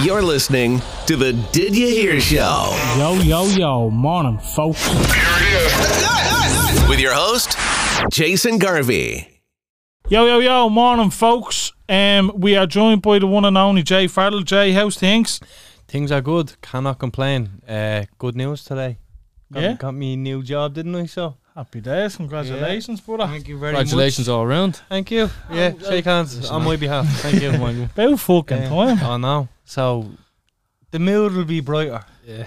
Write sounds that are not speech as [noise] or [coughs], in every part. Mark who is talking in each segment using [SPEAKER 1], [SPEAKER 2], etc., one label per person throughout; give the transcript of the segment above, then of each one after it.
[SPEAKER 1] You're listening to the Did You Hear Show
[SPEAKER 2] Yo, yo, yo, morning, folks.
[SPEAKER 1] with your host, Jason Garvey.
[SPEAKER 2] Yo, yo, yo, morning, folks. Um, we are joined by the one and only Jay Farrell. Jay, how's things?
[SPEAKER 3] Things are good. Cannot complain. Uh, good news today. Got,
[SPEAKER 2] Yeah?
[SPEAKER 3] got me a new job, didn't I? So
[SPEAKER 2] Happy days, congratulations, brother.
[SPEAKER 3] thank you very
[SPEAKER 4] Congratulations all around.
[SPEAKER 3] much. Thank you. Yeah, shake hands on my
[SPEAKER 5] [laughs]
[SPEAKER 3] behalf. Thank
[SPEAKER 4] [laughs]
[SPEAKER 3] you, Michael.
[SPEAKER 2] About fucking [laughs] time.
[SPEAKER 3] I know. So the mood will be brighter.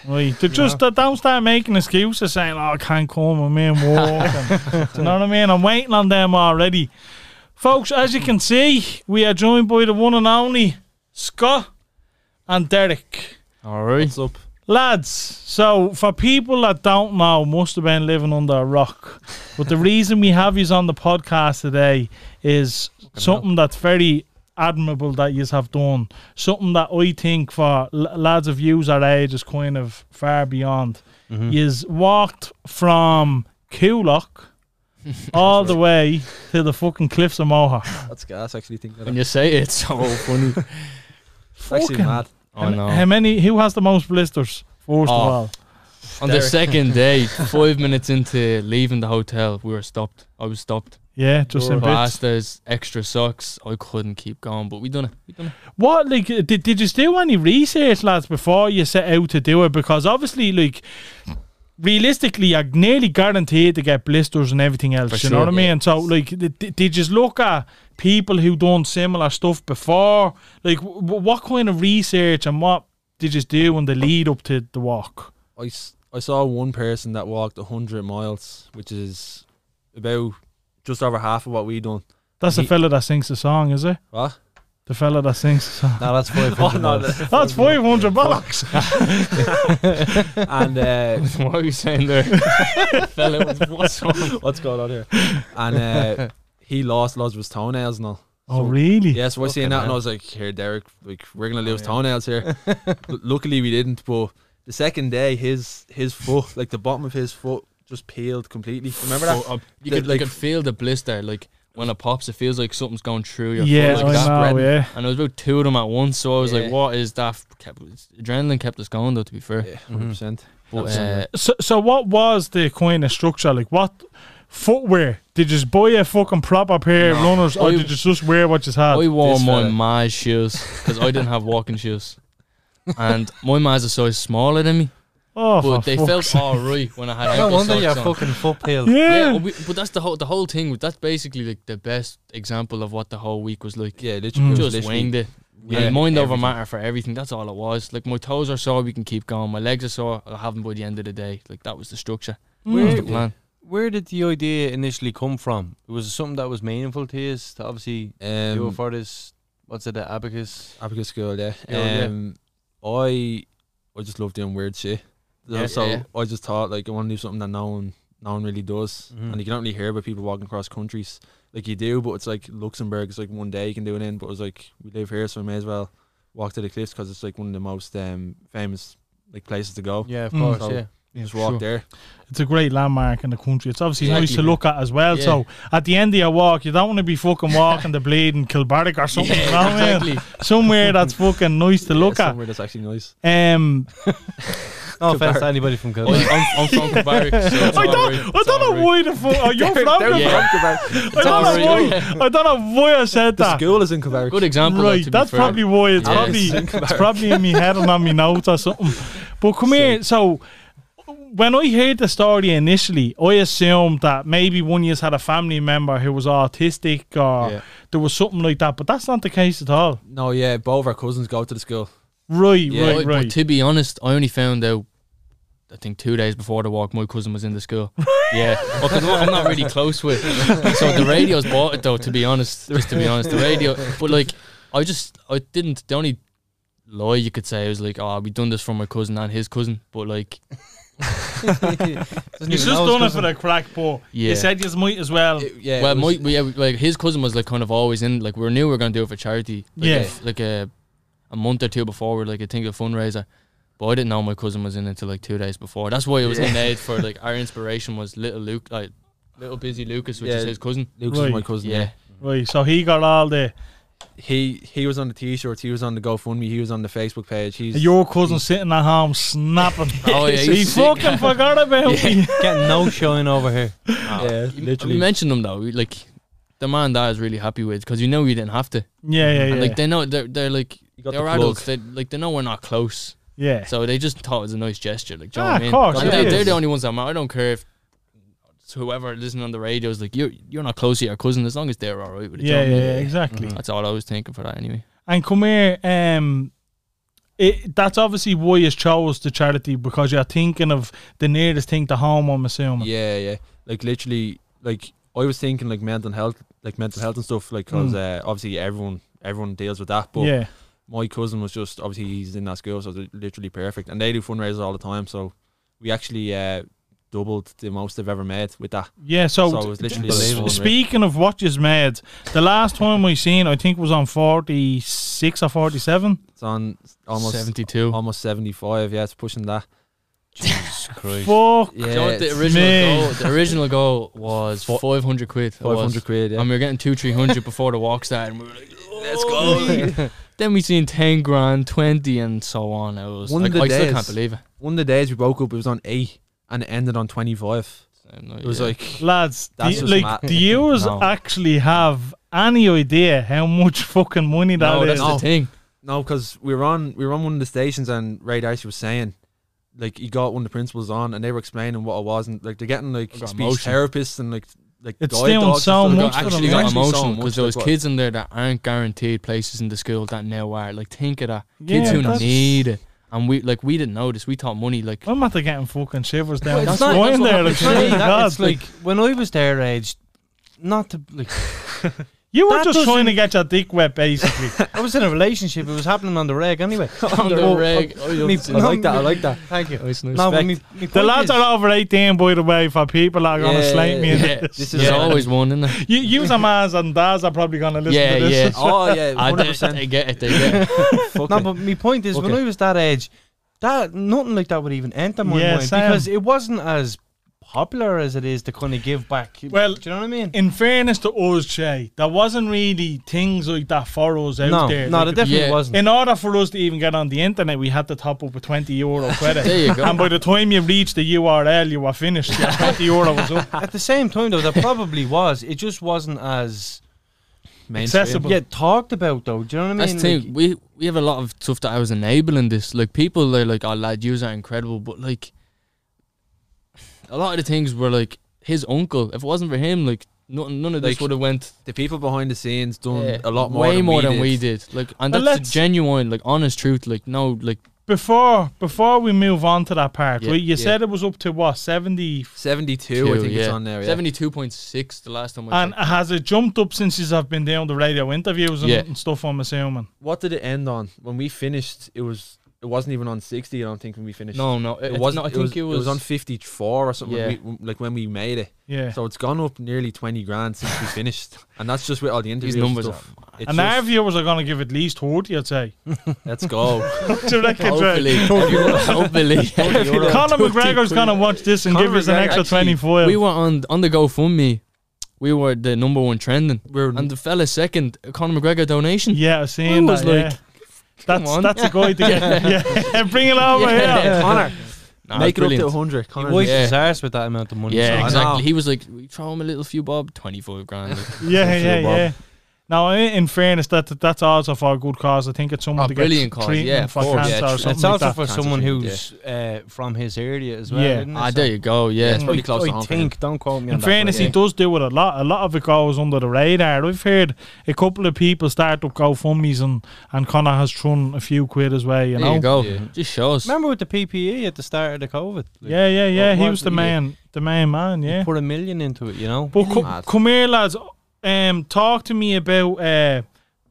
[SPEAKER 2] Right, they just uh, don't start making excuses saying, oh, I can't come, I'm in work. [laughs] and- Do you know what I mean? I'm waiting on them already. Folks, as you can see, we are joined by the one and only Scott and Derek.
[SPEAKER 4] All right. What's up?
[SPEAKER 2] Lads, so for people that don't know, must have been living under a rock. But the reason we have you on the podcast today is something that's very admirable that you have done. Something that I think for l- lads of yous our age is kind of far beyond.
[SPEAKER 3] Mm-hmm.
[SPEAKER 2] You's walked from
[SPEAKER 3] [laughs]
[SPEAKER 2] Coolock all the way to the fucking cliffs of Moher.
[SPEAKER 5] That's gas. Actually, think that
[SPEAKER 4] When you say it, it's [laughs] so funny.
[SPEAKER 5] actually
[SPEAKER 2] Fucking-
[SPEAKER 5] mad.
[SPEAKER 3] I know.
[SPEAKER 2] How many? Who has the most blisters? First
[SPEAKER 4] Oh.
[SPEAKER 2] of all,
[SPEAKER 4] On the second day, five minutes into leaving the hotel, we were stopped. I was stopped.
[SPEAKER 2] yeah, just in bits.
[SPEAKER 4] Pastas, extra socks. I couldn't keep going, but we done it. We done it. [laughs]
[SPEAKER 2] What like uh, did did you do any research, lads, before you set out to do it? Because obviously, like realistically, you're nearly guaranteed to get blisters and everything else.
[SPEAKER 4] For
[SPEAKER 2] you know what I
[SPEAKER 4] sure,
[SPEAKER 2] mean?
[SPEAKER 4] yeah.
[SPEAKER 2] So, like, did, did you just look at people who done similar stuff before? Like, w- what kind of research and what did you do in the lead up to the walk?
[SPEAKER 5] I, s- I saw one person that walked 100 miles, which is about just over half of what we done.
[SPEAKER 2] That's the
[SPEAKER 5] He-
[SPEAKER 2] fella that sings the song, is it?
[SPEAKER 5] What?
[SPEAKER 2] The fella that sings the song.
[SPEAKER 3] [laughs] No, that's five.
[SPEAKER 5] [laughs] Oh, no, that-
[SPEAKER 2] That's 500 bucks.
[SPEAKER 5] and uh,
[SPEAKER 4] What are you saying there? [laughs] Fella, what's- what's wrong?
[SPEAKER 5] [laughs] what's going on here? And
[SPEAKER 3] [laughs]
[SPEAKER 5] uh, he lost lots of his toenails and all.
[SPEAKER 2] Oh, really?
[SPEAKER 5] Yeah, so I
[SPEAKER 3] Fucking
[SPEAKER 5] seen that and I
[SPEAKER 3] hell. Oh,
[SPEAKER 5] was like, here, Derek, like we're gonna lose
[SPEAKER 3] [laughs]
[SPEAKER 5] toenails here. L- luckily, we didn't. But the second day, his his foot, like the bottom of his foot, just peeled completely. Remember that?
[SPEAKER 4] Oh, uh, you,
[SPEAKER 5] The-
[SPEAKER 4] could,
[SPEAKER 5] like-
[SPEAKER 4] you could feel the blister. Like, when it pops, it feels like something's going through your
[SPEAKER 2] Yeah, I
[SPEAKER 4] foot like that.
[SPEAKER 2] know,
[SPEAKER 5] spreading.
[SPEAKER 2] yeah.
[SPEAKER 4] And there was about two of them at once, so I was
[SPEAKER 5] Yeah.
[SPEAKER 4] like, what is that? F- Kept, adrenaline kept us going, though, to be fair.
[SPEAKER 5] Yeah, 100 percent.
[SPEAKER 4] But, uh,
[SPEAKER 5] Absolutely.
[SPEAKER 2] So, so what was the kind of structure? Like, what footwear? Did you just buy a fucking proper pair of runners, or
[SPEAKER 4] I-
[SPEAKER 2] did you just wear what you had?
[SPEAKER 4] I wore
[SPEAKER 5] this
[SPEAKER 4] my
[SPEAKER 5] fella.
[SPEAKER 4] ma's shoes because I didn't have walking shoes, and my ma's a size smaller than me.
[SPEAKER 2] oh,
[SPEAKER 4] But
[SPEAKER 2] for
[SPEAKER 4] they
[SPEAKER 2] fuck's
[SPEAKER 4] felt
[SPEAKER 2] sake.
[SPEAKER 4] alright when I had.
[SPEAKER 3] No
[SPEAKER 4] ankle
[SPEAKER 3] wonder
[SPEAKER 4] socks
[SPEAKER 3] your
[SPEAKER 4] on.
[SPEAKER 3] fucking foot
[SPEAKER 5] [laughs]
[SPEAKER 3] peeled.
[SPEAKER 4] Yeah,
[SPEAKER 2] Yeah,
[SPEAKER 4] we, but that's the whole the whole thing. That's basically like the best example of what the whole week was like.
[SPEAKER 5] Yeah, literally, it was
[SPEAKER 4] Just
[SPEAKER 5] literally-
[SPEAKER 4] winged it.
[SPEAKER 5] Yeah,
[SPEAKER 4] and mind over
[SPEAKER 5] everything.
[SPEAKER 4] matter for everything. That's all it was. Like my toes are sore, we can keep going. My legs are sore, I'll have them by the end of the day. Like that was the structure.
[SPEAKER 2] Mm.
[SPEAKER 4] That was
[SPEAKER 3] Where,
[SPEAKER 4] the plan.
[SPEAKER 3] where did the idea initially come from? Was it something that was meaningful to you? To obviously do it
[SPEAKER 5] Um,
[SPEAKER 3] for this. What's it? The abacus.
[SPEAKER 5] Africa school, yeah.
[SPEAKER 3] Yeah, yeah.
[SPEAKER 5] Um, I I just love doing weird shit. So-
[SPEAKER 3] Yeah.
[SPEAKER 5] so
[SPEAKER 4] Yeah.
[SPEAKER 5] I just thought like I want to do something that no one no one really does,
[SPEAKER 3] Mhm.
[SPEAKER 5] and you can only hear about people walking across countries. Like you do, but it's like Luxembourg. It's like one day you can do it in, but it's like we live here, so we may as well walk to the cliffs because it's like one of the most um, famous like places to go.
[SPEAKER 3] Yeah, of
[SPEAKER 2] Mm.
[SPEAKER 3] course.
[SPEAKER 5] So-
[SPEAKER 3] Yeah.
[SPEAKER 5] just walk
[SPEAKER 4] sure.
[SPEAKER 5] there.
[SPEAKER 2] it's a great landmark in the country. It's obviously nice to
[SPEAKER 4] Exactly.
[SPEAKER 2] look at as well.
[SPEAKER 4] Yeah.
[SPEAKER 2] So at the end of your walk, you don't want to be fucking walking the blade in Kilbarrack or something. you know what I mean?
[SPEAKER 4] exactly.
[SPEAKER 2] Somewhere that's fucking nice to
[SPEAKER 5] Yeah,
[SPEAKER 2] look
[SPEAKER 5] somewhere that's actually nice.
[SPEAKER 2] at. Um,
[SPEAKER 3] No offense to anybody from
[SPEAKER 4] I,
[SPEAKER 3] Kilburn.
[SPEAKER 4] I'm, I'm from Cabarrick, so it's
[SPEAKER 2] I
[SPEAKER 4] all
[SPEAKER 2] don't,
[SPEAKER 4] right.
[SPEAKER 2] I
[SPEAKER 4] It's
[SPEAKER 2] don't
[SPEAKER 4] all
[SPEAKER 2] know
[SPEAKER 4] right.
[SPEAKER 2] why the fuck. Oh, you're
[SPEAKER 4] [laughs]
[SPEAKER 2] from Kilbarrack?
[SPEAKER 4] Yeah.
[SPEAKER 2] I don't know
[SPEAKER 4] alright.
[SPEAKER 2] why. I don't know why I said
[SPEAKER 5] The
[SPEAKER 2] that.
[SPEAKER 5] school is in Quebec.
[SPEAKER 4] Good example. though,
[SPEAKER 2] Right,
[SPEAKER 4] to be
[SPEAKER 2] that's
[SPEAKER 4] fair.
[SPEAKER 2] probably why it's
[SPEAKER 4] Yeah. [laughs]
[SPEAKER 2] probably it's probably in my head and on my notes or something. But come here, so when I heard the story initially, I assumed that maybe one year's had a family member who was autistic or
[SPEAKER 5] Yeah.
[SPEAKER 2] there was something like that. But that's not the case at all.
[SPEAKER 5] No, yeah, both of our cousins go to the school.
[SPEAKER 2] Right,
[SPEAKER 5] Yeah.
[SPEAKER 2] right,
[SPEAKER 4] But- But
[SPEAKER 2] right.
[SPEAKER 4] to be honest, I only found out. I think two days before the walk, my cousin was in the school.
[SPEAKER 2] [laughs]
[SPEAKER 4] yeah, well, 'cause I'm not really close with. So the radio's bought it though. To be honest, just to be honest, the radio. But like, I just I didn't. The only lie you could say was like, "Oh, we done this for my cousin and his cousin." But like,
[SPEAKER 2] You just done it for the crack, but
[SPEAKER 4] Yeah.
[SPEAKER 2] you said you might as well.
[SPEAKER 5] It- yeah, it
[SPEAKER 4] well, my,
[SPEAKER 5] was-
[SPEAKER 4] yeah, like his cousin was like kind of always in. Like we knew we were gonna do it for charity. Like,
[SPEAKER 2] Yeah.
[SPEAKER 4] a- like a a month or two before, we we're like I think a fundraiser. But I didn't know my cousin was in until like two days before. That's why it was in aid
[SPEAKER 5] [laughs]
[SPEAKER 4] for like our inspiration was little Luke, like little busy Lucas, which
[SPEAKER 5] Yeah.
[SPEAKER 4] is his cousin.
[SPEAKER 5] Luke's
[SPEAKER 2] Right.
[SPEAKER 5] is my cousin.
[SPEAKER 4] Yeah,
[SPEAKER 2] right, so he got all the
[SPEAKER 5] he he was on the t-shirts, he was on the GoFundMe, he was on the Facebook page. He's
[SPEAKER 2] Your cousin sitting at home snapping.
[SPEAKER 4] Mm. [laughs] Oh, yeah,
[SPEAKER 2] he
[SPEAKER 4] he's sick.
[SPEAKER 2] fucking forgot
[SPEAKER 4] [laughs]
[SPEAKER 2] about me. [laughs]
[SPEAKER 3] Getting no showing over here.
[SPEAKER 5] yeah,
[SPEAKER 4] You
[SPEAKER 5] literally.
[SPEAKER 4] mentioned them though, we- like the man that I was really happy with because you know you didn't have to.
[SPEAKER 2] Yeah, yeah, yeah.
[SPEAKER 4] And like they know they're they're like
[SPEAKER 5] You got
[SPEAKER 4] they're
[SPEAKER 5] the
[SPEAKER 4] adults. They like they know we're not close,
[SPEAKER 2] yeah.
[SPEAKER 4] so they just thought it was a nice gesture. Like, do you
[SPEAKER 2] Ah, of
[SPEAKER 4] know what I mean?
[SPEAKER 2] course,
[SPEAKER 4] And
[SPEAKER 5] yeah,
[SPEAKER 4] they,
[SPEAKER 5] it
[SPEAKER 4] they're
[SPEAKER 5] is.
[SPEAKER 4] the only ones that matter. I don't care if it's whoever listening on the radio is like you you're not close to your cousin as long as they're all right with it. do you know
[SPEAKER 2] yeah,
[SPEAKER 4] what I
[SPEAKER 2] yeah,
[SPEAKER 4] mean?
[SPEAKER 2] yeah, exactly.
[SPEAKER 4] That's all I was thinking for that anyway.
[SPEAKER 2] And come here, um, it, that's obviously why you chose the charity because you're thinking of the nearest thing to home. I'm assuming.
[SPEAKER 5] Yeah, yeah. Like literally, like I was thinking like mental health, like mental health and stuff, like because uh, obviously everyone everyone deals with that. But
[SPEAKER 2] yeah.
[SPEAKER 5] my cousin was just obviously he's in that school, so they're literally perfect, and they do fundraisers all the time. So we actually uh, doubled the most they've ever made with that.
[SPEAKER 2] Yeah, so,
[SPEAKER 5] So it was literally
[SPEAKER 2] s-
[SPEAKER 5] unbelievable.
[SPEAKER 2] speaking of what you've made, the last time I seen, I think was on forty six or forty seven.
[SPEAKER 5] It's on almost
[SPEAKER 4] seventy two.
[SPEAKER 5] almost seventy five. Yeah, it's pushing that.
[SPEAKER 3] Jesus Christ.
[SPEAKER 2] Fuck,
[SPEAKER 5] Yeah,
[SPEAKER 4] you know what the
[SPEAKER 5] it's
[SPEAKER 4] original
[SPEAKER 2] me.
[SPEAKER 4] goal? [laughs] The original goal was five hundred quid. it was.
[SPEAKER 5] 500 quid. Yeah.
[SPEAKER 4] And we were getting two, three hundred before the walk started. And we were like, let's go. then we seen ten grand, twenty, and so on. It was
[SPEAKER 5] One
[SPEAKER 4] like,
[SPEAKER 5] of the
[SPEAKER 4] I still
[SPEAKER 5] days-
[SPEAKER 4] can't believe it.
[SPEAKER 5] One of the days we woke up, it was on eight, and it ended on twenty five.
[SPEAKER 4] Um, no,
[SPEAKER 5] It was
[SPEAKER 4] yeah.
[SPEAKER 5] like
[SPEAKER 2] lads! Do
[SPEAKER 5] That's
[SPEAKER 2] you,
[SPEAKER 5] just
[SPEAKER 2] like,
[SPEAKER 5] mad.
[SPEAKER 2] do you
[SPEAKER 5] No.
[SPEAKER 2] actually have any idea how much fucking money that is?
[SPEAKER 4] no,
[SPEAKER 2] Oh,
[SPEAKER 4] that's the
[SPEAKER 5] oh, No.
[SPEAKER 4] thing.
[SPEAKER 5] No, because we were on we were on one of the stations and Ray Darcy was saying, like he got one of the principals on and they were explaining what it was and like they're getting like
[SPEAKER 4] I got
[SPEAKER 5] speech
[SPEAKER 4] emotion.
[SPEAKER 5] therapists and like like
[SPEAKER 2] It's
[SPEAKER 5] guide
[SPEAKER 2] doing
[SPEAKER 5] dogs and
[SPEAKER 2] so
[SPEAKER 5] stuff.
[SPEAKER 2] much
[SPEAKER 4] Got,
[SPEAKER 2] for
[SPEAKER 4] actually
[SPEAKER 2] them,
[SPEAKER 4] got
[SPEAKER 2] man.
[SPEAKER 5] Actually so
[SPEAKER 4] emotional
[SPEAKER 5] much,
[SPEAKER 4] because there
[SPEAKER 5] like,
[SPEAKER 4] was
[SPEAKER 5] what-
[SPEAKER 4] kids in there that aren't guaranteed places in the school that now are. Like think of that. Kids
[SPEAKER 2] Yeah,
[SPEAKER 4] who
[SPEAKER 2] that's-
[SPEAKER 4] need it. And we like we didn't notice. We thought money like
[SPEAKER 2] I'm after getting fucking shivers down.
[SPEAKER 4] Well,
[SPEAKER 2] That's
[SPEAKER 4] it's not-
[SPEAKER 2] why
[SPEAKER 4] that's
[SPEAKER 2] I'm
[SPEAKER 4] what
[SPEAKER 2] there.
[SPEAKER 4] happened
[SPEAKER 2] Like,
[SPEAKER 4] to me.
[SPEAKER 2] swear to God,
[SPEAKER 3] That's like when I was their age. Not to like,
[SPEAKER 2] you were
[SPEAKER 3] that
[SPEAKER 2] just trying to
[SPEAKER 3] doesn't-
[SPEAKER 2] get your dick wet, basically.
[SPEAKER 3] I was in a relationship. It was happening on the reg anyway.
[SPEAKER 4] on the
[SPEAKER 3] Well,
[SPEAKER 4] reg. Oh,
[SPEAKER 3] me-
[SPEAKER 4] yeah.
[SPEAKER 5] I like that. I like that.
[SPEAKER 3] [laughs] Thank you.
[SPEAKER 4] Nice, nice.
[SPEAKER 3] No, but me, me
[SPEAKER 2] the
[SPEAKER 3] point
[SPEAKER 2] lads
[SPEAKER 3] is-
[SPEAKER 2] are over 18, by the way, for people that are going to
[SPEAKER 5] Yeah,
[SPEAKER 2] slate me.
[SPEAKER 5] yeah,
[SPEAKER 2] in
[SPEAKER 4] Yeah,
[SPEAKER 2] this.
[SPEAKER 5] This
[SPEAKER 4] There's
[SPEAKER 5] is
[SPEAKER 4] always one, isn't there?
[SPEAKER 2] You, yous and mans and dads are probably going to listen
[SPEAKER 4] Yeah,
[SPEAKER 2] to this.
[SPEAKER 4] yeah.
[SPEAKER 5] [laughs] Oh yeah,
[SPEAKER 4] [laughs] I,
[SPEAKER 5] hundred
[SPEAKER 4] they,
[SPEAKER 5] percent.
[SPEAKER 4] they get it. They get it.
[SPEAKER 3] No, but my point is, when
[SPEAKER 5] Okay.
[SPEAKER 3] I was that age, that nothing like that would even enter my
[SPEAKER 2] Yeah,
[SPEAKER 3] mind
[SPEAKER 2] same.
[SPEAKER 3] because it wasn't as popular as it is to kind of give back.
[SPEAKER 2] Well,
[SPEAKER 3] do you know what I mean?
[SPEAKER 2] In fairness to us, Che, there wasn't really things like that for us out
[SPEAKER 3] No,
[SPEAKER 2] there.
[SPEAKER 3] no,
[SPEAKER 2] Like,
[SPEAKER 3] there definitely
[SPEAKER 4] Yeah.
[SPEAKER 3] wasn't.
[SPEAKER 2] in order for us to even get on the internet, we had to top up with 20 euro credit.
[SPEAKER 4] There you go.
[SPEAKER 2] And by the time you reached the URL, you were finished. Your 20 euro was up.
[SPEAKER 3] At the same time, though, there probably was. It just wasn't as
[SPEAKER 2] Accessible.
[SPEAKER 3] yeah talked about, though. Do you know what I mean?
[SPEAKER 4] That's the thing.
[SPEAKER 3] Like,
[SPEAKER 4] we we have a lot of stuff that I was enabling this. Like people, they're like, "Oh, lad, yous are incredible," but like, a lot of the things were like his uncle. If it wasn't for him, like nothing, none of this
[SPEAKER 5] Like,
[SPEAKER 4] would have went
[SPEAKER 5] The people behind the scenes done
[SPEAKER 4] yeah,
[SPEAKER 5] a lot more,
[SPEAKER 4] way
[SPEAKER 5] than
[SPEAKER 4] more
[SPEAKER 5] we
[SPEAKER 4] than
[SPEAKER 5] did.
[SPEAKER 4] we did. Like, and
[SPEAKER 2] Well,
[SPEAKER 4] that's the
[SPEAKER 2] let's-
[SPEAKER 4] genuine, like, honest truth. Like, no, like,
[SPEAKER 2] Before before we move on to that part,
[SPEAKER 4] Yeah,
[SPEAKER 2] right, you
[SPEAKER 4] yeah.
[SPEAKER 2] said it was up to what, 70?
[SPEAKER 5] Seventy-two, I
[SPEAKER 4] two,
[SPEAKER 5] think
[SPEAKER 4] yeah.
[SPEAKER 5] it's on there. Yeah.
[SPEAKER 4] Seventy-two point six. The last time I
[SPEAKER 2] And
[SPEAKER 4] checked.
[SPEAKER 2] has it jumped up since you have been doing the radio interviews and,
[SPEAKER 4] Yeah.
[SPEAKER 2] and stuff, I'm assuming?
[SPEAKER 5] What did it end on? When we finished, it was it wasn't even on sixty. I don't think when we finished.
[SPEAKER 4] no, no, it,
[SPEAKER 5] It
[SPEAKER 4] it
[SPEAKER 5] wasn't.
[SPEAKER 4] No, I think it was, [laughs]
[SPEAKER 5] on fifty-four or something.
[SPEAKER 4] Yeah.
[SPEAKER 5] Like, we, like when we made it,
[SPEAKER 2] Yeah.
[SPEAKER 5] so it's gone up nearly twenty grand since we
[SPEAKER 4] [laughs]
[SPEAKER 5] finished, and that's just with all the interviews.
[SPEAKER 4] These numbers
[SPEAKER 5] and
[SPEAKER 4] are.
[SPEAKER 5] stuff. It's
[SPEAKER 2] and
[SPEAKER 5] just-
[SPEAKER 2] our viewers are going to give at least 40, I'd [laughs] say.
[SPEAKER 5] [laughs] Let's go.
[SPEAKER 2] [laughs] Do you reckon, Dre?
[SPEAKER 4] [laughs] Hopefully,
[SPEAKER 5] [laughs]
[SPEAKER 4] hopefully.
[SPEAKER 2] Conor McGregor's going to watch this and
[SPEAKER 4] Conor
[SPEAKER 2] give us an
[SPEAKER 4] McGregor-
[SPEAKER 2] extra
[SPEAKER 4] actually,
[SPEAKER 2] 24.
[SPEAKER 4] We were on on the GoFundMe. We were the number one trending.
[SPEAKER 5] We're
[SPEAKER 4] And the fella second, Conor McGregor donation.
[SPEAKER 2] yeah, I've seen
[SPEAKER 4] I
[SPEAKER 2] that.
[SPEAKER 4] was
[SPEAKER 2] yeah.
[SPEAKER 4] like,
[SPEAKER 2] That's
[SPEAKER 4] on.
[SPEAKER 2] that's a guy to
[SPEAKER 4] [laughs]
[SPEAKER 2] get. yeah, [laughs] bring it over here.
[SPEAKER 5] Connor,
[SPEAKER 4] Nah,
[SPEAKER 5] make it
[SPEAKER 4] brilliant.
[SPEAKER 5] up to 100.
[SPEAKER 3] He
[SPEAKER 5] Connor,
[SPEAKER 3] wiped
[SPEAKER 4] Yeah.
[SPEAKER 3] his arse with that amount of money.
[SPEAKER 4] Yeah,
[SPEAKER 5] know.
[SPEAKER 4] exactly. He was like, we throw him a little few bob, twenty five
[SPEAKER 5] [laughs]
[SPEAKER 4] grand. Like,
[SPEAKER 2] Yeah, yeah,
[SPEAKER 5] Bob.
[SPEAKER 2] yeah. Now, i- in fairness, that that's also for a good cause. I think it's someone
[SPEAKER 4] Oh,
[SPEAKER 2] to get
[SPEAKER 4] brilliant cause,
[SPEAKER 2] treatment
[SPEAKER 4] yeah, of
[SPEAKER 2] for
[SPEAKER 4] course.
[SPEAKER 2] cancer
[SPEAKER 5] Yeah,
[SPEAKER 2] or
[SPEAKER 5] it's
[SPEAKER 2] something
[SPEAKER 3] It's
[SPEAKER 2] like
[SPEAKER 3] also
[SPEAKER 2] that.
[SPEAKER 3] for someone
[SPEAKER 5] treatment,
[SPEAKER 3] who's uh, from his area as well.
[SPEAKER 2] Yeah.
[SPEAKER 3] Isn't it?
[SPEAKER 4] ah, there you go. Yeah,
[SPEAKER 5] it's pretty close
[SPEAKER 3] I,
[SPEAKER 5] to home. for him.
[SPEAKER 3] think. Don't quote me.
[SPEAKER 2] In
[SPEAKER 3] on
[SPEAKER 2] fairness,
[SPEAKER 3] that,
[SPEAKER 2] he does do it a lot. A lot of it goes under the radar. I've heard a couple of people start up GoFundMe's and, and Connor has thrown a few quid his way, you
[SPEAKER 4] there
[SPEAKER 2] know?
[SPEAKER 4] you go.
[SPEAKER 5] Yeah.
[SPEAKER 4] Just shows.
[SPEAKER 3] Remember with the PPE at the start of the COVID? Like,
[SPEAKER 2] Yeah, yeah, yeah.
[SPEAKER 3] What-
[SPEAKER 2] he
[SPEAKER 3] what-
[SPEAKER 2] was the
[SPEAKER 3] yeah.
[SPEAKER 2] man, the main man,
[SPEAKER 3] you
[SPEAKER 2] yeah.
[SPEAKER 3] Put a million into it, you know.
[SPEAKER 2] But co-
[SPEAKER 5] Mad.
[SPEAKER 2] come here, lads. Um, talk to me about uh,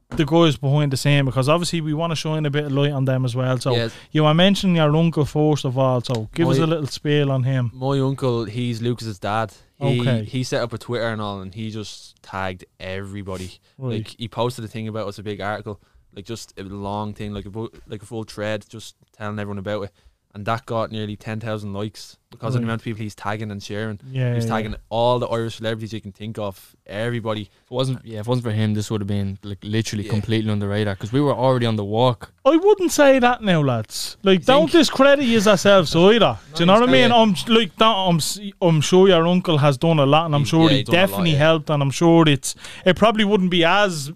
[SPEAKER 2] the guys behind the scene because obviously we want to shine a bit of light on them as well. So
[SPEAKER 5] Yeah,
[SPEAKER 2] you were mentioning your uncle first of all. So give us
[SPEAKER 5] My-
[SPEAKER 2] a little spiel on him.
[SPEAKER 5] my uncle, he's Lucas's dad. He,
[SPEAKER 2] Okay.
[SPEAKER 5] He set up a Twitter and all, and he just tagged everybody.
[SPEAKER 2] Right.
[SPEAKER 5] Like, he posted a thing about us, a big article, like just a long thing, like a, bu- like a full thread, just telling everyone about it. and that got nearly ten thousand likes because of
[SPEAKER 2] Right.
[SPEAKER 5] the amount of people he's tagging and sharing.
[SPEAKER 2] Yeah,
[SPEAKER 5] He's
[SPEAKER 2] yeah,
[SPEAKER 5] tagging all the Irish celebrities you can think of, everybody.
[SPEAKER 4] If it wasn't, yeah, if it wasn't for him, this would have been like literally
[SPEAKER 5] Yeah.
[SPEAKER 4] completely on the radar because we were already on the walk.
[SPEAKER 2] I wouldn't say that now, lads. Like, don't discredit yourselves either. Do you know what I mean? I'm s- like, don't, I'm, s- I'm sure your uncle has done a lot, and I'm
[SPEAKER 5] He-
[SPEAKER 2] sure
[SPEAKER 5] yeah,
[SPEAKER 2] he
[SPEAKER 5] he's done a lot,
[SPEAKER 2] definitely
[SPEAKER 5] yeah.
[SPEAKER 2] helped, and I'm sure it's it probably wouldn't be as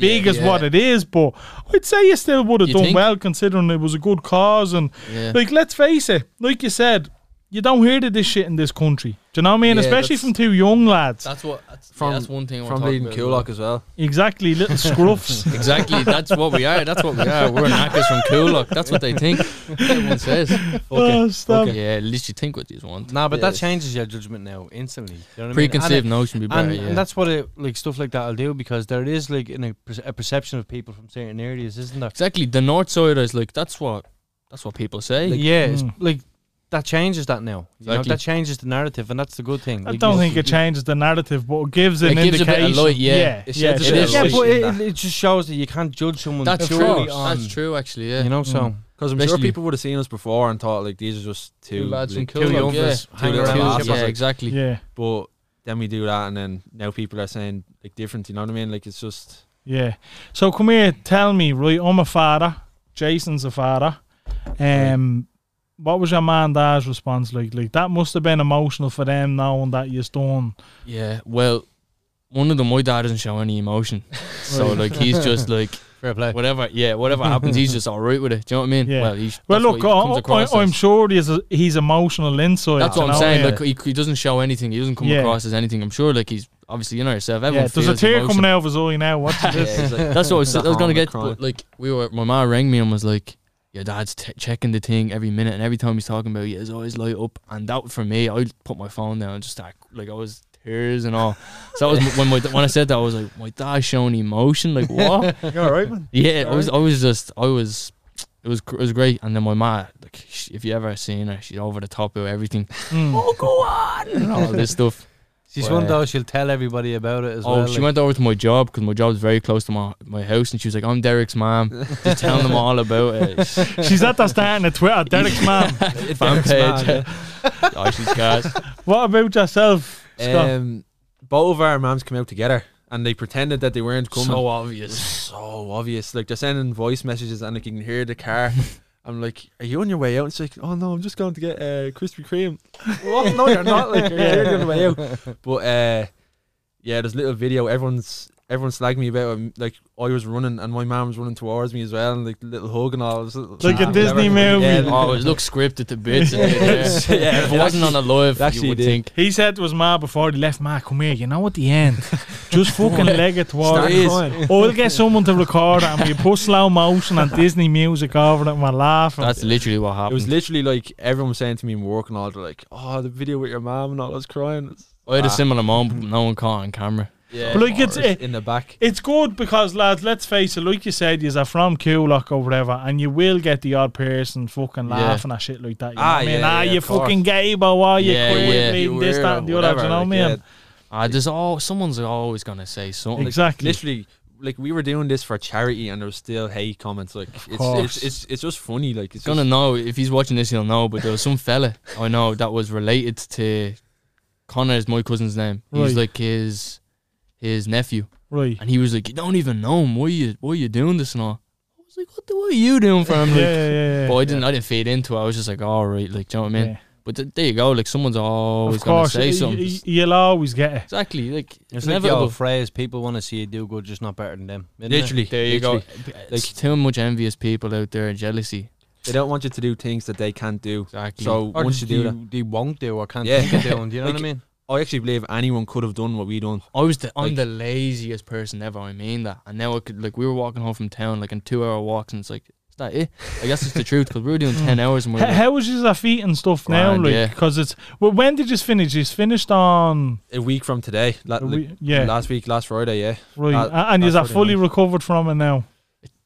[SPEAKER 2] big
[SPEAKER 5] Yeah,
[SPEAKER 2] as what it is, but I'd say you still would have
[SPEAKER 4] You
[SPEAKER 2] done
[SPEAKER 4] think?
[SPEAKER 2] well considering it was a good cause. And
[SPEAKER 4] Yeah.
[SPEAKER 2] like, let's face it, like you said, you don't hear of this shit in this country. Do you know what I mean?
[SPEAKER 5] Yeah,
[SPEAKER 2] Especially
[SPEAKER 5] that's-
[SPEAKER 2] from two young lads.
[SPEAKER 4] That's what. That's,
[SPEAKER 5] From-
[SPEAKER 4] that's one thing. I
[SPEAKER 5] From Bleeding Kulak as well.
[SPEAKER 2] Exactly, little scruffs.
[SPEAKER 4] Exactly. That's what we are. That's what we are. We're knackers from Kulak. That's what they think. Everyone says.
[SPEAKER 2] Oh, stop.
[SPEAKER 4] Yeah, at least you think what you want.
[SPEAKER 3] Nah, but that
[SPEAKER 5] Yes.
[SPEAKER 3] changes your judgment now instantly. You know what I mean? And
[SPEAKER 4] Preconceived
[SPEAKER 3] it-
[SPEAKER 4] notion be better.
[SPEAKER 3] and,
[SPEAKER 4] yeah.
[SPEAKER 3] and that's what it like stuff like that'll do because there is like in a, perce- a perception of people from certain areas, isn't there?
[SPEAKER 4] exactly the North Side is like that's what that's what people say.
[SPEAKER 3] yeah, it's
[SPEAKER 2] Mm.
[SPEAKER 3] like that changes that now. You know,
[SPEAKER 4] Exactly.
[SPEAKER 3] that changes the narrative, and that's the good thing.
[SPEAKER 2] I
[SPEAKER 3] Like,
[SPEAKER 2] don't
[SPEAKER 3] you-
[SPEAKER 2] think it changes the narrative, but it gives an
[SPEAKER 4] It gives a bit of
[SPEAKER 2] indication.
[SPEAKER 4] light, yeah.
[SPEAKER 2] yeah,
[SPEAKER 5] It
[SPEAKER 2] yeah,
[SPEAKER 5] sheds a
[SPEAKER 2] it
[SPEAKER 4] bit of
[SPEAKER 2] is.
[SPEAKER 4] light.
[SPEAKER 3] Yeah,
[SPEAKER 4] Yeah,
[SPEAKER 3] but
[SPEAKER 5] it's
[SPEAKER 3] it,
[SPEAKER 5] that.
[SPEAKER 3] it just shows that you can't judge someone
[SPEAKER 4] that's
[SPEAKER 3] purely
[SPEAKER 4] true.
[SPEAKER 3] on
[SPEAKER 4] That's true. Actually, yeah.
[SPEAKER 3] you know.
[SPEAKER 2] Mm.
[SPEAKER 3] So
[SPEAKER 5] Because I'm
[SPEAKER 4] Especially-
[SPEAKER 5] sure people would have seen us before and thought like these are just two,
[SPEAKER 4] Two lads from
[SPEAKER 5] like,
[SPEAKER 4] Kulak,
[SPEAKER 5] young
[SPEAKER 4] yeah.
[SPEAKER 5] fellas hanging
[SPEAKER 3] Two
[SPEAKER 5] around
[SPEAKER 3] lads,
[SPEAKER 5] lads,
[SPEAKER 4] yeah,
[SPEAKER 5] like,
[SPEAKER 4] exactly.
[SPEAKER 2] Yeah,
[SPEAKER 5] But then we do that, and then now people are saying like different. You know what I mean? Like it's just
[SPEAKER 2] yeah. So come here, tell me, right? I'm a father. Jason's a father. Um, what was your man dad's response like? Like that must have been emotional for them knowing that you're done.
[SPEAKER 4] Yeah, well, one of them, my dad doesn't show
[SPEAKER 2] [laughs]
[SPEAKER 4] any emotion, so
[SPEAKER 2] Right.
[SPEAKER 4] like he's
[SPEAKER 2] [laughs]
[SPEAKER 4] just like
[SPEAKER 3] fair play.
[SPEAKER 4] whatever. Yeah, whatever happens, he's just all right with it. Do you know what I mean?
[SPEAKER 2] Yeah.
[SPEAKER 4] Well, he's,
[SPEAKER 2] Well,
[SPEAKER 4] that's
[SPEAKER 2] look,
[SPEAKER 4] what he comes across
[SPEAKER 2] I, I, I'm
[SPEAKER 4] as.
[SPEAKER 2] sure he's he's emotional inside.
[SPEAKER 4] That's
[SPEAKER 2] you
[SPEAKER 4] what I'm
[SPEAKER 2] know
[SPEAKER 4] saying.
[SPEAKER 2] Yeah.
[SPEAKER 4] Like he, he doesn't show anything. He doesn't come
[SPEAKER 2] Yeah.
[SPEAKER 4] across as anything. I'm sure. Like he's obviously you know yourself. Everyone
[SPEAKER 2] yeah, there's a
[SPEAKER 4] feels
[SPEAKER 2] tear
[SPEAKER 4] emotion.
[SPEAKER 2] coming out of his eye now.
[SPEAKER 4] [laughs]
[SPEAKER 2] What's this?
[SPEAKER 5] it's like,
[SPEAKER 4] That's what I was, I was
[SPEAKER 5] Oh,
[SPEAKER 4] gonna
[SPEAKER 5] I'm
[SPEAKER 4] get.
[SPEAKER 5] crying.
[SPEAKER 4] But, like we were, my mom rang me and was like, "Your dad's t- checking the thing every minute, and every time he's talking about you, his eyes light up." And that for me, I put my phone down and just start like I was tears and all. So that was when my, when I said that, I was like, "My dad's showing emotion, like what?"
[SPEAKER 2] You all right, man?
[SPEAKER 4] yeah, I was, I was just, I was. It was, gr- it was great, and then my ma, like, sh if you ever seen her, she's over the top of everything.
[SPEAKER 2] Mm.
[SPEAKER 4] oh, go on! And all this stuff.
[SPEAKER 3] She's
[SPEAKER 4] Well,
[SPEAKER 3] one
[SPEAKER 4] uh,
[SPEAKER 3] though. She'll tell everybody about it as
[SPEAKER 4] Oh,
[SPEAKER 3] well.
[SPEAKER 4] she
[SPEAKER 3] like-
[SPEAKER 4] went over to my job because my job's very close to my, my house, and she was like, "I'm Derek's mom," just telling them all about it.
[SPEAKER 2] She's at the starting of Twitter. Derek's
[SPEAKER 4] [laughs]
[SPEAKER 2] man.
[SPEAKER 5] [laughs]
[SPEAKER 4] Fan page. [laughs] oh, she's gas.
[SPEAKER 2] What about yourself, Scott?
[SPEAKER 5] Um, both of our mums came out together, and they pretended that they weren't coming.
[SPEAKER 4] So obvious. [laughs]
[SPEAKER 5] so obvious. Like they're sending voice messages, and like you can hear the [laughs] car. I'm like, are you on your way out? And she's like, oh no, I'm just going to get uh, Krispy [laughs] Kreme. well, no, you're not. Like you're clearly on the [laughs] way out. But uh, yeah, there's a little video. Everyone's everyone slagged me about. it. Like I was running, and my mom was running towards me as well, and like little hug and all. It was
[SPEAKER 2] Like a
[SPEAKER 5] Ah,
[SPEAKER 2] Disney
[SPEAKER 5] whatever. Yeah,
[SPEAKER 2] movie.
[SPEAKER 4] Oh, it looks scripted to bits. Yeah,
[SPEAKER 5] [laughs] Yeah,
[SPEAKER 4] if
[SPEAKER 2] [laughs]
[SPEAKER 4] it wasn't on a live,
[SPEAKER 5] it actually
[SPEAKER 4] you would
[SPEAKER 5] did.
[SPEAKER 4] think.
[SPEAKER 2] He said to his ma before he left, Ma, come here, you know at the
[SPEAKER 4] [laughs]
[SPEAKER 2] end. Just fucking leg it
[SPEAKER 5] Start
[SPEAKER 2] towards
[SPEAKER 5] crying.
[SPEAKER 2] Or we'll get someone to record it and we put slow motion and Disney music over it and we're laughing.
[SPEAKER 4] That's literally what
[SPEAKER 5] It
[SPEAKER 4] happened.
[SPEAKER 5] was literally like everyone was saying to me in work and all, they're like, "Oh, the video with your mom and all." I was crying. It's-
[SPEAKER 4] I had a
[SPEAKER 5] Ah.
[SPEAKER 4] similar moment, but no one caught it on camera.
[SPEAKER 5] yeah,
[SPEAKER 2] But, like, it's-
[SPEAKER 5] Or
[SPEAKER 2] it-
[SPEAKER 5] in the back.
[SPEAKER 2] it's good because, lads, let's face it, like you said, you are from Kulak or whatever, and you will get the odd person fucking
[SPEAKER 4] Yeah.
[SPEAKER 2] laughing at shit like that. You know
[SPEAKER 5] Ah,
[SPEAKER 2] what I mean?
[SPEAKER 5] yeah,
[SPEAKER 2] ah,
[SPEAKER 5] yeah,
[SPEAKER 2] you
[SPEAKER 5] of course.
[SPEAKER 2] fucking gay, but why you
[SPEAKER 4] Yeah,
[SPEAKER 2] quit
[SPEAKER 4] yeah.
[SPEAKER 2] me? [laughs]
[SPEAKER 5] You
[SPEAKER 2] This,
[SPEAKER 5] were
[SPEAKER 2] that, and
[SPEAKER 5] or
[SPEAKER 2] the other. Do you know what I
[SPEAKER 5] whatever,
[SPEAKER 2] mean?
[SPEAKER 5] like,
[SPEAKER 4] Ah, there's all someone's always gonna say something.
[SPEAKER 5] Like,
[SPEAKER 2] Exactly.
[SPEAKER 5] literally, like we were doing this for charity, and there was still hate comments. Like it's,
[SPEAKER 2] course.
[SPEAKER 5] it's it's it's just funny. Like
[SPEAKER 4] He's
[SPEAKER 5] it's
[SPEAKER 4] gonna
[SPEAKER 5] just,
[SPEAKER 4] know if he's watching this. He'll know. But there was some fella I know that was related to Connor. Is my cousin's name. He was
[SPEAKER 2] Right.
[SPEAKER 4] like his his nephew,
[SPEAKER 2] Right.
[SPEAKER 4] and he was like, "You don't even know him. Why you why you doing this and all?" I was like, "What the what are you doing for him?"
[SPEAKER 5] [laughs]
[SPEAKER 2] Yeah,
[SPEAKER 4] Like,
[SPEAKER 2] yeah, yeah. yeah.
[SPEAKER 4] but I didn't I didn't fade into it. I was just like, "All right," like, do you know what I mean?
[SPEAKER 2] Yeah.
[SPEAKER 4] But th- there you go. Like, someone's
[SPEAKER 2] Of
[SPEAKER 4] always gonna
[SPEAKER 2] course,
[SPEAKER 4] say
[SPEAKER 2] you,
[SPEAKER 4] something.
[SPEAKER 2] will always get it.
[SPEAKER 4] exactly. Like,
[SPEAKER 3] It's
[SPEAKER 4] it's
[SPEAKER 3] like the
[SPEAKER 4] inevitable.
[SPEAKER 3] old phrase: people want to see you do good, just not better than them. isn't it?
[SPEAKER 5] literally.
[SPEAKER 4] there you
[SPEAKER 5] literally.
[SPEAKER 4] go. Like too much envious people out there, jealousy.
[SPEAKER 5] They don't want you to do things that they can't do.
[SPEAKER 4] Exactly.
[SPEAKER 5] So
[SPEAKER 3] Or
[SPEAKER 5] once you
[SPEAKER 3] just
[SPEAKER 5] do
[SPEAKER 3] you,
[SPEAKER 5] that,
[SPEAKER 3] they won't do or can't
[SPEAKER 5] Yeah.
[SPEAKER 3] think of doing. Do you know
[SPEAKER 5] Like,
[SPEAKER 3] [laughs] what I mean?
[SPEAKER 5] I actually believe anyone could have done what we done.
[SPEAKER 4] I was the, I'm
[SPEAKER 5] Like-
[SPEAKER 4] the laziest person ever. I mean that. And now I could like we were walking home from town like in two hour walks, and it's like is that it? I guess it's the truth because we were
[SPEAKER 2] [laughs]
[SPEAKER 4] doing ten hours and we
[SPEAKER 2] How,
[SPEAKER 4] were like,
[SPEAKER 2] how is your feet and stuff
[SPEAKER 4] Grand,
[SPEAKER 2] now?
[SPEAKER 4] yeah.
[SPEAKER 2] Like, because it's well, when did you finish? You finished on
[SPEAKER 5] A week from today, la-
[SPEAKER 2] A
[SPEAKER 5] like,
[SPEAKER 2] wee- yeah.
[SPEAKER 5] last week, last Friday, yeah,
[SPEAKER 2] right,
[SPEAKER 5] Uh,
[SPEAKER 2] a- and
[SPEAKER 5] that's
[SPEAKER 2] you're
[SPEAKER 5] what it
[SPEAKER 2] fully
[SPEAKER 5] means.
[SPEAKER 2] recovered from it now.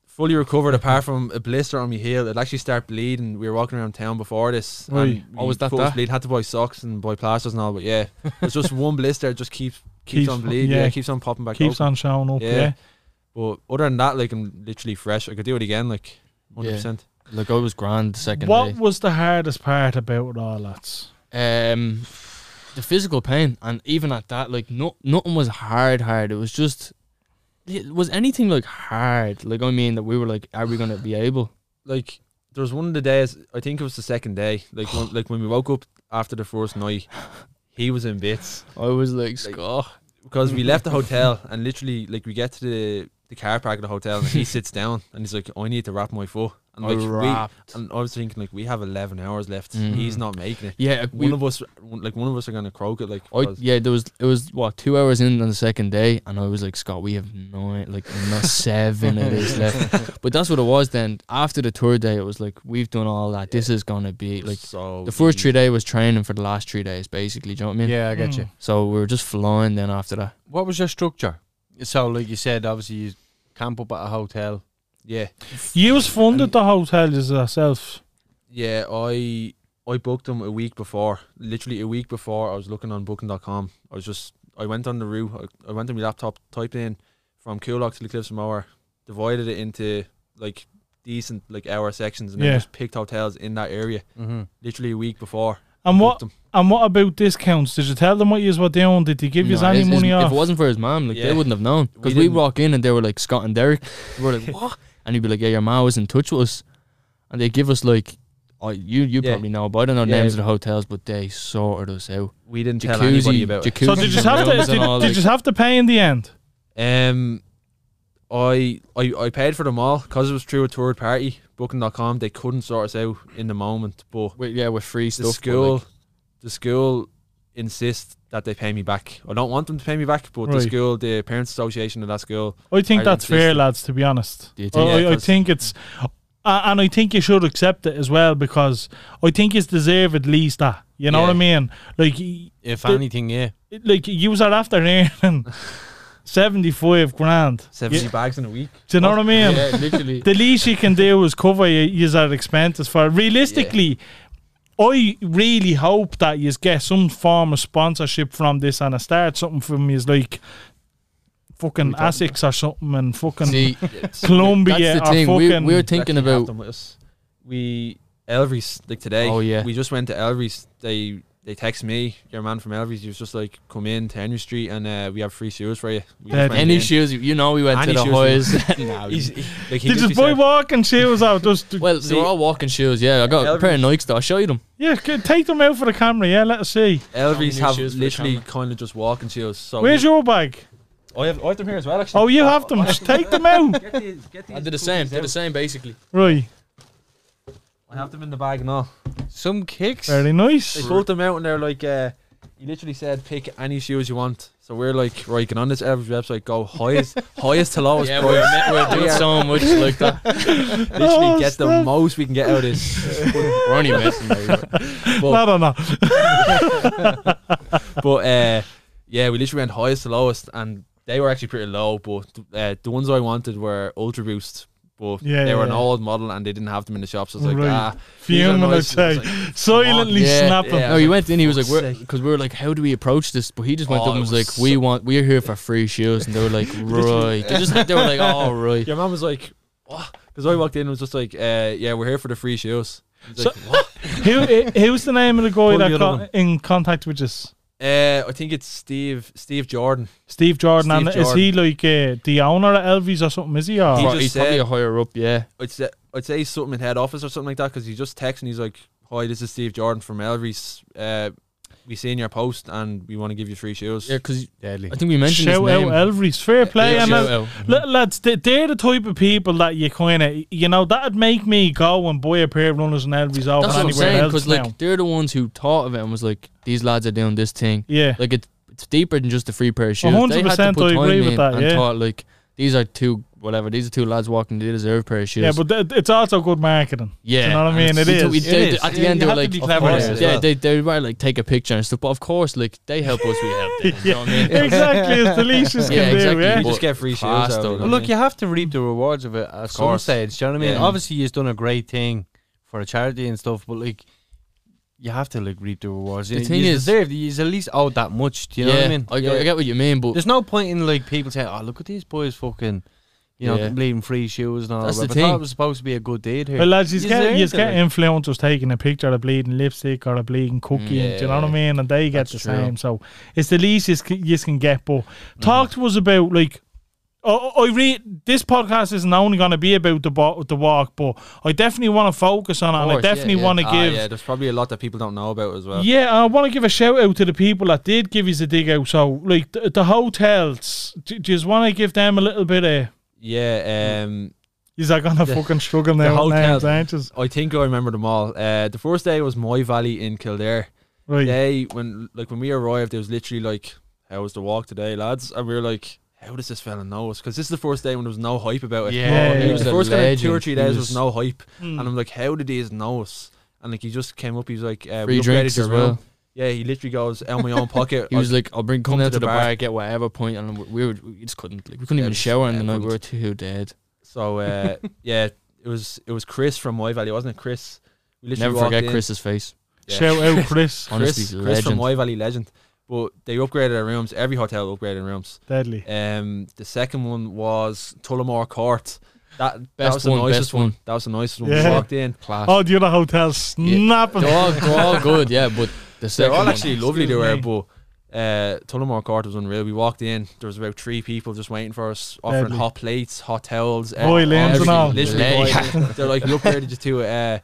[SPEAKER 5] fully recovered apart from a blister on my heel. It actually started bleeding. We were walking around town before this.
[SPEAKER 2] Oi.
[SPEAKER 5] And
[SPEAKER 4] Oh, was that
[SPEAKER 5] foot was
[SPEAKER 4] that?
[SPEAKER 5] bleeding. Had to buy socks and buy plasters and all. But yeah, it's just one blister. It
[SPEAKER 2] [laughs]
[SPEAKER 5] just keeps keeps,
[SPEAKER 2] Keeps-
[SPEAKER 5] on bleeding.
[SPEAKER 2] yeah.
[SPEAKER 5] Yeah. keeps on popping back.
[SPEAKER 2] Keeps
[SPEAKER 5] open.
[SPEAKER 2] on showing up. Yeah,
[SPEAKER 5] Yeah. But other than that, like I'm literally fresh. I could do it again. Like 100. percent
[SPEAKER 4] Like I was grand the second
[SPEAKER 2] What was the hardest part about it all, lads?
[SPEAKER 4] day. Um, the physical pain, and even at that, like no, nothing was hard. Hard. It was just. It was anything like hard? Like I mean, that we were like, are we gonna be able?
[SPEAKER 5] Like there was one of the days. I think it was the second day. Like when, like when we woke up after the first night, he was in bits
[SPEAKER 4] I was like,
[SPEAKER 5] Like-
[SPEAKER 4] Scott.
[SPEAKER 5] because
[SPEAKER 4] [laughs]
[SPEAKER 5] we left the hotel and literally like we get to the the car park of the hotel and he sits down and he's like, I need to wrap my foot. And
[SPEAKER 4] I
[SPEAKER 5] like
[SPEAKER 3] [laughs]
[SPEAKER 4] wrapped.
[SPEAKER 5] we, and I was thinking like we have 11 hours left.
[SPEAKER 4] Mhm.
[SPEAKER 5] He's not making it.
[SPEAKER 4] Yeah, we,
[SPEAKER 5] one of us, one- like one of us, are gonna croak it. Like
[SPEAKER 4] I,
[SPEAKER 5] because-
[SPEAKER 4] yeah, there was it was what two hours in on the second day, and I was like, Scott, we have nine, like
[SPEAKER 5] [laughs]
[SPEAKER 4] not seven it is left. But that's what it was then. After the tour day, it was like we've done all that. This is gonna be like
[SPEAKER 5] so
[SPEAKER 4] the first
[SPEAKER 5] easy.
[SPEAKER 4] three day was training for the last three days, basically. Do you know what I mean?
[SPEAKER 3] [laughs] Yeah, I get you.
[SPEAKER 2] Mm.
[SPEAKER 4] So we were just flying then after that.
[SPEAKER 3] What was your structure? So, like you said, obviously you camp up at a hotel.
[SPEAKER 5] Yeah,
[SPEAKER 2] You was funded the hotel yourself.
[SPEAKER 5] yeah. I I booked them a week before. Literally a week before, I was looking on Booking.com. I was just I went on the route. I, I went on my laptop, typed in from Coolock to the Cliffs of Moher, divided it into like decent like hour sections, and
[SPEAKER 2] Yeah.
[SPEAKER 5] then just picked hotels in that area.
[SPEAKER 3] Mm-hmm.
[SPEAKER 5] Literally a week before.
[SPEAKER 2] And
[SPEAKER 5] booked
[SPEAKER 2] what
[SPEAKER 5] them.
[SPEAKER 2] and what about discounts? Did you tell them what you were doing? Did they give you
[SPEAKER 4] No,
[SPEAKER 2] any
[SPEAKER 4] it's- it's-
[SPEAKER 2] money
[SPEAKER 4] If it
[SPEAKER 2] off?
[SPEAKER 4] wasn't for his mom, like
[SPEAKER 5] Yeah.
[SPEAKER 4] they wouldn't have known.
[SPEAKER 5] We
[SPEAKER 4] Because we
[SPEAKER 5] didn't-
[SPEAKER 4] walk in and they were like Scott and Derek. We were like, what? And he'd be like, yeah, your mom was in touch with us, and they give us like. Oh, you you
[SPEAKER 5] Yeah.
[SPEAKER 4] probably know, but I don't know
[SPEAKER 5] Yeah.
[SPEAKER 4] names of the hotels, but they sorted us out.
[SPEAKER 5] We didn't tell anybody
[SPEAKER 4] jacuzzi,
[SPEAKER 5] about it.
[SPEAKER 4] jacuzzi
[SPEAKER 2] So did you just have to
[SPEAKER 4] rooms and all,
[SPEAKER 2] did, did
[SPEAKER 5] [laughs]
[SPEAKER 4] like-
[SPEAKER 2] you have to pay in the end?
[SPEAKER 5] Um, I I, I paid for them all because it was through a third party, Booking.com. They couldn't sort us out in the moment, but
[SPEAKER 4] with, yeah, with free
[SPEAKER 5] the
[SPEAKER 4] stuff. but,
[SPEAKER 5] school,
[SPEAKER 4] like,
[SPEAKER 5] the school insists that they pay me back. I don't want them to pay me back, but the
[SPEAKER 2] Right.
[SPEAKER 5] school, the parents' association of that school,
[SPEAKER 2] I think
[SPEAKER 5] I
[SPEAKER 2] that's
[SPEAKER 5] insist
[SPEAKER 2] fair,
[SPEAKER 5] that-
[SPEAKER 2] lads. To be honest,
[SPEAKER 4] Do you think-
[SPEAKER 2] I,
[SPEAKER 5] Yeah,
[SPEAKER 2] I, I
[SPEAKER 5] 'cause-
[SPEAKER 2] think it's, uh, and I think you should accept it as well because I think you deserve at least that. You know what I mean? Like, y-
[SPEAKER 3] If
[SPEAKER 2] The-
[SPEAKER 3] anything, yeah.
[SPEAKER 2] like you was out after earning [laughs] seventy five grand.
[SPEAKER 5] seventy
[SPEAKER 2] You-
[SPEAKER 5] bags in a week.
[SPEAKER 2] do you know what I mean?
[SPEAKER 4] yeah, literally.
[SPEAKER 2] The least you can do is cover your expenses. For realistically, I really hope that you get some form of sponsorship from this and I start something from you like fucking Asics or something and fucking [laughs]
[SPEAKER 4] [laughs] See,
[SPEAKER 2] Colombia
[SPEAKER 4] that's the
[SPEAKER 2] or
[SPEAKER 4] thing. We,
[SPEAKER 2] fucking
[SPEAKER 4] we were thinking
[SPEAKER 5] Actually have
[SPEAKER 4] about
[SPEAKER 5] them with us. we Elvis like today.
[SPEAKER 4] Oh, yeah.
[SPEAKER 5] we just went to Elvis. They they text me, your man from Elvis. He was just like, come in to Henry Street and uh, we have free shoes for you. We just
[SPEAKER 2] Dead.
[SPEAKER 5] went
[SPEAKER 4] any
[SPEAKER 5] in.
[SPEAKER 4] shoes. You know, we went
[SPEAKER 5] Any
[SPEAKER 4] to the
[SPEAKER 5] shoes.
[SPEAKER 4] Hoyas. nah, we-
[SPEAKER 5] He's- he- like,
[SPEAKER 2] Did
[SPEAKER 5] he literally
[SPEAKER 2] this boy
[SPEAKER 5] said-
[SPEAKER 2] walking shoes out? Just
[SPEAKER 4] [laughs] well, they were all walking shoes. Yeah, I got a pair of Nikes. Though. I'll show you them.
[SPEAKER 2] yeah, c- take them out for the camera. Yeah, let us see.
[SPEAKER 5] Elvis
[SPEAKER 4] Domino's
[SPEAKER 5] have
[SPEAKER 4] shoes for the
[SPEAKER 5] literally
[SPEAKER 4] camera.
[SPEAKER 5] kind of just walking shoes. So
[SPEAKER 4] Oh,
[SPEAKER 2] Where's your bag?
[SPEAKER 5] I have, I have them here as well. Actually,
[SPEAKER 2] Oh, you have them. Just take them
[SPEAKER 5] [laughs]
[SPEAKER 2] out.
[SPEAKER 5] Get these, get these
[SPEAKER 4] I did the same. Did the same basically.
[SPEAKER 2] Right,
[SPEAKER 5] I have them in the bag and all.
[SPEAKER 3] Some kicks.
[SPEAKER 2] very
[SPEAKER 5] They
[SPEAKER 2] nice.
[SPEAKER 5] pulled them out and they're like, uh, you literally said pick any shoes you want. So we're like, right, get on this Elvis website,
[SPEAKER 2] [laughs]
[SPEAKER 5] go highest, highest to lowest
[SPEAKER 4] Yeah, we
[SPEAKER 5] price.
[SPEAKER 4] were, we were doing
[SPEAKER 5] Yeah.
[SPEAKER 4] so much like that.
[SPEAKER 5] Literally
[SPEAKER 2] [laughs] Oh,
[SPEAKER 5] get the
[SPEAKER 2] snap.
[SPEAKER 5] most we can get out
[SPEAKER 2] [laughs]
[SPEAKER 5] of this.
[SPEAKER 4] We're only messing.
[SPEAKER 2] No, no, no.
[SPEAKER 5] but uh, yeah, we literally went highest to lowest, and they were actually pretty low. But uh, the ones I wanted were Ultra Boost. But
[SPEAKER 2] Yeah,
[SPEAKER 5] they were
[SPEAKER 2] yeah,
[SPEAKER 5] an
[SPEAKER 2] yeah.
[SPEAKER 5] old model and they didn't have them in the shops. I was like,
[SPEAKER 2] Right.
[SPEAKER 5] ah, these are
[SPEAKER 2] Fuming, I'd
[SPEAKER 5] nice. I was
[SPEAKER 2] say.
[SPEAKER 5] like,
[SPEAKER 2] Silently
[SPEAKER 4] Yeah,
[SPEAKER 2] snapping.
[SPEAKER 5] yeah.
[SPEAKER 4] No, he went in. He was like,
[SPEAKER 5] Fuck's
[SPEAKER 4] "We're,"
[SPEAKER 5] sake.
[SPEAKER 4] because we were like, "How do we approach this?" But he just went
[SPEAKER 5] Oh,
[SPEAKER 4] up and
[SPEAKER 5] it
[SPEAKER 4] was
[SPEAKER 5] was
[SPEAKER 4] like, "We want. We're here for free shoes." And they were
[SPEAKER 5] [laughs]
[SPEAKER 4] like, "Right." They just they were like, "All right."
[SPEAKER 5] Your mum was like, what? Because I walked in and was just like, uh, yeah, we're here for the free shoes. I was
[SPEAKER 2] So-
[SPEAKER 5] like, what?
[SPEAKER 2] Who i- who's the name of the guy
[SPEAKER 5] Pull the
[SPEAKER 2] that
[SPEAKER 5] other
[SPEAKER 2] got
[SPEAKER 5] one.
[SPEAKER 2] in contact with us?
[SPEAKER 5] Uh, I think it's Steve Steve Jordan.
[SPEAKER 2] Steve Jordan,
[SPEAKER 5] Steve
[SPEAKER 2] and is he like uh, the owner of Elvis or something? Is he? Or?
[SPEAKER 5] He
[SPEAKER 4] Pro-
[SPEAKER 5] just
[SPEAKER 4] he's probably
[SPEAKER 5] said-
[SPEAKER 4] a higher up. Yeah.
[SPEAKER 5] I'd say, I'd say something in head office or something like that because he just texts and he's like, hi, this is Steve Jordan from Elvis. Uh, we seen your post and we want to give you free shoes.
[SPEAKER 4] Yeah, because
[SPEAKER 3] Deadly.
[SPEAKER 4] I think we mentioned
[SPEAKER 2] Shout
[SPEAKER 4] his
[SPEAKER 2] out
[SPEAKER 4] name.
[SPEAKER 2] Elvis, fair play,
[SPEAKER 3] um,
[SPEAKER 4] Yeah,
[SPEAKER 2] and
[SPEAKER 4] shout
[SPEAKER 2] then-
[SPEAKER 4] out.
[SPEAKER 2] l- lads, they- they're the type of people that you kind of, you know, that'd make me go and buy a pair of runners and Elvis off
[SPEAKER 4] That's
[SPEAKER 2] and
[SPEAKER 4] what I'm
[SPEAKER 2] anywhere
[SPEAKER 4] saying.
[SPEAKER 2] else
[SPEAKER 4] Because
[SPEAKER 2] now.
[SPEAKER 4] like they're the ones who thought of it and was like, these lads are doing this thing.
[SPEAKER 2] yeah,
[SPEAKER 4] Like it's it's deeper than just a free pair of shoes. They had to
[SPEAKER 2] 100%
[SPEAKER 4] put
[SPEAKER 2] I
[SPEAKER 4] time
[SPEAKER 2] agree with
[SPEAKER 4] in
[SPEAKER 2] that,
[SPEAKER 4] And
[SPEAKER 2] yeah.
[SPEAKER 4] thought like these are two whatever. These are two lads walking. They deserve a pair of shoes.
[SPEAKER 2] yeah, but th- it's also good marketing. you
[SPEAKER 4] yeah,
[SPEAKER 2] know what I
[SPEAKER 4] and
[SPEAKER 2] mean?
[SPEAKER 4] it's-
[SPEAKER 2] It
[SPEAKER 4] we took- we
[SPEAKER 2] is.
[SPEAKER 4] did-
[SPEAKER 3] It is.
[SPEAKER 4] At the
[SPEAKER 3] You
[SPEAKER 4] end, they
[SPEAKER 3] have
[SPEAKER 4] were
[SPEAKER 3] to
[SPEAKER 4] like,
[SPEAKER 3] be
[SPEAKER 4] of
[SPEAKER 3] clever
[SPEAKER 4] course,
[SPEAKER 5] as
[SPEAKER 4] yeah,
[SPEAKER 5] well.
[SPEAKER 4] they they were like take a picture and stuff. But of course, like they help us,
[SPEAKER 2] [laughs]
[SPEAKER 4] we help them. You know what I mean?
[SPEAKER 2] exactly,
[SPEAKER 4] [laughs]
[SPEAKER 2] as the leashes
[SPEAKER 4] Yeah,
[SPEAKER 2] can
[SPEAKER 4] exactly.
[SPEAKER 2] do. Yeah,
[SPEAKER 5] You just
[SPEAKER 4] but
[SPEAKER 5] get free shoes.
[SPEAKER 4] class
[SPEAKER 5] out
[SPEAKER 4] though,
[SPEAKER 5] of it,
[SPEAKER 4] though.
[SPEAKER 5] don't
[SPEAKER 3] Well, look,
[SPEAKER 5] you?
[SPEAKER 3] you have to reap the rewards of it at some
[SPEAKER 5] course.
[SPEAKER 3] stage. Do you know what I mean?
[SPEAKER 5] Yeah.
[SPEAKER 3] Obviously, he's done a great thing for a charity and stuff, but like, you have to like reap the rewards.
[SPEAKER 4] The
[SPEAKER 3] You-
[SPEAKER 4] thing
[SPEAKER 3] you
[SPEAKER 4] is-
[SPEAKER 3] deserve. He's at least owed that much. Do you know
[SPEAKER 4] yeah,
[SPEAKER 3] what I mean?
[SPEAKER 4] I, I get what you mean, but
[SPEAKER 3] There's no point in like people saying, "Oh, look at these boys, fucking." You know,
[SPEAKER 4] Yeah.
[SPEAKER 3] leaving free shoes and all
[SPEAKER 4] That's
[SPEAKER 3] that.
[SPEAKER 4] the
[SPEAKER 3] I thought
[SPEAKER 4] thing.
[SPEAKER 3] it was supposed to be a good deed here.
[SPEAKER 2] Well, lads, you
[SPEAKER 3] Is
[SPEAKER 2] get
[SPEAKER 3] there
[SPEAKER 2] you get
[SPEAKER 3] anything?
[SPEAKER 2] influencers taking a picture of a bleeding lipstick or a bleeding cookie. and Do you know what I
[SPEAKER 4] Yeah,
[SPEAKER 2] mean? And they get
[SPEAKER 4] that's
[SPEAKER 2] the
[SPEAKER 4] true.
[SPEAKER 2] same. So it's the least you can, you can get. But talk to us about like. I I read this podcast isn't only going to be about the bo- the walk, but I definitely want to focus on it, and I
[SPEAKER 4] course, yeah,
[SPEAKER 2] definitely
[SPEAKER 4] yeah.
[SPEAKER 2] want to
[SPEAKER 5] Ah,
[SPEAKER 2] give
[SPEAKER 5] yeah, there's probably a lot that people don't know about as well.
[SPEAKER 2] Yeah, and I want to give a shout out to the people that did give us a dig out. So, like the, the hotels, do, do you just want to give them a little bit of?
[SPEAKER 5] Yeah, um,
[SPEAKER 2] Is that gonna fucking struggle now? with names,
[SPEAKER 5] hotels.
[SPEAKER 2] ain't yous?
[SPEAKER 5] I think I remember them all. Uh, the first day was Moy Valley in Kildare.
[SPEAKER 2] Right.
[SPEAKER 5] They when like when we arrived, it was literally like, "How was the walk today, lads?" And we were like, "How does this fella know us?" Because this is the first day when there was no hype about it.
[SPEAKER 4] Yeah,
[SPEAKER 2] Oh,
[SPEAKER 5] It
[SPEAKER 2] he
[SPEAKER 5] was
[SPEAKER 2] was
[SPEAKER 5] the
[SPEAKER 4] a
[SPEAKER 5] first kind of two or
[SPEAKER 4] legend.
[SPEAKER 5] three
[SPEAKER 4] He
[SPEAKER 5] days
[SPEAKER 4] was-
[SPEAKER 5] was no hype,
[SPEAKER 2] Mm.
[SPEAKER 4] Hmm.
[SPEAKER 5] and I'm like, "How did these know us?" And like he just came up, he was like, uh,
[SPEAKER 4] Free
[SPEAKER 5] we upgraded
[SPEAKER 4] drinks
[SPEAKER 5] your
[SPEAKER 4] as
[SPEAKER 5] room.
[SPEAKER 4] well.
[SPEAKER 5] Yeah, he literally goes out my own pocket.
[SPEAKER 4] [laughs] He was like, "I'll bring come down to the, bar.
[SPEAKER 5] bar."
[SPEAKER 4] get whatever point," and we, we, were, we just couldn't. Like, we couldn't
[SPEAKER 5] Yeah,
[SPEAKER 4] even
[SPEAKER 5] just-
[SPEAKER 4] shower in
[SPEAKER 5] yeah,
[SPEAKER 4] the night. We
[SPEAKER 5] couldn't.
[SPEAKER 4] were too dead. [laughs]
[SPEAKER 5] so uh, yeah, it was it was Chris from My Valley, wasn't it? Chris. We literally
[SPEAKER 4] Never forget
[SPEAKER 5] walked in.
[SPEAKER 4] Chris's face.
[SPEAKER 5] Yeah.
[SPEAKER 2] Shout out Chris
[SPEAKER 4] Honestly,
[SPEAKER 5] Chris, Chris from
[SPEAKER 4] legend.
[SPEAKER 5] Moy Valley legend. But they upgraded our rooms. Every hotel upgraded rooms.
[SPEAKER 2] Deadly.
[SPEAKER 5] Um, the second one was Tullamore Court. That, that
[SPEAKER 4] Best
[SPEAKER 5] was the
[SPEAKER 4] one,
[SPEAKER 5] nicest
[SPEAKER 4] best one.
[SPEAKER 5] That was the nicest one.
[SPEAKER 2] Yeah.
[SPEAKER 5] We walked in.
[SPEAKER 4] Class.
[SPEAKER 2] Oh, the other hotels snapping.
[SPEAKER 4] they're, all, they're all good, yeah. But the
[SPEAKER 5] They're
[SPEAKER 4] second
[SPEAKER 5] all
[SPEAKER 4] one,
[SPEAKER 5] actually lovely. They were,
[SPEAKER 2] Excuse
[SPEAKER 5] but uh, Tullamore Court was unreal. We walked in. There was about three people just waiting for us, offering
[SPEAKER 2] Deadly.
[SPEAKER 5] hot plates, hot towels, uh,
[SPEAKER 2] Boy, limbs and
[SPEAKER 5] everything.
[SPEAKER 2] all.
[SPEAKER 5] Literally,
[SPEAKER 4] Yeah.
[SPEAKER 5] boy, [laughs] they're like we upgraded you to uh,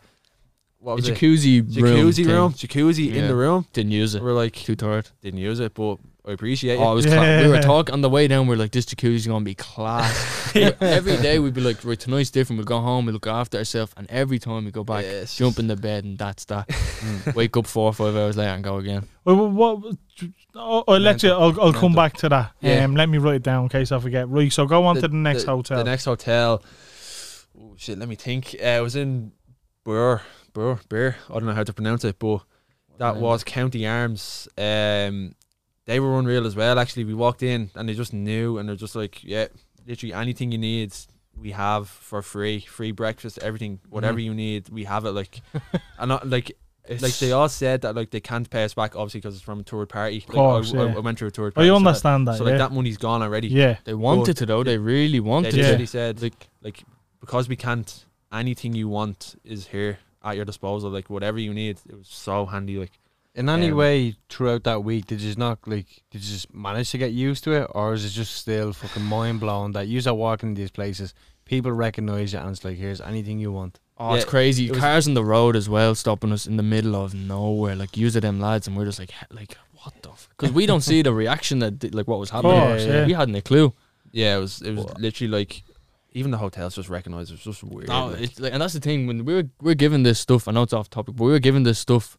[SPEAKER 5] what
[SPEAKER 4] a
[SPEAKER 5] was it?
[SPEAKER 4] jacuzzi, room,
[SPEAKER 5] Jacuzzi
[SPEAKER 4] thing.
[SPEAKER 5] room, jacuzzi in
[SPEAKER 4] Yeah.
[SPEAKER 5] the room.
[SPEAKER 4] Didn't use it.
[SPEAKER 5] We're like
[SPEAKER 4] Too tired.
[SPEAKER 5] didn't use it, but I appreciate it.
[SPEAKER 4] Oh, it was cla- We
[SPEAKER 2] Yeah.
[SPEAKER 4] were talking on the way down. We are like, "This jacuzzi's gonna be class." We were- every day we'd be like, "Right, tonight's different." We go home, we look after ourselves, and every time we go back,
[SPEAKER 5] Yeah, it's
[SPEAKER 4] jump
[SPEAKER 5] just-
[SPEAKER 4] in the bed, and that's that.
[SPEAKER 5] Mm.
[SPEAKER 4] Wake up four or five hours later and go again.
[SPEAKER 2] Well, Oh, well, what? oh, I'll, I'll let you. I'll, I'll come
[SPEAKER 5] Mental.
[SPEAKER 2] back to that.
[SPEAKER 4] Yeah.
[SPEAKER 2] Um, let me write it down in case I forget. Right. So go on to the next hotel.
[SPEAKER 5] The next hotel. Oh, shit, let me think. Uh, it was in Burr, Burr, Burr. I don't know how to pronounce it, but that
[SPEAKER 4] name
[SPEAKER 5] was County Arms. Um, they were unreal as well. Actually, we walked in and they just knew, and they're just like, yeah, literally anything you need, we have for free, free breakfast, everything, whatever you need, we have it.
[SPEAKER 2] [laughs]
[SPEAKER 5] Like, and not like. Like they all said that like they can't pay us back obviously because it's from a third party. Like,
[SPEAKER 2] course,
[SPEAKER 5] I, I-
[SPEAKER 2] yeah.
[SPEAKER 5] I went through a third
[SPEAKER 2] I
[SPEAKER 5] party. so
[SPEAKER 2] Oh, understand that.
[SPEAKER 5] So
[SPEAKER 2] yeah.
[SPEAKER 5] like that money's gone already.
[SPEAKER 2] yeah.
[SPEAKER 4] They wanted to though. They really wanted
[SPEAKER 5] They
[SPEAKER 2] Yeah.
[SPEAKER 5] literally
[SPEAKER 4] to.
[SPEAKER 5] said like, like because we can't anything you want is here at your disposal. Like whatever you need, it was so handy. Like
[SPEAKER 3] In any
[SPEAKER 5] Um,
[SPEAKER 3] way throughout that week, did you not like? Did you just manage to get used to it, or is it just still fucking mind blowing that you are walking in these places, people recognize you, and it's like, here's anything you want.
[SPEAKER 4] Oh, it's
[SPEAKER 5] Yeah,
[SPEAKER 4] crazy.
[SPEAKER 5] it was-
[SPEAKER 4] Cars on the road as well, stopping us in the middle of nowhere. Like, use of them lads, and we're just like, "He- like what the? Because we
[SPEAKER 5] [laughs]
[SPEAKER 4] don't see the reaction that did- like what was happening.
[SPEAKER 2] course, yeah.
[SPEAKER 4] We hadn't a clue.
[SPEAKER 5] yeah, it was it was literally like even the hotels just recognized it was just weird.
[SPEAKER 4] No,
[SPEAKER 5] like.
[SPEAKER 4] it's like, and that's the thing when we were we're given this stuff. I know it's off topic, but we were given this stuff,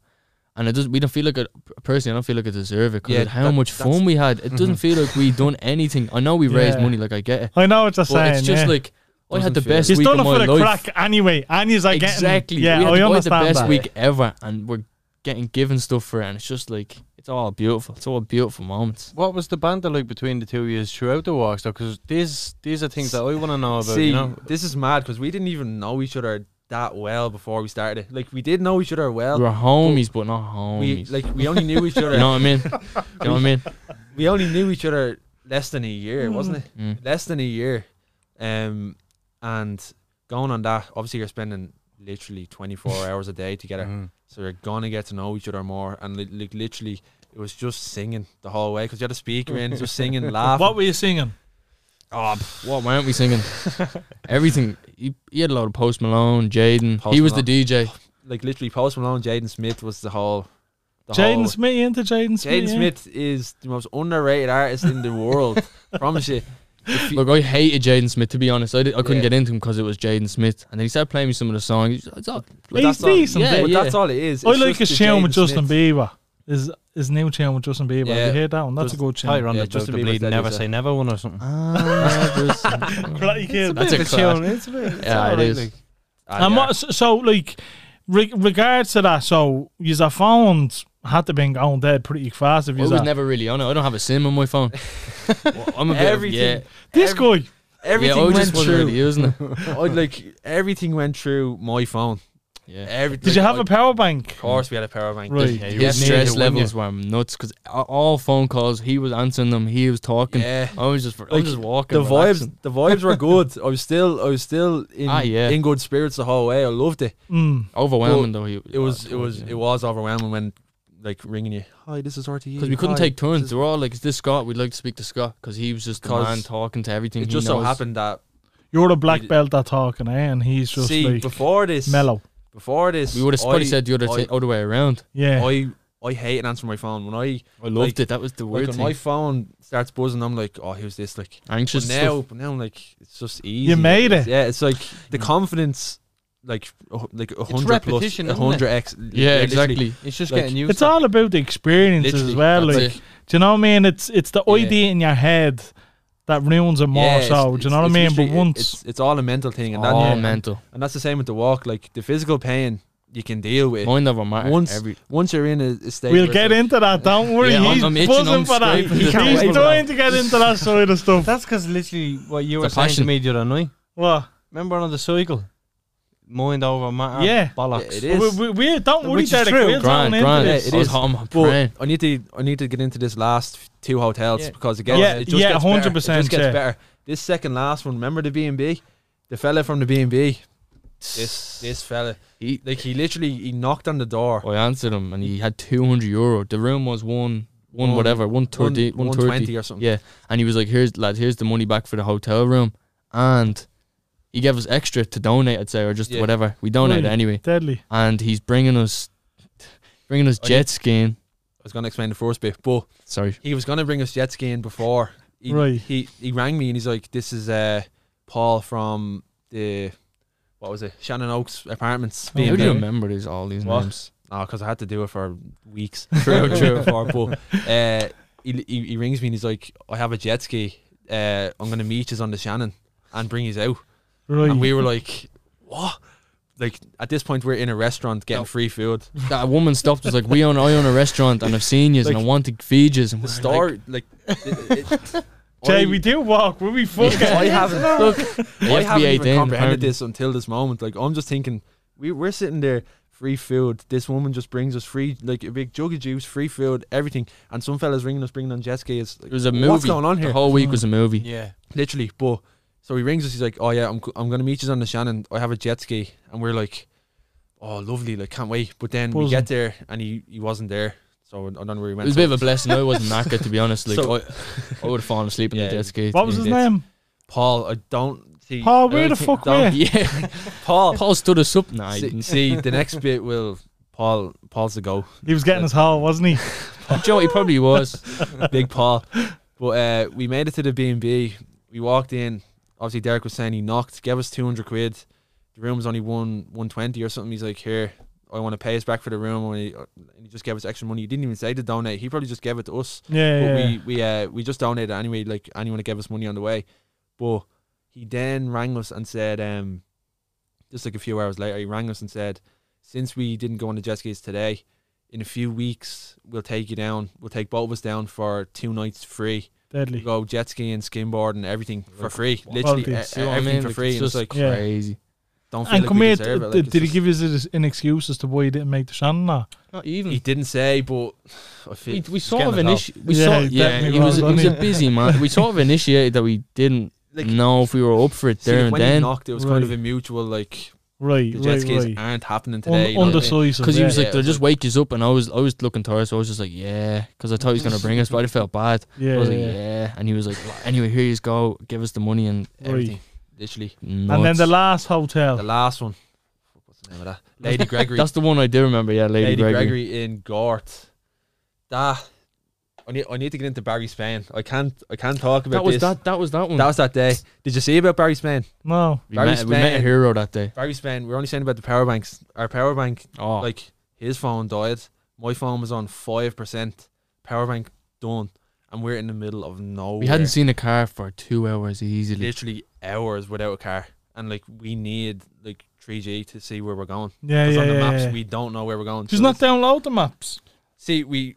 [SPEAKER 4] and it doesn't. We don't feel like a personally. I don't feel like I deserve it because
[SPEAKER 5] Yeah,
[SPEAKER 4] how
[SPEAKER 5] that-
[SPEAKER 4] much
[SPEAKER 5] that's-
[SPEAKER 4] fun we had. It
[SPEAKER 5] [laughs]
[SPEAKER 4] doesn't feel like we done anything. I know we raised
[SPEAKER 2] Yeah.
[SPEAKER 4] money, like I get it,
[SPEAKER 2] I know what you're
[SPEAKER 4] but
[SPEAKER 2] saying.
[SPEAKER 4] it's just
[SPEAKER 2] yeah.
[SPEAKER 4] like I had
[SPEAKER 5] Doesn't
[SPEAKER 4] the
[SPEAKER 5] feel-
[SPEAKER 4] best
[SPEAKER 2] He's
[SPEAKER 4] week
[SPEAKER 2] done
[SPEAKER 4] of
[SPEAKER 2] it
[SPEAKER 4] my
[SPEAKER 2] for the
[SPEAKER 4] life.
[SPEAKER 2] crack anyway, and he's like
[SPEAKER 4] exactly.
[SPEAKER 2] Getting, yeah,
[SPEAKER 4] we had
[SPEAKER 2] I
[SPEAKER 4] the,
[SPEAKER 2] understand
[SPEAKER 4] the best
[SPEAKER 2] that.
[SPEAKER 4] week ever, and we're getting given stuff for it, and it's just like it's all beautiful. It's all beautiful moments.
[SPEAKER 3] What was the banter like between the two of you throughout the walks though? Because these these are things that I want to know about.
[SPEAKER 5] See,
[SPEAKER 3] you know,
[SPEAKER 5] this is mad because we didn't even know each other that well before we started. it. Like we did know each other well.
[SPEAKER 4] We were homies, but not homies.
[SPEAKER 5] We like we only knew [laughs] each
[SPEAKER 4] you
[SPEAKER 5] other.
[SPEAKER 4] know what I mean? you know what I mean?
[SPEAKER 5] We only knew each other less than a year, wasn't it?
[SPEAKER 4] Mm.
[SPEAKER 5] less than a year. Um, and going on that, obviously you're spending literally 24
[SPEAKER 2] [laughs]
[SPEAKER 5] hours a day together,
[SPEAKER 2] Mm.
[SPEAKER 5] so you're gonna get to know each other more. And li- like literally, it was just singing the whole way because you had a speaker in,
[SPEAKER 2] [laughs]
[SPEAKER 5] just singing, laughing.
[SPEAKER 2] What were you singing?
[SPEAKER 5] Oh, pff,
[SPEAKER 4] What? Why aren't we singing? Everything. He, he had a lot of Post Malone, Jaden.
[SPEAKER 5] Post
[SPEAKER 4] he was
[SPEAKER 5] Malone. Oh,
[SPEAKER 4] the DJ.
[SPEAKER 5] like literally, Post Malone, Jaden Smith was the whole. The whole,
[SPEAKER 2] Jaden Smith into Jaden Smith.
[SPEAKER 5] Jaden
[SPEAKER 2] yeah.
[SPEAKER 5] Smith is the most underrated artist
[SPEAKER 2] [laughs]
[SPEAKER 5] in the world. Promise you. If you
[SPEAKER 4] Look, I hated Jaden Smith to be honest. I, did, I couldn't
[SPEAKER 5] Yeah.
[SPEAKER 4] get into him because it was Jaden Smith, and then he started playing me some of the songs. It's
[SPEAKER 5] [laughs]
[SPEAKER 4] all-
[SPEAKER 5] but
[SPEAKER 2] He's
[SPEAKER 5] that's all-
[SPEAKER 2] decent.
[SPEAKER 4] yeah,
[SPEAKER 2] dude.
[SPEAKER 5] but
[SPEAKER 4] yeah.
[SPEAKER 5] that's all it is.
[SPEAKER 2] I
[SPEAKER 5] It's
[SPEAKER 2] like
[SPEAKER 5] just
[SPEAKER 2] his
[SPEAKER 5] the
[SPEAKER 2] tune with
[SPEAKER 5] Jaden
[SPEAKER 2] Justin
[SPEAKER 5] Smith.
[SPEAKER 2] Bieber. His his new tune with Justin Bieber. Have
[SPEAKER 5] Yeah.
[SPEAKER 2] you heard that one? That's a
[SPEAKER 5] Just
[SPEAKER 2] good tune.
[SPEAKER 3] Tyrone
[SPEAKER 5] Yeah,
[SPEAKER 3] yeah, just
[SPEAKER 5] Justin
[SPEAKER 3] the
[SPEAKER 5] Bieber's
[SPEAKER 3] bleed,
[SPEAKER 5] that Ah.
[SPEAKER 3] never
[SPEAKER 5] is a-
[SPEAKER 3] say never one or something.
[SPEAKER 2] Bloody kid.
[SPEAKER 4] That's a class. Yeah, it is.
[SPEAKER 5] Ah,
[SPEAKER 2] And
[SPEAKER 5] yeah.
[SPEAKER 2] what, so, so, like, re- regards to that, so your phones had to been gone dead pretty fast. If
[SPEAKER 4] I was
[SPEAKER 2] you
[SPEAKER 4] never really on it. I don't have a sim on my
[SPEAKER 5] [laughs]
[SPEAKER 4] phone. Well, I'm a bit of-
[SPEAKER 5] Everything.
[SPEAKER 4] yeah,
[SPEAKER 2] this guy,
[SPEAKER 5] Everything
[SPEAKER 4] yeah, I
[SPEAKER 5] went
[SPEAKER 4] just wasn't
[SPEAKER 5] [laughs] through.
[SPEAKER 4] really using it.
[SPEAKER 5] I like everything went through my phone.
[SPEAKER 4] Yeah.
[SPEAKER 5] Everything.
[SPEAKER 2] Did you have
[SPEAKER 5] a?
[SPEAKER 2] a power bank?
[SPEAKER 5] Of course, we had a power bank.
[SPEAKER 2] Right. Yeah,
[SPEAKER 4] Yeah, your
[SPEAKER 3] you
[SPEAKER 4] stress
[SPEAKER 3] needed it, wouldn't
[SPEAKER 4] levels were nuts because all phone calls, he was answering them, he was talking.
[SPEAKER 5] Yeah.
[SPEAKER 4] I was just, I
[SPEAKER 5] Like,
[SPEAKER 4] was just walking.
[SPEAKER 5] The vibes,
[SPEAKER 4] relaxing.
[SPEAKER 5] the vibes were good. I was still, I was still in,
[SPEAKER 4] Ah, yeah.
[SPEAKER 5] in good spirits the whole way. I loved it.
[SPEAKER 2] Mm.
[SPEAKER 4] overwhelming though. He, uh,
[SPEAKER 5] It was, it was, it was overwhelming when like ringing you. Hi, this is RTE.
[SPEAKER 4] because we couldn't
[SPEAKER 5] Hi.
[SPEAKER 4] take
[SPEAKER 5] This
[SPEAKER 4] turns.
[SPEAKER 5] is-
[SPEAKER 4] They were all like, "Is this Scott? We'd like to speak to Scott because he was just the
[SPEAKER 5] 'Cause
[SPEAKER 4] man talking to everything."
[SPEAKER 5] It
[SPEAKER 4] he
[SPEAKER 5] just so
[SPEAKER 4] knows.
[SPEAKER 5] happened that
[SPEAKER 2] You're a black
[SPEAKER 5] We-
[SPEAKER 2] belt that talking, eh? And he's just
[SPEAKER 5] see
[SPEAKER 2] like
[SPEAKER 5] before this,
[SPEAKER 2] mellow.
[SPEAKER 5] before this,
[SPEAKER 4] We would have
[SPEAKER 5] I-
[SPEAKER 4] probably said the other
[SPEAKER 5] I-
[SPEAKER 4] ti- other way around.
[SPEAKER 2] Yeah.
[SPEAKER 5] I, I hate and answer my phone when I
[SPEAKER 4] I loved
[SPEAKER 5] Like-
[SPEAKER 4] it. That was the
[SPEAKER 5] like,
[SPEAKER 4] weird
[SPEAKER 5] when
[SPEAKER 4] thing.
[SPEAKER 5] my phone starts buzzing. I'm like, oh, who's this? Like
[SPEAKER 4] Anxious
[SPEAKER 5] but now,
[SPEAKER 4] stuff.
[SPEAKER 5] but now I'm like, it's just easy.
[SPEAKER 2] made
[SPEAKER 5] It's-
[SPEAKER 2] it. Mm.
[SPEAKER 5] Yeah, it's like the confidence, like uh, like a hundred plus,
[SPEAKER 3] repetition,
[SPEAKER 5] a
[SPEAKER 3] isn't it?
[SPEAKER 5] hundred x.
[SPEAKER 4] Yeah,
[SPEAKER 5] literally.
[SPEAKER 4] exactly.
[SPEAKER 3] It's just
[SPEAKER 5] Like,
[SPEAKER 3] getting used.
[SPEAKER 2] it's
[SPEAKER 3] to it.
[SPEAKER 2] all about the experiences as
[SPEAKER 5] Literally,
[SPEAKER 2] well.
[SPEAKER 4] that's
[SPEAKER 2] Like,
[SPEAKER 4] it.
[SPEAKER 2] do you know what I mean? It's it's the
[SPEAKER 5] Yeah.
[SPEAKER 2] idea in your head that ruins it more.
[SPEAKER 5] Yeah, it's-
[SPEAKER 2] so do you know what I
[SPEAKER 5] it's-
[SPEAKER 2] mean?
[SPEAKER 5] it's
[SPEAKER 2] But
[SPEAKER 5] literally-
[SPEAKER 2] once, Oh.
[SPEAKER 5] it's, it's all a mental thing, and that,
[SPEAKER 4] all
[SPEAKER 2] yeah.
[SPEAKER 4] mental.
[SPEAKER 5] and that's the same with the walk. Like the physical pain, you can deal with.
[SPEAKER 4] Mine never mattered.
[SPEAKER 5] Once-
[SPEAKER 4] Every,
[SPEAKER 5] Once you're in a, a state,
[SPEAKER 2] we'll
[SPEAKER 5] where
[SPEAKER 2] get
[SPEAKER 5] it's
[SPEAKER 2] into
[SPEAKER 5] like-
[SPEAKER 2] that. Don't worry,
[SPEAKER 4] Yeah, I'm-
[SPEAKER 2] he's
[SPEAKER 4] I'm itching,
[SPEAKER 2] buzzing
[SPEAKER 4] I'm
[SPEAKER 2] for that.
[SPEAKER 4] scraping. He
[SPEAKER 2] He's
[SPEAKER 3] can't wait for
[SPEAKER 2] dying to get into that side of
[SPEAKER 6] [laughs]
[SPEAKER 2] stuff.
[SPEAKER 3] That's because literally what you were
[SPEAKER 4] It's a
[SPEAKER 3] saying
[SPEAKER 4] passion.
[SPEAKER 3] to me the other night.
[SPEAKER 2] What?
[SPEAKER 3] Remember on the cycle, mind over matter.
[SPEAKER 2] Yeah.
[SPEAKER 3] bollocks.
[SPEAKER 5] Yeah, it
[SPEAKER 2] We,
[SPEAKER 5] is.
[SPEAKER 2] we, we, don't worry,
[SPEAKER 3] Which is
[SPEAKER 2] Derek.
[SPEAKER 3] true.
[SPEAKER 2] We'll zone
[SPEAKER 4] grand,
[SPEAKER 2] into
[SPEAKER 4] grand.
[SPEAKER 2] this.
[SPEAKER 5] it
[SPEAKER 4] I was
[SPEAKER 5] is.
[SPEAKER 4] home, I'm praying.
[SPEAKER 5] But I need to I need to get into this last two hotels
[SPEAKER 3] Yeah.
[SPEAKER 5] because again,
[SPEAKER 2] Yeah,
[SPEAKER 5] it just
[SPEAKER 2] yeah,
[SPEAKER 5] gets better.
[SPEAKER 2] 100%,
[SPEAKER 5] It just gets
[SPEAKER 2] yeah.
[SPEAKER 5] better. This second last one, remember the B and B, the fella from the B and B. This this fella,
[SPEAKER 4] He-
[SPEAKER 5] like he literally he knocked on the door.
[SPEAKER 4] I answered him, and he had two hundred euro. The room was one, one
[SPEAKER 5] One-
[SPEAKER 4] whatever, one thirty, one thirty.
[SPEAKER 5] 120 or something.
[SPEAKER 4] Yeah, and he was like, "Here's lad, here's the money back for the hotel room," and he gave us extra to donate. I'd say, or just
[SPEAKER 5] Yeah.
[SPEAKER 4] whatever. We donated
[SPEAKER 2] Right.
[SPEAKER 4] anyway,
[SPEAKER 2] Deadly.
[SPEAKER 4] and he's bringing us, bringing us
[SPEAKER 5] I
[SPEAKER 4] jet skiing.
[SPEAKER 5] I was gonna explain the first bit, but
[SPEAKER 4] Sorry,
[SPEAKER 5] he was gonna bring us jet skiing before. He,
[SPEAKER 2] Right.
[SPEAKER 5] He he rang me and he's like, "This is uh Paul from the what was it Shannon Oaks Apartments."
[SPEAKER 2] Oh,
[SPEAKER 4] how do
[SPEAKER 5] B&B.
[SPEAKER 4] you remember these all these
[SPEAKER 5] What?
[SPEAKER 4] names?
[SPEAKER 5] Oh, because I had to do it for weeks.
[SPEAKER 4] [laughs]
[SPEAKER 5] True, true, for but uh, he, he he rings me and he's like, "I have a jet ski. Uh, I'm gonna meet you on the Shannon and bring you out."
[SPEAKER 2] Right.
[SPEAKER 5] And we were like, "What?" Like at this point, we're in a restaurant getting
[SPEAKER 4] No. [laughs]
[SPEAKER 5] free food.
[SPEAKER 4] That woman stopped us like, "We own, I own a restaurant, and I've seen you, and I
[SPEAKER 5] Like,
[SPEAKER 4] want to feed you." And
[SPEAKER 5] The
[SPEAKER 4] we're like,
[SPEAKER 5] story, like, it, it-
[SPEAKER 2] Jay,
[SPEAKER 5] I-
[SPEAKER 2] we do walk. We'll be fucking.
[SPEAKER 5] I
[SPEAKER 4] [laughs]
[SPEAKER 5] haven't [laughs] look.
[SPEAKER 4] You
[SPEAKER 5] I
[SPEAKER 4] have to
[SPEAKER 5] haven't
[SPEAKER 4] be
[SPEAKER 5] even
[SPEAKER 4] 18,
[SPEAKER 5] comprehended
[SPEAKER 4] apparently.
[SPEAKER 5] this until this moment. Like I'm just thinking, we we're sitting there, free food. This woman just brings us free, like a big jug of juice, free food, everything. And some fellas ringing us, bringing on jet skis.
[SPEAKER 4] It was a movie.
[SPEAKER 5] What's going on here?
[SPEAKER 4] The whole week was a movie.
[SPEAKER 5] [laughs]
[SPEAKER 3] Yeah.
[SPEAKER 5] Literally, but so he rings us. He's like, "Oh yeah, I'm co- I'm gonna meet you on the Shannon. I have a jet ski." And we're like, "Oh, lovely! Like can't wait." But then we
[SPEAKER 2] Buzzing.
[SPEAKER 5] get there, and he he wasn't there. So I don't know where he
[SPEAKER 4] It
[SPEAKER 5] went.
[SPEAKER 4] was a bit of a blessing. I wasn't knackered, to be honest. Like
[SPEAKER 5] So-
[SPEAKER 4] I, I would have fallen asleep in
[SPEAKER 5] Yeah.
[SPEAKER 4] the jet ski.
[SPEAKER 2] What was his name?
[SPEAKER 5] Paul, I don't see.
[SPEAKER 2] Paul,
[SPEAKER 5] I
[SPEAKER 2] where
[SPEAKER 5] don't
[SPEAKER 2] the
[SPEAKER 5] think-
[SPEAKER 2] fuck
[SPEAKER 4] [laughs]
[SPEAKER 5] don't-
[SPEAKER 2] were you?
[SPEAKER 4] Yeah,
[SPEAKER 5] Paul?
[SPEAKER 4] Paul stood us up. Nah, he
[SPEAKER 5] see,
[SPEAKER 4] didn't.
[SPEAKER 5] see, the next bit will Paul. Paul's the go.
[SPEAKER 2] He was getting his haul, wasn't he?
[SPEAKER 4] Joe, he probably was.
[SPEAKER 5] [laughs] Big Paul. But uh, we made it to the B and B. We walked in. Obviously, Derek was saying he knocked, gave us two hundred quid. The room was only one one twenty or something. He's like, "Here, I want to pay us back for the room." And he, uh, and he just gave us extra money. He didn't even say to donate. He probably just gave it to us.
[SPEAKER 2] Yeah.
[SPEAKER 5] But
[SPEAKER 2] yeah.
[SPEAKER 5] we we uh, we just donated anyway. Like anyone that gave us money on the way. But he then rang us and said, um, just like a few hours later, he rang us and said, "Since we didn't go on the jet skis today, in a few weeks we'll take you down. We'll take both of us down for two nights free.
[SPEAKER 2] Deadly.
[SPEAKER 5] We'll go jet skiing, skimboarding, everything for free.
[SPEAKER 2] Well,
[SPEAKER 5] Literally
[SPEAKER 2] dude,
[SPEAKER 5] e-
[SPEAKER 4] See what I
[SPEAKER 5] [laughs] everything
[SPEAKER 4] mean? Like,
[SPEAKER 5] for free.
[SPEAKER 4] It's
[SPEAKER 5] And it's
[SPEAKER 4] just
[SPEAKER 5] like
[SPEAKER 2] Yeah.
[SPEAKER 4] crazy.
[SPEAKER 5] don't feel
[SPEAKER 2] And
[SPEAKER 5] like
[SPEAKER 2] come
[SPEAKER 5] we
[SPEAKER 2] here,
[SPEAKER 5] deserve it. Like,
[SPEAKER 2] did,
[SPEAKER 5] it's
[SPEAKER 2] did he
[SPEAKER 5] just-
[SPEAKER 2] give us a- an excuse as to why he didn't make the Shannon? Nah.
[SPEAKER 4] Not
[SPEAKER 5] He
[SPEAKER 4] even.
[SPEAKER 5] didn't say, but I feel
[SPEAKER 4] We, we
[SPEAKER 5] he's
[SPEAKER 4] sort
[SPEAKER 5] getting
[SPEAKER 4] of
[SPEAKER 5] it now.
[SPEAKER 4] initiated. We
[SPEAKER 2] Yeah,
[SPEAKER 4] sort.
[SPEAKER 2] he
[SPEAKER 4] Yeah,
[SPEAKER 2] definitely
[SPEAKER 4] he was.
[SPEAKER 2] was,
[SPEAKER 4] He was a
[SPEAKER 2] wasn't he?
[SPEAKER 4] busy man. We sort of initiated that we didn't
[SPEAKER 5] Like,
[SPEAKER 4] know if we were up for it
[SPEAKER 5] see,
[SPEAKER 4] there
[SPEAKER 5] like,
[SPEAKER 4] and
[SPEAKER 5] when he
[SPEAKER 4] then.
[SPEAKER 5] knocked, it was kind of
[SPEAKER 2] Right.
[SPEAKER 5] a mutual like
[SPEAKER 2] Right,
[SPEAKER 5] the jet
[SPEAKER 2] right,
[SPEAKER 5] skis
[SPEAKER 2] right.
[SPEAKER 5] aren't happening today.
[SPEAKER 2] Un-
[SPEAKER 5] you know what I mean?
[SPEAKER 2] Undecisive.
[SPEAKER 4] Because he
[SPEAKER 2] yeah.
[SPEAKER 4] was
[SPEAKER 5] Yeah,
[SPEAKER 4] like, they'll
[SPEAKER 5] it's
[SPEAKER 4] just wake you up, and I was, I was looking tired, so I was just like, yeah, because I thought he was gonna bring us, but I felt bad.
[SPEAKER 2] yeah,
[SPEAKER 4] I was like,
[SPEAKER 2] yeah.
[SPEAKER 4] yeah, and he was like, anyway, here you go, give us the money and
[SPEAKER 5] everything. Literally,
[SPEAKER 2] And then the
[SPEAKER 4] nuts.
[SPEAKER 2] last
[SPEAKER 5] the
[SPEAKER 2] hotel.
[SPEAKER 5] last one. Fuck, What's the name
[SPEAKER 4] [laughs]
[SPEAKER 5] of that? Lady Gregory.
[SPEAKER 4] Oh. That's the one I do remember. Yeah, Lady,
[SPEAKER 5] Lady,
[SPEAKER 4] Gregory.
[SPEAKER 5] Gregory. in Gort. That I need. I need to get into Barry Spain. I can't. I can't talk about
[SPEAKER 4] That was
[SPEAKER 5] this.
[SPEAKER 4] that. That was that one.
[SPEAKER 5] That was that day. Did you see about Barry Spain?
[SPEAKER 2] No.
[SPEAKER 4] we,
[SPEAKER 5] Barry
[SPEAKER 4] met, we met a
[SPEAKER 5] Spain.
[SPEAKER 4] hero that day.
[SPEAKER 5] Barry Spain. We're only saying about the power banks. Our power bank,
[SPEAKER 4] Oh, like
[SPEAKER 5] like his phone died. My phone was on five percent. Power bank done, and we're in the middle of nowhere.
[SPEAKER 4] we hadn't seen a car for two hours easily.
[SPEAKER 5] literally hours without a car, and like we need like 3G to see where we're going.
[SPEAKER 2] Yeah,
[SPEAKER 5] Because
[SPEAKER 2] yeah,
[SPEAKER 5] on the
[SPEAKER 2] yeah.
[SPEAKER 5] maps
[SPEAKER 2] yeah.
[SPEAKER 5] we don't know where we're going.
[SPEAKER 2] Just
[SPEAKER 5] So
[SPEAKER 2] not download the maps.
[SPEAKER 5] See, we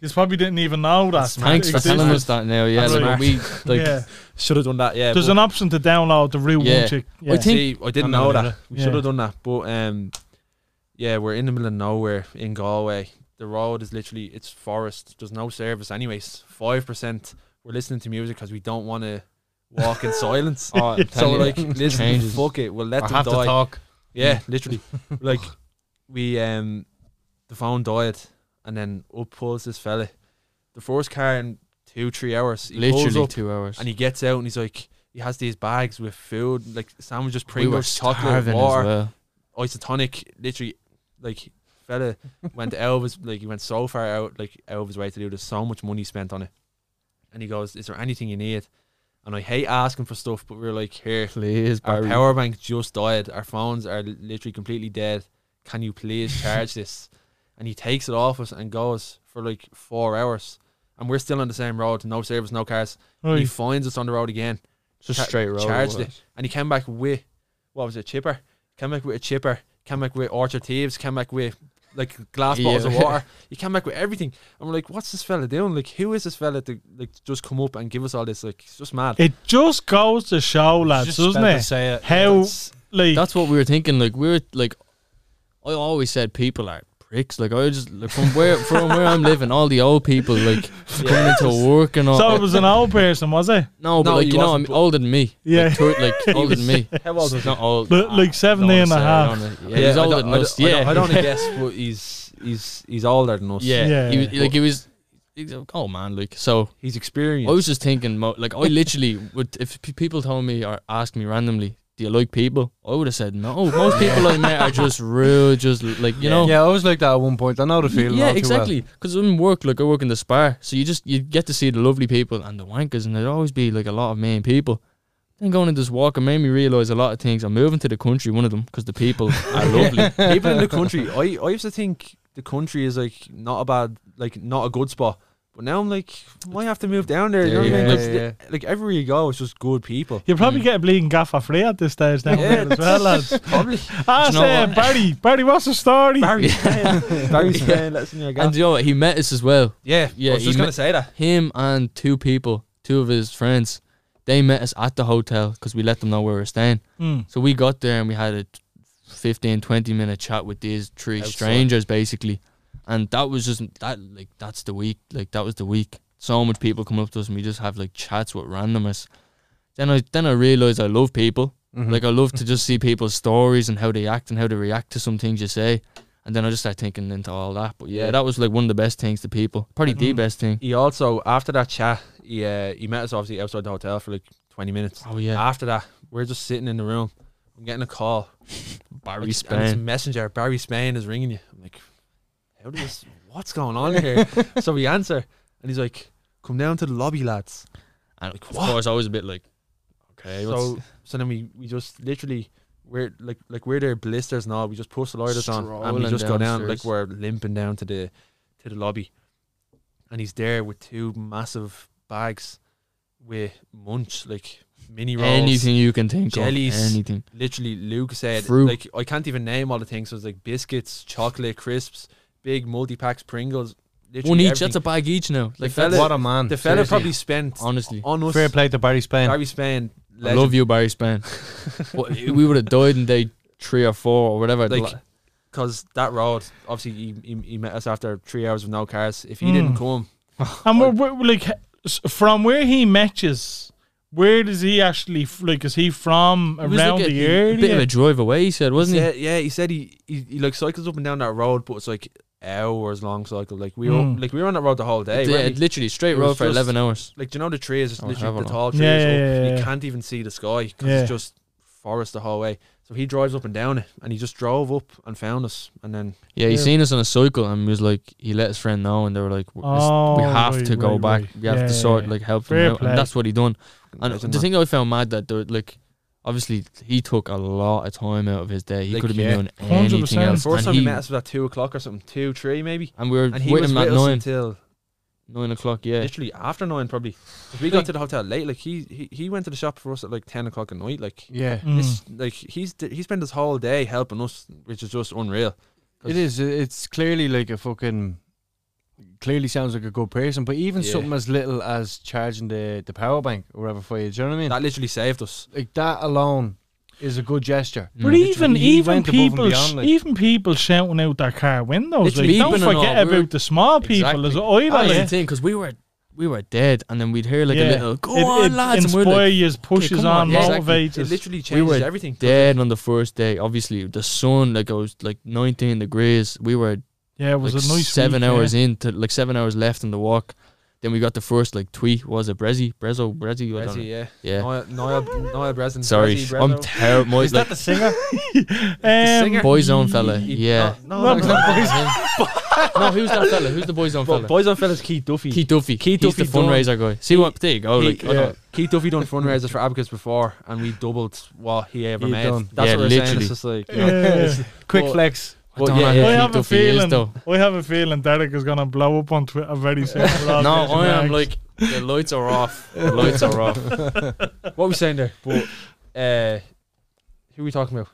[SPEAKER 2] You probably didn't even know that.
[SPEAKER 4] Thanks for
[SPEAKER 2] It's-
[SPEAKER 4] telling us that now. Yeah,
[SPEAKER 2] That's
[SPEAKER 4] like,
[SPEAKER 2] smart.
[SPEAKER 4] we like
[SPEAKER 2] yeah.
[SPEAKER 5] Should have done that. Yeah.
[SPEAKER 2] There's
[SPEAKER 5] but-
[SPEAKER 2] an option to download the real
[SPEAKER 4] Yeah.
[SPEAKER 2] one chick. Yeah. [laughs]
[SPEAKER 4] I think
[SPEAKER 5] See, I didn't
[SPEAKER 3] I know
[SPEAKER 5] know that.
[SPEAKER 3] that.
[SPEAKER 5] We
[SPEAKER 2] Yeah.
[SPEAKER 5] should have done that. But um, yeah, we're in the middle of nowhere in Galway. The road is literally it's forest. There's no service. Anyways, five percent. We're listening to music because we don't want to walk in silence.
[SPEAKER 4] Oh, I'm
[SPEAKER 5] so
[SPEAKER 4] telling you,
[SPEAKER 5] like,
[SPEAKER 4] it
[SPEAKER 5] listen,
[SPEAKER 4] changes.
[SPEAKER 5] fuck it. We'll let
[SPEAKER 3] I
[SPEAKER 5] them
[SPEAKER 3] have to
[SPEAKER 5] die.
[SPEAKER 3] talk.
[SPEAKER 5] Yeah,
[SPEAKER 4] Mm. [laughs]
[SPEAKER 5] literally. like we um the phone died and then up pulls this fella. The first car in two, three hours. He pulls
[SPEAKER 4] literally
[SPEAKER 5] up
[SPEAKER 4] two hours.
[SPEAKER 5] and he gets out and he's like he has these bags with food, like sandwiches,
[SPEAKER 4] we were
[SPEAKER 5] Pringles, chocolate,
[SPEAKER 4] starving
[SPEAKER 5] water,
[SPEAKER 4] as well.
[SPEAKER 5] isotonic, literally like fella went to Elvis like he went so far out like Elvis way to do there's so much money spent on it. And he goes, Is there anything you need? And I hate asking for stuff, but we are like, here,
[SPEAKER 4] Please,
[SPEAKER 5] our
[SPEAKER 4] Barry.
[SPEAKER 5] power bank just died. Our phones are li- literally completely dead. Can you please charge this? [laughs] And he takes it off us and goes for like four hours. And we're still on the same road, no service, no cars. He
[SPEAKER 2] Right.
[SPEAKER 5] finds us on the road again.
[SPEAKER 4] Just
[SPEAKER 5] Char-
[SPEAKER 4] straight road.
[SPEAKER 5] charged
[SPEAKER 4] was.
[SPEAKER 5] it. And he came back with, what was it, chipper? Came back with a chipper. Came back with Orchard Thieves. Came back with like glass bottles of
[SPEAKER 4] Yeah. [laughs]
[SPEAKER 5] water. He came back with everything. And we're like, what's this fella doing? Like, who is this fella to like just come up and give us all this? Like, it's just mad.
[SPEAKER 2] It just goes to show, lads,
[SPEAKER 3] Just
[SPEAKER 2] doesn't
[SPEAKER 3] about to
[SPEAKER 2] it?
[SPEAKER 3] Say it.
[SPEAKER 2] How like
[SPEAKER 4] That's what we were thinking. Like we were like, I always said people are pricks. Like I just like, from where from where I'm living, all the old people [laughs] like coming into work and all.
[SPEAKER 2] so. It was an old person, was it?
[SPEAKER 4] no, but
[SPEAKER 5] No,
[SPEAKER 4] like
[SPEAKER 5] he
[SPEAKER 4] you know, I'm
[SPEAKER 5] wasn't, but-
[SPEAKER 4] older than me.
[SPEAKER 2] Yeah.
[SPEAKER 4] like, tur-
[SPEAKER 2] [laughs]
[SPEAKER 4] like older than me.
[SPEAKER 5] How
[SPEAKER 4] [laughs]
[SPEAKER 5] old
[SPEAKER 4] Not old.
[SPEAKER 2] Look, like
[SPEAKER 4] I don't
[SPEAKER 2] 17
[SPEAKER 4] wanna
[SPEAKER 2] and a
[SPEAKER 4] say, I
[SPEAKER 2] half.
[SPEAKER 4] don't wanna- Yeah, he's
[SPEAKER 5] I
[SPEAKER 4] older
[SPEAKER 5] don't-
[SPEAKER 4] than
[SPEAKER 5] I
[SPEAKER 4] us.
[SPEAKER 5] don't- I
[SPEAKER 4] Yeah,
[SPEAKER 5] don't- I [laughs] don't guess, but he's he's he's older than us.
[SPEAKER 4] Yeah,
[SPEAKER 2] Yeah.
[SPEAKER 4] He was, like he was. He's like, oh man, like so.
[SPEAKER 5] he's experienced.
[SPEAKER 4] I was just thinking, mo- like I literally would. If p- people told me or asked me randomly, "Do you like people?" I would have said no. Most people I met are just rude, just like you know.
[SPEAKER 3] Yeah, I was like that at one point. I know the feeling.
[SPEAKER 4] yeah,
[SPEAKER 3] all too
[SPEAKER 4] exactly. Because in work, like I work in the spa, so you just you get to see the lovely people and the wankers, and there'd always be like a lot of main people. Then going and just walking made me realize a lot of things. I'm moving to the country, one of them, because
[SPEAKER 3] [laughs]
[SPEAKER 4] the people are lovely.
[SPEAKER 5] Even [laughs] in the country, I, I used to think the country is like not a bad, like not a good spot. But now I'm like, might have to move down there. You know
[SPEAKER 3] Yeah,
[SPEAKER 5] what I mean?
[SPEAKER 3] yeah,
[SPEAKER 5] Like, like everywhere you go, it's just good people.
[SPEAKER 2] You probably
[SPEAKER 4] Mm.
[SPEAKER 2] get a bleeding gaffer free at this stage now as well,
[SPEAKER 4] [laughs]
[SPEAKER 2] lads.
[SPEAKER 5] [laughs] Probably
[SPEAKER 2] I
[SPEAKER 4] Do you know
[SPEAKER 2] say,
[SPEAKER 4] what?
[SPEAKER 2] Barry, Barry, what's the story?
[SPEAKER 5] [laughs] Barry's playing. Barry's playing. Let's see your guy.
[SPEAKER 4] and you know what? He met us as well.
[SPEAKER 5] Yeah,
[SPEAKER 4] Yeah,
[SPEAKER 5] yeah. I was
[SPEAKER 4] he
[SPEAKER 5] just gonna
[SPEAKER 4] ma-
[SPEAKER 5] say that.
[SPEAKER 4] Him and two people, two of his friends, they met us at the hotel because we let them know where we were staying.
[SPEAKER 2] Mm.
[SPEAKER 4] So we got there and we had a 15, 20 minute chat with these three
[SPEAKER 5] Outside.
[SPEAKER 4] strangers basically. And that was just that like that's the week. Like that was the week. So much people come up to us and we just have like chats with randomers. Then I then I realized I love people.
[SPEAKER 3] Well.
[SPEAKER 4] Like I love to just see people's stories and how they act and how they react to some things you say. And then I just start thinking into all that. But yeah,
[SPEAKER 5] Yeah.
[SPEAKER 4] that was like one of the best things to people. Probably the
[SPEAKER 2] Mm.
[SPEAKER 4] best thing.
[SPEAKER 5] He also after that chat, he uh, he met us obviously outside the hotel for like 20 minutes.
[SPEAKER 4] Oh yeah.
[SPEAKER 5] After that, we're just sitting in the room. I'm getting a call.
[SPEAKER 4] [laughs] Barry
[SPEAKER 5] It's- And it's a
[SPEAKER 4] Spain.
[SPEAKER 5] messenger. Barry Spain is ringing you. I'm like, how does
[SPEAKER 4] [laughs]
[SPEAKER 5] this, what's going on here? so we answer, and he's like, come down to the lobby, lads.
[SPEAKER 4] And of
[SPEAKER 5] what?
[SPEAKER 4] course I was a bit like Okay, what's
[SPEAKER 5] so so then we, we just literally we're like like we're there blisters and all. We just put the lighters on and we
[SPEAKER 4] Strolling
[SPEAKER 5] just go down like
[SPEAKER 4] downstairs.
[SPEAKER 5] we're limping down to the to the lobby, and he's there with two massive bags with munch like mini rolls.
[SPEAKER 4] anything you can think
[SPEAKER 5] jellies,
[SPEAKER 4] of. Anything.
[SPEAKER 5] literally Luke said
[SPEAKER 4] Fruit.
[SPEAKER 5] like I can't even name all the things. So it was like biscuits, chocolate, crisps, big multi packs, Pringles. Literally
[SPEAKER 4] One each.
[SPEAKER 5] everything.
[SPEAKER 4] That's a bag each now. Like
[SPEAKER 5] fella-
[SPEAKER 4] that's
[SPEAKER 5] What
[SPEAKER 3] what a man.
[SPEAKER 5] the fella
[SPEAKER 4] seriously.
[SPEAKER 5] probably spent
[SPEAKER 4] honestly.
[SPEAKER 5] on us.
[SPEAKER 3] Fair play to Barry Spain.
[SPEAKER 5] Barry Spain.
[SPEAKER 4] I love you, Barry Spain. [laughs] What- we would have died in day three or four or whatever.
[SPEAKER 5] like
[SPEAKER 4] Like,
[SPEAKER 5] because that road obviously he, he, he met us after three hours with no cars if he
[SPEAKER 4] Hmm.
[SPEAKER 5] didn't
[SPEAKER 2] Mm.
[SPEAKER 5] come
[SPEAKER 2] And we're, we're like, s- from where he matches, where does he actually f- like? Is he from
[SPEAKER 4] it was like
[SPEAKER 2] around
[SPEAKER 4] a,
[SPEAKER 2] the
[SPEAKER 4] a
[SPEAKER 2] area?
[SPEAKER 4] bit of a drive away. He said, wasn't
[SPEAKER 5] he
[SPEAKER 4] he?
[SPEAKER 5] said, yeah he said he, he he like cycles up and down that road but it's like hours long cycle like we
[SPEAKER 2] Mm.
[SPEAKER 4] Hmm.
[SPEAKER 5] were like we were on that road the whole day
[SPEAKER 4] It-
[SPEAKER 5] weren't
[SPEAKER 4] it
[SPEAKER 5] we?
[SPEAKER 4] literally straight
[SPEAKER 5] it
[SPEAKER 4] road
[SPEAKER 5] was
[SPEAKER 4] for
[SPEAKER 5] just-
[SPEAKER 4] eleven hours.
[SPEAKER 5] like do you know the trees it's
[SPEAKER 4] Oh,
[SPEAKER 5] literally
[SPEAKER 4] have
[SPEAKER 5] the
[SPEAKER 4] it
[SPEAKER 5] tall trees
[SPEAKER 2] Yeah,
[SPEAKER 5] up,
[SPEAKER 2] yeah, yeah,
[SPEAKER 5] you
[SPEAKER 2] yeah.
[SPEAKER 5] can't even see the sky because
[SPEAKER 2] Yeah.
[SPEAKER 5] it's just forest the whole way so he drives up and down it and he just drove up and found us and then
[SPEAKER 4] Yeah, he
[SPEAKER 2] Yeah.
[SPEAKER 4] seen us on a cycle and he was like, he let his friend know, and they were like, "This-
[SPEAKER 2] Oh,
[SPEAKER 4] we have
[SPEAKER 2] right,
[SPEAKER 4] to go
[SPEAKER 2] right,
[SPEAKER 4] back.
[SPEAKER 2] right.
[SPEAKER 4] We have
[SPEAKER 2] Yeah,
[SPEAKER 4] to sort
[SPEAKER 2] yeah,
[SPEAKER 4] like help
[SPEAKER 2] Fair
[SPEAKER 4] them out.
[SPEAKER 2] play.
[SPEAKER 4] And that's what he done. And
[SPEAKER 5] imagine
[SPEAKER 4] the
[SPEAKER 5] that.
[SPEAKER 4] thing I found mad that there, like, obviously he took a lot of time out of his day. He
[SPEAKER 5] Like,
[SPEAKER 4] could have been
[SPEAKER 5] yeah.
[SPEAKER 4] doing anything
[SPEAKER 2] 100%.
[SPEAKER 4] else.
[SPEAKER 5] first
[SPEAKER 4] and
[SPEAKER 5] time
[SPEAKER 4] he,
[SPEAKER 5] he, met us was at two o'clock or something two three maybe
[SPEAKER 4] and we were
[SPEAKER 5] and he
[SPEAKER 4] with
[SPEAKER 5] was
[SPEAKER 4] him
[SPEAKER 5] with
[SPEAKER 4] at
[SPEAKER 5] us
[SPEAKER 4] nine,
[SPEAKER 5] until
[SPEAKER 4] nine o'clock. Yeah,
[SPEAKER 5] literally after nine probably. 'Cause we got to the hotel late. Like he, he he went to the shop for us at like ten o'clock at night. Like
[SPEAKER 3] yeah.
[SPEAKER 4] Hmm.
[SPEAKER 2] Mm.
[SPEAKER 5] this, like he's d- he spent his whole day helping us, which is just unreal.
[SPEAKER 3] It is. It's clearly like a fucking clearly sounds like a good person. But even
[SPEAKER 5] Yeah.
[SPEAKER 3] something as little as charging the, the power bank or whatever for you, do you know what I mean?
[SPEAKER 5] That literally saved us.
[SPEAKER 3] like that alone is a good gesture.
[SPEAKER 2] But
[SPEAKER 3] Mm.
[SPEAKER 2] even
[SPEAKER 3] He
[SPEAKER 2] even
[SPEAKER 3] went above and
[SPEAKER 2] people sh-
[SPEAKER 3] beyond, like-
[SPEAKER 2] even people shouting out their car windows.
[SPEAKER 4] It's
[SPEAKER 2] Like, don't
[SPEAKER 4] beeping and all,
[SPEAKER 2] forget
[SPEAKER 4] we're-
[SPEAKER 2] about the small people as well.
[SPEAKER 4] That was
[SPEAKER 2] like,
[SPEAKER 4] the thing because we were we were dead, and then we'd hear like
[SPEAKER 2] yeah.
[SPEAKER 4] a little "Go
[SPEAKER 2] it,
[SPEAKER 4] on,
[SPEAKER 2] it
[SPEAKER 4] lads," and
[SPEAKER 2] Inspire
[SPEAKER 4] we're like
[SPEAKER 2] you, pushes
[SPEAKER 4] come
[SPEAKER 2] on,
[SPEAKER 4] on, yeah, exactly.
[SPEAKER 2] motivates
[SPEAKER 5] It
[SPEAKER 2] us.
[SPEAKER 5] literally
[SPEAKER 4] We
[SPEAKER 5] changes
[SPEAKER 4] were
[SPEAKER 5] everything.
[SPEAKER 4] dead on the first day. Obviously, the sun like goes like 19 degrees. We were
[SPEAKER 2] yeah, it
[SPEAKER 4] like
[SPEAKER 2] was a nice
[SPEAKER 4] seven
[SPEAKER 2] week,
[SPEAKER 4] hours
[SPEAKER 2] Yeah.
[SPEAKER 4] in to like seven hours left in the walk. Then we got the first like tweet. Was it Brezzy? Brezzo? Brezzy? I don't
[SPEAKER 5] Brezzy,
[SPEAKER 4] know.
[SPEAKER 5] yeah.
[SPEAKER 4] Yeah.
[SPEAKER 5] Noah, Noah, Noah Brezen.
[SPEAKER 4] Sorry,
[SPEAKER 5] Brezzy,
[SPEAKER 4] I'm
[SPEAKER 5] Brezzo.
[SPEAKER 4] terrible. My, like
[SPEAKER 3] the singer?
[SPEAKER 2] Um,
[SPEAKER 5] singer?
[SPEAKER 4] boyzone fella.
[SPEAKER 5] He- uh,
[SPEAKER 4] Yeah.
[SPEAKER 5] No, no,
[SPEAKER 4] [laughs]
[SPEAKER 5] no.
[SPEAKER 4] no, who's that fella? Who's the boyzone
[SPEAKER 5] But
[SPEAKER 4] fella?
[SPEAKER 5] Boys on Fellas, Keith Duffy.
[SPEAKER 4] Keith Duffy.
[SPEAKER 5] Keith
[SPEAKER 4] He's the
[SPEAKER 5] Duffy done-
[SPEAKER 4] fundraiser guy. See what? There you go.
[SPEAKER 5] He-
[SPEAKER 4] Like, I
[SPEAKER 5] yeah.
[SPEAKER 4] don't-
[SPEAKER 5] Keith Duffy done fundraisers for Abacus before, and we doubled what he ever
[SPEAKER 3] He
[SPEAKER 5] made.
[SPEAKER 3] done.
[SPEAKER 5] That's
[SPEAKER 4] Yeah,
[SPEAKER 5] what we're saying.
[SPEAKER 4] literally.
[SPEAKER 5] It's just like, you know.
[SPEAKER 2] [laughs] yeah.
[SPEAKER 3] Quick
[SPEAKER 5] Well-
[SPEAKER 3] flex.
[SPEAKER 4] I
[SPEAKER 5] But
[SPEAKER 4] don't
[SPEAKER 5] yeah,
[SPEAKER 4] know
[SPEAKER 5] yeah.
[SPEAKER 4] who
[SPEAKER 2] I
[SPEAKER 4] Keith
[SPEAKER 2] have a
[SPEAKER 4] Duffy is,
[SPEAKER 2] feeling.
[SPEAKER 4] though.
[SPEAKER 2] I have a feeling Derek is gonna blow up on Twitter very soon. with all
[SPEAKER 4] No,
[SPEAKER 2] these
[SPEAKER 4] I am
[SPEAKER 2] bags.
[SPEAKER 4] like the lights are off. The lights are off.
[SPEAKER 5] what were we saying there? But uh, who are we talking about?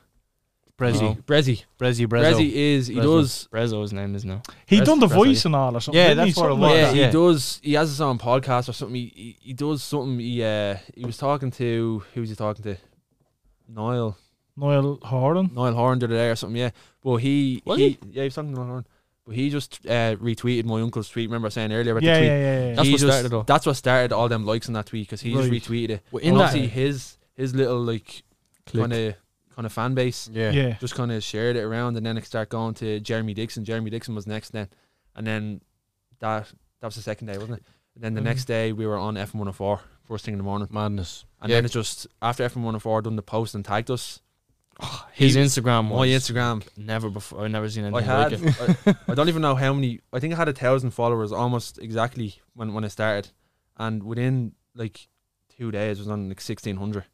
[SPEAKER 3] Brezzy.
[SPEAKER 4] No.
[SPEAKER 5] Brezzy.
[SPEAKER 3] Brezzy Brezzo.
[SPEAKER 5] Brezzy is he
[SPEAKER 3] Brezzo.
[SPEAKER 5] does.
[SPEAKER 4] Brezzo's name is now.
[SPEAKER 2] he
[SPEAKER 5] That's
[SPEAKER 2] done the
[SPEAKER 5] depressing.
[SPEAKER 2] voice and all or something.
[SPEAKER 3] Yeah,
[SPEAKER 2] didn't
[SPEAKER 3] that's
[SPEAKER 2] he?
[SPEAKER 3] what it
[SPEAKER 2] Something
[SPEAKER 3] was.
[SPEAKER 2] like
[SPEAKER 5] Yeah,
[SPEAKER 2] that.
[SPEAKER 5] he
[SPEAKER 3] Yeah.
[SPEAKER 5] does. He has his own podcast or something. He he, he does something. He uh, he was talking to who was he talking to? Niall
[SPEAKER 2] Noel Horan.
[SPEAKER 5] Niall Horan the other day or something. Yeah, but he
[SPEAKER 4] Was
[SPEAKER 5] he, yeah he was talking to Niall Horan, but he just uh, retweeted my uncle's tweet. Remember I was saying earlier about
[SPEAKER 2] Yeah,
[SPEAKER 5] the
[SPEAKER 2] yeah,
[SPEAKER 5] tweet.
[SPEAKER 2] yeah, yeah.
[SPEAKER 4] That's
[SPEAKER 5] He
[SPEAKER 4] what
[SPEAKER 5] just-
[SPEAKER 4] started it all.
[SPEAKER 5] That's what started all them likes on that tweet because he
[SPEAKER 2] Right.
[SPEAKER 5] just retweeted it.
[SPEAKER 4] Well,
[SPEAKER 5] In
[SPEAKER 4] in that
[SPEAKER 5] obviously his his little like
[SPEAKER 4] click,
[SPEAKER 5] kind of kind of fan base
[SPEAKER 3] Yeah.
[SPEAKER 2] yeah.
[SPEAKER 5] just kind of shared it around, and then it started going to Jeremy Dixon. Jeremy Dixon was next then, and then that that was the second day, wasn't it? And then the
[SPEAKER 4] Mm-hmm.
[SPEAKER 2] Mhm.
[SPEAKER 5] next day we were on FM 104 first thing in the morning,
[SPEAKER 3] Madness.
[SPEAKER 5] and
[SPEAKER 4] Yeah.
[SPEAKER 5] then it just after FM 104 done the post and tagged us.
[SPEAKER 4] his
[SPEAKER 5] he-
[SPEAKER 4] Instagram was
[SPEAKER 5] My Instagram,
[SPEAKER 4] never before. I've never seen
[SPEAKER 5] I
[SPEAKER 4] anything
[SPEAKER 5] had
[SPEAKER 4] like it.
[SPEAKER 5] I, I don't even know how many. I think I had a thousand followers almost exactly when when I started, and within like two days it was on like 1600. It's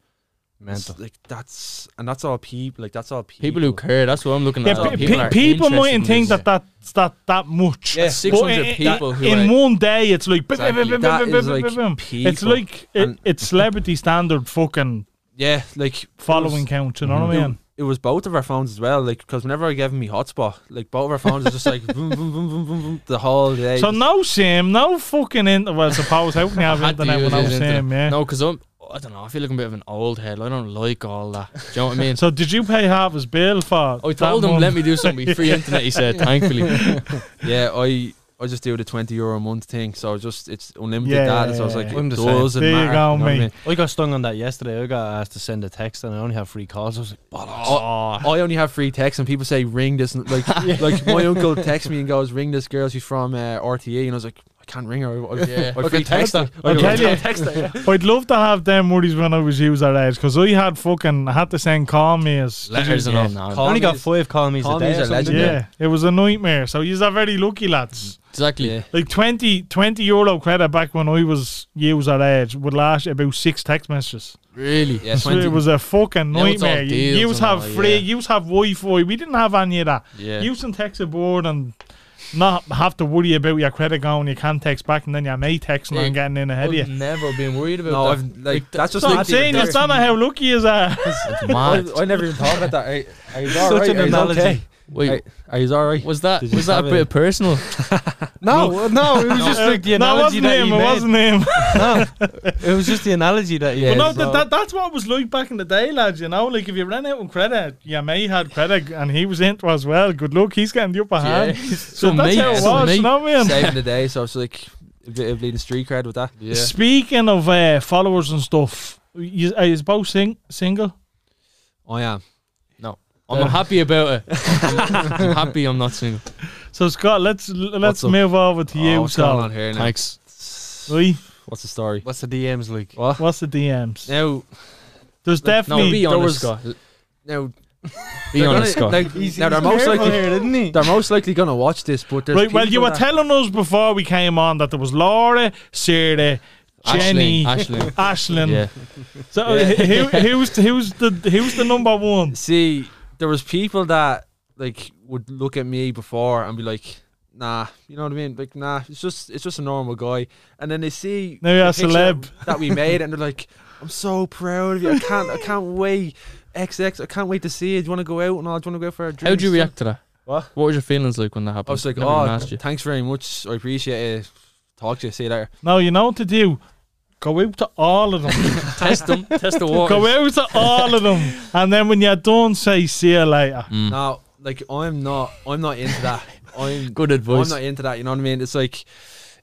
[SPEAKER 3] Mental.
[SPEAKER 5] Like that's and that's all people. Like that's all people.
[SPEAKER 4] People who care. That's what I'm looking
[SPEAKER 2] Yeah,
[SPEAKER 4] at.
[SPEAKER 2] pe-
[SPEAKER 4] Like,
[SPEAKER 2] pe- people,
[SPEAKER 4] people are interested in
[SPEAKER 2] mightn't think
[SPEAKER 4] this.
[SPEAKER 2] that that's that that much.
[SPEAKER 5] Yeah.
[SPEAKER 2] But
[SPEAKER 4] 600
[SPEAKER 2] in-
[SPEAKER 4] people
[SPEAKER 2] in,
[SPEAKER 4] who
[SPEAKER 2] in
[SPEAKER 4] are-
[SPEAKER 2] one day it's like bim, bim,
[SPEAKER 5] Exactly.
[SPEAKER 2] bim,
[SPEAKER 5] That
[SPEAKER 2] bim,
[SPEAKER 5] is
[SPEAKER 2] bim, bim,
[SPEAKER 5] like
[SPEAKER 2] bim, bim. it's
[SPEAKER 5] people.
[SPEAKER 2] like it,
[SPEAKER 5] And-
[SPEAKER 2] it's celebrity standard fucking
[SPEAKER 5] Yeah, like it was-
[SPEAKER 2] following count. You know what I mean?
[SPEAKER 5] It was both of our phones as well, like because whenever I gave him me hotspot, like both of our phones are just like [laughs] boom, boom, boom, boom, boom, boom, the whole day.
[SPEAKER 2] So no sim, no fucking internet. Well, suppose how can you have
[SPEAKER 4] [laughs] I had to
[SPEAKER 2] internet
[SPEAKER 4] use
[SPEAKER 2] without
[SPEAKER 4] his internet.
[SPEAKER 2] sim? Yeah.
[SPEAKER 4] No, because I'm. I don't know. I feel like I'm a bit of an old head. I don't like all that. Do you know what I
[SPEAKER 2] [laughs]
[SPEAKER 4] mean?
[SPEAKER 2] So did you pay half his bill for?
[SPEAKER 4] I
[SPEAKER 2] that
[SPEAKER 4] told him,
[SPEAKER 2] month?
[SPEAKER 4] let me
[SPEAKER 2] [laughs]
[SPEAKER 4] do something. Free internet, he said, thankfully.
[SPEAKER 5] yeah, I I just do the twenty euro a month thing, so it's just it's unlimited
[SPEAKER 2] Yeah,
[SPEAKER 5] data.
[SPEAKER 2] yeah,
[SPEAKER 5] so I was
[SPEAKER 2] yeah,
[SPEAKER 5] like,
[SPEAKER 3] yeah.
[SPEAKER 5] it
[SPEAKER 3] I'm the same.
[SPEAKER 5] doesn't
[SPEAKER 2] There you
[SPEAKER 5] matter.
[SPEAKER 2] go,
[SPEAKER 5] know what I
[SPEAKER 2] mate.
[SPEAKER 5] mean?
[SPEAKER 3] [laughs] I got stung on that yesterday. I got asked to send a text and I only have free calls. I was like,
[SPEAKER 5] I, I only have free texts, and people say ring this. and [laughs] Like, like my uncle texts me and goes, "Ring this girl. She's from uh, RTE," and I was like, "I can't ring her. I, I,
[SPEAKER 4] [laughs] Yeah.
[SPEAKER 5] I,
[SPEAKER 4] I can
[SPEAKER 5] free
[SPEAKER 4] text her.
[SPEAKER 5] I
[SPEAKER 2] I'll
[SPEAKER 5] can
[SPEAKER 2] tell you.
[SPEAKER 5] text her.
[SPEAKER 2] [laughs] I'd love to have them worries when I was user age because I had fucking I had to send call me as
[SPEAKER 4] Letters and all. No,
[SPEAKER 3] I
[SPEAKER 5] Call
[SPEAKER 3] only
[SPEAKER 5] me
[SPEAKER 3] got
[SPEAKER 5] is-
[SPEAKER 3] five call me's
[SPEAKER 5] call
[SPEAKER 3] a day.
[SPEAKER 5] me's
[SPEAKER 3] or
[SPEAKER 5] a
[SPEAKER 3] something.
[SPEAKER 5] legend.
[SPEAKER 2] Yeah, it was a nightmare. So you are very lucky lads.
[SPEAKER 4] Exactly.
[SPEAKER 5] Yeah.
[SPEAKER 2] Like 20, 20 euro credit back when I was years our age would last you about six text messages.
[SPEAKER 4] Really?
[SPEAKER 5] Yeah,
[SPEAKER 2] So it
[SPEAKER 5] 20
[SPEAKER 2] was a fucking
[SPEAKER 4] Now it's all
[SPEAKER 2] nightmare. You,
[SPEAKER 4] deals
[SPEAKER 2] you
[SPEAKER 4] and
[SPEAKER 2] have
[SPEAKER 4] all,
[SPEAKER 2] free,
[SPEAKER 4] yeah.
[SPEAKER 2] you have Wi Fi. We didn't have any of that.
[SPEAKER 4] Yeah.
[SPEAKER 2] You can text aboard and not have to worry about your credit going. You can text back and then your mate texting
[SPEAKER 4] Yeah. Oh,
[SPEAKER 2] and getting in ahead
[SPEAKER 4] I've
[SPEAKER 2] of you.
[SPEAKER 4] never been worried about
[SPEAKER 5] No,
[SPEAKER 4] that.
[SPEAKER 5] I've, like that's just
[SPEAKER 2] So I'm
[SPEAKER 5] not
[SPEAKER 2] saying
[SPEAKER 5] even
[SPEAKER 2] that's not how lucky is that.
[SPEAKER 3] [laughs]
[SPEAKER 4] It's
[SPEAKER 5] I,
[SPEAKER 4] mad.
[SPEAKER 5] I never even thought about that. Are, are [laughs] you all
[SPEAKER 3] Such
[SPEAKER 5] right?
[SPEAKER 3] an
[SPEAKER 5] Are you
[SPEAKER 3] analogy.
[SPEAKER 5] okay?
[SPEAKER 4] Wait,
[SPEAKER 5] Hey, Are you all right?
[SPEAKER 4] was that
[SPEAKER 3] Did you
[SPEAKER 4] was that a
[SPEAKER 3] have
[SPEAKER 4] bit
[SPEAKER 3] a-
[SPEAKER 4] of personal?
[SPEAKER 3] No, [laughs] no, it was just like
[SPEAKER 2] [laughs]
[SPEAKER 3] the
[SPEAKER 2] no, it
[SPEAKER 3] analogy
[SPEAKER 2] wasn't
[SPEAKER 3] that
[SPEAKER 2] him.
[SPEAKER 3] he
[SPEAKER 2] It
[SPEAKER 3] made.
[SPEAKER 2] wasn't him.
[SPEAKER 3] It was just the analogy that he
[SPEAKER 5] Well,
[SPEAKER 3] made.
[SPEAKER 2] But no,
[SPEAKER 5] Yes.
[SPEAKER 2] that, that, that's what it was like back in the day, lads. You know, like if you ran out on credit, your mate had credit and he was into as well. Good luck, he's getting the upper hand.
[SPEAKER 4] [laughs]
[SPEAKER 2] So,
[SPEAKER 4] So
[SPEAKER 2] that's
[SPEAKER 4] mate,
[SPEAKER 2] how it
[SPEAKER 4] so
[SPEAKER 2] was, you
[SPEAKER 4] mate.
[SPEAKER 2] know what I mean?
[SPEAKER 5] saving the day, so it's like a bit of leading street cred with that.
[SPEAKER 4] Yeah.
[SPEAKER 2] Speaking of uh, followers and stuff, you, uh, is Bo sing- single?
[SPEAKER 5] I am.
[SPEAKER 4] I'm happy about it. I'm happy I'm not single.
[SPEAKER 2] So Scott, let's let's
[SPEAKER 5] What's up?
[SPEAKER 2] move over to
[SPEAKER 5] Oh,
[SPEAKER 2] you.
[SPEAKER 5] what's going on
[SPEAKER 2] So,
[SPEAKER 5] here now?
[SPEAKER 4] Thanks.
[SPEAKER 2] Right?
[SPEAKER 5] What's the story?
[SPEAKER 3] What's the DMs like?
[SPEAKER 5] What?
[SPEAKER 2] what's the DMs?
[SPEAKER 5] Now,
[SPEAKER 2] There's
[SPEAKER 4] No,
[SPEAKER 2] definitely
[SPEAKER 4] be
[SPEAKER 5] there
[SPEAKER 4] honest,
[SPEAKER 5] was-
[SPEAKER 4] Scott.
[SPEAKER 5] now,
[SPEAKER 4] Be
[SPEAKER 5] they're
[SPEAKER 4] honest,
[SPEAKER 5] gonna-
[SPEAKER 4] Scott.
[SPEAKER 5] Now, now they're most likely
[SPEAKER 3] here, didn't he?
[SPEAKER 5] they're most likely gonna watch this, but there's
[SPEAKER 2] right. Well, you
[SPEAKER 5] people
[SPEAKER 2] were
[SPEAKER 5] that-
[SPEAKER 2] telling us before we came on that there was Laura, Sarah, Jenny,
[SPEAKER 4] Ashley.
[SPEAKER 2] Ashlyn.
[SPEAKER 4] Yeah.
[SPEAKER 2] So uh, who, who's who's the who's the number one?
[SPEAKER 5] See, there was people that like would look at me before and be like, "Nah," you know what I mean? Like, "Nah," it's just it's just a normal guy. And then they see
[SPEAKER 2] Now you're
[SPEAKER 5] the
[SPEAKER 2] a
[SPEAKER 5] picture
[SPEAKER 2] celeb.
[SPEAKER 5] that we made, and they're like, "I'm so proud of you. I can't I can't wait." XX, I can't wait to see you. Do you want to go out and all? Do you want to go out for a drink?
[SPEAKER 4] How do you react to that?
[SPEAKER 5] What?
[SPEAKER 4] What was your feelings like when that happened?
[SPEAKER 5] I was like,
[SPEAKER 4] Never even
[SPEAKER 5] oh,
[SPEAKER 4] asked you.
[SPEAKER 5] thanks very much. I appreciate it. Talk to you. See you later.
[SPEAKER 2] Now you know what to do. Go out to all of them.
[SPEAKER 4] test them, test the [laughs] waters.
[SPEAKER 2] Go out to all of them, and then when you're done, say see you later.
[SPEAKER 4] Mm.
[SPEAKER 5] No, like I'm not. I'm not into
[SPEAKER 4] [laughs]
[SPEAKER 5] that. I'm.
[SPEAKER 4] Good advice.
[SPEAKER 5] I'm not into that. You know what I mean? It's like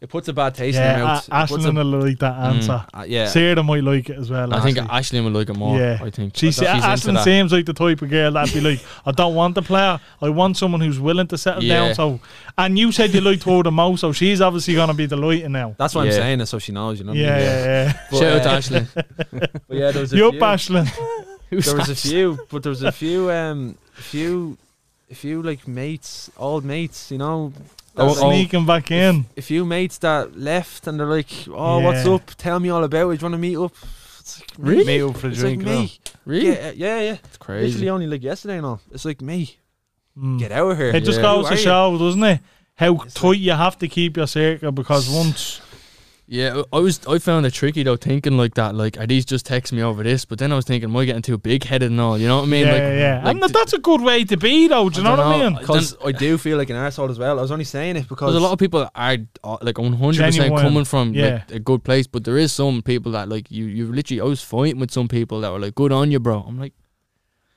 [SPEAKER 5] it puts a bad taste in your
[SPEAKER 2] Yeah,
[SPEAKER 5] mouth.
[SPEAKER 2] A-
[SPEAKER 5] It puts a-
[SPEAKER 2] Ashlyn will like that answer.
[SPEAKER 5] uh, yeah.
[SPEAKER 2] Sarah might like it as well.
[SPEAKER 4] Mm. I think
[SPEAKER 2] actually.
[SPEAKER 4] Ashley would like it more.
[SPEAKER 2] Yeah.
[SPEAKER 4] I think
[SPEAKER 2] She, see,
[SPEAKER 4] she's into
[SPEAKER 2] Ashlyn
[SPEAKER 4] that.
[SPEAKER 2] seems like the type of girl that'd be like, I don't want the player. I want someone who's willing to settle
[SPEAKER 4] Yeah.
[SPEAKER 2] down. So, and you said you liked her the most, so she's obviously gonna be delighting now.
[SPEAKER 5] That's what
[SPEAKER 4] Yeah.
[SPEAKER 5] I'm saying. That's so she knows. You know. What
[SPEAKER 2] Yeah,
[SPEAKER 5] I mean?
[SPEAKER 2] yeah, [laughs] yeah.
[SPEAKER 5] But,
[SPEAKER 4] Shout out to
[SPEAKER 5] uh,
[SPEAKER 4] Ashley.
[SPEAKER 5] but yeah, there was a
[SPEAKER 2] You're
[SPEAKER 5] few.
[SPEAKER 2] Ashlyn.
[SPEAKER 4] Who's
[SPEAKER 5] there was a
[SPEAKER 4] that?
[SPEAKER 5] few, but there was a few, um, few, a few like mates, old mates. You know. that
[SPEAKER 4] Oh,
[SPEAKER 5] was like-
[SPEAKER 2] Sneaking back in.
[SPEAKER 5] a few mates that left and they're like, "Oh, what's
[SPEAKER 2] Yeah.
[SPEAKER 5] up? Tell me all about it. Do you want to meet up?" It's like, me?
[SPEAKER 4] Really?
[SPEAKER 3] Meet up for a
[SPEAKER 5] It's
[SPEAKER 3] drink.
[SPEAKER 5] like me.
[SPEAKER 4] Really?
[SPEAKER 5] Yeah, yeah, yeah.
[SPEAKER 4] It's
[SPEAKER 5] Literally
[SPEAKER 4] crazy.
[SPEAKER 5] only like yesterday and all. It's like me.
[SPEAKER 2] Mm.
[SPEAKER 5] Get out of here.
[SPEAKER 2] It just
[SPEAKER 5] Who
[SPEAKER 2] goes
[SPEAKER 5] are
[SPEAKER 2] to
[SPEAKER 5] you?
[SPEAKER 2] show, doesn't it? How
[SPEAKER 5] It's
[SPEAKER 2] tight you have to keep your circle because once
[SPEAKER 4] Yeah, I I was I found it tricky though thinking like that. Like, are these just texting me over this? But then I was thinking, am I getting too big headed and all? You know what I mean?
[SPEAKER 2] yeah,
[SPEAKER 4] like,
[SPEAKER 2] yeah,
[SPEAKER 4] like
[SPEAKER 2] and that- that's a good way to be, though. Do you
[SPEAKER 4] I
[SPEAKER 2] know,
[SPEAKER 4] don't
[SPEAKER 2] what I
[SPEAKER 4] know.
[SPEAKER 2] mean?
[SPEAKER 4] I-
[SPEAKER 5] Because I do feel like an asshole as well. I was only saying it because
[SPEAKER 4] Because a lot of people are uh, like 100 percent
[SPEAKER 2] Genuine,
[SPEAKER 4] coming from
[SPEAKER 2] yeah.
[SPEAKER 4] like, a good place, but there is some people that like you. You literally, I was fighting with some people that were like, "Good on you, bro." I'm like,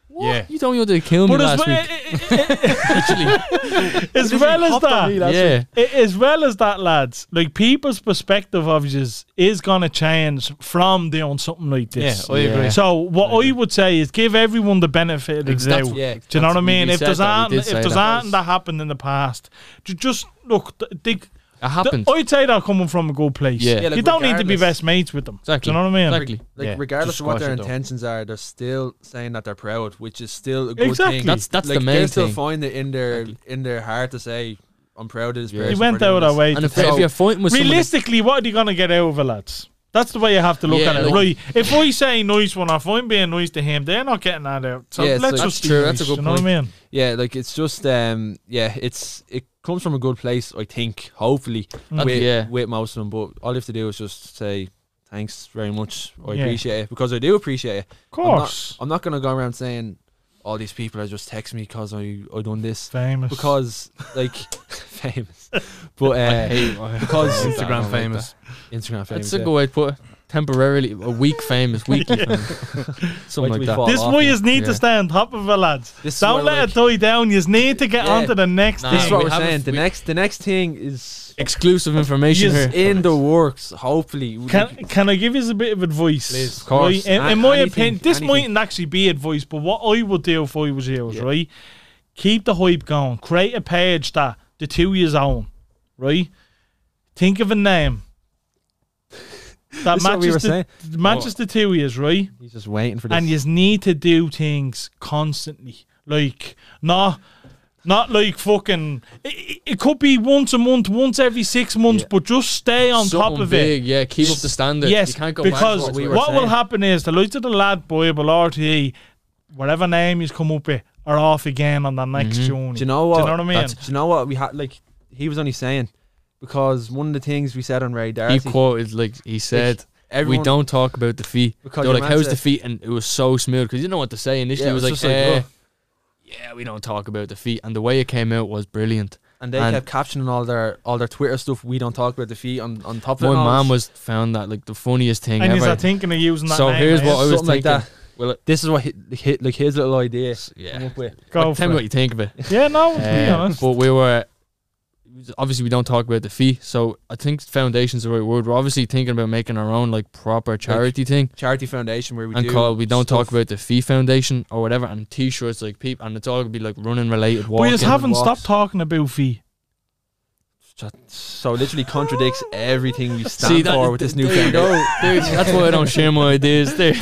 [SPEAKER 4] "What?
[SPEAKER 3] Yeah.
[SPEAKER 4] You told me you wanted to kill me
[SPEAKER 2] But as
[SPEAKER 4] last
[SPEAKER 2] well,
[SPEAKER 4] week."
[SPEAKER 2] [laughs]
[SPEAKER 4] Literally,
[SPEAKER 2] as well as that,
[SPEAKER 4] yeah,
[SPEAKER 2] I- as well as that, lads, like people's perspective of you is gonna change from doing something like
[SPEAKER 3] Yeah,
[SPEAKER 2] this.
[SPEAKER 3] I agree.
[SPEAKER 4] Yeah.
[SPEAKER 2] So what I would say is give everyone the benefit of the
[SPEAKER 4] Like, that's-
[SPEAKER 2] doubt.
[SPEAKER 5] yeah,
[SPEAKER 2] Do you know
[SPEAKER 4] that's-
[SPEAKER 2] what I
[SPEAKER 4] we-
[SPEAKER 2] mean?
[SPEAKER 4] we
[SPEAKER 2] If
[SPEAKER 4] said
[SPEAKER 2] there's
[SPEAKER 4] that, we
[SPEAKER 2] an,
[SPEAKER 4] did
[SPEAKER 2] if
[SPEAKER 4] say
[SPEAKER 2] there's
[SPEAKER 4] that.
[SPEAKER 2] anything that happened in the past, ju- just look. th- They,
[SPEAKER 4] it happened.
[SPEAKER 2] th- I'd say they're coming from a good place.
[SPEAKER 4] Yeah. Yeah,
[SPEAKER 5] like,
[SPEAKER 2] you don't need to be
[SPEAKER 5] regardless.
[SPEAKER 2] best mates with them.
[SPEAKER 4] Exactly.
[SPEAKER 2] Do you know what I mean?
[SPEAKER 4] Exactly.
[SPEAKER 5] like
[SPEAKER 3] Yeah,
[SPEAKER 5] regardless
[SPEAKER 3] just
[SPEAKER 5] of what their
[SPEAKER 3] squash it down.
[SPEAKER 5] intentions are, they're still saying that they're proud, which is still a good
[SPEAKER 2] Exactly.
[SPEAKER 5] thing.
[SPEAKER 4] That's- that's the
[SPEAKER 5] Like,
[SPEAKER 4] main
[SPEAKER 5] They still
[SPEAKER 4] thing.
[SPEAKER 5] find it in their
[SPEAKER 4] Exactly.
[SPEAKER 5] in their heart to say, "I'm proud of this
[SPEAKER 4] Yeah.
[SPEAKER 5] person."
[SPEAKER 2] He
[SPEAKER 5] for
[SPEAKER 2] went
[SPEAKER 5] doing
[SPEAKER 2] out of
[SPEAKER 5] this."
[SPEAKER 2] way.
[SPEAKER 4] And
[SPEAKER 2] to
[SPEAKER 4] if, if you're fighting with someone, that-
[SPEAKER 2] Realistically, what are you gonna get out of it, lads? That's the way you have to look
[SPEAKER 4] Yeah,
[SPEAKER 2] at it,
[SPEAKER 4] like-
[SPEAKER 2] right? If I say nice one, if I'm being nice to him, they're not getting that out. So
[SPEAKER 5] Yeah, it's
[SPEAKER 2] let's
[SPEAKER 5] like-
[SPEAKER 2] just
[SPEAKER 5] That's
[SPEAKER 2] be
[SPEAKER 5] true,
[SPEAKER 2] nice.
[SPEAKER 5] that's a good
[SPEAKER 2] you know what I mean?
[SPEAKER 5] Yeah, like it's just um yeah, it's it comes from a good place, I think, hopefully.
[SPEAKER 2] That-
[SPEAKER 5] with
[SPEAKER 4] yeah.
[SPEAKER 5] with most of them. But all you have to do is just say thanks very much. I
[SPEAKER 2] Yeah.
[SPEAKER 5] appreciate it. Because I do appreciate it.
[SPEAKER 2] Of course,
[SPEAKER 5] I'm not gonna go around saying all these people are just text me because I, I done this.
[SPEAKER 2] famous.
[SPEAKER 5] Because
[SPEAKER 4] [laughs]
[SPEAKER 5] like famous. But uh
[SPEAKER 4] Hey, I-
[SPEAKER 5] because
[SPEAKER 3] Instagram famous.
[SPEAKER 5] Instagram famous.
[SPEAKER 4] that's a
[SPEAKER 5] yeah.
[SPEAKER 4] good way to put it. Temporarily, a week
[SPEAKER 2] [laughs]
[SPEAKER 4] famous, weekly famous,
[SPEAKER 5] Wait
[SPEAKER 4] something
[SPEAKER 5] till
[SPEAKER 4] like
[SPEAKER 5] we
[SPEAKER 4] that.
[SPEAKER 5] fall
[SPEAKER 2] this
[SPEAKER 5] off
[SPEAKER 2] way
[SPEAKER 5] now.
[SPEAKER 2] is need
[SPEAKER 4] Yeah.
[SPEAKER 2] to stay on top of it, lads.
[SPEAKER 5] This is
[SPEAKER 2] Don't
[SPEAKER 5] why,
[SPEAKER 2] let
[SPEAKER 5] like-
[SPEAKER 2] it die down. You need to get
[SPEAKER 5] Yeah.
[SPEAKER 2] on to the next
[SPEAKER 4] Nah,
[SPEAKER 5] This is
[SPEAKER 2] thing.
[SPEAKER 4] we
[SPEAKER 5] what we're
[SPEAKER 4] have a
[SPEAKER 5] saying. The
[SPEAKER 4] we-
[SPEAKER 5] next the next thing is
[SPEAKER 4] Exclusive information
[SPEAKER 2] Yes.
[SPEAKER 4] here.
[SPEAKER 5] in the works, hopefully.
[SPEAKER 2] Can can I give you a bit of advice?
[SPEAKER 5] Please. Of
[SPEAKER 2] Right,
[SPEAKER 5] course.
[SPEAKER 2] In,
[SPEAKER 5] A-
[SPEAKER 2] in my
[SPEAKER 5] anything,
[SPEAKER 2] opinion, this
[SPEAKER 5] anything.
[SPEAKER 2] mightn't actually be advice, but what I would do if I was you is right, keep the hype going. Create a page that the two years own, right? Think of a
[SPEAKER 5] [laughs]
[SPEAKER 2] name that
[SPEAKER 5] This is what we
[SPEAKER 2] matches
[SPEAKER 5] were
[SPEAKER 2] the matches the two years, right?
[SPEAKER 5] He's just waiting for this.
[SPEAKER 2] And you need to do things constantly, like not. Not like fucking. It, it- it could be once a month, once every six months, but just stay on top
[SPEAKER 4] Something
[SPEAKER 2] of it.
[SPEAKER 4] big, yeah. Keep up the standard.
[SPEAKER 2] Yes,
[SPEAKER 4] you can't go back
[SPEAKER 2] because
[SPEAKER 4] to
[SPEAKER 2] what,
[SPEAKER 4] we were
[SPEAKER 2] will
[SPEAKER 4] saying.
[SPEAKER 2] happen is the likes of the lad Bible RTE, whatever name he's come up with, are off again on the
[SPEAKER 4] Mm-hmm.
[SPEAKER 2] next journey.
[SPEAKER 5] Do you know what?
[SPEAKER 2] Do you know what I mean?
[SPEAKER 5] That's- do you know what we had? Like he was only saying because one of the things we said on Ray
[SPEAKER 4] He
[SPEAKER 5] Darcy,
[SPEAKER 4] quoted like he said,
[SPEAKER 5] everyone-
[SPEAKER 4] "We don't talk about defeat." They're
[SPEAKER 5] Because your
[SPEAKER 4] like,
[SPEAKER 5] man
[SPEAKER 4] "How's
[SPEAKER 5] said-
[SPEAKER 4] defeat?" And it was so smooth because you know what to say initially.
[SPEAKER 5] Yeah,
[SPEAKER 4] it
[SPEAKER 5] it
[SPEAKER 4] was,
[SPEAKER 5] was
[SPEAKER 4] like,
[SPEAKER 5] just like,
[SPEAKER 4] "Eh, "Yeah, we don't talk about defeat," and the way it came out was brilliant.
[SPEAKER 5] and they
[SPEAKER 4] and-
[SPEAKER 5] kept captioning all their all their Twitter stuff. We don't talk about defeat on on top of it
[SPEAKER 4] My
[SPEAKER 5] and all
[SPEAKER 4] mom
[SPEAKER 5] this.
[SPEAKER 4] was found that like the funniest thing
[SPEAKER 2] and he's
[SPEAKER 4] ever.
[SPEAKER 2] not thinking of using that
[SPEAKER 4] So
[SPEAKER 2] name.
[SPEAKER 4] here's
[SPEAKER 2] eh?
[SPEAKER 4] what I was
[SPEAKER 5] Something like
[SPEAKER 4] thinking.
[SPEAKER 5] that.
[SPEAKER 4] Well, it,
[SPEAKER 5] This is what hit, hit like his little idea. Come
[SPEAKER 4] yeah.
[SPEAKER 5] up with.
[SPEAKER 2] Go
[SPEAKER 4] Like, [laughs] tell me
[SPEAKER 2] for
[SPEAKER 4] what
[SPEAKER 2] it.
[SPEAKER 4] you think of it.
[SPEAKER 2] Yeah, no, to be
[SPEAKER 4] Uh,
[SPEAKER 2] honest.
[SPEAKER 4] but we were obviously we don't talk about the fee, so I think foundation's the right word. We're obviously thinking about making our own like proper charity thing.
[SPEAKER 5] Charity foundation where we
[SPEAKER 4] and
[SPEAKER 5] do
[SPEAKER 4] call we don't
[SPEAKER 5] stuff.
[SPEAKER 4] talk about the fee foundation or whatever and t-shirts like people and it's all gonna be like running related
[SPEAKER 2] But
[SPEAKER 4] walking
[SPEAKER 2] you just haven't
[SPEAKER 5] walks.
[SPEAKER 2] stopped talking about fee.
[SPEAKER 5] So it literally contradicts everything we stand
[SPEAKER 4] [laughs] See, that-
[SPEAKER 5] for with this new
[SPEAKER 4] there you
[SPEAKER 5] foundation.
[SPEAKER 4] go. Dude, that's why I don't share my
[SPEAKER 2] [laughs]
[SPEAKER 4] ideas there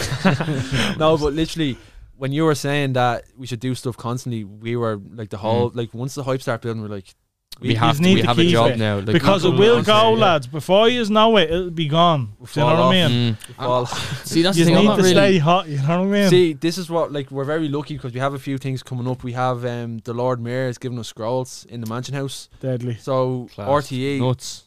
[SPEAKER 5] No, but literally, when you were saying that we should do stuff constantly, we were like
[SPEAKER 4] Mm.
[SPEAKER 5] the whole like once the hype started building, we're like,
[SPEAKER 4] we
[SPEAKER 2] just
[SPEAKER 4] have to,
[SPEAKER 2] need
[SPEAKER 4] we
[SPEAKER 2] to
[SPEAKER 4] have a
[SPEAKER 2] keep
[SPEAKER 4] job
[SPEAKER 2] it,
[SPEAKER 4] now like,
[SPEAKER 2] because it
[SPEAKER 5] people
[SPEAKER 2] will
[SPEAKER 5] will
[SPEAKER 2] go,
[SPEAKER 5] say, yeah.
[SPEAKER 2] lads. Before you know it, it'll be gone.
[SPEAKER 5] We'll
[SPEAKER 2] Do you know
[SPEAKER 5] fall
[SPEAKER 2] what I mean?
[SPEAKER 4] Mm.
[SPEAKER 5] [laughs] well,
[SPEAKER 4] see that's
[SPEAKER 2] You
[SPEAKER 4] the thing I'm
[SPEAKER 2] need
[SPEAKER 4] not
[SPEAKER 2] to
[SPEAKER 4] really
[SPEAKER 2] stay hot. You know what I mean?
[SPEAKER 5] See, this is what like we're very lucky because we have a few things coming up. We have um the Lord Mayor is giving us scrolls in the Mansion House.
[SPEAKER 2] Deadly.
[SPEAKER 5] So E,
[SPEAKER 3] Class.
[SPEAKER 5] RTE,
[SPEAKER 4] nuts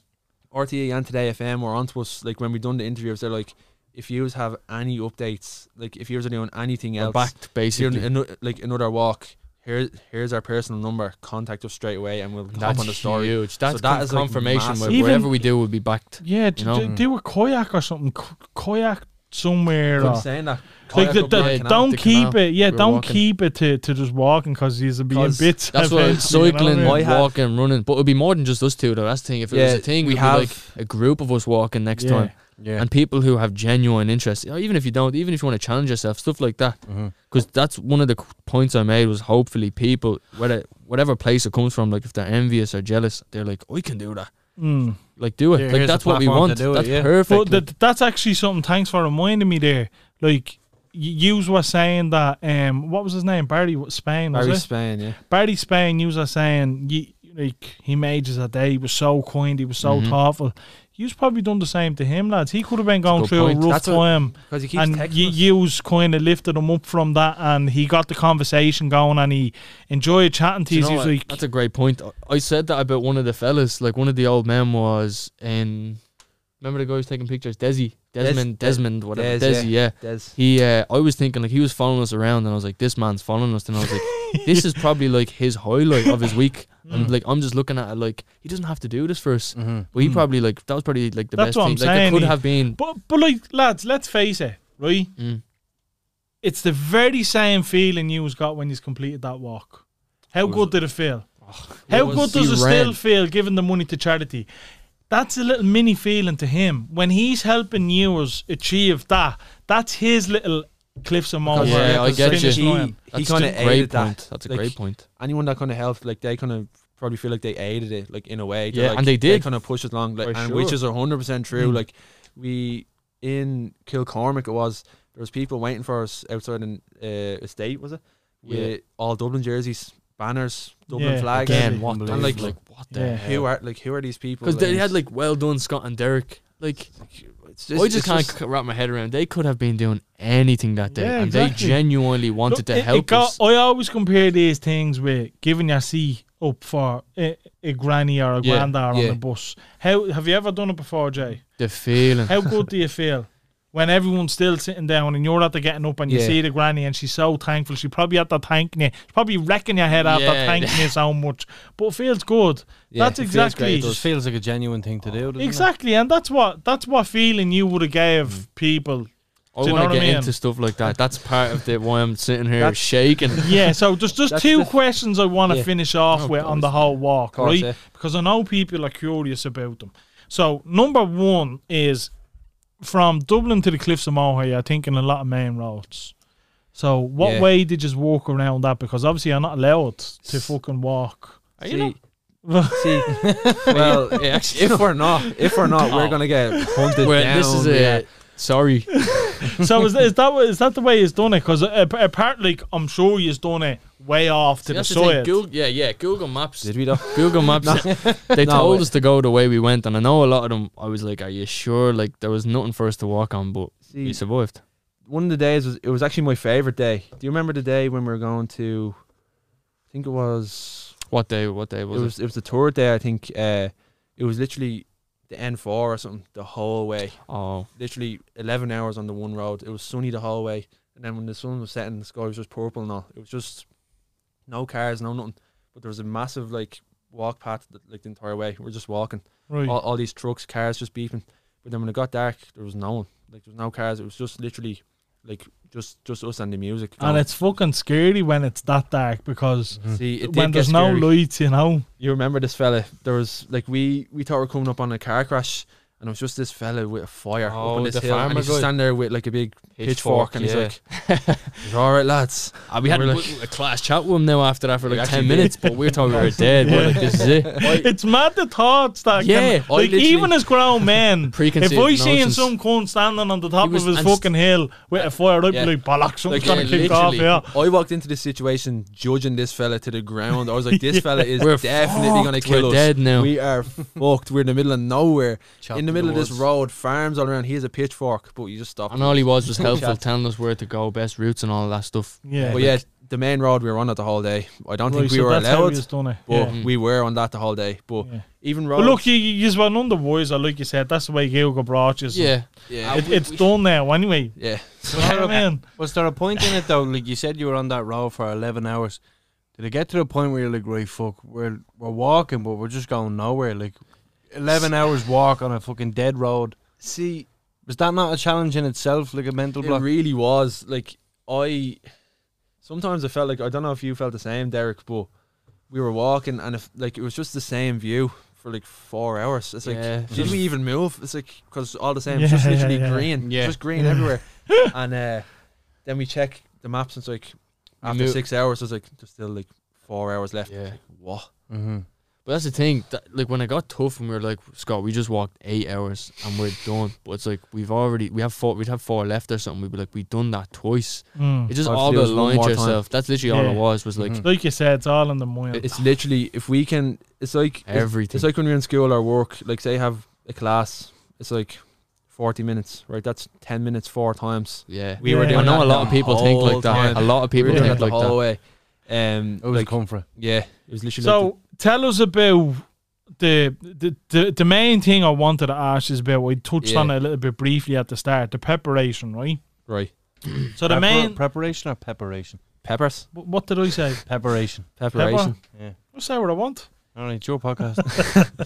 [SPEAKER 5] RTE, E and Today FM were onto us. Like when we done the interviews, they're like, if yous have any updates, like if yous are doing anything
[SPEAKER 4] we're
[SPEAKER 5] else,
[SPEAKER 4] back to
[SPEAKER 5] if you're
[SPEAKER 4] basically
[SPEAKER 5] in ano- like another walk, here, here's our personal number. Contact us straight away, and we'll hop
[SPEAKER 4] That's
[SPEAKER 5] on the story.
[SPEAKER 4] huge. That's
[SPEAKER 5] that
[SPEAKER 4] con-
[SPEAKER 5] is, like,
[SPEAKER 4] confirmation.
[SPEAKER 5] massive.
[SPEAKER 4] where
[SPEAKER 2] Even-
[SPEAKER 4] wherever we do, we'll be backed.
[SPEAKER 2] Yeah, d-
[SPEAKER 4] You know?
[SPEAKER 2] d- do a kayak or something. K- kayak somewhere.
[SPEAKER 5] I'm
[SPEAKER 2] Or,
[SPEAKER 5] saying that.
[SPEAKER 2] like
[SPEAKER 5] Kayak
[SPEAKER 2] the,
[SPEAKER 5] up Grand
[SPEAKER 2] the,
[SPEAKER 5] Canal.
[SPEAKER 2] don't
[SPEAKER 4] the
[SPEAKER 2] keep
[SPEAKER 4] canal.
[SPEAKER 2] it. Yeah,
[SPEAKER 4] We're
[SPEAKER 2] don't
[SPEAKER 4] walking.
[SPEAKER 2] keep it to, to just walking because he's a being
[SPEAKER 5] 'Cause
[SPEAKER 2] bits.
[SPEAKER 4] That's what
[SPEAKER 2] eventually, you know what I
[SPEAKER 4] cycling,
[SPEAKER 2] mean?
[SPEAKER 5] I have-
[SPEAKER 4] walking, running. But it'll be more than just us two, though. That's the thing. If it was a thing,
[SPEAKER 5] we
[SPEAKER 4] we'd
[SPEAKER 5] have
[SPEAKER 4] be like a group of us walking next
[SPEAKER 2] Yeah.
[SPEAKER 4] time,
[SPEAKER 3] Yeah.
[SPEAKER 4] and people who have genuine interest. you know, Even if you don't, even if you want to challenge yourself, stuff like that.
[SPEAKER 5] Mm-hmm.
[SPEAKER 4] Because that's one of the qu- points I made was hopefully people, whether whatever place it comes from, like if they're envious or jealous, they're like, I can do that.
[SPEAKER 2] Mm.
[SPEAKER 4] Like do it.
[SPEAKER 3] Yeah,
[SPEAKER 4] like
[SPEAKER 3] here's
[SPEAKER 4] that's
[SPEAKER 3] the
[SPEAKER 4] what we
[SPEAKER 3] platform to
[SPEAKER 4] want.
[SPEAKER 3] do it,
[SPEAKER 4] that's
[SPEAKER 3] yeah.
[SPEAKER 4] perfect.
[SPEAKER 2] But that, that's actually something. Thanks for reminding me there. Like y- yous were saying that. Um, what was his name? Barry w- Spain. Was
[SPEAKER 5] Barry
[SPEAKER 2] it?
[SPEAKER 5] Spain, yeah.
[SPEAKER 2] Barry Spain. Yous were saying ye, like he made us a day. He was so kind. He was so
[SPEAKER 4] Mhm.
[SPEAKER 2] thoughtful. You've probably done the same to him, lads. He could have been going
[SPEAKER 4] good
[SPEAKER 2] through
[SPEAKER 4] point.
[SPEAKER 2] a rough
[SPEAKER 5] That's what-
[SPEAKER 2] time,
[SPEAKER 5] Because he keeps
[SPEAKER 2] and
[SPEAKER 5] texting
[SPEAKER 2] you
[SPEAKER 5] us.
[SPEAKER 2] yous kind of lifted him up from that, and he got the conversation going, and he enjoyed chatting to
[SPEAKER 4] Do you
[SPEAKER 2] you.
[SPEAKER 4] know
[SPEAKER 2] He was
[SPEAKER 4] what?
[SPEAKER 2] like,
[SPEAKER 4] that's a great point. I- I said that about one of the fellas. Like one of the old men was in. Remember the guy who was taking pictures, Desi, Desmond,
[SPEAKER 5] Des-
[SPEAKER 4] Desmond, whatever,
[SPEAKER 5] Des, yeah.
[SPEAKER 4] Desi, yeah.
[SPEAKER 5] Des.
[SPEAKER 4] He, uh, I was thinking like he was following us around, and I was like, this man's following us, and I was like, this is probably like his highlight of his week. And like I'm just looking at it like he doesn't have to do this for us, but he probably like that was probably like the
[SPEAKER 2] That's
[SPEAKER 4] best
[SPEAKER 2] what I'm
[SPEAKER 4] thing. Like
[SPEAKER 2] saying,
[SPEAKER 4] it could
[SPEAKER 2] he-
[SPEAKER 4] have been.
[SPEAKER 2] but but like lads, let's face it, right?
[SPEAKER 4] Mm.
[SPEAKER 2] it's the very same feeling you was got when you completed that walk. How good did it feel? How
[SPEAKER 4] Oh, it
[SPEAKER 2] good
[SPEAKER 4] was-
[SPEAKER 2] does
[SPEAKER 4] he
[SPEAKER 2] it still
[SPEAKER 4] ran.
[SPEAKER 2] feel giving the money to charity? That's a little mini feeling to him when he's helping you achieve that. That's his little cliffs of moment.
[SPEAKER 4] Yeah, I get
[SPEAKER 2] Finish
[SPEAKER 4] you.
[SPEAKER 2] line.
[SPEAKER 5] He, he
[SPEAKER 4] That's
[SPEAKER 5] kind
[SPEAKER 4] a
[SPEAKER 5] of
[SPEAKER 4] great
[SPEAKER 5] aided
[SPEAKER 4] point.
[SPEAKER 5] that.
[SPEAKER 4] That's a
[SPEAKER 5] Like,
[SPEAKER 4] great point.
[SPEAKER 5] Anyone that kind of helped, like they kind of probably feel like they aided it, like in a way.
[SPEAKER 4] Yeah, and they did. Hmm.
[SPEAKER 5] kind of push us along, like,
[SPEAKER 4] For
[SPEAKER 5] and
[SPEAKER 4] sure.
[SPEAKER 5] which is hundred percent true.
[SPEAKER 2] Mm.
[SPEAKER 5] Like we in Kilcormick, it was there was people waiting for us outside an uh, estate, was it? With
[SPEAKER 4] Yeah.
[SPEAKER 5] all Dublin jerseys, banners, Dublin
[SPEAKER 2] Yeah,
[SPEAKER 5] flags.
[SPEAKER 4] Again,
[SPEAKER 2] Deadly.
[SPEAKER 4] what the
[SPEAKER 5] And, like-
[SPEAKER 4] like, like what the
[SPEAKER 2] Yeah.
[SPEAKER 5] Who are like who are these people?
[SPEAKER 4] Because Um, they
[SPEAKER 5] Like,
[SPEAKER 4] had like well done Scott and Derek. Like
[SPEAKER 5] it's
[SPEAKER 4] I just
[SPEAKER 5] it's
[SPEAKER 4] can't c- wrap my head around. They could have been doing anything that day,
[SPEAKER 2] Yeah,
[SPEAKER 4] and
[SPEAKER 2] exactly.
[SPEAKER 4] they genuinely wanted
[SPEAKER 2] Look,
[SPEAKER 4] to
[SPEAKER 2] it- it
[SPEAKER 4] help
[SPEAKER 2] got-
[SPEAKER 4] us.
[SPEAKER 2] I always compare these things with giving your seat up for a, a granny or a
[SPEAKER 4] Yeah,
[SPEAKER 2] granddad on
[SPEAKER 4] yeah.
[SPEAKER 2] the bus. How have you ever done it before, Jay?
[SPEAKER 4] The feeling.
[SPEAKER 2] How good [laughs] do you feel when everyone's still sitting down and you're at the getting up and you
[SPEAKER 5] Yeah.
[SPEAKER 2] see the granny and she's so thankful? She probably had to thanking you. She's probably wrecking your head after
[SPEAKER 4] Yeah,
[SPEAKER 2] thanking you so much, but it feels good.
[SPEAKER 5] Yeah,
[SPEAKER 2] that's
[SPEAKER 5] it feels
[SPEAKER 2] exactly
[SPEAKER 5] great,
[SPEAKER 3] It just feels like a genuine thing to do. doesn't it?
[SPEAKER 2] exactly, and that's what that's what feeling you would have gave people.
[SPEAKER 4] I
[SPEAKER 2] Do you know
[SPEAKER 4] want
[SPEAKER 2] what I
[SPEAKER 4] to get
[SPEAKER 2] mean?
[SPEAKER 4] into stuff like that. That's part of the why I'm sitting here
[SPEAKER 5] That's-
[SPEAKER 4] shaking. [laughs]
[SPEAKER 2] Yeah, so there's just
[SPEAKER 5] That's
[SPEAKER 2] two
[SPEAKER 5] the-
[SPEAKER 2] questions I want to
[SPEAKER 5] Yeah.
[SPEAKER 2] finish off
[SPEAKER 4] Oh,
[SPEAKER 2] with on
[SPEAKER 4] course.
[SPEAKER 2] the whole walk,
[SPEAKER 5] Course,
[SPEAKER 2] right?
[SPEAKER 5] yeah.
[SPEAKER 2] Because I know people are curious about them. So number one is from Dublin to the Cliffs of Moher, I think in a lot of main roads. So what
[SPEAKER 5] Yeah.
[SPEAKER 2] way did you walk around that? Because obviously you're not allowed to fucking walk.
[SPEAKER 4] Are
[SPEAKER 5] See,
[SPEAKER 4] you not? [laughs]
[SPEAKER 5] see, well, [laughs] if we're not, if we're
[SPEAKER 4] [laughs]
[SPEAKER 5] not,
[SPEAKER 4] Oh.
[SPEAKER 5] we're gonna get hunted
[SPEAKER 4] Well, this is
[SPEAKER 5] down, yeah.
[SPEAKER 4] a sorry.
[SPEAKER 2] so is, is that what- is that the way it's done it? Because apparently, like, I'm sure you've done it way off to the
[SPEAKER 4] That's the thing,
[SPEAKER 2] side.
[SPEAKER 4] Goog- yeah, yeah. Google Maps.
[SPEAKER 5] Did we though?
[SPEAKER 4] [laughs] Google Maps. They
[SPEAKER 5] No,
[SPEAKER 4] told
[SPEAKER 5] it-
[SPEAKER 4] us to go the way we went, and I know a lot of them. I was like, "Are you sure?" Like there was nothing for us to walk on, but we
[SPEAKER 5] See,
[SPEAKER 4] survived.
[SPEAKER 5] one of the days was it was actually my favorite day. Do you remember the day when we were going to? I think it was
[SPEAKER 4] What day? What day
[SPEAKER 5] it
[SPEAKER 4] was it?
[SPEAKER 5] was it was the tour day. I think uh, it was literally the N four or something the whole way.
[SPEAKER 4] oh,
[SPEAKER 5] Literally eleven hours on the one road. It was sunny the whole way, and then when the sun was setting, the sky was just purple and all. It was just no cars, no nothing. But there was a massive like walk path th- like the entire way. We were just walking.
[SPEAKER 2] Right.
[SPEAKER 5] All, all these trucks, cars just beeping. But then when it got dark, there was no one. Like there was no cars. It was just literally like just just us and the music.
[SPEAKER 2] and it's fucking scary when it's that dark because
[SPEAKER 5] See, it
[SPEAKER 2] when
[SPEAKER 5] did
[SPEAKER 2] there's
[SPEAKER 5] get
[SPEAKER 2] no
[SPEAKER 5] scary.
[SPEAKER 2] lights, you know.
[SPEAKER 5] You remember this fella? There was like we we thought we were coming up on a car crash, and it was just this fella with a fire
[SPEAKER 4] Oh,
[SPEAKER 5] up on this
[SPEAKER 4] the
[SPEAKER 5] hill, and
[SPEAKER 4] farmer
[SPEAKER 5] he's just
[SPEAKER 4] guy.
[SPEAKER 5] standing there with like a big pitchfork, and he's
[SPEAKER 4] yeah.
[SPEAKER 5] like, "It's all right, lads."
[SPEAKER 4] Ah, we had a,
[SPEAKER 5] We're
[SPEAKER 4] a class chat with him now after that for
[SPEAKER 5] We
[SPEAKER 4] like
[SPEAKER 5] actually
[SPEAKER 4] ten
[SPEAKER 5] did.
[SPEAKER 4] minutes, but we were talking we
[SPEAKER 5] [laughs]
[SPEAKER 4] were dead. We're like, this is it. [laughs]
[SPEAKER 2] it's mad the thoughts that
[SPEAKER 4] Yeah,
[SPEAKER 2] can,
[SPEAKER 4] I
[SPEAKER 2] like
[SPEAKER 4] literally-
[SPEAKER 2] even as grown
[SPEAKER 4] [laughs]
[SPEAKER 2] men if
[SPEAKER 4] Preconceived
[SPEAKER 2] I seen
[SPEAKER 4] notions.
[SPEAKER 2] some cunt standing on the top
[SPEAKER 4] He was-
[SPEAKER 2] of his
[SPEAKER 4] and s-
[SPEAKER 2] fucking hill with a fire I'd
[SPEAKER 5] yeah.
[SPEAKER 2] be like bollocks something's
[SPEAKER 5] Like,
[SPEAKER 2] gonna
[SPEAKER 4] yeah,
[SPEAKER 2] kick off
[SPEAKER 4] literally.
[SPEAKER 2] here
[SPEAKER 5] I walked into this situation judging this fella to the ground. I was like,
[SPEAKER 4] [laughs]
[SPEAKER 5] "This fella is
[SPEAKER 4] We're
[SPEAKER 5] definitely gonna
[SPEAKER 4] fucked.
[SPEAKER 5] kill
[SPEAKER 4] We're
[SPEAKER 5] us.
[SPEAKER 4] dead now. [laughs]
[SPEAKER 5] We are fucked. We're in the middle of nowhere, in the middle of this
[SPEAKER 4] woods.
[SPEAKER 5] road, farms all around. He has a pitchfork, but you just stop.
[SPEAKER 4] And all he was was helpful,
[SPEAKER 5] [laughs] Chat.
[SPEAKER 4] telling us where to go, best routes, and all that stuff.
[SPEAKER 2] yeah
[SPEAKER 5] But yeah, the main road we were on it the whole day. I don't
[SPEAKER 2] Right,
[SPEAKER 5] think we
[SPEAKER 2] so
[SPEAKER 5] were
[SPEAKER 2] that's how
[SPEAKER 5] allowed,
[SPEAKER 2] he's done it.
[SPEAKER 5] but
[SPEAKER 2] yeah.
[SPEAKER 5] we were on that the whole day. But
[SPEAKER 2] Yeah.
[SPEAKER 5] even
[SPEAKER 2] But
[SPEAKER 5] roads,
[SPEAKER 2] look you you were none the wiser like you said that's the way Gilgo brought you so
[SPEAKER 4] Yeah,
[SPEAKER 5] yeah,
[SPEAKER 2] it, it's done now anyway
[SPEAKER 5] yeah.
[SPEAKER 4] [laughs]
[SPEAKER 2] you know what I mean
[SPEAKER 3] Was there a point in it though? Like you said, you were on that road for eleven hours. Did it get to the point where you're like, right, fuck, we're we're walking, but we're just going nowhere? Like, eleven hours walk on a fucking dead road.
[SPEAKER 5] See,
[SPEAKER 3] Was that not a challenge in itself, like a mental
[SPEAKER 5] it
[SPEAKER 3] block?
[SPEAKER 5] really was like I. Sometimes I felt like I don't know if you felt the same, Derek, but we were walking and if like it was just the same view for like four hours. It's like
[SPEAKER 4] Yeah.
[SPEAKER 5] did we even move? It's like because all the same,
[SPEAKER 2] Yeah,
[SPEAKER 5] it's just literally
[SPEAKER 2] yeah, yeah.
[SPEAKER 5] green,
[SPEAKER 4] Yeah.
[SPEAKER 5] just
[SPEAKER 2] [laughs]
[SPEAKER 5] green everywhere. and uh, then we check the maps and it's like after
[SPEAKER 4] knew-
[SPEAKER 5] six hours, it's like there's still like four hours left.
[SPEAKER 4] Yeah.
[SPEAKER 5] What?
[SPEAKER 3] mm-hmm.
[SPEAKER 4] But that's the thing. That, like when I got tough, and we were like, Scott, we just walked eight hours and we're done. But it's like we've already we have four. We'd have four left or something. We'd be like, we've done that twice.
[SPEAKER 2] Mm.
[SPEAKER 4] It's just
[SPEAKER 5] All
[SPEAKER 4] all
[SPEAKER 5] you have to
[SPEAKER 4] about
[SPEAKER 5] do is one
[SPEAKER 4] lying
[SPEAKER 5] more
[SPEAKER 4] to
[SPEAKER 5] time. Mm-hmm.
[SPEAKER 4] yourself. That's literally all
[SPEAKER 2] Yeah.
[SPEAKER 4] it was. Was like
[SPEAKER 3] Mhm.
[SPEAKER 2] Like you said, it's all in the mind.
[SPEAKER 5] It's literally if we can. It's like it's-
[SPEAKER 4] everything.
[SPEAKER 5] It's like when you're in school or work, like say you have a class, it's like 40 minutes, right? That's 10 minutes four times.
[SPEAKER 4] yeah.
[SPEAKER 5] We were
[SPEAKER 2] Yeah.
[SPEAKER 5] doing
[SPEAKER 4] I know
[SPEAKER 5] that
[SPEAKER 4] a lot of
[SPEAKER 5] the
[SPEAKER 4] people think
[SPEAKER 5] whole
[SPEAKER 4] like that.
[SPEAKER 5] time.
[SPEAKER 4] A lot of
[SPEAKER 5] We
[SPEAKER 4] people
[SPEAKER 5] were doing
[SPEAKER 4] think
[SPEAKER 5] that the
[SPEAKER 4] like
[SPEAKER 5] whole
[SPEAKER 4] that.
[SPEAKER 5] way. Um,
[SPEAKER 3] It was
[SPEAKER 5] like,
[SPEAKER 3] comfort.
[SPEAKER 5] yeah, it was literally like
[SPEAKER 2] So tell us about the, the the the main thing I wanted to ask is about. We touched
[SPEAKER 5] Yeah.
[SPEAKER 2] on it a little bit briefly at the start. The preparation, right?
[SPEAKER 5] the- right
[SPEAKER 2] So the
[SPEAKER 3] Prepar-
[SPEAKER 2] main.
[SPEAKER 3] preparation or preparation?
[SPEAKER 5] peppers,
[SPEAKER 2] wh- what did I say?
[SPEAKER 3] Preparation.
[SPEAKER 5] preparation,
[SPEAKER 3] Yeah.
[SPEAKER 2] I say what I want.
[SPEAKER 3] All right, it's your podcast.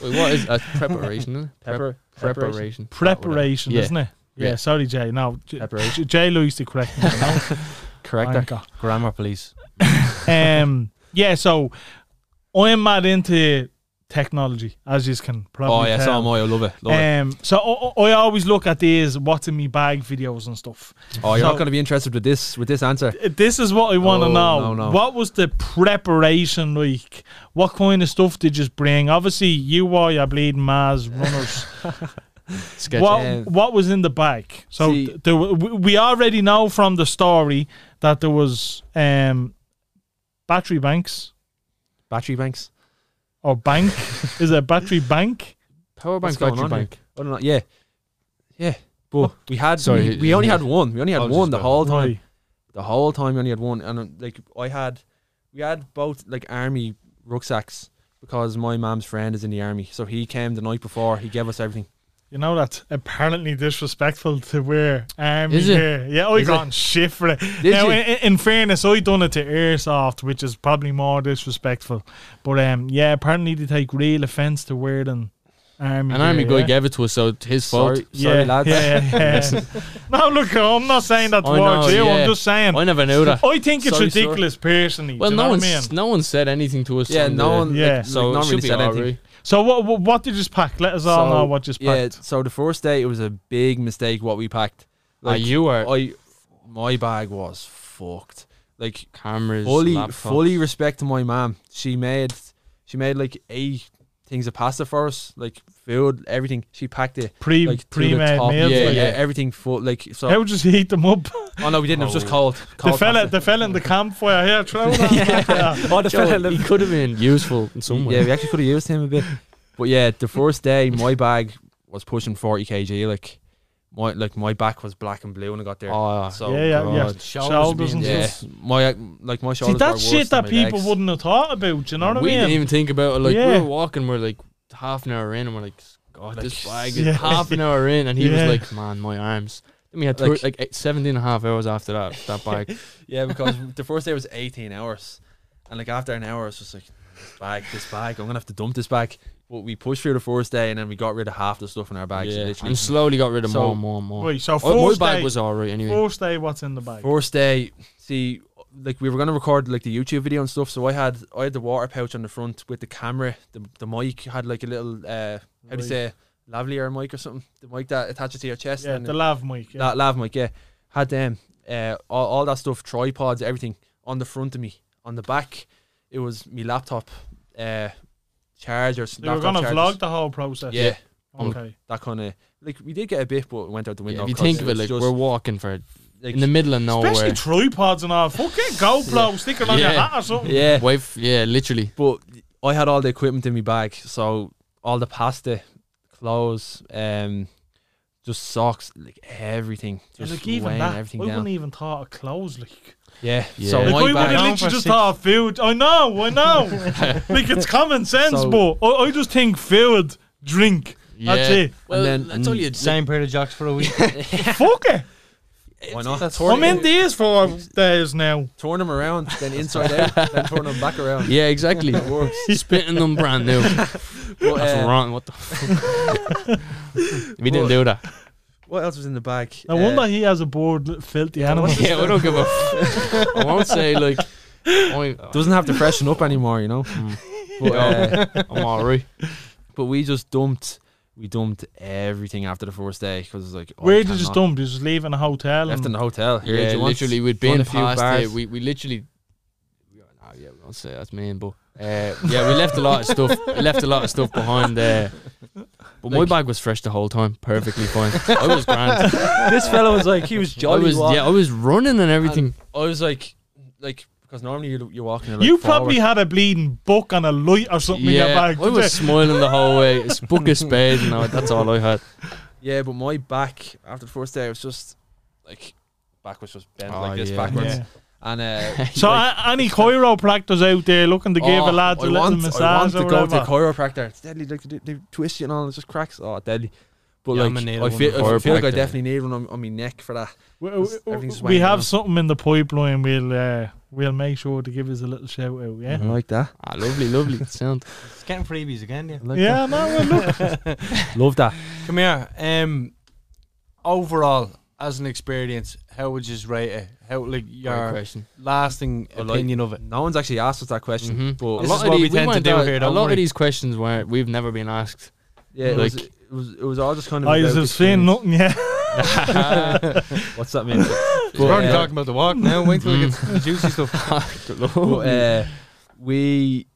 [SPEAKER 4] Wait, what is that? preparation? isn't it? Prep-
[SPEAKER 5] [laughs] pepper,
[SPEAKER 4] preparation.
[SPEAKER 2] Preparation,
[SPEAKER 4] Yeah.
[SPEAKER 2] isn't it? Yeah.
[SPEAKER 4] Yeah.
[SPEAKER 2] Sorry, Jay. No, J-
[SPEAKER 5] Preparation.
[SPEAKER 2] J- Jay Lewis to correct me. No,
[SPEAKER 5] correct.
[SPEAKER 2] Anchor.
[SPEAKER 3] Grammar, please.
[SPEAKER 2] um, yeah. So I'm mad into technology, as you can probably
[SPEAKER 5] Oh yeah, so
[SPEAKER 2] tell.
[SPEAKER 5] am I. I love it. Love it.
[SPEAKER 2] Um, so I, I I always look at these what's in me bag videos and stuff.
[SPEAKER 5] Oh, you're
[SPEAKER 2] so-
[SPEAKER 5] not going to be interested with this with this answer.
[SPEAKER 2] This is what I want to
[SPEAKER 5] Oh,
[SPEAKER 2] know.
[SPEAKER 5] no, no.
[SPEAKER 2] What was the preparation like? What kind of stuff did you bring? Obviously, you were your bleeding Mars
[SPEAKER 5] [laughs]
[SPEAKER 2] runners.
[SPEAKER 4] Sketch.
[SPEAKER 2] what what was in the bag? So
[SPEAKER 5] See-
[SPEAKER 2] th- there, w- w- we already know from the story that there was um, battery banks
[SPEAKER 5] Battery banks.
[SPEAKER 2] or bank.
[SPEAKER 5] [laughs]
[SPEAKER 2] is it a battery bank?
[SPEAKER 4] Power
[SPEAKER 5] What's
[SPEAKER 4] bank,
[SPEAKER 5] going
[SPEAKER 4] battery
[SPEAKER 5] on here?
[SPEAKER 4] bank.
[SPEAKER 5] I don't know. Yeah, yeah. But we had
[SPEAKER 4] Sorry,
[SPEAKER 5] we, we only had one. We only
[SPEAKER 3] I
[SPEAKER 5] had
[SPEAKER 3] was
[SPEAKER 5] one
[SPEAKER 3] just
[SPEAKER 5] the
[SPEAKER 3] about-
[SPEAKER 5] whole time.
[SPEAKER 2] Right.
[SPEAKER 5] the whole time you only had one and uh, like I had we had both like army rucksacks because my mom's friend is in the army so he came the night before he gave us everything
[SPEAKER 2] You know that's apparently disrespectful to wear army
[SPEAKER 4] Is it?
[SPEAKER 2] gear. Yeah, I
[SPEAKER 4] Is
[SPEAKER 2] got in shit for it.
[SPEAKER 5] Did
[SPEAKER 2] now,
[SPEAKER 5] you?
[SPEAKER 2] in, in fairness, I done it to airsoft, which is probably more disrespectful. But um, yeah, apparently they take real offence to wearing army.
[SPEAKER 4] An army
[SPEAKER 2] gear,
[SPEAKER 4] guy
[SPEAKER 2] yeah.
[SPEAKER 4] gave it to us, so it's his fault.
[SPEAKER 5] sorry, sorry
[SPEAKER 2] yeah,
[SPEAKER 5] lads
[SPEAKER 2] Yeah,
[SPEAKER 4] [laughs]
[SPEAKER 2] yeah, yeah. no, look, I'm not saying that
[SPEAKER 4] I
[SPEAKER 2] towards
[SPEAKER 4] know,
[SPEAKER 2] you.
[SPEAKER 4] yeah.
[SPEAKER 2] I'm just saying.
[SPEAKER 4] I never
[SPEAKER 5] [laughs]
[SPEAKER 4] knew that.
[SPEAKER 2] I think it's
[SPEAKER 4] Sorry, sir.
[SPEAKER 2] ridiculous, personally.
[SPEAKER 4] Well,
[SPEAKER 2] do you
[SPEAKER 4] no
[SPEAKER 2] know
[SPEAKER 4] one,
[SPEAKER 2] what I mean?
[SPEAKER 4] no one said anything to us.
[SPEAKER 5] [laughs] yeah
[SPEAKER 4] on
[SPEAKER 5] no
[SPEAKER 4] the-
[SPEAKER 5] one
[SPEAKER 2] Yeah.
[SPEAKER 5] yeah
[SPEAKER 4] So
[SPEAKER 5] like,
[SPEAKER 4] it
[SPEAKER 5] no one
[SPEAKER 4] should
[SPEAKER 5] really
[SPEAKER 4] be all
[SPEAKER 5] said anything
[SPEAKER 4] right.
[SPEAKER 2] So what, what? What did you pack? Let us all
[SPEAKER 5] So,
[SPEAKER 2] know what you
[SPEAKER 5] yeah
[SPEAKER 2] packed.
[SPEAKER 5] so the first day it was a big mistake what we packed
[SPEAKER 4] Like, you are
[SPEAKER 5] I my bag was fucked like
[SPEAKER 4] cameras,
[SPEAKER 5] fully
[SPEAKER 4] laptops. [laughs]
[SPEAKER 5] fully respect to my mom she made she made like eight things of pasta for us like food everything she packed it
[SPEAKER 2] Pre
[SPEAKER 5] like to the
[SPEAKER 2] pre-made
[SPEAKER 5] top.
[SPEAKER 2] meals.
[SPEAKER 5] yeah,
[SPEAKER 2] like,
[SPEAKER 5] yeah, everything full like so
[SPEAKER 2] How just heat them up?
[SPEAKER 5] Oh no, we didn't. It was just cold. cold
[SPEAKER 2] the fella,
[SPEAKER 5] pasta.
[SPEAKER 2] the fella in the campfire here, throw
[SPEAKER 5] [laughs]
[SPEAKER 2] that. yeah.
[SPEAKER 5] oh, the fella.
[SPEAKER 4] Joe, he could have been useful in some way.
[SPEAKER 5] yeah, we actually could have used him a bit, but yeah, the first day my bag was pushing forty kg. Like my like my back was black and blue when I got there.
[SPEAKER 4] Oh,
[SPEAKER 5] so
[SPEAKER 2] yeah, yeah, yeah.
[SPEAKER 4] God.
[SPEAKER 2] Shoulders and
[SPEAKER 5] yeah,
[SPEAKER 2] stuff.
[SPEAKER 5] my like my
[SPEAKER 2] See,
[SPEAKER 5] shoulders. were
[SPEAKER 2] that's
[SPEAKER 5] worse
[SPEAKER 2] shit
[SPEAKER 5] than
[SPEAKER 2] that
[SPEAKER 5] my
[SPEAKER 2] people
[SPEAKER 5] legs.
[SPEAKER 2] wouldn't have thought about. Do you know what I
[SPEAKER 4] we
[SPEAKER 2] mean?
[SPEAKER 4] didn't even think about it. Like
[SPEAKER 2] Yeah.
[SPEAKER 4] we were walking, we're like half an hour in, and we're like, God, this bag is
[SPEAKER 2] Yeah.
[SPEAKER 4] half
[SPEAKER 5] [laughs]
[SPEAKER 4] an hour in, and he
[SPEAKER 2] Yeah.
[SPEAKER 4] was like, Man, my arms. Then we had like,
[SPEAKER 5] Like-
[SPEAKER 4] like eight, 17 and a half hours after that that bag.
[SPEAKER 5] [laughs] Yeah, because the first day was eighteen hours, and like after an hour, it's just like this bag, this bag. I'm gonna have to dump this bag. But we pushed through the first day, and then we got rid of half the stuff in our bags.
[SPEAKER 4] yeah,
[SPEAKER 5] literally.
[SPEAKER 4] and slowly got rid of
[SPEAKER 5] So-
[SPEAKER 4] more and more and more.
[SPEAKER 2] Wait, so
[SPEAKER 4] Oh, my
[SPEAKER 2] first
[SPEAKER 4] bag
[SPEAKER 2] day,
[SPEAKER 4] was alright anyway.
[SPEAKER 2] first day, what's in the bag?
[SPEAKER 5] First day, see, like we were gonna record like the YouTube video and stuff, so I had I had the water pouch on the front with the camera, the the mic had like a little uh how do you
[SPEAKER 2] Right.
[SPEAKER 5] say lavalier mic or something, the mic that attaches to your chest,
[SPEAKER 2] yeah,
[SPEAKER 5] and
[SPEAKER 2] the lav mic. Yeah.
[SPEAKER 5] that lav mic, yeah, had them, uh, all, all that stuff, tripods, everything on the front of me, on the back, it was me laptop, uh, chargers.
[SPEAKER 2] They were
[SPEAKER 5] laptop
[SPEAKER 2] gonna
[SPEAKER 5] chargers.
[SPEAKER 2] vlog the whole process.
[SPEAKER 5] yeah,
[SPEAKER 2] Okay.
[SPEAKER 5] that kind of like we did get a bit, but it went out the
[SPEAKER 4] Yeah,
[SPEAKER 5] window.
[SPEAKER 4] if you
[SPEAKER 5] 'cause
[SPEAKER 4] think of it,
[SPEAKER 5] was
[SPEAKER 4] like
[SPEAKER 5] just,
[SPEAKER 4] we're walking for
[SPEAKER 5] like,
[SPEAKER 4] in the middle of nowhere.
[SPEAKER 2] Especially tripods and all. Fucking GoPro, stick it on your
[SPEAKER 4] Yeah.
[SPEAKER 2] hat or something.
[SPEAKER 5] yeah,
[SPEAKER 4] Wait, f- yeah, literally.
[SPEAKER 5] But I had all the equipment in my bag, so all the pasta, clothes, um, just socks, like everything,
[SPEAKER 2] Just
[SPEAKER 5] just
[SPEAKER 2] like even
[SPEAKER 5] weighing
[SPEAKER 2] that,
[SPEAKER 5] everything
[SPEAKER 2] I
[SPEAKER 5] down.
[SPEAKER 2] wouldn't even thought of clothes. Like,
[SPEAKER 5] Yeah.
[SPEAKER 4] Yeah.
[SPEAKER 5] so
[SPEAKER 4] Like,
[SPEAKER 2] like I
[SPEAKER 5] my
[SPEAKER 2] would have
[SPEAKER 5] bag.
[SPEAKER 2] literally just thought of food. I know, I
[SPEAKER 5] [laughs]
[SPEAKER 2] know. like it's common sense,
[SPEAKER 5] So-
[SPEAKER 2] but I, I just think food, drink.
[SPEAKER 4] Yeah.
[SPEAKER 2] That's it.
[SPEAKER 4] Well,
[SPEAKER 5] then-
[SPEAKER 4] that's all you
[SPEAKER 3] Same pair of jocks for a week.
[SPEAKER 2] Fuck it.
[SPEAKER 5] Why not?
[SPEAKER 3] That's
[SPEAKER 5] Turn
[SPEAKER 2] I'm in these for days now.
[SPEAKER 5] Turn them around, [laughs] then inside out, then turn them back around.
[SPEAKER 4] Yeah, exactly.
[SPEAKER 5] It [laughs] works.
[SPEAKER 4] Spitting them brand
[SPEAKER 5] [laughs]
[SPEAKER 4] new.
[SPEAKER 5] But,
[SPEAKER 4] That's
[SPEAKER 5] uh,
[SPEAKER 4] wrong. What the
[SPEAKER 5] [laughs]
[SPEAKER 4] fuck? we didn't do that.
[SPEAKER 5] What else was in the bag? Uh,
[SPEAKER 2] No wonder he has a bored li- filthy animal.
[SPEAKER 5] what's
[SPEAKER 4] [laughs] Yeah, we don't give a. F-
[SPEAKER 5] [laughs]
[SPEAKER 4] I won't say like. I,
[SPEAKER 5] doesn't have to freshen up anymore, you [laughs] know.
[SPEAKER 4] Mm.
[SPEAKER 5] But, [laughs] uh,
[SPEAKER 4] I'm alright.
[SPEAKER 5] but we just dumped. We dumped everything after the first day because it's like
[SPEAKER 2] [laughs]
[SPEAKER 5] oh,
[SPEAKER 2] Where
[SPEAKER 5] we
[SPEAKER 2] did you just
[SPEAKER 5] cannot.
[SPEAKER 2] dump? You just leave in a hotel.
[SPEAKER 5] Left in
[SPEAKER 2] and-
[SPEAKER 5] the hotel. Here,
[SPEAKER 4] Yeah,
[SPEAKER 5] do you want?
[SPEAKER 4] literally, we'd
[SPEAKER 5] Do you
[SPEAKER 4] been
[SPEAKER 5] want
[SPEAKER 4] a
[SPEAKER 5] a few
[SPEAKER 4] past
[SPEAKER 5] bars?
[SPEAKER 4] it. We we literally. Oh, yeah, we won't say that's mean, but uh, yeah, we left a lot of stuff. We left a lot of stuff behind there. But my
[SPEAKER 5] Like-
[SPEAKER 4] bag was fresh the whole time, perfectly fine. I was
[SPEAKER 5] [laughs]
[SPEAKER 4] grand.
[SPEAKER 5] this fella was like, he [laughs] was
[SPEAKER 4] I
[SPEAKER 5] jolly.
[SPEAKER 4] was
[SPEAKER 5] walk-
[SPEAKER 4] yeah, I was running and everything.
[SPEAKER 5] I was like, like because normally you're, you're walking. Like
[SPEAKER 2] you
[SPEAKER 5] forward.
[SPEAKER 2] probably had a bleeding book and a light or something in your
[SPEAKER 4] yeah,
[SPEAKER 2] bag.
[SPEAKER 4] I was smiling the whole way. It's book of spade, and I- that's all I had.
[SPEAKER 5] Yeah, but my back after the first day, it was just like back was just bent
[SPEAKER 4] Oh,
[SPEAKER 5] like this
[SPEAKER 4] yeah.
[SPEAKER 5] backwards,
[SPEAKER 2] Yeah.
[SPEAKER 5] and [laughs] uh,
[SPEAKER 2] So a- any chiropractors out there looking to give
[SPEAKER 5] oh,
[SPEAKER 2] a lad
[SPEAKER 5] I
[SPEAKER 2] a little
[SPEAKER 5] want,
[SPEAKER 2] massage
[SPEAKER 5] I want to
[SPEAKER 2] or
[SPEAKER 5] go to
[SPEAKER 2] whatever.
[SPEAKER 5] chiropractor. It's deadly. Like they, they twist you and all, it just cracks. Oh, deadly. But
[SPEAKER 4] Yeah, I'm
[SPEAKER 5] like,
[SPEAKER 4] gonna need
[SPEAKER 5] I
[SPEAKER 4] one
[SPEAKER 5] feel, I feel like I
[SPEAKER 4] chiropractor.
[SPEAKER 5] definitely need one on, on my neck for that.
[SPEAKER 2] We-
[SPEAKER 5] Everything's
[SPEAKER 2] we-
[SPEAKER 5] just
[SPEAKER 2] we
[SPEAKER 5] weighing down.
[SPEAKER 2] have something in the pipeline. We'll uh, we'll make sure to give us a little shout out. Yeah,
[SPEAKER 5] Mm-hmm. I like that.
[SPEAKER 4] Ah, lovely, lovely sound.
[SPEAKER 3] [laughs] It's getting freebies again, yeah.
[SPEAKER 5] I like
[SPEAKER 2] yeah. No, well, look,
[SPEAKER 5] [laughs] that. love that.
[SPEAKER 3] Come here. Um, overall, as an experience, how would you rate it? How like
[SPEAKER 4] Great
[SPEAKER 3] your
[SPEAKER 4] question.
[SPEAKER 3] lasting
[SPEAKER 5] I like-
[SPEAKER 3] opinion of it?
[SPEAKER 5] No one's actually asked us that question,
[SPEAKER 4] Mhm.
[SPEAKER 5] but
[SPEAKER 3] This is what
[SPEAKER 4] the-
[SPEAKER 3] we tend to
[SPEAKER 4] went
[SPEAKER 3] do
[SPEAKER 4] down-
[SPEAKER 3] here,
[SPEAKER 4] A
[SPEAKER 3] don't
[SPEAKER 4] lot
[SPEAKER 3] worry.
[SPEAKER 4] of these questions where we've never been asked.
[SPEAKER 5] yeah, it, was,
[SPEAKER 4] like-
[SPEAKER 5] it was it was all just kind of.
[SPEAKER 2] I
[SPEAKER 5] about
[SPEAKER 2] have seen
[SPEAKER 5] experience.
[SPEAKER 2] nothing yet.
[SPEAKER 5] [laughs] What's that mean?
[SPEAKER 3] [laughs] We're already
[SPEAKER 5] uh,
[SPEAKER 3] talking about the walk now. Wait till we get
[SPEAKER 6] Mm.
[SPEAKER 3] the juicy stuff.
[SPEAKER 6] [laughs]
[SPEAKER 5] But, uh, we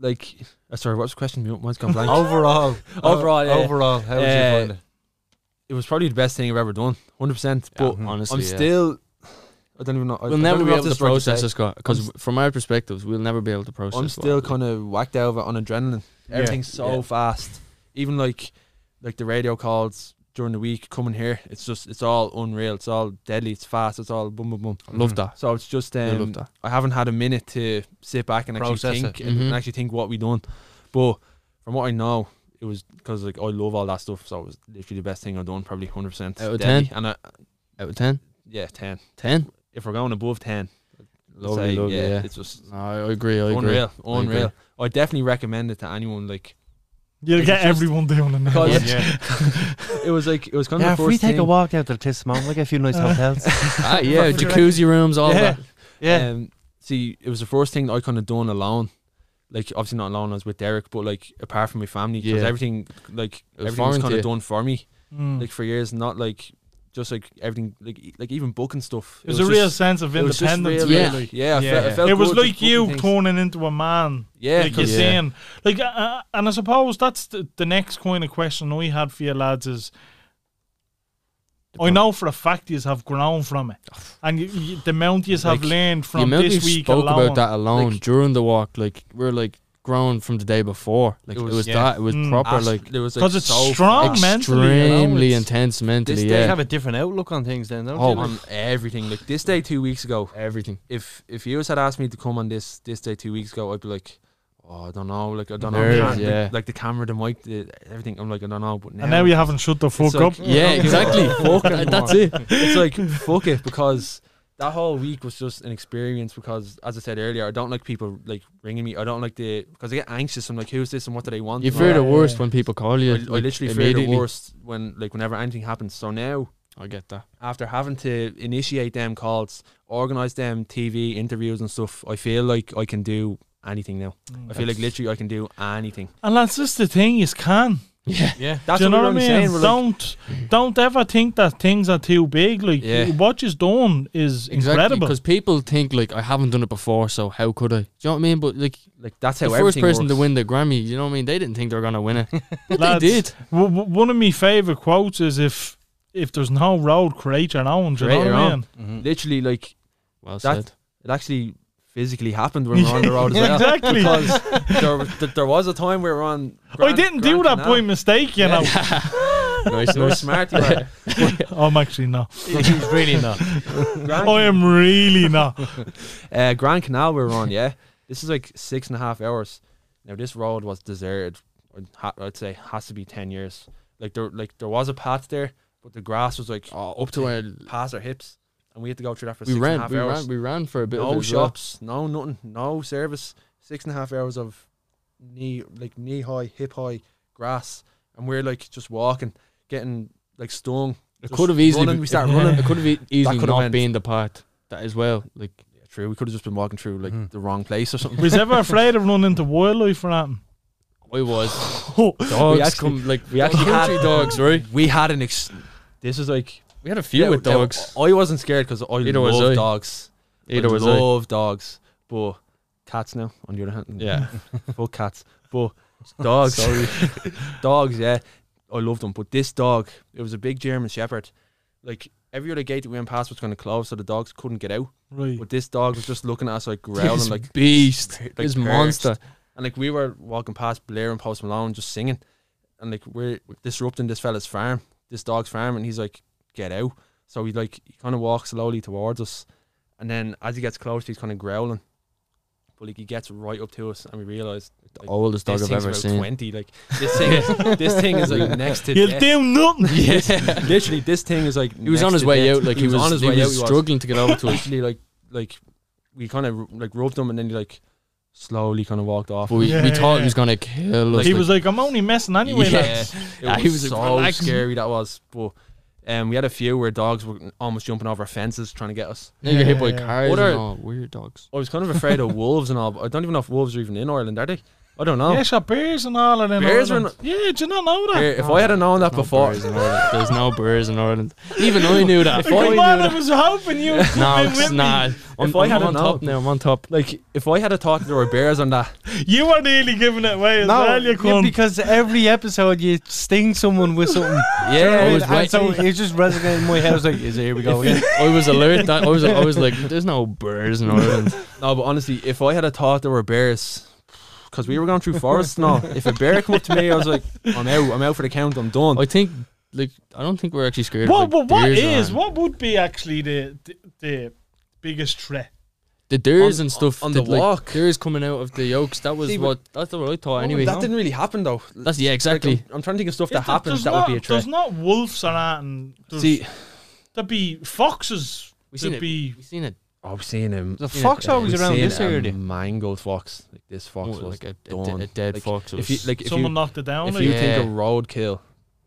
[SPEAKER 5] like. Uh, sorry, what's the question? Mine's gone blank.
[SPEAKER 3] Overall,
[SPEAKER 5] [laughs] Overall, yeah.
[SPEAKER 3] overall, how would
[SPEAKER 5] Uh,
[SPEAKER 3] you find it?
[SPEAKER 5] it was probably the best thing I've ever done, hundred percent.
[SPEAKER 3] Mm-hmm.
[SPEAKER 5] But
[SPEAKER 4] honestly,
[SPEAKER 5] I'm
[SPEAKER 4] yeah.
[SPEAKER 5] still. I don't even know. I- I
[SPEAKER 4] We'll
[SPEAKER 5] don't
[SPEAKER 4] never
[SPEAKER 5] even
[SPEAKER 4] be
[SPEAKER 5] know if
[SPEAKER 4] able to
[SPEAKER 5] this is right
[SPEAKER 4] process
[SPEAKER 5] say.
[SPEAKER 4] this, Scott, because from our perspectives, we'll never be able to process.
[SPEAKER 5] I'm
[SPEAKER 4] what
[SPEAKER 5] still
[SPEAKER 4] happened.
[SPEAKER 5] kind of whacked over on adrenaline.
[SPEAKER 3] Yeah.
[SPEAKER 5] Everything's so
[SPEAKER 4] Yeah.
[SPEAKER 5] fast. Even like, like the radio calls during the week coming here. It's just it's all unreal. It's all deadly. It's fast. It's all boom boom boom.
[SPEAKER 4] love that.
[SPEAKER 5] So it's just
[SPEAKER 4] I
[SPEAKER 5] um,
[SPEAKER 4] love that.
[SPEAKER 5] I haven't had a minute to sit back and actually
[SPEAKER 3] Process
[SPEAKER 5] think
[SPEAKER 3] it.
[SPEAKER 5] and, and
[SPEAKER 4] Mhm.
[SPEAKER 5] actually think what we done. But from what I know, it was because like I love all that stuff, so it was literally the best thing I've done, probably hundred percent.
[SPEAKER 4] Out of
[SPEAKER 5] and I,
[SPEAKER 4] Out of ten,
[SPEAKER 5] yeah, ten.
[SPEAKER 4] ten.
[SPEAKER 5] If we're going above ten, I'd
[SPEAKER 4] Lovely,
[SPEAKER 5] say,
[SPEAKER 4] lovely. Yeah,
[SPEAKER 5] it's just
[SPEAKER 4] No, I I agree. I agree.
[SPEAKER 5] [laughs] unreal,
[SPEAKER 4] I agree.
[SPEAKER 5] unreal. I definitely recommend it to anyone. Like
[SPEAKER 2] You'll
[SPEAKER 5] It's
[SPEAKER 2] get
[SPEAKER 5] just-
[SPEAKER 2] everyone doing it now.
[SPEAKER 5] Yeah.
[SPEAKER 3] yeah,
[SPEAKER 2] [laughs]
[SPEAKER 5] it was like it was kind of the first thing- um,
[SPEAKER 3] walk out to this moment, we'll get a few nice hotels.
[SPEAKER 4] Ah, yeah, jacuzzi rooms, all
[SPEAKER 5] Yeah.
[SPEAKER 4] that.
[SPEAKER 3] Yeah.
[SPEAKER 5] Um, see, it was the first thing that I kind of done alone. Like obviously not alone, I was with Derek, but like apart from my family, because
[SPEAKER 4] Yeah.
[SPEAKER 5] everything like
[SPEAKER 4] was
[SPEAKER 5] everything was
[SPEAKER 4] foreign to
[SPEAKER 5] kind of
[SPEAKER 4] you.
[SPEAKER 5] done for me.
[SPEAKER 2] Mm.
[SPEAKER 5] like for years, not like just like everything, like e- like even booking stuff.
[SPEAKER 2] It was a real
[SPEAKER 5] just-
[SPEAKER 2] sense of
[SPEAKER 5] it was just
[SPEAKER 2] independence.
[SPEAKER 5] real,
[SPEAKER 4] Yeah.
[SPEAKER 2] really.
[SPEAKER 5] yeah, I
[SPEAKER 3] Yeah.
[SPEAKER 5] felt- I felt
[SPEAKER 2] it was
[SPEAKER 5] good just
[SPEAKER 2] like you
[SPEAKER 5] booking things.
[SPEAKER 2] turning into a man.
[SPEAKER 5] Yeah,
[SPEAKER 2] like you're
[SPEAKER 5] because
[SPEAKER 4] yeah.
[SPEAKER 2] saying, like, uh, uh, and I suppose that's the, the next kind of question I had for you lads is, I know for a fact you have grown from
[SPEAKER 5] [sighs]
[SPEAKER 2] it, and you, you, the amount you have
[SPEAKER 4] Like,
[SPEAKER 2] learned
[SPEAKER 4] The
[SPEAKER 2] from
[SPEAKER 4] amount we
[SPEAKER 2] this week
[SPEAKER 4] spoke
[SPEAKER 2] alone.
[SPEAKER 4] about that alone
[SPEAKER 5] Like-
[SPEAKER 4] during the walk, like we're like grown from the day before. Like
[SPEAKER 5] It
[SPEAKER 4] it was,
[SPEAKER 5] was-
[SPEAKER 3] yeah.
[SPEAKER 4] that. It was
[SPEAKER 2] Mm.
[SPEAKER 4] proper,
[SPEAKER 5] asked-
[SPEAKER 4] like
[SPEAKER 5] there was like
[SPEAKER 2] 'Cause it's
[SPEAKER 5] so
[SPEAKER 2] strong.
[SPEAKER 5] fast
[SPEAKER 2] mentally, you know,
[SPEAKER 4] extremely
[SPEAKER 2] it's-
[SPEAKER 4] intense mentally.
[SPEAKER 5] day
[SPEAKER 3] They
[SPEAKER 4] Yeah,
[SPEAKER 3] have a different outlook on things then, don't
[SPEAKER 4] Oh,
[SPEAKER 3] they?
[SPEAKER 5] on everything. Like this day two weeks ago,
[SPEAKER 4] everything.
[SPEAKER 5] if if you had asked me to come on this this day two weeks ago, I'd be like. Oh, I don't know. Like I don't
[SPEAKER 4] Nerves,
[SPEAKER 5] know. Like,
[SPEAKER 4] yeah.
[SPEAKER 5] like the camera, the mic, the, everything. I'm like I don't know. But now,
[SPEAKER 2] and now you haven't shut the fuck
[SPEAKER 5] like-
[SPEAKER 2] up. [laughs]
[SPEAKER 4] Yeah,
[SPEAKER 5] Yeah.
[SPEAKER 4] [laughs] exactly.
[SPEAKER 5] Fuck [laughs]
[SPEAKER 4] That- That's
[SPEAKER 5] anymore.
[SPEAKER 4] it.
[SPEAKER 5] it's like fuck it because that whole week was just an experience because as I said earlier I don't like people like ringing me I don't like the because I get anxious I'm like who's this and what do they want
[SPEAKER 4] You
[SPEAKER 5] and all
[SPEAKER 4] fear
[SPEAKER 5] that.
[SPEAKER 4] the worst when people call you.
[SPEAKER 5] I, I
[SPEAKER 4] like,
[SPEAKER 5] literally fear the
[SPEAKER 4] immediately.
[SPEAKER 5] worst when like whenever anything happens so now
[SPEAKER 4] I get that.
[SPEAKER 5] after having to initiate them calls organise them TV interviews and stuff I feel like I can do anything now
[SPEAKER 2] Mm.
[SPEAKER 5] I feel like literally I can do anything
[SPEAKER 2] And that's just the thing you can.
[SPEAKER 4] Yeah.
[SPEAKER 3] yeah.
[SPEAKER 5] that's
[SPEAKER 2] Do you
[SPEAKER 5] what,
[SPEAKER 2] know what I
[SPEAKER 5] I'm
[SPEAKER 2] mean?
[SPEAKER 5] saying we're like-
[SPEAKER 2] don't don't ever think that things are too big. Like
[SPEAKER 5] Yeah.
[SPEAKER 2] what you've done is incredible.
[SPEAKER 4] Because people think like I haven't done it before, so how could I? Do you know what I mean? But like
[SPEAKER 5] like that's
[SPEAKER 4] the
[SPEAKER 5] how
[SPEAKER 4] first
[SPEAKER 5] everything
[SPEAKER 4] person to
[SPEAKER 5] works.
[SPEAKER 4] win the Grammy, you know what I mean? They didn't think they were gonna win it. But
[SPEAKER 2] Lads,
[SPEAKER 4] they did.
[SPEAKER 2] W- w- one of my favorite quotes is if if there's no road, create your own. Do you know
[SPEAKER 5] Create
[SPEAKER 2] what
[SPEAKER 5] your
[SPEAKER 2] I
[SPEAKER 5] own.
[SPEAKER 2] mean?
[SPEAKER 6] Mm-hmm.
[SPEAKER 5] literally like
[SPEAKER 4] Well
[SPEAKER 5] That-
[SPEAKER 4] said.
[SPEAKER 5] it actually physically happened when we were on the road
[SPEAKER 2] [laughs]
[SPEAKER 5] as well.
[SPEAKER 2] Exactly.
[SPEAKER 5] Because there, was- th- there was a time we were on.
[SPEAKER 2] I didn't do that by mistake, you
[SPEAKER 5] Yeah.
[SPEAKER 2] know.
[SPEAKER 4] nice,
[SPEAKER 5] You're
[SPEAKER 4] nice.
[SPEAKER 5] smart, you were. [laughs]
[SPEAKER 2] I'm actually not.
[SPEAKER 3] He's really not.
[SPEAKER 6] [laughs]
[SPEAKER 5] Grand,
[SPEAKER 2] [laughs] I am really not.
[SPEAKER 5] uh, Grand Canal we were on, yeah. This is like six and a half hours. Now this road was deserted. I'd, ha- I'd say has to be ten years. Like there, like there was a path there, but the grass was like
[SPEAKER 4] Oh, up to where
[SPEAKER 5] past our hips, and we had to go through that for
[SPEAKER 4] we
[SPEAKER 5] six and a
[SPEAKER 4] ran,
[SPEAKER 5] half
[SPEAKER 4] we
[SPEAKER 5] hours.
[SPEAKER 4] ran, we ran for a bit. of
[SPEAKER 5] no
[SPEAKER 4] it as well.
[SPEAKER 5] shops, no nothing, no service. Six and a half hours of knee like knee high, hip high grass, and we're like just walking, getting like stung.
[SPEAKER 4] It
[SPEAKER 5] Just
[SPEAKER 4] could have easily
[SPEAKER 5] running,
[SPEAKER 4] be-
[SPEAKER 5] we started running.
[SPEAKER 4] It could have e- easily
[SPEAKER 5] could've
[SPEAKER 4] not
[SPEAKER 5] went.
[SPEAKER 4] been the part that as well. Like
[SPEAKER 5] Yeah, true. We could have just been walking through like
[SPEAKER 4] Hmm.
[SPEAKER 3] Mhm.
[SPEAKER 5] the wrong place or something.
[SPEAKER 2] Was ever afraid of running into wildlife or anything?
[SPEAKER 4] I was [laughs] dogs
[SPEAKER 5] actually-
[SPEAKER 4] come like
[SPEAKER 5] we actually had-
[SPEAKER 4] country
[SPEAKER 5] [laughs]
[SPEAKER 4] dogs, right?
[SPEAKER 5] we had an ex. This is like
[SPEAKER 4] We had a few
[SPEAKER 5] Yeah,
[SPEAKER 4] with
[SPEAKER 5] yeah,
[SPEAKER 4] dogs.
[SPEAKER 5] I wasn't scared because I
[SPEAKER 4] Neither was
[SPEAKER 5] love
[SPEAKER 4] I.
[SPEAKER 5] dogs.
[SPEAKER 4] Either
[SPEAKER 5] I
[SPEAKER 4] was I.
[SPEAKER 5] love dogs, but cats now. On the other hand, [laughs]
[SPEAKER 4] Yeah,
[SPEAKER 5] fuck cats, but dogs,
[SPEAKER 4] Sorry.
[SPEAKER 5] [laughs] dogs. Yeah, I loved them, but this dog, it was a big German Shepherd. Like every other gate that we went past was going to close, so the dogs couldn't get out.
[SPEAKER 2] Right.
[SPEAKER 5] But this dog was just looking at us
[SPEAKER 4] [laughs]
[SPEAKER 5] like growling,
[SPEAKER 4] This
[SPEAKER 5] like
[SPEAKER 4] beast,
[SPEAKER 5] like
[SPEAKER 4] this
[SPEAKER 5] perched.
[SPEAKER 4] monster.
[SPEAKER 5] And like we were walking past Blair and Post Malone just singing, and like we're disrupting this fella's farm, this dog's farm, and he's like, "Get out!" So he like he kind of walks slowly towards us, and then as he gets close, he's kind of growling, but like he gets right up to us, and we realize like,
[SPEAKER 4] Oldest dog
[SPEAKER 5] this
[SPEAKER 4] I've
[SPEAKER 5] thing's
[SPEAKER 4] ever
[SPEAKER 5] about
[SPEAKER 4] seen.
[SPEAKER 5] twenty. Like this
[SPEAKER 4] [laughs]
[SPEAKER 5] thing, is, this thing is like next to
[SPEAKER 2] You'll
[SPEAKER 5] death.
[SPEAKER 2] do nothing.
[SPEAKER 5] [laughs]
[SPEAKER 4] Yeah,
[SPEAKER 5] Literally, this thing is like
[SPEAKER 4] he was
[SPEAKER 5] next
[SPEAKER 4] on his
[SPEAKER 5] to
[SPEAKER 4] way
[SPEAKER 5] death.
[SPEAKER 4] out. Like he was,
[SPEAKER 5] on his
[SPEAKER 4] he
[SPEAKER 5] way out.
[SPEAKER 4] was
[SPEAKER 5] he was
[SPEAKER 4] struggling to get over to us.
[SPEAKER 5] literally like like we kind of like rubbed him, and then he like slowly kind of walked off.
[SPEAKER 4] But we,
[SPEAKER 2] Yeah,
[SPEAKER 4] we thought
[SPEAKER 2] yeah.
[SPEAKER 4] he was gonna kill us.
[SPEAKER 2] he
[SPEAKER 4] like-
[SPEAKER 2] was like, I'm only messing
[SPEAKER 5] [laughs]
[SPEAKER 2] anyway.
[SPEAKER 4] Yeah.
[SPEAKER 2] lads."
[SPEAKER 5] It
[SPEAKER 4] Yeah,
[SPEAKER 5] was,
[SPEAKER 4] he was like,
[SPEAKER 5] so
[SPEAKER 4] "Relax."
[SPEAKER 5] scary that was. But um, we had a few where dogs were almost jumping over fences trying to get us.
[SPEAKER 4] Now you're hit by
[SPEAKER 2] Yeah.
[SPEAKER 4] cars
[SPEAKER 5] What are-
[SPEAKER 4] and all weird dogs.
[SPEAKER 5] I was kind of
[SPEAKER 4] [laughs]
[SPEAKER 5] afraid of wolves and all. But I don't even know if wolves are even in Ireland, are they? I don't know.
[SPEAKER 2] Yeah, shot bears and all of them.
[SPEAKER 5] Oh. Bears were
[SPEAKER 2] Ireland. yeah, do you not know that?
[SPEAKER 5] Here, if I had known that
[SPEAKER 4] No
[SPEAKER 5] before,
[SPEAKER 4] bears in Ireland. There's no birds in Ireland. Even I knew that.
[SPEAKER 2] Like, Come on, I was hoping
[SPEAKER 5] [laughs]
[SPEAKER 2] you would
[SPEAKER 4] No,
[SPEAKER 2] come in
[SPEAKER 4] it's
[SPEAKER 2] with
[SPEAKER 4] not. I'm,
[SPEAKER 5] If I
[SPEAKER 4] I'm
[SPEAKER 5] had
[SPEAKER 4] on
[SPEAKER 5] known-
[SPEAKER 4] top now. I'm on top.
[SPEAKER 5] like if I had a thought there were bears on that,
[SPEAKER 2] me. You were nearly giving it away as well, you
[SPEAKER 5] yeah,
[SPEAKER 2] cunt.
[SPEAKER 6] because every episode you sting someone with something.
[SPEAKER 4] I was
[SPEAKER 6] and
[SPEAKER 4] right.
[SPEAKER 6] so it's just resonating in my head. I was like, is here we go
[SPEAKER 3] [laughs]
[SPEAKER 6] again.
[SPEAKER 4] I was alert. That I was. I was like, there's no birds
[SPEAKER 5] [laughs]
[SPEAKER 4] in Ireland.
[SPEAKER 5] no. But honestly, if I had a thought there were bears, because we were going through forests now.
[SPEAKER 4] [laughs]
[SPEAKER 5] If a bear come up to me, I was like, I'm out. I'm out for the count. I'm done.
[SPEAKER 4] I think. Like, I don't think we're actually scared.
[SPEAKER 2] What,
[SPEAKER 4] of,
[SPEAKER 2] but
[SPEAKER 4] like,
[SPEAKER 2] what
[SPEAKER 4] deers or
[SPEAKER 2] is,
[SPEAKER 4] anything.
[SPEAKER 2] what would be actually the, the, the biggest threat?
[SPEAKER 4] the deers
[SPEAKER 5] on-
[SPEAKER 4] and stuff
[SPEAKER 5] on the
[SPEAKER 4] that, like,
[SPEAKER 5] walk.
[SPEAKER 4] Deers coming out of the yolks. That was
[SPEAKER 5] See, but-
[SPEAKER 4] what. That's what I thought. Anyway,
[SPEAKER 5] that didn't really happen though.
[SPEAKER 4] that's yeah, exactly.
[SPEAKER 5] Like, I'm, I'm trying to think of stuff that
[SPEAKER 2] If there-
[SPEAKER 5] happens
[SPEAKER 2] there's
[SPEAKER 5] that
[SPEAKER 2] not,
[SPEAKER 5] would be a
[SPEAKER 2] There's
[SPEAKER 5] threat.
[SPEAKER 2] not wolves or anything. There's,
[SPEAKER 5] See,
[SPEAKER 2] there'd be foxes.
[SPEAKER 4] We seen
[SPEAKER 2] There'd
[SPEAKER 4] it.
[SPEAKER 2] be
[SPEAKER 4] We seen it.
[SPEAKER 5] Oh, I've seen him.
[SPEAKER 6] The fox always
[SPEAKER 5] We've
[SPEAKER 6] around
[SPEAKER 5] seen
[SPEAKER 6] this area.
[SPEAKER 5] A mangled fox. Like this fox
[SPEAKER 4] Fox
[SPEAKER 5] was
[SPEAKER 4] like a, a,
[SPEAKER 5] done.
[SPEAKER 4] de- a dead
[SPEAKER 5] Like,
[SPEAKER 4] fox.
[SPEAKER 5] if you like if
[SPEAKER 2] someone
[SPEAKER 5] you
[SPEAKER 2] knocked it down.
[SPEAKER 5] if
[SPEAKER 2] like-
[SPEAKER 5] you
[SPEAKER 4] Yeah.
[SPEAKER 5] think a roadkill.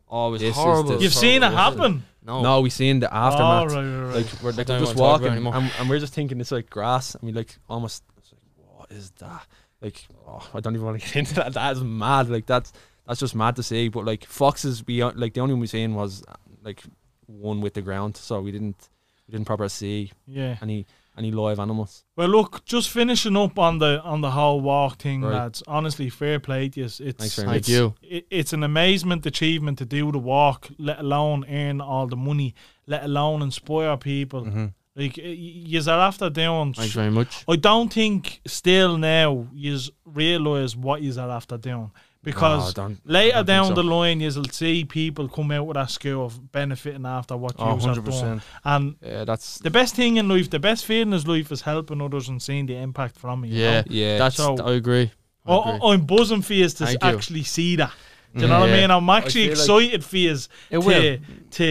[SPEAKER 4] oh, it was
[SPEAKER 5] this is
[SPEAKER 4] horrible.
[SPEAKER 5] the-
[SPEAKER 2] You've seen it happen.
[SPEAKER 4] No,
[SPEAKER 5] No, we seen the aftermath.
[SPEAKER 2] Oh, right, right, right.
[SPEAKER 5] Like we're like
[SPEAKER 4] don't
[SPEAKER 5] we're
[SPEAKER 4] wanna talk
[SPEAKER 5] just
[SPEAKER 4] about
[SPEAKER 5] walking
[SPEAKER 4] it anymore.
[SPEAKER 5] and, and we're just thinking it's like grass and we like almost it's like what is that? Like oh, I don't even want to [laughs] get into that. That is mad. Like that's that's just mad to see. But like foxes, we uh, like the only one we seen was uh, like one with the ground, so we didn't we didn't properly see
[SPEAKER 2] yeah.
[SPEAKER 5] any any live animals.
[SPEAKER 2] Well, look, just finishing up on the on the whole walk thing,
[SPEAKER 5] Right.
[SPEAKER 2] lads. Honestly, fair play to you. It's
[SPEAKER 5] Thanks
[SPEAKER 2] it's,
[SPEAKER 5] very
[SPEAKER 4] thank
[SPEAKER 5] much.
[SPEAKER 4] you.
[SPEAKER 2] it, it's an amazement achievement to do the walk, let alone earn all the money, let alone inspire people.
[SPEAKER 5] Mm-hmm.
[SPEAKER 2] Like you are after doing.
[SPEAKER 4] Thanks very much.
[SPEAKER 2] I don't think still now you realize what you are after doing because
[SPEAKER 5] No, I don't-
[SPEAKER 2] later
[SPEAKER 5] I don't think
[SPEAKER 2] down
[SPEAKER 5] so.
[SPEAKER 2] the line you'll see people come out of that school of benefiting after what
[SPEAKER 3] Oh,
[SPEAKER 2] you have done
[SPEAKER 3] 100%.
[SPEAKER 2] and
[SPEAKER 5] Yeah, that's
[SPEAKER 2] the best thing in life, the best feeling in life is helping others and seeing the impact from it. you
[SPEAKER 4] Yeah,
[SPEAKER 2] know?
[SPEAKER 5] yeah.
[SPEAKER 4] that's.
[SPEAKER 2] So-
[SPEAKER 4] I agree. I
[SPEAKER 2] I-
[SPEAKER 4] agree.
[SPEAKER 2] I, am buzzing for you to
[SPEAKER 4] Thank you.
[SPEAKER 2] actually see that. Do you know what I
[SPEAKER 4] Yeah.
[SPEAKER 2] mean? I'm actually
[SPEAKER 5] I feel
[SPEAKER 2] excited for you
[SPEAKER 4] It
[SPEAKER 2] to,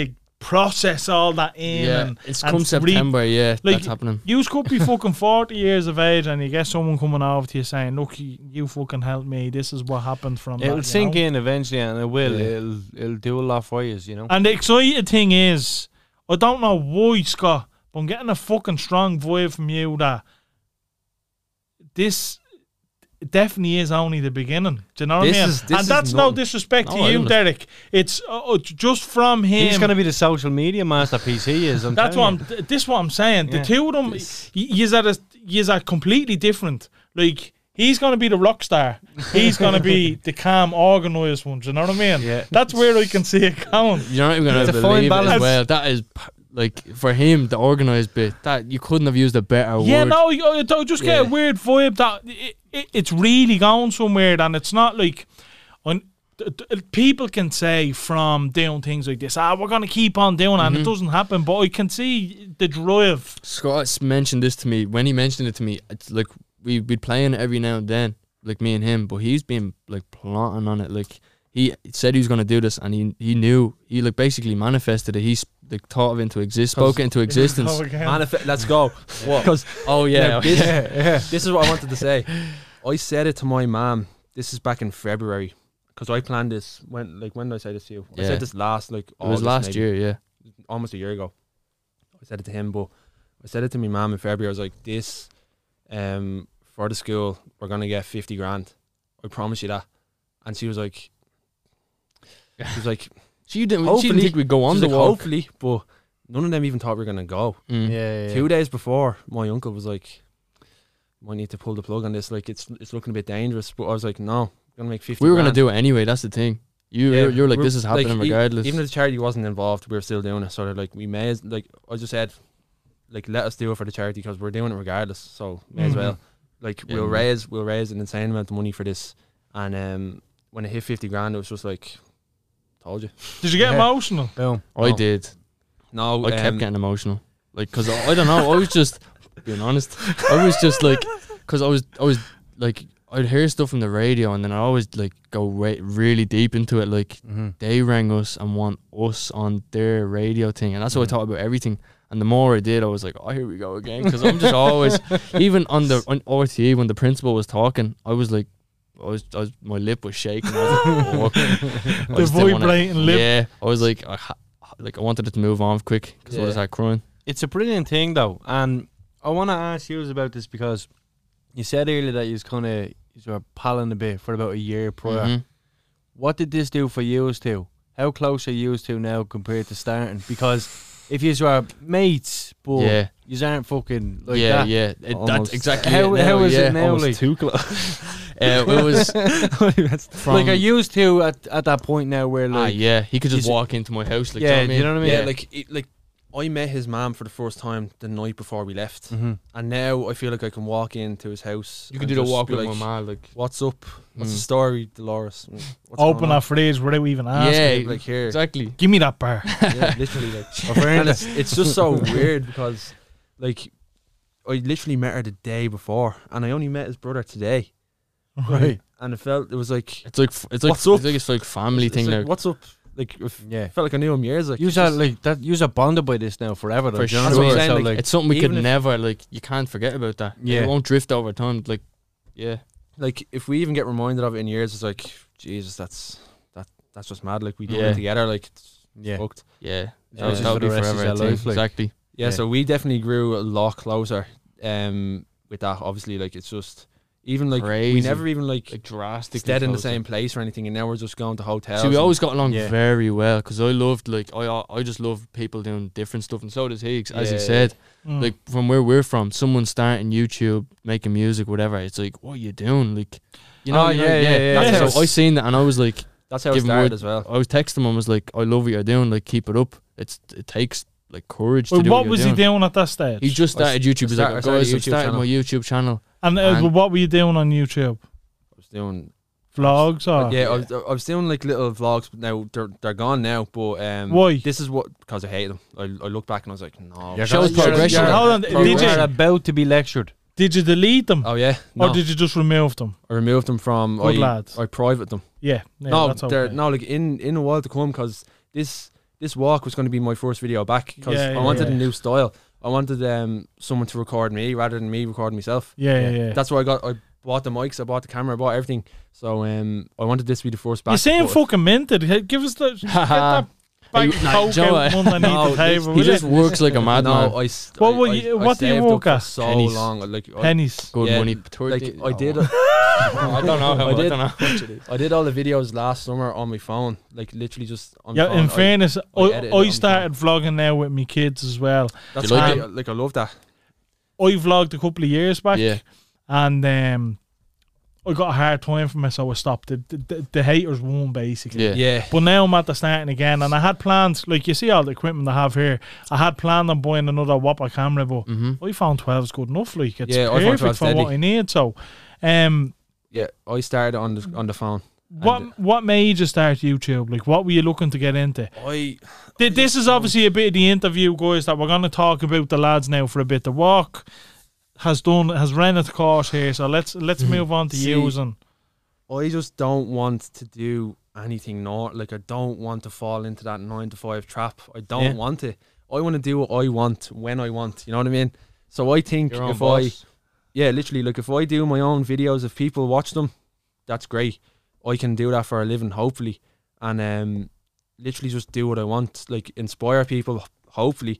[SPEAKER 2] to process all that in.
[SPEAKER 4] Yeah,
[SPEAKER 2] and,
[SPEAKER 4] it's
[SPEAKER 2] and
[SPEAKER 4] come
[SPEAKER 2] re-
[SPEAKER 4] September. yeah,
[SPEAKER 2] like-
[SPEAKER 4] that's happening.
[SPEAKER 2] You could
[SPEAKER 4] [laughs]
[SPEAKER 2] be fucking 40 years of age and you get someone coming over to you saying, Look, you, you fucking helped me. This is what happened from that.
[SPEAKER 3] It'll
[SPEAKER 2] you
[SPEAKER 3] sink
[SPEAKER 2] know?
[SPEAKER 3] in eventually, and it will.
[SPEAKER 5] Yeah.
[SPEAKER 3] It'll it'll do a lot for you, you know.
[SPEAKER 2] And the exciting thing is, I don't know why, Scott, but I'm getting a fucking strong vibe from you that this definitely is only the beginning. Do you know what
[SPEAKER 5] This
[SPEAKER 2] I mean?
[SPEAKER 5] is- this
[SPEAKER 2] and
[SPEAKER 5] is
[SPEAKER 2] that's no
[SPEAKER 5] nothing.
[SPEAKER 2] disrespect
[SPEAKER 4] No,
[SPEAKER 2] to
[SPEAKER 4] I
[SPEAKER 2] you,
[SPEAKER 4] understand.
[SPEAKER 2] Derek. It's uh, uh, j- just from him.
[SPEAKER 3] He's gonna be the social media masterpiece. He is. I'm
[SPEAKER 2] that's what
[SPEAKER 3] telling
[SPEAKER 2] I'm. th- This what I'm saying. The
[SPEAKER 3] Yeah.
[SPEAKER 2] two of them, y-
[SPEAKER 5] This-
[SPEAKER 2] yous are the- yous are completely different. Like he's gonna be the rock star. He's gonna be the calm, organised one. Do you know what I mean?
[SPEAKER 3] Yeah.
[SPEAKER 2] That's where I can see it going.
[SPEAKER 4] You're not even gonna
[SPEAKER 3] It's a fine
[SPEAKER 4] believe it as
[SPEAKER 3] balance.
[SPEAKER 4] well. That is p- like for him the organized bit. That you couldn't have used a better
[SPEAKER 2] Yeah,
[SPEAKER 4] word.
[SPEAKER 2] no, you, you don't- just get a
[SPEAKER 4] Yeah.
[SPEAKER 2] weird vibe that it, it, it's really going somewhere, and it's not like on. d- d- People can say from doing things like this, ah, we're going to keep on doing it, and it
[SPEAKER 4] Mm-hmm.
[SPEAKER 2] doesn't happen. But I can see the drive.
[SPEAKER 4] Scott's mentioned this to me when he mentioned it to me. It's like we we'd playing it every now and then, like me and him. But he's been like plotting on it. Like he said he was going to do this, and he he knew he like basically manifested it. He sp- like thought of it into exist, spoke it
[SPEAKER 5] [laughs]
[SPEAKER 4] into existence.
[SPEAKER 2] [laughs] Oh, again.
[SPEAKER 5] Manif- let's go.
[SPEAKER 4] [laughs]
[SPEAKER 5] What?
[SPEAKER 4] Because oh [laughs] yeah,
[SPEAKER 5] Now, this, this is what I wanted to say. I said it to my mom. This is back in February because I planned this. When like when did I say this to you? I
[SPEAKER 4] Yeah.
[SPEAKER 5] said Oh, this last like
[SPEAKER 4] it was
[SPEAKER 5] August,
[SPEAKER 4] last
[SPEAKER 5] maybe,
[SPEAKER 4] year. Yeah,
[SPEAKER 5] almost a year ago. I said it to him, but I said it to my mom in February. I was like, "This, um, for the school, we're gonna get fifty grand. I promise you that." And she was like, "She was like,
[SPEAKER 4] so you didn't. She
[SPEAKER 5] Hopefully-
[SPEAKER 4] didn't think we'd go
[SPEAKER 5] she
[SPEAKER 4] on
[SPEAKER 5] was
[SPEAKER 4] the
[SPEAKER 5] like
[SPEAKER 4] walk.
[SPEAKER 5] hopefully," but none of them even thought we were gonna go.
[SPEAKER 4] Mm.
[SPEAKER 3] yeah, yeah.
[SPEAKER 5] Two days before, my uncle was like, "Might need to pull the plug on this. Like, it's it's looking a bit dangerous." But I was like, "No, we're gonna make fifty.
[SPEAKER 4] We were gonna
[SPEAKER 5] grand."
[SPEAKER 4] do it anyway. That's the thing. You
[SPEAKER 5] Yeah,
[SPEAKER 4] you're, you're like
[SPEAKER 5] we're-
[SPEAKER 4] this is happening
[SPEAKER 5] like, e-
[SPEAKER 4] regardless.
[SPEAKER 5] Even if the charity wasn't involved, we were still doing it. So they're like, we may as like I just said, like let us do it for the charity because we're doing it regardless. So may as
[SPEAKER 2] Mhm.
[SPEAKER 5] well. Like
[SPEAKER 4] Mm-hmm. Yeah,
[SPEAKER 5] we'll
[SPEAKER 4] man.
[SPEAKER 5] raise we'll raise an insane amount of money for this. And um, when it hit fifty grand, it was just like, told you.
[SPEAKER 2] Did you get
[SPEAKER 3] Yeah.
[SPEAKER 2] emotional?
[SPEAKER 3] Boom.
[SPEAKER 4] I
[SPEAKER 5] no.
[SPEAKER 4] did.
[SPEAKER 5] No,
[SPEAKER 4] I kept
[SPEAKER 5] um,
[SPEAKER 4] getting emotional, like because I, I don't know. I was just being honest. I was just like, because I was I was like I'd hear stuff from the radio, and then I always like go re- really deep into it. Like
[SPEAKER 3] Mm-hmm.
[SPEAKER 4] they rang us and want us on their radio thing, and that's
[SPEAKER 2] Mm.
[SPEAKER 4] what I thought about everything. And the more I did, I was like, oh, here we go again, because I'm
[SPEAKER 2] [laughs]
[SPEAKER 4] just always even on the on RTE when the principal was talking, I was like. I was, I was, my lip was shaking. I
[SPEAKER 2] [laughs]
[SPEAKER 4] was like, "Fuck." I
[SPEAKER 2] The
[SPEAKER 4] just didn't wanna-
[SPEAKER 2] vibrating lip.
[SPEAKER 4] Yeah, I was like, I ha- like I wanted it to move on quick because I
[SPEAKER 5] Yeah.
[SPEAKER 4] was like crying.
[SPEAKER 3] It's a brilliant thing though, and I want to ask you about this because you said earlier that you was kind of you were palling a bit for about a year prior.
[SPEAKER 4] Mhm.
[SPEAKER 3] What did this do for you to? How close are you to now compared to starting? Because if you were mates, but
[SPEAKER 4] Yeah.
[SPEAKER 3] you aren't fucking like
[SPEAKER 4] yeah,
[SPEAKER 3] that.
[SPEAKER 4] yeah. It, that's
[SPEAKER 3] Almost.
[SPEAKER 4] exactly
[SPEAKER 3] How-
[SPEAKER 4] it.
[SPEAKER 3] how
[SPEAKER 4] now,
[SPEAKER 3] is it
[SPEAKER 4] yeah.
[SPEAKER 3] now,
[SPEAKER 4] Almost
[SPEAKER 3] like?
[SPEAKER 4] too [laughs] close. uh,
[SPEAKER 3] [laughs]
[SPEAKER 4] it was
[SPEAKER 3] [laughs]
[SPEAKER 4] from,
[SPEAKER 3] like I used to at, at that point now where
[SPEAKER 4] ah,
[SPEAKER 3] like
[SPEAKER 4] yeah. He could just
[SPEAKER 3] Is it-
[SPEAKER 4] walk into my house. Like,
[SPEAKER 3] yeah,
[SPEAKER 4] do
[SPEAKER 3] you
[SPEAKER 4] you
[SPEAKER 3] know what I mean?
[SPEAKER 5] yeah, like it, like I met his mom for the first time the night before we left,
[SPEAKER 3] Mhm.
[SPEAKER 5] and now I feel like I can walk into his house.
[SPEAKER 4] You
[SPEAKER 5] and
[SPEAKER 4] could do the
[SPEAKER 5] just
[SPEAKER 4] walk
[SPEAKER 5] be
[SPEAKER 4] with my
[SPEAKER 5] like,
[SPEAKER 4] man. Like,
[SPEAKER 5] What's up? What's the
[SPEAKER 4] Mm.
[SPEAKER 5] story, Dolores? Mm,
[SPEAKER 2] [laughs] [laughs]
[SPEAKER 5] What's
[SPEAKER 2] Open
[SPEAKER 5] going
[SPEAKER 2] our
[SPEAKER 5] on?
[SPEAKER 2] fridge without even asking.
[SPEAKER 4] yeah,
[SPEAKER 5] like
[SPEAKER 4] [laughs]
[SPEAKER 5] here.
[SPEAKER 4] exactly.
[SPEAKER 2] Give me that
[SPEAKER 4] [laughs]
[SPEAKER 2] bar.
[SPEAKER 5] yeah, literally like and it's, it's just so weird because like I literally met her the day before and I only met his brother today
[SPEAKER 3] right.
[SPEAKER 5] and it felt it was like
[SPEAKER 4] It's like f- it's like
[SPEAKER 5] What's up?
[SPEAKER 4] it's like it's like family
[SPEAKER 5] it's
[SPEAKER 4] thing
[SPEAKER 5] like,
[SPEAKER 4] now.
[SPEAKER 5] what's up like if,
[SPEAKER 3] Yeah.
[SPEAKER 5] I felt like I knew him years like
[SPEAKER 3] You
[SPEAKER 5] just-
[SPEAKER 3] are like that. You are bonded by this now forever. Though,
[SPEAKER 4] For
[SPEAKER 3] do you know what I'm
[SPEAKER 4] sure.
[SPEAKER 3] saying? So,
[SPEAKER 5] Like,
[SPEAKER 3] like,
[SPEAKER 4] It's something we could
[SPEAKER 5] even if-
[SPEAKER 4] never like. You can't forget about that.
[SPEAKER 3] Yeah.
[SPEAKER 4] it won't drift over time. Like, yeah,
[SPEAKER 5] like if we even get reminded of it in years it's like Jesus that's that that's just mad like we did
[SPEAKER 4] Yeah.
[SPEAKER 5] it together like it's
[SPEAKER 3] yeah,
[SPEAKER 5] fucked
[SPEAKER 4] yeah.
[SPEAKER 5] Yeah.
[SPEAKER 4] That
[SPEAKER 5] Just
[SPEAKER 4] will
[SPEAKER 5] for
[SPEAKER 4] be
[SPEAKER 5] the
[SPEAKER 3] rest of
[SPEAKER 4] forever.
[SPEAKER 3] your
[SPEAKER 4] I think.
[SPEAKER 3] life, like-
[SPEAKER 4] Exactly.
[SPEAKER 5] yeah,
[SPEAKER 3] Yeah.
[SPEAKER 5] so we definitely grew a lot closer um with that obviously like it's just even like we
[SPEAKER 4] Crazy.
[SPEAKER 5] never even like,
[SPEAKER 4] Like drastic.
[SPEAKER 5] stayed in the same place or anything and now we're just going to hotels
[SPEAKER 4] So we
[SPEAKER 5] and-
[SPEAKER 4] always got along
[SPEAKER 3] Yeah.
[SPEAKER 4] very well because I loved like I I just love people doing different stuff and so does he ex- as you
[SPEAKER 5] Yeah.
[SPEAKER 4] said
[SPEAKER 2] Mm.
[SPEAKER 4] like from where we're from someone starting YouTube making music whatever it's like what are you doing like you know,
[SPEAKER 3] Oh,
[SPEAKER 4] you know,
[SPEAKER 3] yeah, yeah, yeah,
[SPEAKER 4] That's
[SPEAKER 5] yeah.
[SPEAKER 4] how I seen that and I was like
[SPEAKER 5] that's how it
[SPEAKER 4] give 'em
[SPEAKER 5] started
[SPEAKER 4] wood.
[SPEAKER 5] as well
[SPEAKER 4] I was texting him I was like I love what you're doing like keep it up it's it takes like courage to
[SPEAKER 2] Well,
[SPEAKER 4] do
[SPEAKER 2] what
[SPEAKER 4] you're
[SPEAKER 2] was he doing at that stage?
[SPEAKER 4] He just
[SPEAKER 5] I s-
[SPEAKER 4] started YouTube. He's
[SPEAKER 5] I
[SPEAKER 4] like,
[SPEAKER 5] started- I started
[SPEAKER 4] guys,
[SPEAKER 5] a
[SPEAKER 4] I've
[SPEAKER 5] YouTube
[SPEAKER 4] started
[SPEAKER 5] channel."
[SPEAKER 4] my YouTube channel.
[SPEAKER 2] and uh,
[SPEAKER 4] and-
[SPEAKER 2] what were you doing on YouTube?
[SPEAKER 5] I was doing
[SPEAKER 2] Vlogs or
[SPEAKER 5] yeah, I, was, I was doing like little vlogs, but now they're they're gone now. But um,
[SPEAKER 2] Why?
[SPEAKER 5] This is what because I hate them. I, I look back and I was like, no.
[SPEAKER 3] You're
[SPEAKER 4] Shows
[SPEAKER 3] gonna- you're-
[SPEAKER 4] progression.
[SPEAKER 3] you're-
[SPEAKER 2] Hold on,
[SPEAKER 3] You
[SPEAKER 2] did
[SPEAKER 3] are
[SPEAKER 2] you,
[SPEAKER 3] about to be lectured.
[SPEAKER 2] did you delete them
[SPEAKER 5] Oh yeah, no.
[SPEAKER 2] or did you just remove them?
[SPEAKER 5] I removed them from.
[SPEAKER 2] Good
[SPEAKER 5] I,
[SPEAKER 2] lad.
[SPEAKER 5] I private them.
[SPEAKER 2] Yeah, yeah
[SPEAKER 5] no,
[SPEAKER 2] that's
[SPEAKER 5] they're
[SPEAKER 2] okay.
[SPEAKER 5] no like in in a while to come because this this walk was going to be my first video back because
[SPEAKER 2] Yeah, yeah,
[SPEAKER 5] I wanted
[SPEAKER 2] yeah.
[SPEAKER 5] a new style. I wanted um someone to record me rather than me recording myself.
[SPEAKER 2] yeah, yeah, yeah.
[SPEAKER 5] That's why I got. I bought the mics. I bought the camera. I bought everything. So um, I wanted this to be the first back.
[SPEAKER 2] You're saying
[SPEAKER 5] but-
[SPEAKER 2] fucking minted. Hey, Give us the
[SPEAKER 5] [laughs]
[SPEAKER 2] get
[SPEAKER 4] [laughs]
[SPEAKER 2] that
[SPEAKER 4] Are
[SPEAKER 2] bag
[SPEAKER 4] you-
[SPEAKER 2] of
[SPEAKER 4] nah,
[SPEAKER 2] coke
[SPEAKER 4] do you know
[SPEAKER 2] out
[SPEAKER 4] what?
[SPEAKER 2] underneath
[SPEAKER 5] No,
[SPEAKER 2] the table.
[SPEAKER 4] He
[SPEAKER 2] will
[SPEAKER 4] just
[SPEAKER 2] you?
[SPEAKER 4] works like a madman.
[SPEAKER 5] No, I. s-
[SPEAKER 2] What
[SPEAKER 5] I-
[SPEAKER 2] were
[SPEAKER 5] I-
[SPEAKER 2] you-
[SPEAKER 5] I
[SPEAKER 2] what do you
[SPEAKER 5] saved
[SPEAKER 2] walk
[SPEAKER 5] up for
[SPEAKER 2] at?
[SPEAKER 5] So
[SPEAKER 4] Pennies.
[SPEAKER 5] long, like I,
[SPEAKER 2] Pennies.
[SPEAKER 4] Good
[SPEAKER 5] Yeah,
[SPEAKER 4] money.
[SPEAKER 5] like
[SPEAKER 2] oh,
[SPEAKER 5] I did.
[SPEAKER 2] [laughs]
[SPEAKER 4] I don't know. How,
[SPEAKER 5] I
[SPEAKER 4] I,
[SPEAKER 5] did-
[SPEAKER 4] don't know. How much it is.
[SPEAKER 5] I did all the videos last summer on my phone, like literally just on.
[SPEAKER 2] Yeah,
[SPEAKER 5] phone.
[SPEAKER 2] in fairness, I,
[SPEAKER 5] edit it
[SPEAKER 2] I
[SPEAKER 5] on
[SPEAKER 2] started vlogging now with my kids as well.
[SPEAKER 5] I, that's
[SPEAKER 4] You like
[SPEAKER 5] why, I- like I love that.
[SPEAKER 2] I vlogged a couple of years back,
[SPEAKER 4] Yeah.
[SPEAKER 2] and um, I got a hard time from it, so I stopped. The, the- the, the haters won basically.
[SPEAKER 4] Yeah.
[SPEAKER 2] But now I'm at the starting again, and I had plans. Like you see all the equipment I have here, I had planned on buying another whopper camera, but
[SPEAKER 4] Mm-hmm.
[SPEAKER 2] iPhone 12 is good enough. Like it's
[SPEAKER 5] Yeah, iPhone
[SPEAKER 2] perfect
[SPEAKER 5] 12 's
[SPEAKER 2] for what
[SPEAKER 5] deadly.
[SPEAKER 2] I need. So, um,
[SPEAKER 5] yeah. I started on the on the phone.
[SPEAKER 2] what
[SPEAKER 5] And-
[SPEAKER 2] what made you start YouTube? Like, what were you looking to get into?
[SPEAKER 5] I
[SPEAKER 2] Th- this is obviously a bit of the interview, guys, that we're going to talk about the lads now for a bit. The walk has done has ran its course here, so let's let's move on to
[SPEAKER 5] Mm-hmm. See,
[SPEAKER 2] using.
[SPEAKER 5] I just don't want to do anything not like I don't want to fall into that nine to five trap. I don't
[SPEAKER 3] Yeah.
[SPEAKER 5] want it. I want to do what I want when I want. You know what I mean? So I think
[SPEAKER 3] Your own
[SPEAKER 5] if I
[SPEAKER 3] boss.
[SPEAKER 5] yeah, literally, like if I do my own videos, if people watch them, that's great. I can do that for a living, hopefully, and um, literally just do what I want, like inspire people. Hopefully,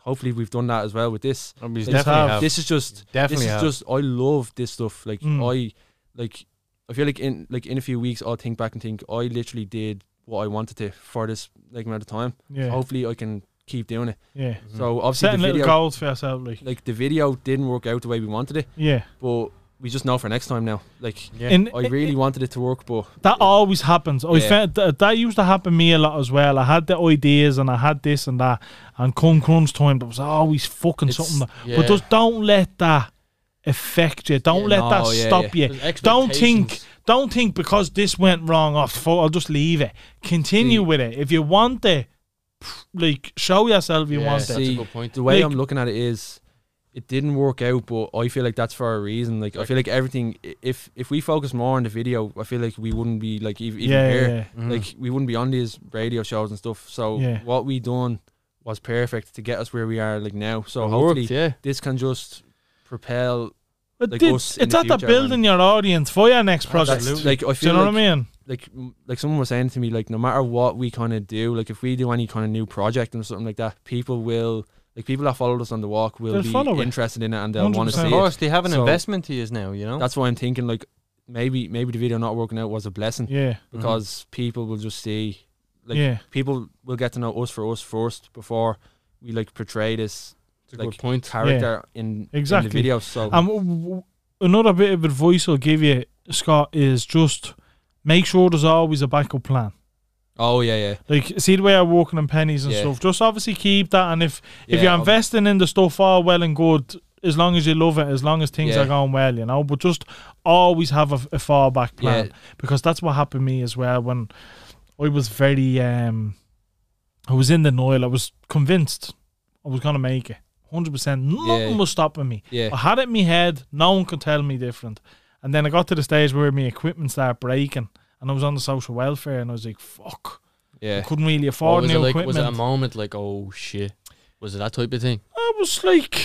[SPEAKER 5] hopefully we've done that as well with this.
[SPEAKER 6] Oh,
[SPEAKER 3] I mean, he's
[SPEAKER 2] It's
[SPEAKER 3] definitely
[SPEAKER 2] hard.
[SPEAKER 3] have.
[SPEAKER 5] This is just,
[SPEAKER 3] definitely
[SPEAKER 5] this is
[SPEAKER 3] have.
[SPEAKER 5] just. I love this stuff. Like
[SPEAKER 2] Mm.
[SPEAKER 5] I, like I feel like in like in a few weeks, I'll think back and think I literally did what I wanted to for this like amount of time.
[SPEAKER 2] Yeah.
[SPEAKER 5] Hopefully, I can keep doing it.
[SPEAKER 2] Yeah.
[SPEAKER 3] Mm-hmm.
[SPEAKER 5] So obviously,
[SPEAKER 2] Setting
[SPEAKER 5] the
[SPEAKER 2] little
[SPEAKER 5] video,
[SPEAKER 2] goals for yourself, like.
[SPEAKER 5] like the video didn't work out the way we wanted it,
[SPEAKER 2] Yeah.
[SPEAKER 5] but we just know for next time now. Like
[SPEAKER 3] Yeah.
[SPEAKER 2] And
[SPEAKER 5] I
[SPEAKER 2] [laughs]
[SPEAKER 5] really wanted it to work, but
[SPEAKER 2] that always happens. I
[SPEAKER 5] Yeah.
[SPEAKER 2] found that, that used to happen me a lot as well. I had the ideas and I had this and that, and come crunch time, there was always fucking
[SPEAKER 4] It's-
[SPEAKER 2] something. That,
[SPEAKER 4] yeah.
[SPEAKER 2] But just don't let that affect you. Don't
[SPEAKER 4] Yeah.
[SPEAKER 2] let that
[SPEAKER 5] No, yeah,
[SPEAKER 2] stop you.
[SPEAKER 4] There's
[SPEAKER 2] Don't think.
[SPEAKER 4] expectations.
[SPEAKER 2] Don't think because this went wrong. Off, I'll just leave it. Continue
[SPEAKER 5] See.
[SPEAKER 2] with it. If you want it, pff, like show yourself you
[SPEAKER 4] Yeah,
[SPEAKER 2] want
[SPEAKER 4] that's
[SPEAKER 2] it.
[SPEAKER 5] See,
[SPEAKER 4] a good point.
[SPEAKER 5] the way
[SPEAKER 2] Like-
[SPEAKER 5] I'm looking at it is, it didn't work out, but I feel like that's for a reason. Like I feel like everything. i- If if we focus more on the video, I feel like we wouldn't be like ev- even
[SPEAKER 2] Yeah,
[SPEAKER 5] here.
[SPEAKER 2] yeah,
[SPEAKER 3] Mhm.
[SPEAKER 5] Like we wouldn't be on these radio shows and stuff. So
[SPEAKER 2] Hmm. Yeah.
[SPEAKER 5] what we done was perfect to get us where we are like now. So
[SPEAKER 4] It
[SPEAKER 5] hopefully
[SPEAKER 4] worked, yeah.
[SPEAKER 5] this can just propel.
[SPEAKER 2] But
[SPEAKER 5] Like
[SPEAKER 2] did-
[SPEAKER 5] us in
[SPEAKER 2] it's
[SPEAKER 5] the
[SPEAKER 2] at that
[SPEAKER 5] future,
[SPEAKER 2] building your audience for your next project.
[SPEAKER 5] That's,
[SPEAKER 2] Do
[SPEAKER 5] like I feel
[SPEAKER 2] you know
[SPEAKER 5] like
[SPEAKER 2] what I mean?
[SPEAKER 5] like m- like someone was saying to me like no matter what we kind of do like if we do any kind of new project and something like that people will like people that followed us on the walk will
[SPEAKER 2] They'll follow
[SPEAKER 5] be
[SPEAKER 2] it.
[SPEAKER 5] interested in it and they'll want
[SPEAKER 2] 100%.
[SPEAKER 5] to
[SPEAKER 3] of
[SPEAKER 5] see it
[SPEAKER 3] course, they have an
[SPEAKER 5] So-
[SPEAKER 3] investment to use now. You know.
[SPEAKER 5] that's why i'm thinking like maybe maybe the video not working out was a blessing
[SPEAKER 2] Yeah,
[SPEAKER 5] because people will just see like
[SPEAKER 2] Mm-hmm. yeah.
[SPEAKER 5] people will get to know us for us first before we like portray this
[SPEAKER 4] It's a
[SPEAKER 5] like
[SPEAKER 4] good point.
[SPEAKER 5] character in
[SPEAKER 2] Exactly.
[SPEAKER 5] in the video so
[SPEAKER 2] Um, w- w- another bit of advice I'll give you, Scott, is just make sure there's always a backup plan.
[SPEAKER 5] oh yeah yeah
[SPEAKER 2] Like, see the way I'm working on pennies and
[SPEAKER 5] Yeah.
[SPEAKER 2] stuff. Just obviously keep that, and if if
[SPEAKER 5] Yeah,
[SPEAKER 2] you're
[SPEAKER 5] ob-
[SPEAKER 2] investing in the stuff, all well and good. As long as you love it, as long as things
[SPEAKER 5] Yeah.
[SPEAKER 2] are going well, you know. But just always have a, a fallback plan
[SPEAKER 5] Yeah.
[SPEAKER 2] because that's what happened to me as well when I was very um, I was in the oil. I was convinced I was gonna make it, hundred percent. Nothing
[SPEAKER 5] Yeah.
[SPEAKER 2] was stopping me. I
[SPEAKER 5] yeah
[SPEAKER 2] had it in my head. No one could tell me different. And then I got to the stage where my equipment started breaking, and I was on the social welfare, and I was like, "Fuck, I
[SPEAKER 5] yeah
[SPEAKER 2] couldn't really afford
[SPEAKER 4] What was it
[SPEAKER 2] new
[SPEAKER 4] like? Was
[SPEAKER 2] equipment."
[SPEAKER 4] it a moment like, oh shit? Was it that type of thing?
[SPEAKER 2] I was like,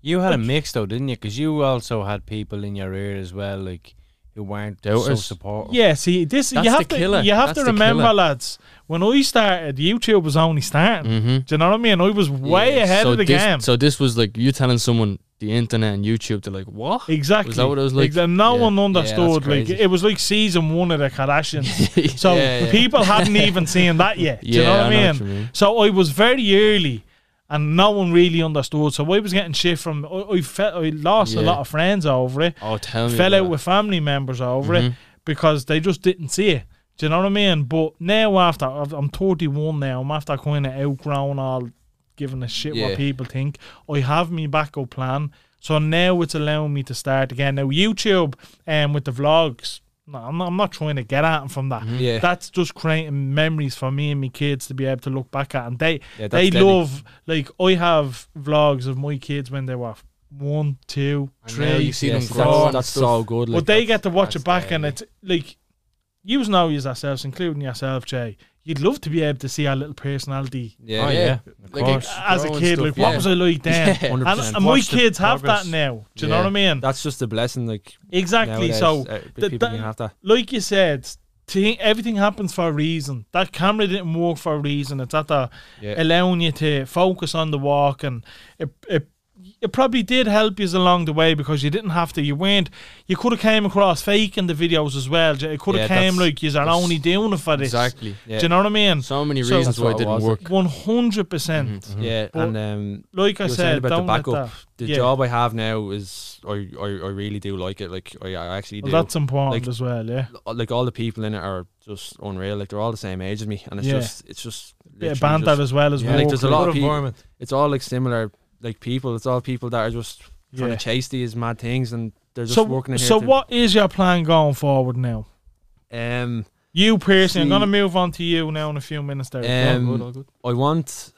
[SPEAKER 3] You had a mix though, didn't you? Because you also had people in your ear as well, like who weren't so
[SPEAKER 4] Doubters.
[SPEAKER 3] supportive.
[SPEAKER 2] "Yeah, see, this
[SPEAKER 4] That's
[SPEAKER 2] you
[SPEAKER 4] the
[SPEAKER 2] have to
[SPEAKER 4] killer.
[SPEAKER 2] you have
[SPEAKER 4] That's
[SPEAKER 2] to
[SPEAKER 4] the
[SPEAKER 2] remember,
[SPEAKER 4] killer.
[SPEAKER 2] lads. When I started, YouTube was only starting.
[SPEAKER 4] Mm-hmm.
[SPEAKER 2] Do you know what I mean? I was way
[SPEAKER 4] Yeah,
[SPEAKER 2] ahead
[SPEAKER 4] so
[SPEAKER 2] of the
[SPEAKER 4] this,
[SPEAKER 2] game.
[SPEAKER 4] So this was like you telling someone the internet and YouTube. They're like, [laughs] what?
[SPEAKER 2] exactly.
[SPEAKER 4] Was that what it was like?
[SPEAKER 2] Exa- no
[SPEAKER 4] Yeah.
[SPEAKER 2] one
[SPEAKER 5] that's
[SPEAKER 2] understood. like
[SPEAKER 5] crazy.
[SPEAKER 2] it was like season one of the Kardashians. So
[SPEAKER 4] [laughs] Yeah, yeah.
[SPEAKER 2] people hadn't even seen that yet. Do you know what I mean?
[SPEAKER 4] you mean?
[SPEAKER 2] So I was very early, and no one really understood. So I was getting shit from. I, I felt I lost a
[SPEAKER 4] Yeah.
[SPEAKER 2] lot of friends over it.
[SPEAKER 4] Oh, tell me.
[SPEAKER 2] fell
[SPEAKER 4] about
[SPEAKER 2] out
[SPEAKER 4] it.
[SPEAKER 2] with family members over it
[SPEAKER 5] Mm-hmm.
[SPEAKER 4] Mhm.
[SPEAKER 2] because they just didn't see it. Do you know what I mean? But now after I've- I'm 31 now, I'm after kind of outgrown all giving a shit
[SPEAKER 5] Yeah.
[SPEAKER 2] what people think. I have my backup plan, so now it's allowing me to start again. Now YouTube and um, with the vlogs, no, I'm not, I'm not trying to get at 'em from that.
[SPEAKER 5] Mm-hmm. yeah
[SPEAKER 2] That's just creating memories for me and my kids to be able to look back at, and they
[SPEAKER 5] yeah,
[SPEAKER 2] they
[SPEAKER 5] that's deadly.
[SPEAKER 2] love like I have vlogs of my kids when they were one, two,
[SPEAKER 4] And now
[SPEAKER 2] three,
[SPEAKER 4] you see
[SPEAKER 5] Yes,
[SPEAKER 4] them grow.
[SPEAKER 5] that's,
[SPEAKER 2] growing
[SPEAKER 4] and
[SPEAKER 5] that's
[SPEAKER 4] stuff.
[SPEAKER 5] so good like
[SPEAKER 2] but they
[SPEAKER 5] that's-
[SPEAKER 2] get to watch
[SPEAKER 5] that's
[SPEAKER 2] it back, and
[SPEAKER 5] deadly.
[SPEAKER 2] it's like you know yourselves, including yourself, Jay. You'd love to be able to see our little personality
[SPEAKER 5] yeah
[SPEAKER 3] Oh, yeah.
[SPEAKER 4] Yeah.
[SPEAKER 3] Of
[SPEAKER 4] Like,
[SPEAKER 3] course.
[SPEAKER 4] Just
[SPEAKER 2] as a
[SPEAKER 4] growing
[SPEAKER 2] kid.
[SPEAKER 4] stuff,
[SPEAKER 2] like, what
[SPEAKER 4] yeah.
[SPEAKER 2] was I like then?
[SPEAKER 4] Yeah.
[SPEAKER 5] Hundred
[SPEAKER 2] And,
[SPEAKER 5] percent.
[SPEAKER 2] and my
[SPEAKER 3] Watch the
[SPEAKER 2] kids have
[SPEAKER 3] progress.
[SPEAKER 2] that now. Do you know
[SPEAKER 5] Yeah.
[SPEAKER 2] what I mean?
[SPEAKER 5] That's just a blessing, like
[SPEAKER 2] exactly.
[SPEAKER 5] nowadays,
[SPEAKER 2] So,
[SPEAKER 5] uh,
[SPEAKER 2] th-
[SPEAKER 5] people
[SPEAKER 2] that-
[SPEAKER 5] can have that.
[SPEAKER 2] like you said, thi- everything happens for a reason. That camera didn't work for a reason. It's at the
[SPEAKER 5] Yeah,
[SPEAKER 2] allowing you to focus on the walk and it, it it probably did help you along the way because you didn't have to you weren't you could have came across fake in the videos as well it could
[SPEAKER 5] Yeah,
[SPEAKER 2] have came
[SPEAKER 5] that's-
[SPEAKER 2] like you're
[SPEAKER 5] that's-
[SPEAKER 2] only doing it for this
[SPEAKER 4] Exactly.
[SPEAKER 5] yeah,
[SPEAKER 2] do you know what I mean
[SPEAKER 4] So many
[SPEAKER 2] So-
[SPEAKER 4] reasons
[SPEAKER 5] That's
[SPEAKER 4] why
[SPEAKER 5] what
[SPEAKER 4] it
[SPEAKER 5] it
[SPEAKER 4] didn't
[SPEAKER 5] was.
[SPEAKER 4] work.
[SPEAKER 2] 100% percent
[SPEAKER 4] Mhm.
[SPEAKER 5] yeah.
[SPEAKER 2] But
[SPEAKER 5] and um,
[SPEAKER 2] like I
[SPEAKER 5] Mm-hmm, you were saying
[SPEAKER 2] said
[SPEAKER 5] about
[SPEAKER 2] don't
[SPEAKER 5] the
[SPEAKER 2] let
[SPEAKER 5] backup.
[SPEAKER 2] that
[SPEAKER 5] The
[SPEAKER 2] yeah.
[SPEAKER 5] job I have now is I, I, I really do like it. Like I, I actually
[SPEAKER 2] well,
[SPEAKER 5] do.
[SPEAKER 2] that's important
[SPEAKER 5] Like-
[SPEAKER 2] as well yeah
[SPEAKER 5] L- like all the people in it are just unreal. Like they're all the same age as me, and it's
[SPEAKER 2] Yeah.
[SPEAKER 5] just it's just
[SPEAKER 2] bit
[SPEAKER 5] literally
[SPEAKER 2] of banter
[SPEAKER 5] just-
[SPEAKER 2] as well as
[SPEAKER 5] Yeah,
[SPEAKER 2] well
[SPEAKER 5] like, there's a lot of
[SPEAKER 3] Good
[SPEAKER 5] people-
[SPEAKER 3] environment.
[SPEAKER 5] It's all like similar like people. It's all people that are just trying
[SPEAKER 2] Yeah.
[SPEAKER 5] to chase these mad things, and they're just
[SPEAKER 2] so,
[SPEAKER 5] working. in here
[SPEAKER 2] so
[SPEAKER 5] to-
[SPEAKER 2] what is your plan going forward now
[SPEAKER 5] Um,
[SPEAKER 2] you personally I'm
[SPEAKER 5] See-
[SPEAKER 2] going to move on to you now in a few minutes there
[SPEAKER 5] Um, I want.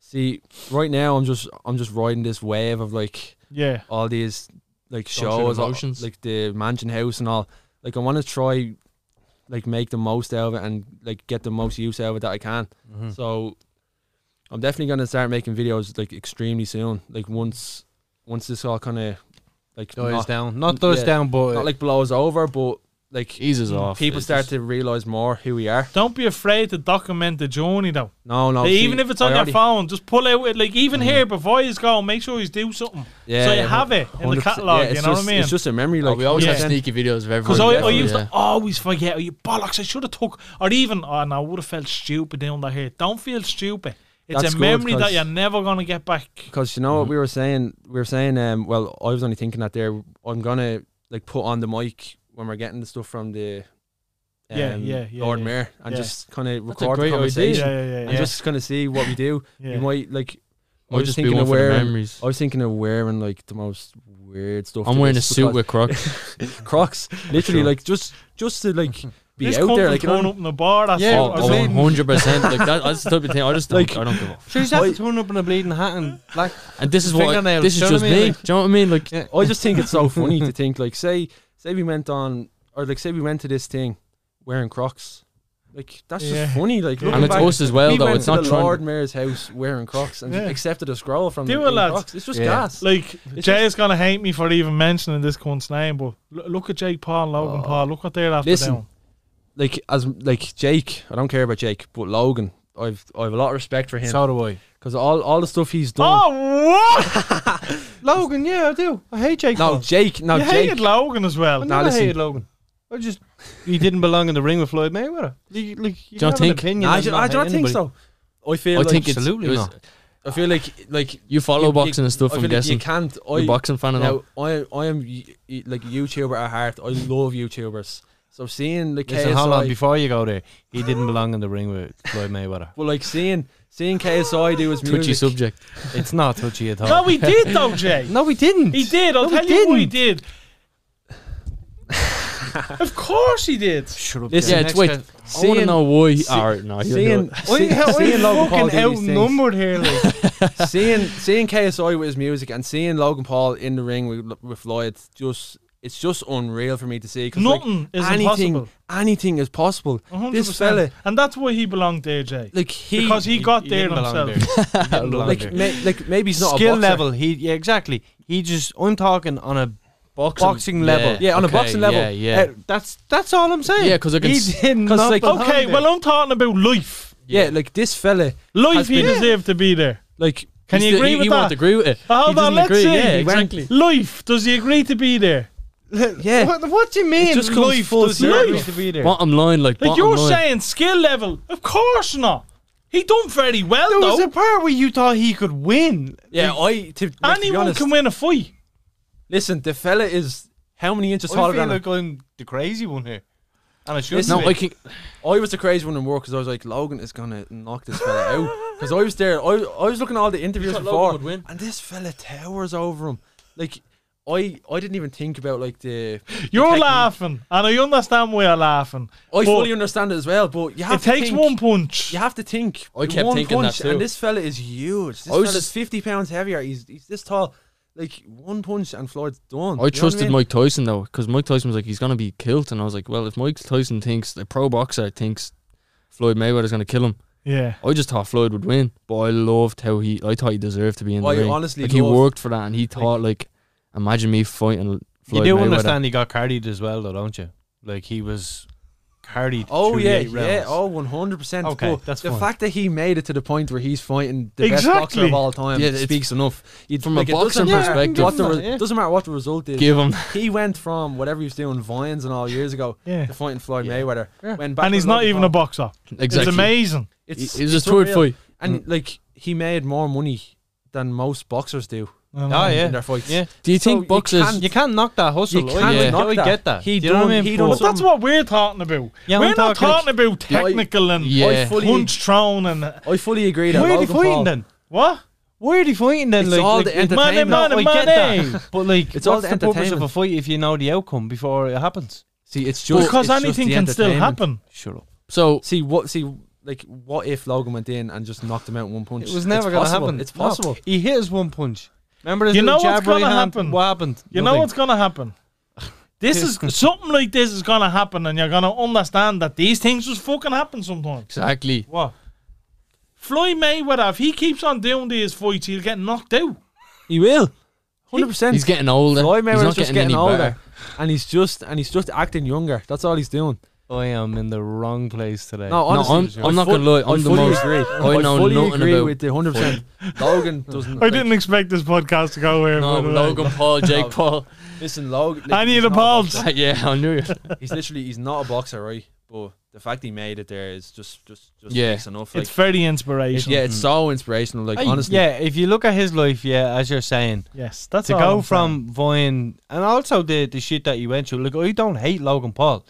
[SPEAKER 5] See, right now I'm just I'm just riding this wave of like
[SPEAKER 2] yeah
[SPEAKER 5] all these
[SPEAKER 4] Going
[SPEAKER 5] like
[SPEAKER 4] through the
[SPEAKER 5] shows, all-
[SPEAKER 4] motions.
[SPEAKER 5] like the Mansion House and all. like I want to try, like make the most out of it and like get the most use out of it that I can.
[SPEAKER 3] Mhm.
[SPEAKER 5] So I'm definitely gonna start making videos like extremely soon. Like once once this all kind of like
[SPEAKER 3] dies
[SPEAKER 5] not,
[SPEAKER 3] down, not dies
[SPEAKER 5] yeah.
[SPEAKER 3] down, but
[SPEAKER 5] not like blows over, but like
[SPEAKER 4] eases off.
[SPEAKER 5] people
[SPEAKER 4] It's
[SPEAKER 5] start
[SPEAKER 4] just-
[SPEAKER 5] to realize more who we are.
[SPEAKER 2] Don't be afraid to document the journey though.
[SPEAKER 5] No, no.
[SPEAKER 2] Like,
[SPEAKER 5] Oh, see,
[SPEAKER 2] even if it's
[SPEAKER 5] I
[SPEAKER 2] on your
[SPEAKER 5] already- Mm-hmm.
[SPEAKER 2] phone, just pull out. Like even here before he's gone, make sure he's do something.
[SPEAKER 5] yeah,
[SPEAKER 2] so you have it in the
[SPEAKER 5] 100%,
[SPEAKER 2] catalogue.
[SPEAKER 5] yeah,
[SPEAKER 2] you
[SPEAKER 5] it's
[SPEAKER 2] know
[SPEAKER 5] just-
[SPEAKER 2] what I mean?
[SPEAKER 5] It's just a memory.
[SPEAKER 4] Oh,
[SPEAKER 5] Like
[SPEAKER 4] we always
[SPEAKER 2] Yeah.
[SPEAKER 4] have sneaky videos of everyone.
[SPEAKER 2] Because I, I
[SPEAKER 5] Definitely,
[SPEAKER 2] used
[SPEAKER 4] yeah.
[SPEAKER 2] to always forget, oh, you bollocks, I should have took, or even, oh, and I would have felt stupid down that here. Don't feel stupid. It's
[SPEAKER 5] That's
[SPEAKER 2] a
[SPEAKER 5] good,
[SPEAKER 2] memory that
[SPEAKER 5] 'cause-
[SPEAKER 2] you're never going to get back.
[SPEAKER 5] Because you know
[SPEAKER 2] Mm-hmm.
[SPEAKER 5] what we were saying, we were saying. Um, well, I was only thinking that there. I'm gonna like put on the mic when we're getting the stuff from the. Um,
[SPEAKER 2] Yeah, yeah, yeah,
[SPEAKER 5] Lord
[SPEAKER 2] yeah.
[SPEAKER 5] Mayor, and
[SPEAKER 2] Yeah.
[SPEAKER 5] just kind of
[SPEAKER 4] That's a
[SPEAKER 5] record the
[SPEAKER 4] great idea.
[SPEAKER 2] Yeah,
[SPEAKER 5] conversation
[SPEAKER 2] yeah, yeah.
[SPEAKER 5] and
[SPEAKER 2] yeah.
[SPEAKER 5] just kind of see what we do.
[SPEAKER 2] yeah.
[SPEAKER 5] We might like. I
[SPEAKER 4] Might
[SPEAKER 5] was
[SPEAKER 4] just be
[SPEAKER 5] thinking
[SPEAKER 4] one
[SPEAKER 5] of
[SPEAKER 4] for the
[SPEAKER 5] wearing.
[SPEAKER 4] memories.
[SPEAKER 5] I was thinking of wearing like the most weird stuff.
[SPEAKER 4] I'm
[SPEAKER 5] to
[SPEAKER 4] wearing a
[SPEAKER 5] this
[SPEAKER 4] suit
[SPEAKER 5] because-
[SPEAKER 4] with Crocs. [laughs]
[SPEAKER 5] Crocs. Literally,
[SPEAKER 4] sure.
[SPEAKER 5] like just just
[SPEAKER 2] [laughs]
[SPEAKER 5] to like be
[SPEAKER 2] This
[SPEAKER 5] out
[SPEAKER 2] cunt
[SPEAKER 5] there,
[SPEAKER 2] was
[SPEAKER 5] like you know,
[SPEAKER 2] throwing up in the bar. That's
[SPEAKER 6] Yeah,
[SPEAKER 2] all.
[SPEAKER 6] I
[SPEAKER 4] Oh,
[SPEAKER 6] was
[SPEAKER 2] Like,
[SPEAKER 6] saying-
[SPEAKER 4] 100%. like that, that's the type of thing. I just don't,
[SPEAKER 5] Like-
[SPEAKER 4] I don't give off.
[SPEAKER 6] Should just have
[SPEAKER 5] Why-
[SPEAKER 6] to turn up in a bleeding hat and [laughs] black.
[SPEAKER 4] And this is what I,
[SPEAKER 6] Fingernails,
[SPEAKER 4] this is
[SPEAKER 6] do you know
[SPEAKER 4] just
[SPEAKER 6] what I mean?
[SPEAKER 4] me.
[SPEAKER 6] Like-
[SPEAKER 4] do you know what I mean? Like,
[SPEAKER 5] I just think it's [laughs] so funny to think like say say we went on or like say we went to this thing wearing Crocs. Like that's
[SPEAKER 2] Yeah.
[SPEAKER 5] just funny. Like
[SPEAKER 2] Yeah.
[SPEAKER 5] looking
[SPEAKER 4] and it's
[SPEAKER 5] back,
[SPEAKER 4] us as well
[SPEAKER 5] we
[SPEAKER 4] though.
[SPEAKER 5] went
[SPEAKER 4] It's
[SPEAKER 5] to
[SPEAKER 4] not
[SPEAKER 5] the
[SPEAKER 4] trying.
[SPEAKER 5] Lord Mayor's house wearing Crocs and
[SPEAKER 2] Yeah.
[SPEAKER 5] accepted a scroll from
[SPEAKER 2] Do
[SPEAKER 5] the
[SPEAKER 2] it,
[SPEAKER 5] in
[SPEAKER 2] lads.
[SPEAKER 5] Crocs. It's just
[SPEAKER 3] Yeah.
[SPEAKER 5] gas.
[SPEAKER 2] like
[SPEAKER 5] It's
[SPEAKER 2] Jay is going to hate me for even mentioning this cunt's name, but lo- look at Jake Paul and Logan
[SPEAKER 5] Oh.
[SPEAKER 2] Paul. Look what they're after
[SPEAKER 5] Listen,
[SPEAKER 2] down.
[SPEAKER 5] Like as like Jake, I don't care about Jake, but Logan, I've I've a lot of respect for him
[SPEAKER 3] so do I.
[SPEAKER 5] because all all the stuff he's done.
[SPEAKER 2] Oh, what?
[SPEAKER 6] Logan, yeah, I do. I hate Jake.
[SPEAKER 5] No,
[SPEAKER 6] Paul.
[SPEAKER 5] Jake, oh. no
[SPEAKER 2] you
[SPEAKER 5] Jake.
[SPEAKER 2] hated Logan as
[SPEAKER 6] I
[SPEAKER 2] well.
[SPEAKER 5] No. now
[SPEAKER 6] never
[SPEAKER 5] listen.
[SPEAKER 6] hated Logan. I just he didn't belong in the ring with Floyd Mayweather. You, like, you
[SPEAKER 4] Don't
[SPEAKER 6] can have
[SPEAKER 4] think-
[SPEAKER 6] An opinion
[SPEAKER 5] Nah, I
[SPEAKER 6] and
[SPEAKER 5] don't, I
[SPEAKER 6] hate
[SPEAKER 5] don't think
[SPEAKER 6] anybody.
[SPEAKER 5] so. I feel
[SPEAKER 4] I
[SPEAKER 5] like,
[SPEAKER 4] think it's
[SPEAKER 3] Absolutely
[SPEAKER 4] it was-
[SPEAKER 3] not.
[SPEAKER 5] I feel like like
[SPEAKER 4] You follow
[SPEAKER 5] you-
[SPEAKER 4] boxing and stuff.
[SPEAKER 5] I
[SPEAKER 4] I'm
[SPEAKER 5] feel like you
[SPEAKER 4] guessing.
[SPEAKER 5] can't.
[SPEAKER 4] You're a
[SPEAKER 5] I,
[SPEAKER 4] boxing fan and all.
[SPEAKER 5] Now, I I am y- y- like a YouTuber at heart. I love YouTubers. So seeing the
[SPEAKER 3] Listen,
[SPEAKER 5] KSI,
[SPEAKER 3] hold on. Before you go there, he didn't belong in the ring with Floyd Mayweather.
[SPEAKER 5] well, like seeing seeing KSI do his
[SPEAKER 4] Twitchy
[SPEAKER 5] music.
[SPEAKER 4] subject.
[SPEAKER 3] It's not touchy at all.
[SPEAKER 2] No,
[SPEAKER 6] [laughs]
[SPEAKER 2] he did though, Jay.
[SPEAKER 6] No, he didn't.
[SPEAKER 2] He did. I'll
[SPEAKER 6] No, he
[SPEAKER 2] tell you what he did. of course he did.
[SPEAKER 3] Shut up.
[SPEAKER 5] Listen,
[SPEAKER 4] Yeah, it's wait. I want to
[SPEAKER 5] Seeing-
[SPEAKER 4] know why.
[SPEAKER 5] see-
[SPEAKER 4] All right, no, you'll do
[SPEAKER 5] seeing
[SPEAKER 4] it.
[SPEAKER 5] see- seeing Logan Paul
[SPEAKER 6] fucking
[SPEAKER 5] do these things,
[SPEAKER 6] outnumbered here. Like.
[SPEAKER 5] [laughs] seeing seeing KSI with his music and seeing Logan Paul in the ring with with Floyd, just it's just unreal for me to see. 'cause, like,
[SPEAKER 2] [laughs] Nothing is
[SPEAKER 5] anything,
[SPEAKER 2] impossible.
[SPEAKER 5] anything is possible.
[SPEAKER 2] 100%.
[SPEAKER 5] This fella,
[SPEAKER 2] and that's why he belonged there, Jay.
[SPEAKER 5] like he,
[SPEAKER 2] because he, got there
[SPEAKER 3] didn't belong
[SPEAKER 2] himself.
[SPEAKER 3] there.
[SPEAKER 5] [laughs]
[SPEAKER 3] He didn't belong
[SPEAKER 5] like
[SPEAKER 3] there.
[SPEAKER 5] may, like maybe he's not
[SPEAKER 6] skill
[SPEAKER 5] a boxer.
[SPEAKER 6] level. He yeah, exactly. He just I'm talking on a boxing, level.
[SPEAKER 5] Yeah, on a boxing level.
[SPEAKER 4] Yeah, yeah.
[SPEAKER 6] Uh, that's that's all I'm saying.
[SPEAKER 4] Yeah, 'cause I can
[SPEAKER 6] he
[SPEAKER 4] s-
[SPEAKER 6] did not
[SPEAKER 5] like-
[SPEAKER 6] belong
[SPEAKER 2] Okay,
[SPEAKER 6] there.
[SPEAKER 2] well I'm talking about life.
[SPEAKER 5] Yeah, like this fella,
[SPEAKER 2] Life
[SPEAKER 5] Has
[SPEAKER 2] he
[SPEAKER 5] been-
[SPEAKER 2] deserved to be there.
[SPEAKER 5] like
[SPEAKER 2] Can
[SPEAKER 4] He's
[SPEAKER 2] you
[SPEAKER 4] the-
[SPEAKER 2] agree
[SPEAKER 4] he,
[SPEAKER 2] with
[SPEAKER 4] he
[SPEAKER 2] that?
[SPEAKER 4] won't agree with it.
[SPEAKER 2] Uh,
[SPEAKER 4] he
[SPEAKER 2] Hold on,
[SPEAKER 4] doesn't
[SPEAKER 2] let's
[SPEAKER 4] agree.
[SPEAKER 2] see.
[SPEAKER 4] Yeah, exactly.
[SPEAKER 2] Life, does he agree to be there?
[SPEAKER 5] yeah.
[SPEAKER 6] what, what do you mean?
[SPEAKER 5] just comes
[SPEAKER 6] life
[SPEAKER 5] full
[SPEAKER 6] does not
[SPEAKER 2] circle.
[SPEAKER 6] need to be there.
[SPEAKER 4] Bottom line, like,
[SPEAKER 2] Like
[SPEAKER 4] bottom
[SPEAKER 2] you're
[SPEAKER 4] line.
[SPEAKER 2] saying skill level. Of course not. He done very well
[SPEAKER 6] There was
[SPEAKER 2] though.
[SPEAKER 6] a part where you thought he could win.
[SPEAKER 5] Yeah, I to, like, to be
[SPEAKER 2] Anyone
[SPEAKER 5] honest,
[SPEAKER 2] can win a fight.
[SPEAKER 5] Listen, the fella is how many inches
[SPEAKER 6] I
[SPEAKER 5] taller
[SPEAKER 6] feel
[SPEAKER 5] than
[SPEAKER 6] like I'm the crazy one here, and I shouldn't.
[SPEAKER 5] Listen,
[SPEAKER 4] No,
[SPEAKER 6] be.
[SPEAKER 4] I can.
[SPEAKER 5] him? I was the crazy one in work because I was like, Logan is gonna knock this fella out.
[SPEAKER 6] [laughs]
[SPEAKER 5] Because I was there, I, I was looking at all the interviews
[SPEAKER 4] thought
[SPEAKER 5] before,
[SPEAKER 4] Logan would win?
[SPEAKER 5] and this fella towers over him. Like, I I didn't even think about like
[SPEAKER 6] [laughs]
[SPEAKER 5] the. the
[SPEAKER 2] You're
[SPEAKER 5] technique.
[SPEAKER 2] laughing, and I understand why you're laughing.
[SPEAKER 5] I
[SPEAKER 2] but
[SPEAKER 5] fully understand it as well, but you have
[SPEAKER 2] It
[SPEAKER 5] to
[SPEAKER 2] takes
[SPEAKER 5] think-
[SPEAKER 2] one punch.
[SPEAKER 5] You have to think.
[SPEAKER 4] I kept
[SPEAKER 5] one
[SPEAKER 4] thinking that
[SPEAKER 5] punch,
[SPEAKER 4] too.
[SPEAKER 5] And this fella is huge. This
[SPEAKER 4] I was
[SPEAKER 5] fella's
[SPEAKER 4] just-
[SPEAKER 5] fifty pounds heavier. He's he's this tall. Like one punch and Floyd's
[SPEAKER 4] I
[SPEAKER 5] done. You know what
[SPEAKER 4] trusted
[SPEAKER 5] mean?
[SPEAKER 4] Mike Tyson though, because Mike Tyson was like, he's gonna be killed, and I was like, well, if Mike Tyson thinks the pro boxer thinks Floyd Mayweather's gonna kill him,
[SPEAKER 2] Yeah.
[SPEAKER 4] I just thought Floyd would win, but I loved how he. I thought he deserved to be in the
[SPEAKER 5] I
[SPEAKER 4] ring.
[SPEAKER 5] honestly
[SPEAKER 4] like he
[SPEAKER 5] loved-
[SPEAKER 4] worked for that, and he thought like, imagine me fighting
[SPEAKER 3] You
[SPEAKER 4] Floyd
[SPEAKER 3] do
[SPEAKER 4] Mayweather.
[SPEAKER 3] understand he got cardied as well, though, don't you? Like he was cardied.
[SPEAKER 5] Oh
[SPEAKER 3] through the
[SPEAKER 5] yeah,
[SPEAKER 3] eight
[SPEAKER 5] yeah.
[SPEAKER 3] rounds.
[SPEAKER 5] Oh, one hundred percent.
[SPEAKER 3] Okay, that's
[SPEAKER 5] the
[SPEAKER 3] fine.
[SPEAKER 5] fact that he made it to the point where he's fighting the best boxer
[SPEAKER 2] Exactly.
[SPEAKER 5] of all time
[SPEAKER 4] Yeah,
[SPEAKER 5] yeah,
[SPEAKER 4] it's-
[SPEAKER 5] speaks enough. You'd
[SPEAKER 4] from a
[SPEAKER 5] it doesn't
[SPEAKER 4] boxing
[SPEAKER 5] matter
[SPEAKER 4] perspective.
[SPEAKER 5] what the re-
[SPEAKER 6] Yeah.
[SPEAKER 5] doesn't matter what the result is.
[SPEAKER 4] Give him.
[SPEAKER 5] He went from whatever he was doing Vines and all years ago
[SPEAKER 2] Yeah.
[SPEAKER 5] to fighting Floyd Mayweather. Went back
[SPEAKER 2] And he's
[SPEAKER 5] with
[SPEAKER 2] not
[SPEAKER 5] Logan
[SPEAKER 2] even
[SPEAKER 5] Paul.
[SPEAKER 2] a boxer.
[SPEAKER 4] [laughs] Exactly.
[SPEAKER 2] It's amazing.
[SPEAKER 4] It
[SPEAKER 5] It's,
[SPEAKER 4] it was his
[SPEAKER 5] it's
[SPEAKER 4] third
[SPEAKER 5] unreal.
[SPEAKER 4] fight.
[SPEAKER 5] and
[SPEAKER 4] Mm.
[SPEAKER 5] like he made more money than most boxers do
[SPEAKER 3] Oh
[SPEAKER 2] uh,
[SPEAKER 6] Ah,
[SPEAKER 5] in
[SPEAKER 3] yeah.
[SPEAKER 5] their fights.
[SPEAKER 3] Yeah.
[SPEAKER 4] Do you
[SPEAKER 5] So
[SPEAKER 4] think
[SPEAKER 5] you
[SPEAKER 4] boxers?
[SPEAKER 5] can't-
[SPEAKER 6] You can't knock that hustle.
[SPEAKER 5] You
[SPEAKER 6] I-
[SPEAKER 5] can't
[SPEAKER 6] yeah,
[SPEAKER 5] knock
[SPEAKER 6] I
[SPEAKER 5] that.
[SPEAKER 6] get that.
[SPEAKER 5] He
[SPEAKER 6] Do you know what I
[SPEAKER 5] done-
[SPEAKER 6] mean?
[SPEAKER 5] he
[SPEAKER 6] But-
[SPEAKER 5] done
[SPEAKER 2] But that's what we're talking about.
[SPEAKER 6] Yeah,
[SPEAKER 2] we're
[SPEAKER 6] I'm
[SPEAKER 2] not
[SPEAKER 6] talking-
[SPEAKER 2] talking about technical and
[SPEAKER 4] Yeah.
[SPEAKER 5] I fully,
[SPEAKER 2] punch thrown and uh,
[SPEAKER 5] I fully agree that
[SPEAKER 6] Where are they
[SPEAKER 5] Logan Paul,
[SPEAKER 6] fighting then?
[SPEAKER 2] what?
[SPEAKER 6] Where are they fighting then?
[SPEAKER 5] It's
[SPEAKER 6] like,
[SPEAKER 5] all
[SPEAKER 6] like,
[SPEAKER 5] the
[SPEAKER 6] like,
[SPEAKER 5] entertainment.
[SPEAKER 2] Money,
[SPEAKER 6] I
[SPEAKER 2] money,
[SPEAKER 6] get
[SPEAKER 2] money.
[SPEAKER 6] that. But like,
[SPEAKER 5] It's
[SPEAKER 6] it's
[SPEAKER 5] all
[SPEAKER 6] what's
[SPEAKER 5] the
[SPEAKER 6] the, purpose of a
[SPEAKER 5] entertainment.
[SPEAKER 6] fight if you know the outcome before it happens?
[SPEAKER 5] See, it's just
[SPEAKER 2] Because
[SPEAKER 5] it's just
[SPEAKER 2] anything
[SPEAKER 5] the
[SPEAKER 2] can still
[SPEAKER 5] entertainment.
[SPEAKER 2] happen.
[SPEAKER 6] Shut up.
[SPEAKER 4] So
[SPEAKER 5] See what? See like what if Logan went in and just knocked him out in one punch?
[SPEAKER 6] It was
[SPEAKER 5] It's
[SPEAKER 6] never going to
[SPEAKER 5] possible.
[SPEAKER 6] happen.
[SPEAKER 5] It's
[SPEAKER 6] No.
[SPEAKER 5] possible.
[SPEAKER 6] He hit his one punch. Remember this
[SPEAKER 2] You
[SPEAKER 6] little
[SPEAKER 2] know what's
[SPEAKER 6] jab right
[SPEAKER 2] gonna
[SPEAKER 6] hand?
[SPEAKER 2] happen?
[SPEAKER 6] What happened?
[SPEAKER 2] You know [laughs]
[SPEAKER 6] Nothing.
[SPEAKER 2] what's gonna happen? This is something like this is gonna happen, and you're gonna understand that these things just fucking happen sometimes.
[SPEAKER 4] Exactly.
[SPEAKER 2] What? Floyd Mayweather, if he keeps on doing these fights, he'll get knocked out.
[SPEAKER 5] He will. 100%.
[SPEAKER 4] He's getting older.
[SPEAKER 5] Floyd
[SPEAKER 4] he's
[SPEAKER 5] Mayweather's
[SPEAKER 4] not
[SPEAKER 5] just
[SPEAKER 4] getting,
[SPEAKER 5] getting,
[SPEAKER 4] any
[SPEAKER 5] older,
[SPEAKER 4] better.
[SPEAKER 5] and he's just and he's just acting younger. That's all he's doing.
[SPEAKER 3] I am in the wrong place today.
[SPEAKER 5] No, honestly,
[SPEAKER 4] I'm- I'm not gonna lie, I'm the most-
[SPEAKER 5] Agree.
[SPEAKER 4] I know
[SPEAKER 5] fully
[SPEAKER 4] nothing
[SPEAKER 5] agree
[SPEAKER 4] about
[SPEAKER 5] with the 100. percent Logan
[SPEAKER 6] [laughs]
[SPEAKER 5] doesn't.
[SPEAKER 2] I didn't expect this podcast to go here.
[SPEAKER 4] No,
[SPEAKER 2] by the way.
[SPEAKER 4] Logan Paul, Jake Paul. [laughs]
[SPEAKER 5] like, listen. Logan.
[SPEAKER 2] I need
[SPEAKER 5] he's
[SPEAKER 2] a
[SPEAKER 5] not
[SPEAKER 2] pulse.
[SPEAKER 5] boxer.
[SPEAKER 4] yeah, I [laughs] knew it.
[SPEAKER 5] He's literally he's not a boxer, right? But the fact he made it there is just just just
[SPEAKER 4] Yeah.
[SPEAKER 5] makes enough. Like,
[SPEAKER 2] It's very
[SPEAKER 5] it's-
[SPEAKER 2] inspirational.
[SPEAKER 5] yeah, it's so inspirational. Like honestly,
[SPEAKER 6] yeah, if you look at his life, yeah, as you're saying,
[SPEAKER 2] Yes, that's
[SPEAKER 6] to
[SPEAKER 2] all
[SPEAKER 6] go
[SPEAKER 2] I'm saying.
[SPEAKER 6] from Voyne and also the the shit that you went through. Look, I don't hate Logan Paul.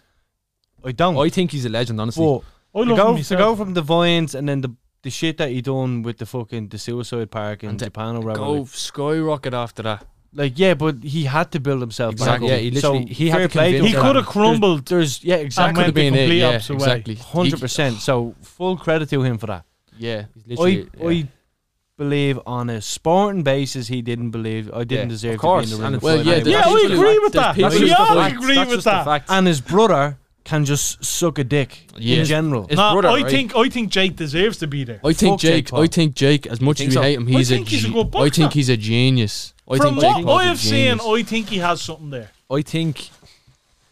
[SPEAKER 6] I don't.
[SPEAKER 5] I think he's a legend. Honestly,
[SPEAKER 6] but
[SPEAKER 2] I
[SPEAKER 6] to
[SPEAKER 2] love
[SPEAKER 6] go,
[SPEAKER 2] him
[SPEAKER 6] to go
[SPEAKER 2] myself.
[SPEAKER 6] from the Vines and then the the shit that he done with the fucking the suicide park in
[SPEAKER 4] And to
[SPEAKER 6] Japan or whatever.
[SPEAKER 4] Go
[SPEAKER 6] Like,
[SPEAKER 4] skyrocket after that.
[SPEAKER 6] like, yeah, but he had to build himself
[SPEAKER 4] Exactly.
[SPEAKER 6] back up.
[SPEAKER 5] Yeah, he literally-
[SPEAKER 6] so
[SPEAKER 5] he had
[SPEAKER 6] fair
[SPEAKER 5] to
[SPEAKER 6] play
[SPEAKER 5] convince
[SPEAKER 2] he
[SPEAKER 5] him.
[SPEAKER 6] him.
[SPEAKER 2] could have crumbled.
[SPEAKER 6] There's yeah, exactly.
[SPEAKER 2] went
[SPEAKER 4] Could've
[SPEAKER 2] the
[SPEAKER 4] been it.
[SPEAKER 2] complete
[SPEAKER 4] Yeah,
[SPEAKER 2] opposite way.
[SPEAKER 4] exactly.
[SPEAKER 6] Hundred
[SPEAKER 4] He-
[SPEAKER 6] percent. So full credit to him for that.
[SPEAKER 4] Yeah, he's
[SPEAKER 6] I,
[SPEAKER 4] literally. yeah.
[SPEAKER 6] I believe on a sporting basis he didn't believe I
[SPEAKER 5] Yeah,
[SPEAKER 6] didn't deserve
[SPEAKER 5] of course,
[SPEAKER 6] to be in
[SPEAKER 5] and
[SPEAKER 6] the ring.
[SPEAKER 5] it's
[SPEAKER 6] with
[SPEAKER 4] like-
[SPEAKER 6] Floyd Mayweather.
[SPEAKER 4] yeah, the-
[SPEAKER 2] Yeah,
[SPEAKER 4] There's
[SPEAKER 2] we
[SPEAKER 4] people
[SPEAKER 2] agree
[SPEAKER 4] who-
[SPEAKER 2] with that.
[SPEAKER 4] there's people
[SPEAKER 2] We
[SPEAKER 4] who-
[SPEAKER 2] all
[SPEAKER 4] That's
[SPEAKER 2] agree
[SPEAKER 5] That's
[SPEAKER 2] with
[SPEAKER 5] just the
[SPEAKER 2] that.
[SPEAKER 5] fact.
[SPEAKER 6] and his brother can just suck a dick
[SPEAKER 4] Yeah.
[SPEAKER 6] in general.
[SPEAKER 5] His
[SPEAKER 2] No,
[SPEAKER 5] brother,
[SPEAKER 2] I
[SPEAKER 5] right?
[SPEAKER 2] think I think Jake deserves to be there.
[SPEAKER 4] I think
[SPEAKER 6] Fuck Jake
[SPEAKER 4] Jake.
[SPEAKER 6] Paul.
[SPEAKER 4] I think Jake. As much as
[SPEAKER 5] think
[SPEAKER 4] we
[SPEAKER 5] so?
[SPEAKER 4] hate him,
[SPEAKER 2] I
[SPEAKER 4] he's a.
[SPEAKER 2] think he's a
[SPEAKER 4] ge-
[SPEAKER 2] good
[SPEAKER 4] I think
[SPEAKER 2] boxer.
[SPEAKER 4] he's a genius. I
[SPEAKER 2] From
[SPEAKER 4] think Jake
[SPEAKER 2] what
[SPEAKER 4] Paul's
[SPEAKER 2] I
[SPEAKER 4] a
[SPEAKER 2] have seen,
[SPEAKER 4] genius.
[SPEAKER 2] I think he has something there.
[SPEAKER 5] I think.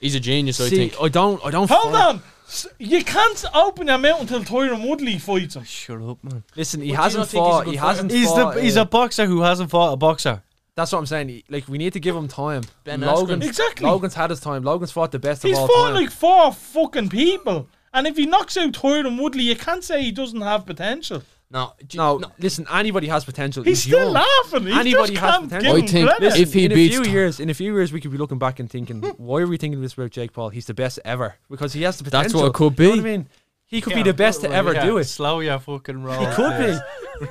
[SPEAKER 4] he's a genius. I
[SPEAKER 5] see,
[SPEAKER 4] think.
[SPEAKER 5] I don't. I don't.
[SPEAKER 2] Hold
[SPEAKER 5] find-
[SPEAKER 2] on. S- You can't open your mouth until Tyron Woodley fights him.
[SPEAKER 6] Shut up, man.
[SPEAKER 5] Listen, he
[SPEAKER 4] But do you
[SPEAKER 5] hasn't
[SPEAKER 4] not think he's a
[SPEAKER 5] fought.
[SPEAKER 4] good
[SPEAKER 5] He
[SPEAKER 4] fighter?
[SPEAKER 5] hasn't.
[SPEAKER 6] He's
[SPEAKER 5] fought,
[SPEAKER 6] the he's
[SPEAKER 5] uh,
[SPEAKER 6] a boxer who hasn't fought a boxer.
[SPEAKER 5] That's what I'm saying. he- Like we need to give him time.
[SPEAKER 4] Ben
[SPEAKER 5] Logan,
[SPEAKER 4] Askren.
[SPEAKER 2] Exactly.
[SPEAKER 5] Logan's had his time. Logan's fought the best
[SPEAKER 2] He's
[SPEAKER 5] of all
[SPEAKER 2] fought
[SPEAKER 5] time.
[SPEAKER 2] like four fucking people. And if he knocks out Tyron Woodley, you can't say he doesn't have potential.
[SPEAKER 4] No, do you-
[SPEAKER 5] no, listen. Anybody has potential.
[SPEAKER 2] He's, still
[SPEAKER 5] young.
[SPEAKER 2] laughing. He just
[SPEAKER 5] Anybody has
[SPEAKER 2] can't
[SPEAKER 5] potential.
[SPEAKER 2] give
[SPEAKER 4] I
[SPEAKER 2] him
[SPEAKER 4] think-
[SPEAKER 2] credit.
[SPEAKER 4] listen, If he
[SPEAKER 5] in
[SPEAKER 4] beats
[SPEAKER 5] a few
[SPEAKER 4] Tom-
[SPEAKER 5] years, in a few years, we could be looking back and thinking, why are we thinking this about Jake Paul? He's the best ever because he has the potential.
[SPEAKER 4] That's what it could
[SPEAKER 5] You know what
[SPEAKER 4] be.
[SPEAKER 5] I mean, he could be the best to ever do it.
[SPEAKER 6] Slow your fucking roll. [laughs]
[SPEAKER 5] He could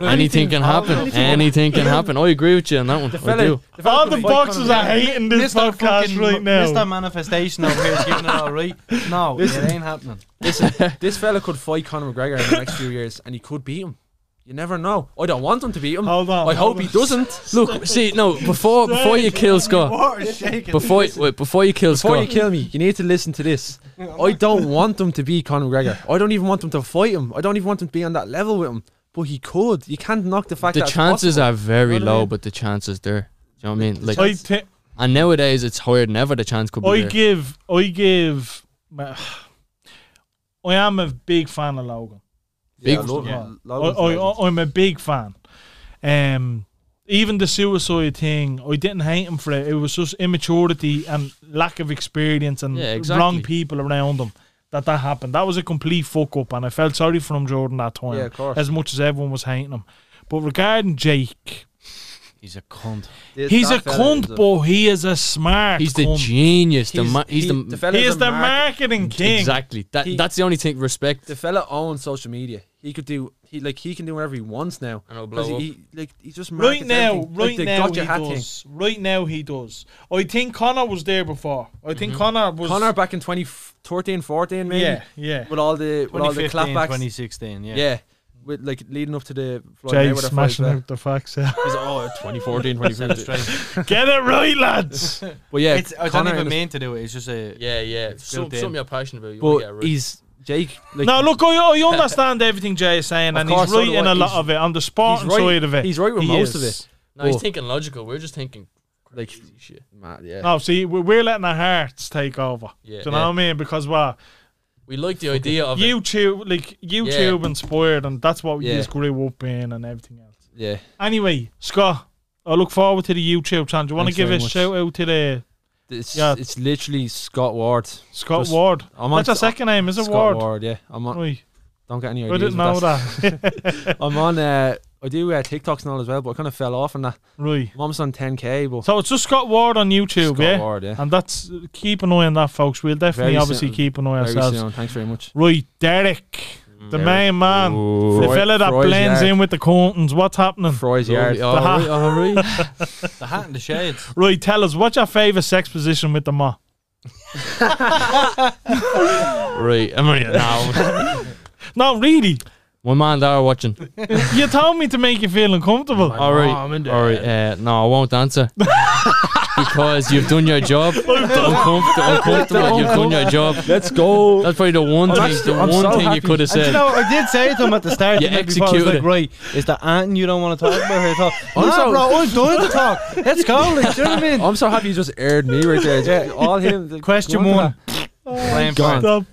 [SPEAKER 5] be.
[SPEAKER 4] anything can happen. Anything, can happen. I agree with you on that one. I do.
[SPEAKER 5] the fella
[SPEAKER 2] All
[SPEAKER 5] could
[SPEAKER 2] the
[SPEAKER 5] be-
[SPEAKER 2] boxers are hating this
[SPEAKER 6] Mr.
[SPEAKER 2] podcast
[SPEAKER 6] fucking-
[SPEAKER 2] right now.
[SPEAKER 6] Mr. Manifestation over here is giving it all right. No,
[SPEAKER 5] [laughs]
[SPEAKER 6] it ain't happening.
[SPEAKER 5] This fella could fight Conor McGregor in the next few years, and he could beat him. You never know. I don't want him to beat him.
[SPEAKER 2] Hold on,
[SPEAKER 5] I hope
[SPEAKER 2] hold
[SPEAKER 5] he
[SPEAKER 2] on.
[SPEAKER 5] doesn't.
[SPEAKER 4] Look, see, no, before before you kill Scott, before wait, before you kill
[SPEAKER 5] Before you
[SPEAKER 4] Scott,
[SPEAKER 5] kill me, you need to listen to this. I don't want him to be Conor McGregor. I don't even want him to fight him. I don't even want him to be on that level with him. But he could. You can't knock the fact
[SPEAKER 4] the
[SPEAKER 5] that it's
[SPEAKER 4] chances
[SPEAKER 5] possible.
[SPEAKER 4] are very
[SPEAKER 5] You know what I
[SPEAKER 4] low,
[SPEAKER 5] mean?
[SPEAKER 4] but the chances there. Do you know what I mean? Like,
[SPEAKER 2] I, thi-
[SPEAKER 4] and nowadays it's higher than ever. The chance
[SPEAKER 5] Oh,
[SPEAKER 4] could
[SPEAKER 2] I
[SPEAKER 4] be there.
[SPEAKER 2] give, I give. [sighs] I am a big fan of Logan.
[SPEAKER 5] Yeah,
[SPEAKER 4] Big-
[SPEAKER 5] Logan-
[SPEAKER 2] yeah. I,
[SPEAKER 5] Logan's
[SPEAKER 2] I,
[SPEAKER 5] Oh, legend.
[SPEAKER 2] I, am a big fan. Um, even the suicide thing, I didn't hate him for it. It was just immaturity and lack of experience and
[SPEAKER 4] Yeah, exactly.
[SPEAKER 2] wrong people around him that that happened. That was a complete fuck up, and I felt sorry for him Jordan that time.
[SPEAKER 5] Yeah, of course.
[SPEAKER 2] As much as everyone was hating him, but regarding Jake,
[SPEAKER 6] He's a cunt.
[SPEAKER 5] This-
[SPEAKER 2] he's
[SPEAKER 5] that
[SPEAKER 2] a
[SPEAKER 5] fella is
[SPEAKER 2] cunt, but he is a smart.
[SPEAKER 4] He's the
[SPEAKER 2] cunt.
[SPEAKER 4] genius. The
[SPEAKER 5] He's-
[SPEAKER 4] ma- he's
[SPEAKER 5] he-
[SPEAKER 4] the,
[SPEAKER 5] the fella
[SPEAKER 2] He
[SPEAKER 5] is
[SPEAKER 2] is
[SPEAKER 5] a
[SPEAKER 2] the
[SPEAKER 5] mark-
[SPEAKER 2] marketing king.
[SPEAKER 4] exactly. That
[SPEAKER 5] He-
[SPEAKER 4] that's the only thing. Respect.
[SPEAKER 5] The fella owns social media. He could do. He like he can do whatever he wants now.
[SPEAKER 4] And it'll
[SPEAKER 5] 'Cause
[SPEAKER 4] blow
[SPEAKER 5] he, he- like he just
[SPEAKER 2] Right
[SPEAKER 5] markets
[SPEAKER 2] now,
[SPEAKER 5] everything. Like,
[SPEAKER 2] right
[SPEAKER 5] the
[SPEAKER 2] now
[SPEAKER 5] gotcha
[SPEAKER 2] he
[SPEAKER 5] hat thing.
[SPEAKER 2] does. Right now he does. I think Connor was there before. I think Connor was.
[SPEAKER 5] Mm-hmm. Connor back in 2013, 14 maybe.
[SPEAKER 2] yeah, yeah.
[SPEAKER 5] With all the with all the
[SPEAKER 6] 2015,
[SPEAKER 5] clapbacks.
[SPEAKER 6] 2016, yeah.
[SPEAKER 5] yeah. With like leading up to the Floyd
[SPEAKER 2] Jay
[SPEAKER 5] Mayweather fight. as
[SPEAKER 2] smashing
[SPEAKER 5] well.
[SPEAKER 2] out the facts. eh?
[SPEAKER 5] He's like, oh, 2014,
[SPEAKER 6] [laughs]
[SPEAKER 5] 2015.
[SPEAKER 2] [laughs] Get it right,
[SPEAKER 5] [laughs]
[SPEAKER 2] lads.
[SPEAKER 5] but yeah,
[SPEAKER 6] It's, I don't
[SPEAKER 5] Conor
[SPEAKER 6] even
[SPEAKER 5] and his-
[SPEAKER 6] mean to do it. It's just a.
[SPEAKER 4] Yeah, yeah.
[SPEAKER 6] Some- built in. something
[SPEAKER 4] you're passionate about.
[SPEAKER 5] But he's Jake. Like,
[SPEAKER 2] no, look, I, I understand everything Jay is saying,
[SPEAKER 5] Of
[SPEAKER 2] and
[SPEAKER 5] course,
[SPEAKER 2] he's right
[SPEAKER 5] so do
[SPEAKER 2] in
[SPEAKER 5] I.
[SPEAKER 2] a lot
[SPEAKER 5] He's-
[SPEAKER 2] of it on the sporting
[SPEAKER 5] right-
[SPEAKER 2] side of it.
[SPEAKER 5] he's right with
[SPEAKER 2] he
[SPEAKER 5] most
[SPEAKER 2] is.
[SPEAKER 5] of it.
[SPEAKER 4] no, he's
[SPEAKER 5] but-
[SPEAKER 4] thinking logical. We're just thinking.
[SPEAKER 5] Like,
[SPEAKER 4] shit.
[SPEAKER 5] man, yeah.
[SPEAKER 2] No, see, we're, we're letting our hearts take over.
[SPEAKER 4] Yeah.
[SPEAKER 2] Do you know what I mean? Because what
[SPEAKER 4] We like the idea of it.
[SPEAKER 2] YouTube, like YouTube inspired, and that's what we
[SPEAKER 5] Yeah.
[SPEAKER 2] just grew up in, and everything else.
[SPEAKER 5] yeah.
[SPEAKER 2] Anyway, Scott, I look forward to the YouTube channel. Do you want to
[SPEAKER 5] Thanks
[SPEAKER 2] give
[SPEAKER 5] very
[SPEAKER 2] a
[SPEAKER 5] much.
[SPEAKER 2] shout out to the
[SPEAKER 5] It's,
[SPEAKER 2] Yeah.
[SPEAKER 5] it's literally Scott Ward.
[SPEAKER 2] Scott
[SPEAKER 5] Just-
[SPEAKER 2] Ward?
[SPEAKER 5] I'm on
[SPEAKER 2] That's a second name, is it
[SPEAKER 5] Scott
[SPEAKER 2] Ward?
[SPEAKER 5] yeah. I'm on,
[SPEAKER 2] Oi,
[SPEAKER 5] don't get any
[SPEAKER 2] I
[SPEAKER 5] ideas.
[SPEAKER 2] didn't
[SPEAKER 5] with
[SPEAKER 2] know
[SPEAKER 5] that. [laughs]
[SPEAKER 2] that.
[SPEAKER 5] I'm on. Uh, I do uh, TikToks and all as well, but I kind of fell off on that.
[SPEAKER 2] right.
[SPEAKER 5] I'm almost on 10k, but
[SPEAKER 2] So it's just Scott Ward on YouTube,
[SPEAKER 5] Scott
[SPEAKER 2] yeah?
[SPEAKER 5] Ward, yeah.
[SPEAKER 2] And that's keep an eye on that, folks. We'll definitely
[SPEAKER 5] Very
[SPEAKER 2] obviously
[SPEAKER 5] soon.
[SPEAKER 2] keep an eye
[SPEAKER 5] Very
[SPEAKER 2] ourselves.
[SPEAKER 5] soon. Thanks very much.
[SPEAKER 2] Right, Derek, the main man, the
[SPEAKER 5] Fry-
[SPEAKER 2] fella that
[SPEAKER 5] Fry's
[SPEAKER 2] blends
[SPEAKER 5] yard.
[SPEAKER 2] in with the curtains. What's happening?
[SPEAKER 5] Fry's yard.
[SPEAKER 2] The hat.
[SPEAKER 6] The hat and the shades.
[SPEAKER 2] Right, tell us what's your favourite sex position with the ma?
[SPEAKER 4] Right. I'm right [laughs] now.
[SPEAKER 2] No, really.
[SPEAKER 4] My man, they are watching.
[SPEAKER 2] you told me to make you feel uncomfortable.
[SPEAKER 4] All right, all right. Uh, no, I won't answer. because you've done your job. uncomfortable, uncomfortable. You've done your job.
[SPEAKER 7] Let's go.
[SPEAKER 4] That's probably the one
[SPEAKER 7] I'm
[SPEAKER 4] thing,
[SPEAKER 7] actually-
[SPEAKER 4] the
[SPEAKER 7] I'm
[SPEAKER 4] one
[SPEAKER 7] so
[SPEAKER 4] thing
[SPEAKER 7] happy.
[SPEAKER 4] you could have
[SPEAKER 6] And you
[SPEAKER 4] said.
[SPEAKER 6] know, I did say it to him at the
[SPEAKER 3] [laughs]
[SPEAKER 6] start.
[SPEAKER 4] You
[SPEAKER 6] the night before, I was
[SPEAKER 4] executed
[SPEAKER 6] like, right, is that Anton you don't want to talk about
[SPEAKER 3] [laughs]
[SPEAKER 6] her talk?
[SPEAKER 5] Also-
[SPEAKER 6] no, bro, I'm done to talk. Let's go. Like, do you know what
[SPEAKER 3] [laughs]
[SPEAKER 6] I mean?
[SPEAKER 3] Oh,
[SPEAKER 5] I'm so happy you just aired me right there. Just [laughs] All him. the-
[SPEAKER 6] Question
[SPEAKER 5] go on to
[SPEAKER 6] one.
[SPEAKER 5] that.
[SPEAKER 2] Stop.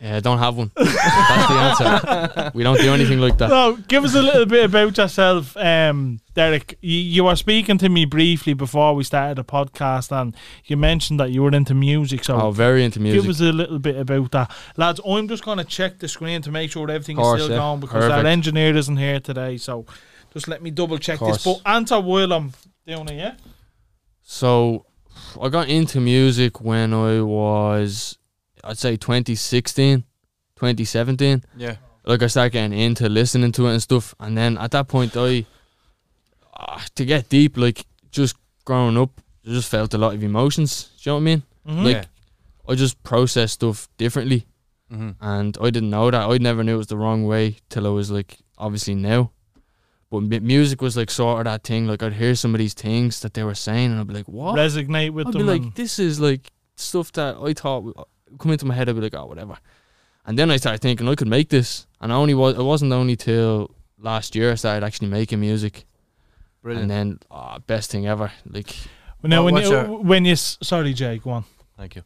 [SPEAKER 4] Yeah, I don't have one. That's the answer. We don't do anything like
[SPEAKER 2] [laughs]
[SPEAKER 4] that.
[SPEAKER 2] No, give us a little bit about yourself, um, Derek. You, you were speaking to me briefly before we started the podcast, and you mentioned that you were into music. So
[SPEAKER 4] Oh, very into
[SPEAKER 2] give
[SPEAKER 4] music.
[SPEAKER 2] us a little bit about that, lads. I'm just going to check the screen to make sure everything
[SPEAKER 5] Course,
[SPEAKER 2] is still
[SPEAKER 5] yeah.
[SPEAKER 2] going because our
[SPEAKER 4] Perfect.
[SPEAKER 2] engineer isn't here today. So just let me double check this.
[SPEAKER 5] Course.
[SPEAKER 2] But answer while I'm doing it. Yeah.
[SPEAKER 4] So, I got into music when I was, I'd say 2016, 2017.
[SPEAKER 3] Yeah.
[SPEAKER 4] Like I started getting into listening to it and stuff, and then at that point, I ah, to get deep, like just growing up, I just felt a lot of emotions. Do you know what I mean?
[SPEAKER 2] Mhm.
[SPEAKER 4] Like I just process stuff differently.
[SPEAKER 3] Mm-hmm.
[SPEAKER 4] and I didn't know that. I never knew it was the wrong way till I was like, obviously now. But m- music was like sort of that thing. Like I'd hear some of these things that they were saying, and I'd be like, "What?"
[SPEAKER 2] Resonate with
[SPEAKER 4] I'd be
[SPEAKER 2] them.
[SPEAKER 4] like,
[SPEAKER 2] and-
[SPEAKER 4] "This is like stuff that I thought would uh, come into my head." I'd be like, "Oh, whatever." And then I started thinking I could make this, and I only was. It wasn't only till last year I started actually making music,
[SPEAKER 3] Brilliant.
[SPEAKER 4] and then ah, best thing ever. Like
[SPEAKER 2] now, when
[SPEAKER 3] what's
[SPEAKER 2] you,
[SPEAKER 3] your-
[SPEAKER 2] when you s- sorry, Jay, go on.
[SPEAKER 3] Thank you.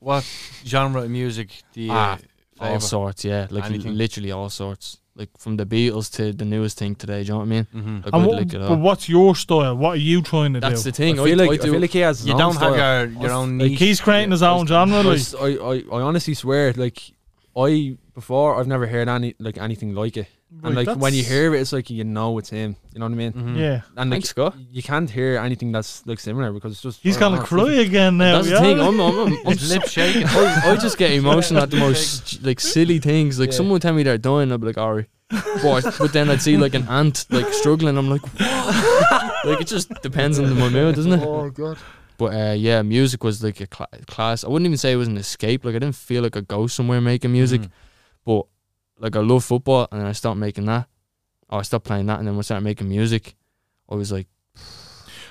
[SPEAKER 3] What genre of music do you
[SPEAKER 4] Ah, all
[SPEAKER 3] favour?
[SPEAKER 4] sorts, yeah. Like
[SPEAKER 3] Anything.
[SPEAKER 4] literally all sorts. Like from the Beatles to the newest thing today. Do you know what I mean?
[SPEAKER 3] Mhm.
[SPEAKER 4] I
[SPEAKER 2] And
[SPEAKER 4] could
[SPEAKER 2] what,
[SPEAKER 4] lick it
[SPEAKER 2] but
[SPEAKER 4] all.
[SPEAKER 2] what's your style? What are you trying to
[SPEAKER 4] That's
[SPEAKER 2] do?
[SPEAKER 4] the thing.
[SPEAKER 5] I feel
[SPEAKER 4] I,
[SPEAKER 5] like, I
[SPEAKER 4] do.
[SPEAKER 5] feel like he has his
[SPEAKER 3] You
[SPEAKER 5] own
[SPEAKER 3] don't
[SPEAKER 5] style.
[SPEAKER 3] have your, your own
[SPEAKER 2] Like
[SPEAKER 3] niche.
[SPEAKER 2] he's creating his own genre,
[SPEAKER 5] I,
[SPEAKER 2] like.
[SPEAKER 5] s- I, I, I honestly swear, like I before I've never heard any like anything like it. And
[SPEAKER 2] Right,
[SPEAKER 5] like when you
[SPEAKER 2] that's-
[SPEAKER 5] hear it, it's like you know it's him. You know what I mean?
[SPEAKER 6] Mm-hmm.
[SPEAKER 4] Hmm.
[SPEAKER 3] Mhm. [laughs]
[SPEAKER 2] yeah.
[SPEAKER 5] And like
[SPEAKER 4] Thanks, Scott.
[SPEAKER 5] you can't hear anything that's like similar because it's just
[SPEAKER 2] He's
[SPEAKER 5] I don't
[SPEAKER 2] gonna
[SPEAKER 5] know,
[SPEAKER 2] cry again now.
[SPEAKER 4] That's
[SPEAKER 2] yeah?
[SPEAKER 4] the thing. I'm, I'm, I'm, I'm
[SPEAKER 3] His lip
[SPEAKER 6] [laughs]
[SPEAKER 3] shaking.
[SPEAKER 4] I, I just get emotional at the most st- like silly things. Like
[SPEAKER 5] Yeah.
[SPEAKER 4] someone tell me they're dying, I'll be like, "Alright," but but then I'd see like an ant like struggling. I'm like, "What?" like it just depends on my mood, doesn't it?
[SPEAKER 5] Oh god.
[SPEAKER 4] But uh, yeah, music was like a cla class. I wouldn't even say it was an escape. Like I didn't feel like I go somewhere making music, but like I love football, and then I stopped making that. Oh, I stopped playing that, and then when I started making music, I was like,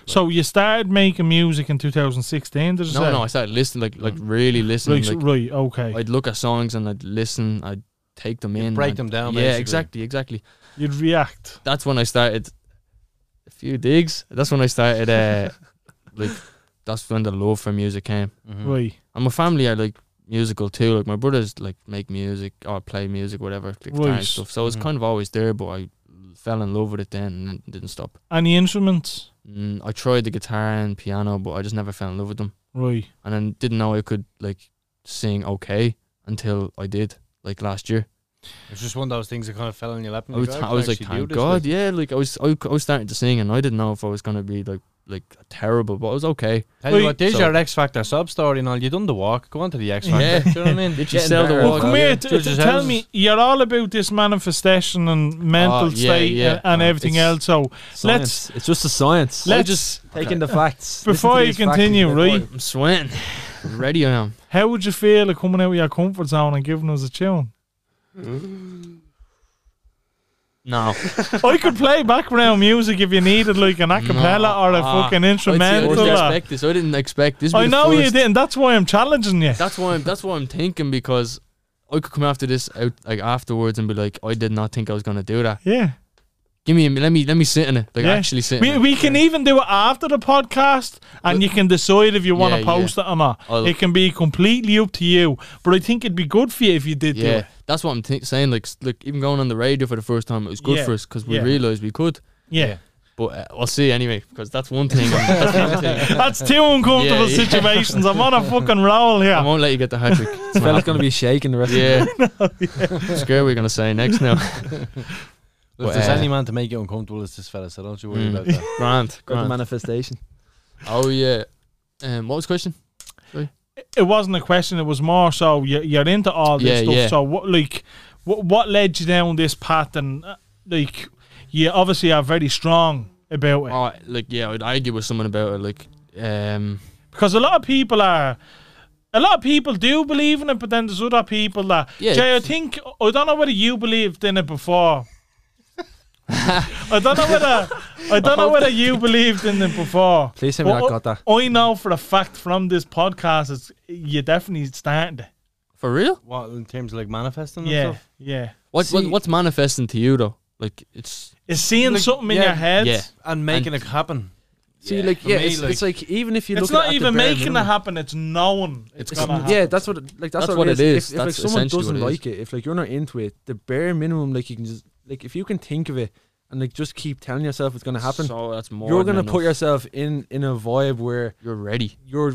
[SPEAKER 2] So you started making music in 2016, did you
[SPEAKER 4] no,
[SPEAKER 2] say?
[SPEAKER 4] no. I started listening, like like really listening.
[SPEAKER 2] Right,
[SPEAKER 4] like,
[SPEAKER 2] right, okay.
[SPEAKER 4] I'd look at songs and I'd listen. I'd take them in.
[SPEAKER 3] break
[SPEAKER 4] I'd-
[SPEAKER 3] them down,
[SPEAKER 4] Yeah,
[SPEAKER 3] basically.
[SPEAKER 4] exactly, exactly.
[SPEAKER 2] You'd react.
[SPEAKER 4] That's when I started a few digs. That's when I started. Uh, like, that's when the love for music came.
[SPEAKER 3] Mhm.
[SPEAKER 2] Right.
[SPEAKER 4] And my family are like musical too. Like my brothers like make music or play music, whatever, like, guitar
[SPEAKER 2] Right.
[SPEAKER 4] and stuff. So it's
[SPEAKER 3] Mhm.
[SPEAKER 4] kind of always there. But I fell in love with it then and didn't stop.
[SPEAKER 2] Any instruments?
[SPEAKER 4] Mm, I tried the guitar and piano, but I just never fell in love with them.
[SPEAKER 2] Right.
[SPEAKER 4] And then didn't know I could like sing okay until I did. Like last year,
[SPEAKER 3] It's just one of those things that kind of fell in your lap. And
[SPEAKER 4] I was,
[SPEAKER 3] you're
[SPEAKER 4] I was
[SPEAKER 3] "I
[SPEAKER 4] like,
[SPEAKER 3] can actually do
[SPEAKER 4] thank
[SPEAKER 3] this,
[SPEAKER 4] God, yeah. Like I was, I, I was starting to sing, and I didn't know if I was gonna be like, like terrible, but I was okay.
[SPEAKER 3] Tell you
[SPEAKER 2] Wait,
[SPEAKER 3] what, there's
[SPEAKER 4] so-
[SPEAKER 3] your X Factor sub story and all. You done the walk. Go on to the X Factor.
[SPEAKER 4] Yeah.
[SPEAKER 3] Do you know what I mean?
[SPEAKER 6] [laughs]
[SPEAKER 4] Did you sell the
[SPEAKER 5] better.
[SPEAKER 2] Well,
[SPEAKER 5] Well,
[SPEAKER 4] walk?
[SPEAKER 2] come
[SPEAKER 5] yeah.
[SPEAKER 2] here. t-
[SPEAKER 3] Judges'
[SPEAKER 2] t- tell
[SPEAKER 3] houses.
[SPEAKER 2] me, you're all about this manifestation and mental
[SPEAKER 4] Oh, yeah,
[SPEAKER 2] state
[SPEAKER 4] yeah.
[SPEAKER 2] and
[SPEAKER 4] Oh,
[SPEAKER 2] everything
[SPEAKER 5] it's-
[SPEAKER 2] else. So
[SPEAKER 5] Science. It's just a science.
[SPEAKER 2] let's
[SPEAKER 5] taking [laughs] the facts.
[SPEAKER 2] Before you continue,
[SPEAKER 5] right? [laughs]
[SPEAKER 2] right?
[SPEAKER 4] I'm [laughs] sweating. Ready I am.
[SPEAKER 2] How would you feel of coming out of your comfort zone and giving us a tune?
[SPEAKER 4] No.
[SPEAKER 2] I could play background music if you needed, like an acapella
[SPEAKER 4] [laughs] No.
[SPEAKER 2] or a
[SPEAKER 4] Ah,
[SPEAKER 2] fucking
[SPEAKER 4] I
[SPEAKER 2] instrumental.
[SPEAKER 4] didn't
[SPEAKER 2] or-
[SPEAKER 4] expect this. I didn't expect this. would be
[SPEAKER 2] I
[SPEAKER 4] the
[SPEAKER 2] know you
[SPEAKER 4] first-
[SPEAKER 2] didn't. That's why I'm challenging you.
[SPEAKER 4] That's why I'm. That's why I'm thinking because I could come after this out like afterwards and be like, I did not think I was gonna do that.
[SPEAKER 2] Yeah.
[SPEAKER 4] Give me. a mi- Let me. Let me sit in it. Like
[SPEAKER 2] Yeah.
[SPEAKER 4] actually sit.
[SPEAKER 2] We,
[SPEAKER 4] in it.
[SPEAKER 2] we can even do it after the podcast, and you can decide if you want to
[SPEAKER 4] Yeah,
[SPEAKER 2] post it or not.
[SPEAKER 4] I'll-
[SPEAKER 2] it can be completely up to you. But I think it'd be good for you if you did do
[SPEAKER 4] Yeah.
[SPEAKER 2] it.
[SPEAKER 4] That's what I'm thi- saying. Like, s- like even going on the radio for the first time, it was good
[SPEAKER 2] Yeah.
[SPEAKER 4] for us because we
[SPEAKER 2] Yeah.
[SPEAKER 4] realized we could.
[SPEAKER 2] Yeah,
[SPEAKER 3] Yeah.
[SPEAKER 4] But uh, I'll see anyway because that's one thing. that's one [laughs]
[SPEAKER 2] [laughs]
[SPEAKER 4] thing.
[SPEAKER 2] that's two uncomfortable
[SPEAKER 4] Yeah, yeah.
[SPEAKER 2] situations. I'm on a fucking roll
[SPEAKER 4] [laughs] I
[SPEAKER 2] here.
[SPEAKER 4] won't let you get the hat trick. It's not
[SPEAKER 5] [laughs] Fella's gonna be shaking the rest of
[SPEAKER 4] [laughs]
[SPEAKER 5] [laughs]
[SPEAKER 4] Yeah. Scare we're gonna say next now.
[SPEAKER 3] If
[SPEAKER 4] But,
[SPEAKER 3] there's
[SPEAKER 4] uh,
[SPEAKER 3] any man to make you uncomfortable, it's this fella. So don't you worry
[SPEAKER 4] Mm.
[SPEAKER 3] about
[SPEAKER 5] [laughs]
[SPEAKER 3] that.
[SPEAKER 4] Grant.
[SPEAKER 5] the
[SPEAKER 4] Grant.
[SPEAKER 5] manifestation.
[SPEAKER 4] Oh yeah. Um, what was the question?
[SPEAKER 2] It wasn't a question. It was more so you, you're into all this
[SPEAKER 4] Yeah,
[SPEAKER 2] stuff.
[SPEAKER 4] yeah.
[SPEAKER 2] So what, like, what, what led you down this path? And uh, like, you obviously are very strong about it.
[SPEAKER 4] Oh, like yeah, I'd argue with someone about it. Like, um,
[SPEAKER 2] because a lot of people are a lot of people do believe in it, but then there's other people that
[SPEAKER 4] Yeah,
[SPEAKER 2] Jay, I
[SPEAKER 4] it's-
[SPEAKER 2] think I don't know whether you believed in it before. I don't know whether I don't know whether you believed in them before.
[SPEAKER 5] Please tell me
[SPEAKER 2] Well,
[SPEAKER 5] not got that.
[SPEAKER 2] I know for a fact from this podcast, it's you definitely started. it.
[SPEAKER 4] For real?
[SPEAKER 6] What in terms of like manifesting?
[SPEAKER 2] Yeah,
[SPEAKER 6] And stuff?
[SPEAKER 2] yeah.
[SPEAKER 4] What, what
[SPEAKER 6] See-
[SPEAKER 4] what's manifesting to you though? Like it's
[SPEAKER 2] Is seeing
[SPEAKER 6] Like,
[SPEAKER 2] something in
[SPEAKER 6] yeah,
[SPEAKER 2] your head?
[SPEAKER 4] yeah.
[SPEAKER 6] and making it happen.
[SPEAKER 5] See, like,
[SPEAKER 6] For
[SPEAKER 5] yeah,
[SPEAKER 6] me,
[SPEAKER 5] it's,
[SPEAKER 6] like-
[SPEAKER 5] it's like even if you look
[SPEAKER 2] It's
[SPEAKER 5] at
[SPEAKER 2] not
[SPEAKER 5] the
[SPEAKER 2] even
[SPEAKER 5] bare
[SPEAKER 2] making it
[SPEAKER 5] minimum-
[SPEAKER 2] happen. It's knowing it's,
[SPEAKER 4] It's-
[SPEAKER 2] gonna happen.
[SPEAKER 5] Yeah, that's what. It, like that's, what it is. If,
[SPEAKER 4] That's
[SPEAKER 5] if like someone
[SPEAKER 4] essentially
[SPEAKER 5] doesn't
[SPEAKER 4] what it is.
[SPEAKER 5] like it, if like you're not into it, the bare minimum, like you can just like if you can think of it and like just keep telling yourself it's gonna happen,
[SPEAKER 4] So that's more.
[SPEAKER 5] you're
[SPEAKER 4] than
[SPEAKER 5] gonna put
[SPEAKER 4] enough.
[SPEAKER 5] yourself in in a vibe where
[SPEAKER 4] You're ready.
[SPEAKER 5] you're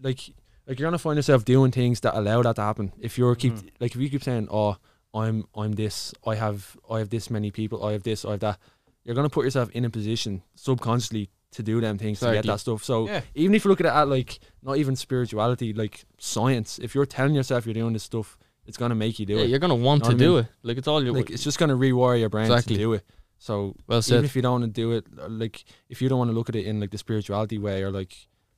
[SPEAKER 5] like like you're gonna find yourself doing things that allow that to happen. If you're keep
[SPEAKER 4] Mm.
[SPEAKER 5] like if you keep saying, "Oh, I'm I'm this. I have I have this many people. I have this. I have that." You're gonna put yourself in a position subconsciously to do them things to get
[SPEAKER 4] Exactly.
[SPEAKER 5] that stuff. So
[SPEAKER 6] Yeah.
[SPEAKER 5] even if you look at it at like not even spirituality, like science, if you're telling yourself you're doing this stuff, it's gonna make you do
[SPEAKER 4] Yeah,
[SPEAKER 5] it.
[SPEAKER 4] you're gonna want
[SPEAKER 5] Know
[SPEAKER 4] to
[SPEAKER 5] what I
[SPEAKER 4] do it. Like it's all your.
[SPEAKER 5] Like it's just gonna rewire your brain
[SPEAKER 4] Exactly.
[SPEAKER 5] to do it. So
[SPEAKER 4] well
[SPEAKER 5] even
[SPEAKER 4] said.
[SPEAKER 5] if you don't want to do it, uh, like if you don't want to look at it in like the spirituality way or like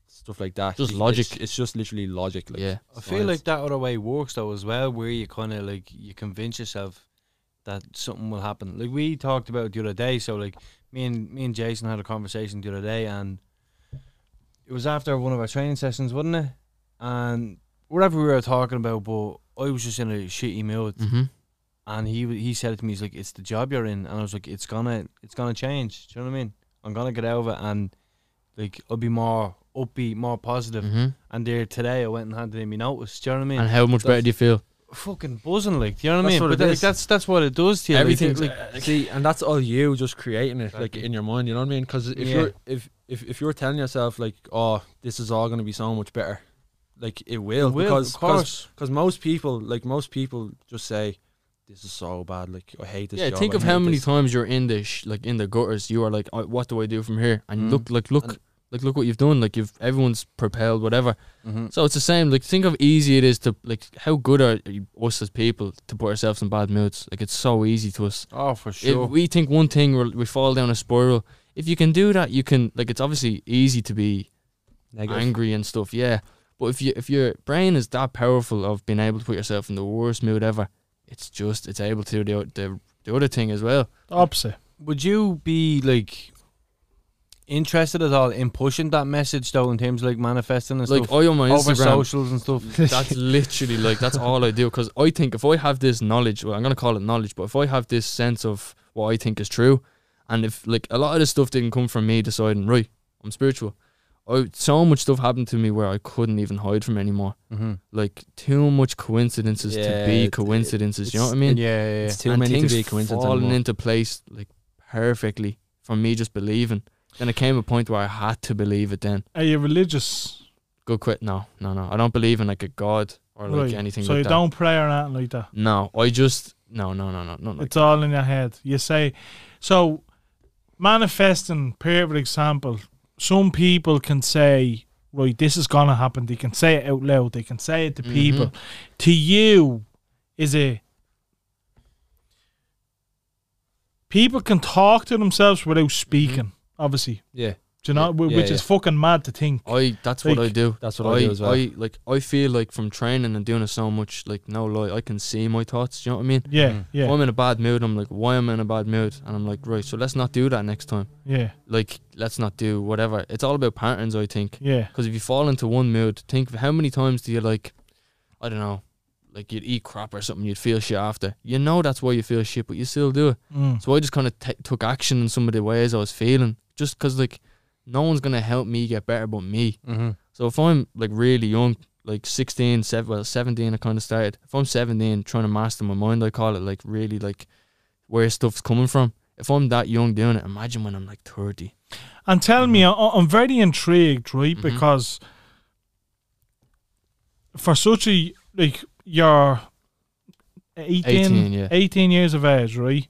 [SPEAKER 5] stuff like that,
[SPEAKER 4] Just
[SPEAKER 5] you-
[SPEAKER 4] logic.
[SPEAKER 5] It's, it's just literally logic. Like,
[SPEAKER 4] Yeah.
[SPEAKER 6] I feel like that other way works though as well, where you kind of like you convince yourself that something will happen. Like we talked about it the other day, so like me and me and Jason had a conversation the other day, and it was after one of our training sessions, wasn't it? And whatever we were talking about, but I was just in a shitty mood,
[SPEAKER 4] Mm-hmm.
[SPEAKER 6] and he w- he said it to me, he's like, "It's the job you're in," and I was like, "It's gonna it's gonna change." Do you know what I mean? I'm gonna get over it, and like I'll be more upbeat, more positive.
[SPEAKER 4] Mm-hmm.
[SPEAKER 6] And there today, I went and handed him my notice. Do you know what I mean?
[SPEAKER 4] And how much better do you feel?
[SPEAKER 6] fucking buzzing, like do you know what I
[SPEAKER 5] That's
[SPEAKER 6] mean?
[SPEAKER 5] what
[SPEAKER 6] but
[SPEAKER 5] it
[SPEAKER 6] that- like,
[SPEAKER 5] is.
[SPEAKER 6] that's that's what it does to you.
[SPEAKER 4] Everything's-
[SPEAKER 6] like,
[SPEAKER 5] see, and that's all you just creating it like
[SPEAKER 6] Exactly.
[SPEAKER 5] in your mind. You know what I mean? Because if
[SPEAKER 6] Yeah.
[SPEAKER 5] you're if, if if you're telling yourself like, oh, this is all gonna be so much better, like it will,
[SPEAKER 6] will,
[SPEAKER 5] because
[SPEAKER 6] of
[SPEAKER 5] because
[SPEAKER 6] course.
[SPEAKER 5] cause most people like most people just say, this is so bad. Like I hate this.
[SPEAKER 4] Yeah,
[SPEAKER 5] job,
[SPEAKER 4] think
[SPEAKER 5] I
[SPEAKER 4] of how
[SPEAKER 5] hate
[SPEAKER 4] many
[SPEAKER 5] this."
[SPEAKER 4] times you're in the sh- like in the gutters. You are like, oh, what do I do from here? And
[SPEAKER 5] Mm.
[SPEAKER 4] look, like, look,
[SPEAKER 5] And-
[SPEAKER 4] like, look what you've done. Like, you've everyone's propelled, whatever.
[SPEAKER 6] Mhm.
[SPEAKER 4] So it's the same. Like, think of easy it is to like how good are you- us as people to put ourselves in bad moods. Like, it's so easy to us.
[SPEAKER 6] Oh, for
[SPEAKER 4] If we think one thing, we're, we fall down a spiral. If you can do that, you can like. It's obviously easy to be
[SPEAKER 5] Negative.
[SPEAKER 4] angry and stuff. Yeah, but if you if your brain is that powerful of being able to put yourself in the worst mood ever, it's just it's able to do the the, the other thing as well.
[SPEAKER 2] opposite.
[SPEAKER 6] Would you be like interested at all in pushing that message though, in terms of like manifesting and
[SPEAKER 4] Like
[SPEAKER 6] stuff
[SPEAKER 4] I on my
[SPEAKER 6] over
[SPEAKER 4] Instagram,
[SPEAKER 6] socials and stuff? [laughs]
[SPEAKER 4] that's literally like that's all I do because I think if I have this knowledge, well, I'm gonna call it knowledge, but if I have this sense of what I think is true, and if like a lot of this stuff didn't come from me deciding right, I'm spiritual. I, so much stuff happened to me where I couldn't even hide from anymore.
[SPEAKER 6] mm-hmm.
[SPEAKER 4] Like too much coincidences
[SPEAKER 5] Yeah,
[SPEAKER 4] to be
[SPEAKER 5] it-
[SPEAKER 4] coincidences. you know
[SPEAKER 5] it's-
[SPEAKER 4] what I mean?
[SPEAKER 6] Yeah, yeah, yeah.
[SPEAKER 5] It's too
[SPEAKER 4] and
[SPEAKER 5] many to
[SPEAKER 4] things
[SPEAKER 5] be a coincidence.
[SPEAKER 4] falling
[SPEAKER 5] anymore.
[SPEAKER 4] into place like perfectly from me just believing. Then it came a point where I had to believe it. Then
[SPEAKER 2] Are you religious?
[SPEAKER 4] go quit. No, no, no. I don't believe in like a god or like
[SPEAKER 2] Right.
[SPEAKER 4] anything.
[SPEAKER 2] So
[SPEAKER 4] like
[SPEAKER 2] you
[SPEAKER 4] that.
[SPEAKER 2] don't pray or anything like that.
[SPEAKER 4] No, I just no, no, no, no, no. Like,
[SPEAKER 2] it's all in your head. You say so. Manifesting, perfect example. Some people can say, "Right, this is gonna happen." They can say it out loud. They can say it to
[SPEAKER 5] Mm-hmm.
[SPEAKER 4] Mhm.
[SPEAKER 2] people. To you, is it? People can talk to themselves without speaking. Obviously,
[SPEAKER 5] Yeah,
[SPEAKER 2] do you know, Wh-
[SPEAKER 5] Mm-hmm. Yeah,
[SPEAKER 2] which
[SPEAKER 5] yeah.
[SPEAKER 2] is fucking mad to think.
[SPEAKER 4] I that's what I
[SPEAKER 2] Like,
[SPEAKER 4] do.
[SPEAKER 5] that's what I, do as well.
[SPEAKER 4] I like I feel like from training and doing it so much, like no lie, I can see my thoughts. Do you know what I mean?
[SPEAKER 2] Yeah,
[SPEAKER 6] Mm.
[SPEAKER 2] yeah,
[SPEAKER 4] If I'm in a bad mood, I'm like, why am I in a bad mood? And I'm like, right, so let's not do that next time.
[SPEAKER 2] yeah,
[SPEAKER 4] Like, let's not do whatever. It's all about patterns, I think.
[SPEAKER 2] yeah.
[SPEAKER 4] Because if you fall into one mood, think of how many times do you like, I don't know, like you'd eat crap or something, you'd feel shit after. You know that's why you feel shit, but you still do it.
[SPEAKER 2] Mm.
[SPEAKER 4] So I just kind of t- took action in some of the ways I was feeling, just because like no one's gonna help me get better but me.
[SPEAKER 6] Mm-hmm.
[SPEAKER 4] So if I'm like really young, like 16, sev well 17, I kind of started. If I'm 17, trying to master my mind, I call it like really like where stuff's coming from. If I'm that young doing it, imagine when I'm like 30.
[SPEAKER 2] And tell me, I, I'm very intrigued, right?
[SPEAKER 4] Mhm.
[SPEAKER 2] Because for such a like you're 18, 18,
[SPEAKER 4] 18, yeah.
[SPEAKER 2] years of age, right?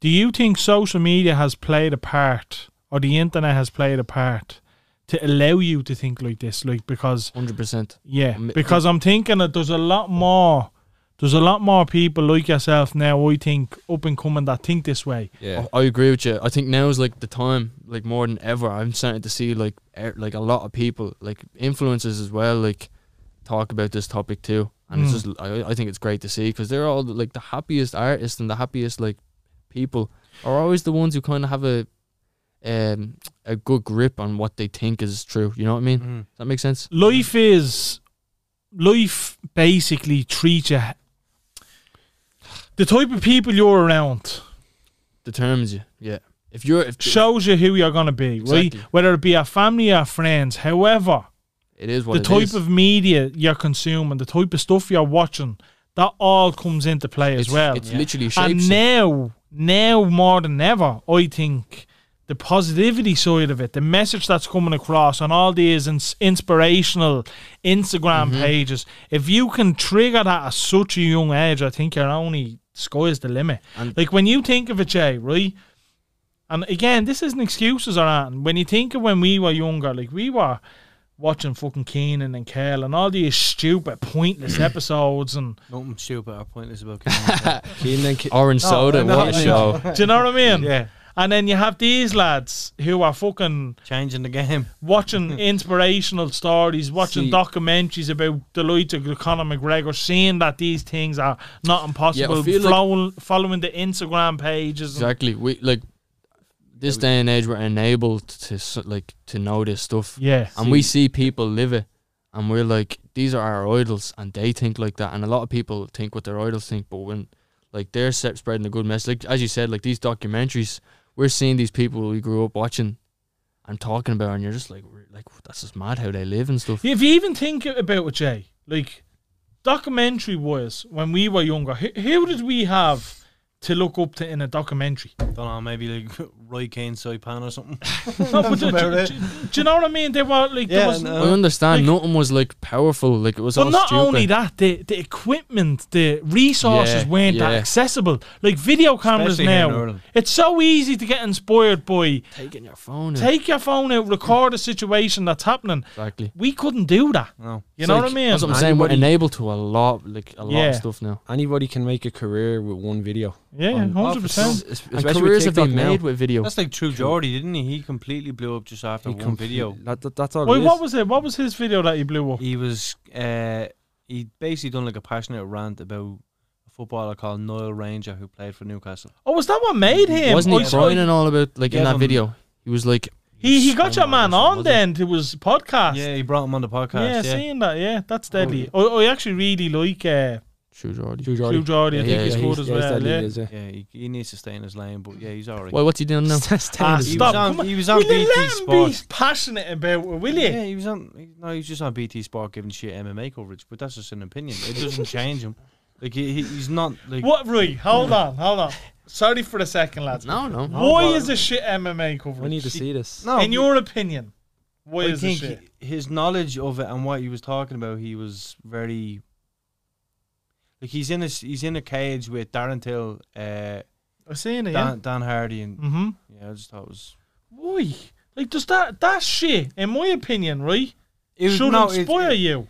[SPEAKER 2] Do you think social media has played a part, or the internet has played a part, to allow you to think like this? Like because
[SPEAKER 4] 100%.
[SPEAKER 2] yeah,
[SPEAKER 4] M-
[SPEAKER 2] because I'm thinking that there's a lot more. There's a lot more people like yourself now. I think up and coming that think this way.
[SPEAKER 5] yeah,
[SPEAKER 4] Oh, I I agree with you. I think now is like the time, like more than ever. I'm starting to see like er, like a lot of people, like influencers as well, like talk about this topic too. And it's
[SPEAKER 2] Mm.
[SPEAKER 4] just I, I think it's great to see because they're all like the happiest artists and the happiest like people are always the ones who kind of have a um a good grip on what they think is true. You know what I mean?
[SPEAKER 2] Hmm.
[SPEAKER 6] Mm.
[SPEAKER 4] Does that make sense?
[SPEAKER 2] life is life basically treats you the type of people you're around
[SPEAKER 4] Determines you. Yeah. If you're if
[SPEAKER 2] shows you who you're going to be
[SPEAKER 4] Exactly.
[SPEAKER 2] right whether it be our family or friends however
[SPEAKER 4] it is what
[SPEAKER 2] the
[SPEAKER 4] it
[SPEAKER 2] type
[SPEAKER 4] is.
[SPEAKER 2] of media you're consuming the type of stuff you're watching that all comes into play
[SPEAKER 4] it's,
[SPEAKER 2] as well
[SPEAKER 4] It's literally
[SPEAKER 2] and
[SPEAKER 4] shapes. you.
[SPEAKER 2] now now more than ever i think the positivity side of it the message that's coming across on all these ins- inspirational instagram pages if you can trigger that at such a young age i think your only sky is the limit
[SPEAKER 6] And-
[SPEAKER 2] like when you think of it jay right and again this isn't excuses or anything when you think of when we were younger like we were watching fucking keenan and kel and all these stupid pointless episodes and
[SPEAKER 6] Nothing stupid or pointless about Keenan.
[SPEAKER 5] Oh,
[SPEAKER 3] Keenan and Ke-
[SPEAKER 5] [laughs]
[SPEAKER 4] Orange soda,
[SPEAKER 6] no,
[SPEAKER 4] what a
[SPEAKER 6] no.
[SPEAKER 4] show.
[SPEAKER 2] do you know what Oh, i
[SPEAKER 4] [laughs]
[SPEAKER 2] mean
[SPEAKER 6] yeah,
[SPEAKER 2] And then you have these lads who are fucking
[SPEAKER 6] changing the game.
[SPEAKER 4] [laughs]
[SPEAKER 2] watching inspirational stories, watching
[SPEAKER 4] See-
[SPEAKER 2] documentaries about the likes of Conor McGregor, seeing that these things are not impossible,
[SPEAKER 4] feel like-
[SPEAKER 2] flow- following the Instagram pages. and-
[SPEAKER 4] Exactly. We like this day and age we're enabled to s- like to know this stuff.
[SPEAKER 2] Yeah.
[SPEAKER 4] and we see people live it and we're like these are our idols and they think like that and a lot of people think what their idols think but when like they're se- spreading a good message like as you said like these documentaries we're seeing these people we grew up watching and talking about and you're just like we're- like that's just mad how they live and stuff
[SPEAKER 2] If you even think about it, Jay, like documentary wise, when we were younger, who, who did we have to look up to in a
[SPEAKER 6] [laughs]
[SPEAKER 2] documentary?
[SPEAKER 6] Don't know, maybe like Roy Kane, Saipan or something.
[SPEAKER 2] no, but do, do- do- do you know what I mean? They were like, there
[SPEAKER 6] Yeah,
[SPEAKER 2] was
[SPEAKER 6] no.
[SPEAKER 4] I understand
[SPEAKER 2] Like-
[SPEAKER 4] nothing was like powerful like it was
[SPEAKER 2] But
[SPEAKER 4] all
[SPEAKER 2] not
[SPEAKER 4] stupid
[SPEAKER 2] only that, the, the equipment, the resources
[SPEAKER 4] Yeah,
[SPEAKER 2] weren't that
[SPEAKER 4] yeah.
[SPEAKER 2] accessible. Like video cameras
[SPEAKER 6] Especially here in
[SPEAKER 2] now,
[SPEAKER 6] Ireland.
[SPEAKER 2] it's so easy to get inspired by
[SPEAKER 4] taking your phone out.
[SPEAKER 2] take your phone out, record a situation that's happening.
[SPEAKER 4] exactly
[SPEAKER 2] We couldn't do that.
[SPEAKER 6] No.
[SPEAKER 2] You
[SPEAKER 4] It's
[SPEAKER 2] know
[SPEAKER 4] like-
[SPEAKER 2] what I mean?
[SPEAKER 4] that's what I'm saying we're
[SPEAKER 3] Anybody-
[SPEAKER 4] enabled to a lot like a lot
[SPEAKER 2] Yeah.
[SPEAKER 4] of stuff now
[SPEAKER 3] Anybody can make a career with one video.
[SPEAKER 4] Oh,
[SPEAKER 2] yeah, hundred percent.
[SPEAKER 3] Es-
[SPEAKER 4] and
[SPEAKER 3] especially with
[SPEAKER 4] careers have
[SPEAKER 3] TikTok
[SPEAKER 4] been
[SPEAKER 3] now.
[SPEAKER 4] made with video
[SPEAKER 6] That's like True Geordie, didn't he? He completely blew up just after
[SPEAKER 3] He
[SPEAKER 6] one
[SPEAKER 3] complete-
[SPEAKER 6] video.
[SPEAKER 3] That, that, that's all. it
[SPEAKER 2] Wait,
[SPEAKER 3] is.
[SPEAKER 2] what was it? What was his video that he blew up?
[SPEAKER 6] He was uh, he basically done like a passionate rant about a footballer called Noel Ranger who played for Newcastle.
[SPEAKER 2] Oh, was that what made him?
[SPEAKER 4] Wasn't
[SPEAKER 2] Oh,
[SPEAKER 4] he crying and all about like in
[SPEAKER 6] Yeah,
[SPEAKER 4] that
[SPEAKER 6] um,
[SPEAKER 4] video? He was like
[SPEAKER 2] He, he got your
[SPEAKER 4] Something
[SPEAKER 2] man
[SPEAKER 4] like that,
[SPEAKER 2] on
[SPEAKER 4] wasn't
[SPEAKER 2] then to his podcast.
[SPEAKER 6] Yeah, he brought him on the
[SPEAKER 2] Yeah,
[SPEAKER 6] podcast. Yeah,
[SPEAKER 2] seeing that, yeah, that's deadly. Oh, I actually really like uh,
[SPEAKER 4] it? True Jordy.
[SPEAKER 3] Drew Jordan.
[SPEAKER 2] Drew Jordy. I
[SPEAKER 4] Yeah,
[SPEAKER 2] think
[SPEAKER 4] yeah,
[SPEAKER 2] he's
[SPEAKER 4] yeah,
[SPEAKER 2] good as
[SPEAKER 3] yeah, he's
[SPEAKER 2] well.
[SPEAKER 3] deadly,
[SPEAKER 2] Yeah.
[SPEAKER 3] he is, yeah.
[SPEAKER 6] yeah, he, he needs to stay in his lane, but yeah, he's alright.
[SPEAKER 4] Well, what's he
[SPEAKER 5] [laughs]
[SPEAKER 4] doing now?
[SPEAKER 2] [laughs] Ah,
[SPEAKER 3] He was
[SPEAKER 2] stop.
[SPEAKER 6] on-
[SPEAKER 2] Come on.
[SPEAKER 6] he was on
[SPEAKER 2] Will you
[SPEAKER 6] BT
[SPEAKER 2] let him
[SPEAKER 6] Sport.
[SPEAKER 2] be passionate about it, will you?
[SPEAKER 6] Yeah, he was on. he- No, he was just on BT Sport giving shit MMA coverage, but that's just an opinion. It
[SPEAKER 2] [laughs]
[SPEAKER 6] doesn't change him. Like he, he- he's not like
[SPEAKER 2] What, Rui? Hold on, hold on. Sorry for a second, lads.
[SPEAKER 4] No, no.
[SPEAKER 2] Why
[SPEAKER 6] but-
[SPEAKER 2] is a shit MMA coverage?
[SPEAKER 3] We need to see this.
[SPEAKER 6] no.
[SPEAKER 2] In your opinion, why
[SPEAKER 6] I
[SPEAKER 2] is it
[SPEAKER 6] think
[SPEAKER 2] shit?
[SPEAKER 6] he- his knowledge of it and what he was talking about, he was very like he's in a s- he's in a cage with Darren Till, uh,
[SPEAKER 2] I'm seeing it. Yeah.
[SPEAKER 6] Dan, Dan Hardy, and
[SPEAKER 2] Mm-hmm.
[SPEAKER 6] yeah, I just thought it was.
[SPEAKER 2] Why? Like, does that that shit, in my opinion, right,
[SPEAKER 6] It was
[SPEAKER 2] should
[SPEAKER 6] no, it-
[SPEAKER 2] inspire
[SPEAKER 6] it-
[SPEAKER 2] you?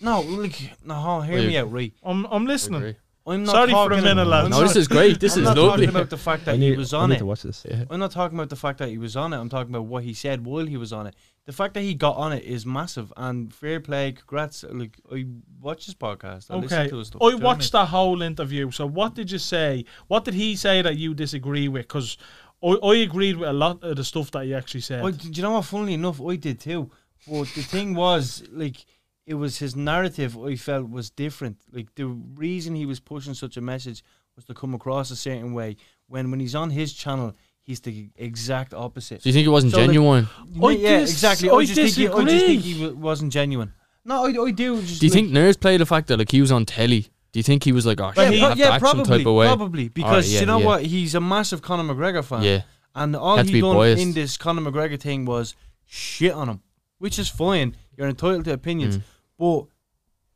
[SPEAKER 6] No, look, no, hold on, hear me
[SPEAKER 4] Wait.
[SPEAKER 6] out, right?
[SPEAKER 2] I'm I'm listening.
[SPEAKER 4] Agree.
[SPEAKER 6] I'm not
[SPEAKER 2] Sorry for a
[SPEAKER 6] talking-
[SPEAKER 2] minute, lads.
[SPEAKER 6] I'm
[SPEAKER 4] No,
[SPEAKER 6] not-
[SPEAKER 4] this is great. This
[SPEAKER 6] I'm
[SPEAKER 4] is
[SPEAKER 6] not
[SPEAKER 3] [laughs]
[SPEAKER 4] lovely.
[SPEAKER 6] talking about the fact that
[SPEAKER 3] I need,
[SPEAKER 6] he was
[SPEAKER 3] I
[SPEAKER 6] on
[SPEAKER 3] need
[SPEAKER 6] it.
[SPEAKER 3] to watch this.
[SPEAKER 6] I'm not talking about the fact that he was on it. I'm talking about what he said while he was on it. The fact that he got on it is massive. And fair play, congrats. Like I watch his podcast. I listen
[SPEAKER 2] Okay,
[SPEAKER 6] to his stuff.
[SPEAKER 2] I
[SPEAKER 6] do you know what
[SPEAKER 2] watched that whole interview. So, what did you say? What did he say that you disagree with? Because I, I agreed with a lot of the stuff that he actually said.
[SPEAKER 6] I, do you know what? Funnily enough, I did too. But the thing was, like, it was his narrative I felt was different. Like the reason he was pushing such a message was to come across a certain way. When when he's on his channel, he's the exact opposite.
[SPEAKER 4] So you think it wasn't
[SPEAKER 6] So, like-
[SPEAKER 4] genuine?
[SPEAKER 2] I
[SPEAKER 6] yeah,
[SPEAKER 2] dis-
[SPEAKER 6] exactly.
[SPEAKER 2] I
[SPEAKER 6] I just, think he, I just
[SPEAKER 2] disagree.
[SPEAKER 6] think he w- wasn't genuine. No, I, I do. Just
[SPEAKER 4] do you
[SPEAKER 6] like-
[SPEAKER 4] think nerves play the fact that like he was on telly? Do you think he was like, oh,
[SPEAKER 2] But
[SPEAKER 4] shit,
[SPEAKER 2] he-
[SPEAKER 4] I
[SPEAKER 6] pro-
[SPEAKER 4] have to act some
[SPEAKER 6] probably,
[SPEAKER 4] type of way?
[SPEAKER 6] probably because
[SPEAKER 4] yeah,
[SPEAKER 6] you know
[SPEAKER 4] yeah.
[SPEAKER 6] what? He's a massive Conor McGregor fan.
[SPEAKER 4] Yeah,
[SPEAKER 6] And all
[SPEAKER 4] Had to
[SPEAKER 6] he
[SPEAKER 4] be
[SPEAKER 6] done
[SPEAKER 4] biased.
[SPEAKER 6] in this Conor McGregor thing was shit on him, which is fine. You're entitled to opinions, but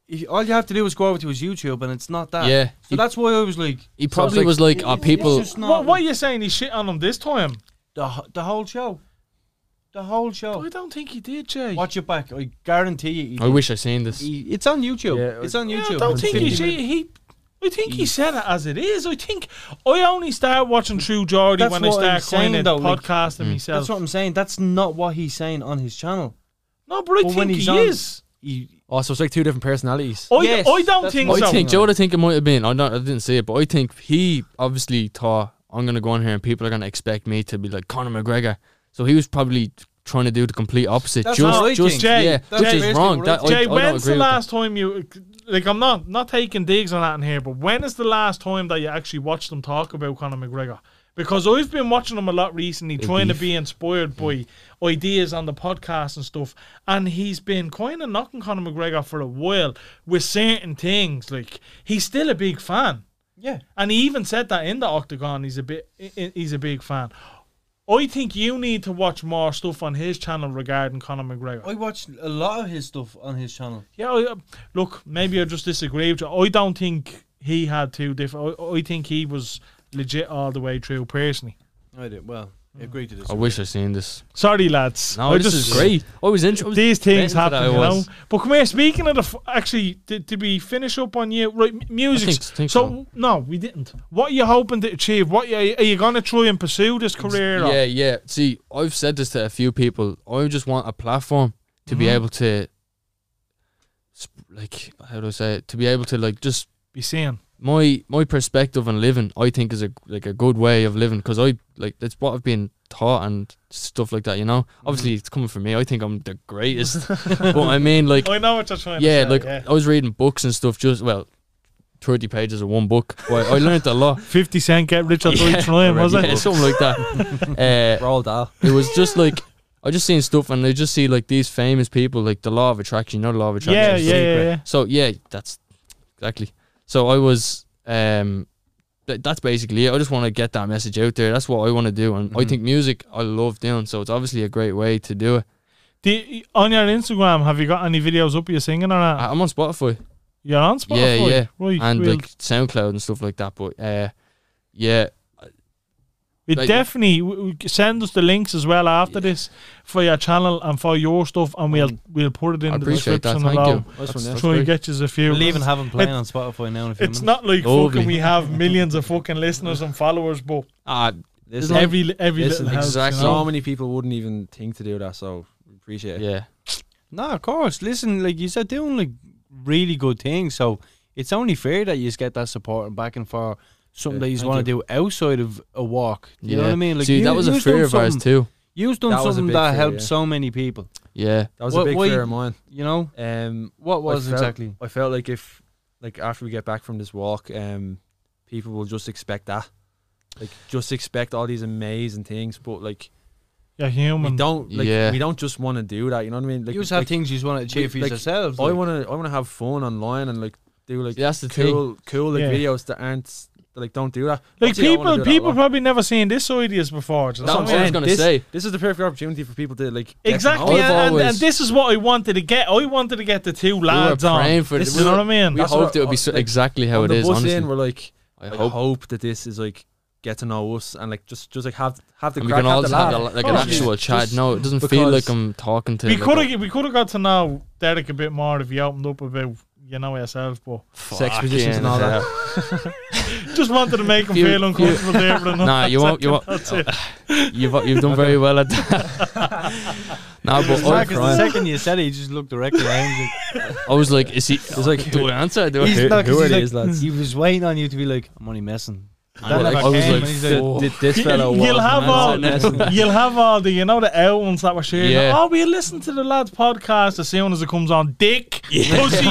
[SPEAKER 6] if, all you have to do is go over to his YouTube, and it's not that.
[SPEAKER 4] yeah.
[SPEAKER 6] So
[SPEAKER 4] He,
[SPEAKER 6] that's why I was like,
[SPEAKER 4] he probably was like, oh, people.
[SPEAKER 6] it's just
[SPEAKER 2] What,
[SPEAKER 6] not
[SPEAKER 2] what are you saying? He shit on him this time?
[SPEAKER 6] the wh- the whole show, the whole show.
[SPEAKER 2] I don't think he did, Jay.
[SPEAKER 6] Watch it back. I guarantee you.
[SPEAKER 4] I
[SPEAKER 6] he-
[SPEAKER 4] wish I seen this.
[SPEAKER 6] he- it's on YouTube.
[SPEAKER 3] Yeah,
[SPEAKER 6] it's on
[SPEAKER 2] Yeah,
[SPEAKER 6] YouTube.
[SPEAKER 2] I don't think he,
[SPEAKER 6] 50
[SPEAKER 2] she, he. I think he said it as it is. I think I only start watching True Geordie
[SPEAKER 6] That's
[SPEAKER 2] when I
[SPEAKER 6] what I'm
[SPEAKER 2] start
[SPEAKER 6] saying,
[SPEAKER 2] kind of
[SPEAKER 6] though, like- Hmm.
[SPEAKER 2] podcasting
[SPEAKER 4] Mm.
[SPEAKER 2] myself.
[SPEAKER 6] That's what I'm saying. That's not what he's saying on his channel.
[SPEAKER 2] no, but I
[SPEAKER 6] But
[SPEAKER 2] think
[SPEAKER 6] when he's
[SPEAKER 2] he
[SPEAKER 6] on-
[SPEAKER 2] is.
[SPEAKER 6] He,
[SPEAKER 3] Oh, so it's like two different personalities.
[SPEAKER 2] I,
[SPEAKER 6] Yes,
[SPEAKER 2] I don't
[SPEAKER 6] that's
[SPEAKER 2] think
[SPEAKER 6] what
[SPEAKER 4] I
[SPEAKER 2] so.
[SPEAKER 4] think, Joe, I think it might have been. I, don't, I didn't see it, but I think he obviously thought, I'm gonna go on here and people are gonna expect me to be like Conor McGregor. So he was probably trying to do the complete opposite.
[SPEAKER 6] That's
[SPEAKER 4] just,
[SPEAKER 6] what I
[SPEAKER 4] just
[SPEAKER 6] think.
[SPEAKER 2] Jay,
[SPEAKER 4] yeah,
[SPEAKER 6] That's
[SPEAKER 4] which
[SPEAKER 6] basically
[SPEAKER 4] is wrong.
[SPEAKER 6] what I
[SPEAKER 4] That, I,
[SPEAKER 2] Jay,
[SPEAKER 4] I don't
[SPEAKER 2] when's
[SPEAKER 4] agree
[SPEAKER 2] the
[SPEAKER 4] with that.
[SPEAKER 2] last time you like? I'm not not taking digs on that in here, but when is the last time that you actually watched them talk about Conor McGregor? Because I've been watching him a lot recently, trying to be inspired by ideas on the podcast and stuff, and he's been kind of knocking Conor McGregor for a while with certain things. Like he's still a big fan.
[SPEAKER 6] Yeah.
[SPEAKER 2] And he even said that in the octagon, he's a bit, he's a big fan. I think you need to watch more stuff on his channel regarding Conor McGregor.
[SPEAKER 6] I watched a lot of his stuff on his channel.
[SPEAKER 2] Yeah, I- uh, look, maybe I just disagree with you. I don't think he had two different. I, I think he was legit all the way through personally.
[SPEAKER 6] I did. Well, I agree to this.
[SPEAKER 4] I wish I seen this.
[SPEAKER 2] Sorry, lads.
[SPEAKER 4] No,
[SPEAKER 2] I
[SPEAKER 4] this
[SPEAKER 2] just-
[SPEAKER 4] is great. I was interested.
[SPEAKER 2] These things
[SPEAKER 4] Meant
[SPEAKER 2] happen,
[SPEAKER 4] that I
[SPEAKER 2] you know.
[SPEAKER 4] was.
[SPEAKER 2] But come here. Speaking of the, f- actually, did, did we finish up on you? Right, m- music.
[SPEAKER 4] think- think so.
[SPEAKER 2] no, we didn't. What are you hoping to achieve? What you, are you gonna try and pursue this career? or-
[SPEAKER 4] Yeah, yeah. See, I've said this to a few people. I just want a platform to
[SPEAKER 2] Mm-hmm.
[SPEAKER 4] be able to, sp- like, how do I say it? To be able to like just
[SPEAKER 2] Be seeing.
[SPEAKER 4] my my perspective on living. I think is a like a good way of living because I like that's what I've been taught and stuff like that. You know,
[SPEAKER 2] Mm-hmm.
[SPEAKER 4] obviously it's coming from me. I think I'm the
[SPEAKER 2] [laughs]
[SPEAKER 4] greatest, but I mean like
[SPEAKER 2] I know what you're trying
[SPEAKER 4] yeah,
[SPEAKER 2] to say.
[SPEAKER 4] like
[SPEAKER 2] yeah.
[SPEAKER 4] I was reading books and stuff. Just well, thirty pages of one book. Well, I learned a lot.
[SPEAKER 2] Fifty Cent get rich or
[SPEAKER 4] [laughs]
[SPEAKER 2] die trying, was
[SPEAKER 4] yeah,
[SPEAKER 2] it?
[SPEAKER 4] something
[SPEAKER 2] [laughs]
[SPEAKER 4] like that. uh,
[SPEAKER 5] Roll Dahl.
[SPEAKER 4] it was just like I just seen stuff, and I just see like these famous people, like the law of attraction. You know, the law of attraction.
[SPEAKER 2] Yeah,
[SPEAKER 4] is
[SPEAKER 2] yeah,
[SPEAKER 4] secret.
[SPEAKER 2] yeah, yeah.
[SPEAKER 4] So yeah, that's exactly. So I was, um, th- that's basically it. I just want to get that message out there. That's what I want to do, and
[SPEAKER 2] Mm-hmm.
[SPEAKER 4] I think music I love doing. So it's obviously a great way to do it.
[SPEAKER 2] Do you- on your Instagram, have you got any videos up? You singing or not?
[SPEAKER 4] I- I'm on Spotify.
[SPEAKER 2] You're on Spotify.
[SPEAKER 4] Yeah, yeah.
[SPEAKER 2] Right,
[SPEAKER 4] and
[SPEAKER 2] we'll-
[SPEAKER 4] like SoundCloud and stuff like that. But uh, yeah,
[SPEAKER 2] It
[SPEAKER 4] Like-
[SPEAKER 2] definitely w- w- send us the links as well after this for your channel and for your stuff, and we'll we'll put it in
[SPEAKER 4] Mm. I
[SPEAKER 2] the
[SPEAKER 4] appreciate that.
[SPEAKER 2] description
[SPEAKER 4] Thank
[SPEAKER 2] below.
[SPEAKER 4] you.
[SPEAKER 5] Nice one, yeah.
[SPEAKER 4] That's
[SPEAKER 2] Try and
[SPEAKER 4] great.
[SPEAKER 2] get you a few.
[SPEAKER 6] We'll even have him playing on Spotify now in a few
[SPEAKER 2] It's
[SPEAKER 6] minutes.
[SPEAKER 2] not like
[SPEAKER 4] Lovely.
[SPEAKER 2] fucking we have millions of fucking listeners and followers,
[SPEAKER 4] [laughs]
[SPEAKER 2] but
[SPEAKER 4] Ah,
[SPEAKER 5] Listen,
[SPEAKER 2] every li- every
[SPEAKER 5] listen,
[SPEAKER 2] little helps, you
[SPEAKER 4] exactly.
[SPEAKER 5] so
[SPEAKER 2] know?
[SPEAKER 5] many people wouldn't even think to do that, so appreciate it.
[SPEAKER 4] yeah.
[SPEAKER 6] No, of course. Listen, like you're doing like really good things, so it's only fair that you just get that support and backing for something
[SPEAKER 5] Yeah,
[SPEAKER 6] that you
[SPEAKER 5] thank
[SPEAKER 6] want to
[SPEAKER 5] you.
[SPEAKER 6] do outside of a walk. You know what I mean? Like
[SPEAKER 4] See,
[SPEAKER 6] you,
[SPEAKER 4] that was a
[SPEAKER 6] you've done
[SPEAKER 4] fear of ours
[SPEAKER 6] something-
[SPEAKER 4] too.
[SPEAKER 6] You've done
[SPEAKER 5] That was a
[SPEAKER 6] something
[SPEAKER 5] big
[SPEAKER 6] that
[SPEAKER 5] fear,
[SPEAKER 6] helped
[SPEAKER 5] yeah.
[SPEAKER 6] so many people.
[SPEAKER 4] Yeah,
[SPEAKER 5] That was
[SPEAKER 6] What-
[SPEAKER 5] a big
[SPEAKER 6] what
[SPEAKER 5] fear
[SPEAKER 6] you-
[SPEAKER 5] of mine.
[SPEAKER 6] You know
[SPEAKER 5] Um,
[SPEAKER 6] what was
[SPEAKER 5] I felt-
[SPEAKER 6] exactly?
[SPEAKER 5] I felt like if, like after we get back from this walk, um, people will just expect that, like just expect all these amazing things. But like
[SPEAKER 2] You're
[SPEAKER 5] we
[SPEAKER 2] human.
[SPEAKER 5] don't, like
[SPEAKER 4] Yeah.
[SPEAKER 5] we don't just want to do that. You know what I mean? Like,
[SPEAKER 6] you just have
[SPEAKER 5] like,
[SPEAKER 6] things you just want to achieve for
[SPEAKER 5] like,
[SPEAKER 6] yourselves.
[SPEAKER 5] I
[SPEAKER 6] like-
[SPEAKER 5] want to, I want to have fun online and like do like
[SPEAKER 4] See, that's the thing.
[SPEAKER 5] cool, cool like
[SPEAKER 2] Yeah.
[SPEAKER 5] videos that aren't that, like don't do that.
[SPEAKER 2] Like
[SPEAKER 5] Obviously, I wanna
[SPEAKER 2] people,
[SPEAKER 5] do that a
[SPEAKER 2] people
[SPEAKER 5] lot.
[SPEAKER 2] probably never seen this side of us before. do you know what
[SPEAKER 4] That's
[SPEAKER 2] I
[SPEAKER 4] what
[SPEAKER 2] mean?
[SPEAKER 4] I was
[SPEAKER 5] saying.
[SPEAKER 4] gonna
[SPEAKER 5] this,
[SPEAKER 4] say.
[SPEAKER 5] This is the perfect opportunity for people to like get to
[SPEAKER 2] Exactly,
[SPEAKER 4] I've
[SPEAKER 5] know
[SPEAKER 2] and, and, and
[SPEAKER 4] always-
[SPEAKER 2] this is what I wanted to get. I wanted to get the two lads
[SPEAKER 4] we were praying
[SPEAKER 2] on.
[SPEAKER 4] for
[SPEAKER 5] This
[SPEAKER 4] this.
[SPEAKER 2] You know what I mean?
[SPEAKER 4] We
[SPEAKER 5] That's
[SPEAKER 4] hoped
[SPEAKER 5] what-
[SPEAKER 4] it would be so,
[SPEAKER 5] like,
[SPEAKER 4] exactly
[SPEAKER 5] on
[SPEAKER 4] how it
[SPEAKER 5] the
[SPEAKER 4] is.
[SPEAKER 5] bus
[SPEAKER 4] Honestly,
[SPEAKER 5] in, we're like,
[SPEAKER 4] I
[SPEAKER 5] I
[SPEAKER 4] hope.
[SPEAKER 5] hope. that this is like get to know us and like just just like have have the
[SPEAKER 4] And we
[SPEAKER 5] crack
[SPEAKER 4] can all just
[SPEAKER 5] have the
[SPEAKER 4] have
[SPEAKER 5] laugh.
[SPEAKER 4] a, like
[SPEAKER 2] Oh,
[SPEAKER 4] an
[SPEAKER 2] yeah.
[SPEAKER 4] actual chat.
[SPEAKER 5] Just
[SPEAKER 4] No, it doesn't feel like
[SPEAKER 5] because-
[SPEAKER 4] I'm talking to.
[SPEAKER 2] we
[SPEAKER 4] like,
[SPEAKER 2] could
[SPEAKER 4] a-
[SPEAKER 2] have we could have got to know Derek a bit more if you opened up about you know yourself, but
[SPEAKER 5] sex
[SPEAKER 4] Fucking
[SPEAKER 5] positions and all that.
[SPEAKER 4] hell.
[SPEAKER 2] just wanted to make him
[SPEAKER 4] You-
[SPEAKER 2] feel
[SPEAKER 4] you-
[SPEAKER 2] uncomfortable there for another
[SPEAKER 4] Nah, you won't. You won't.
[SPEAKER 2] second. That's it.
[SPEAKER 4] You've you've done very well at that. [laughs] no, but
[SPEAKER 6] Marcus,
[SPEAKER 4] I,
[SPEAKER 6] the second you said it, he just looked directly at him.
[SPEAKER 4] I was like, is he?
[SPEAKER 5] It's like
[SPEAKER 4] Do I answer? Do I?
[SPEAKER 6] He's
[SPEAKER 5] [laughs] Who-
[SPEAKER 6] not, 'cause
[SPEAKER 5] who are
[SPEAKER 6] he's
[SPEAKER 5] these
[SPEAKER 6] like,
[SPEAKER 5] lads?
[SPEAKER 6] He was waiting on you to be like, I'm only messing.
[SPEAKER 4] I was
[SPEAKER 6] That
[SPEAKER 4] like, I
[SPEAKER 6] never
[SPEAKER 4] was
[SPEAKER 6] came,
[SPEAKER 4] like,
[SPEAKER 6] and he's like,
[SPEAKER 4] "Fuck."
[SPEAKER 5] Th- this fellow
[SPEAKER 2] You'll,
[SPEAKER 5] was
[SPEAKER 2] you'll have
[SPEAKER 5] man.
[SPEAKER 2] all you'll have all the you know the L ones that were sharing.
[SPEAKER 4] Yeah.
[SPEAKER 2] Oh, we listen to the lads podcast as soon as it comes on. Dick, pussy.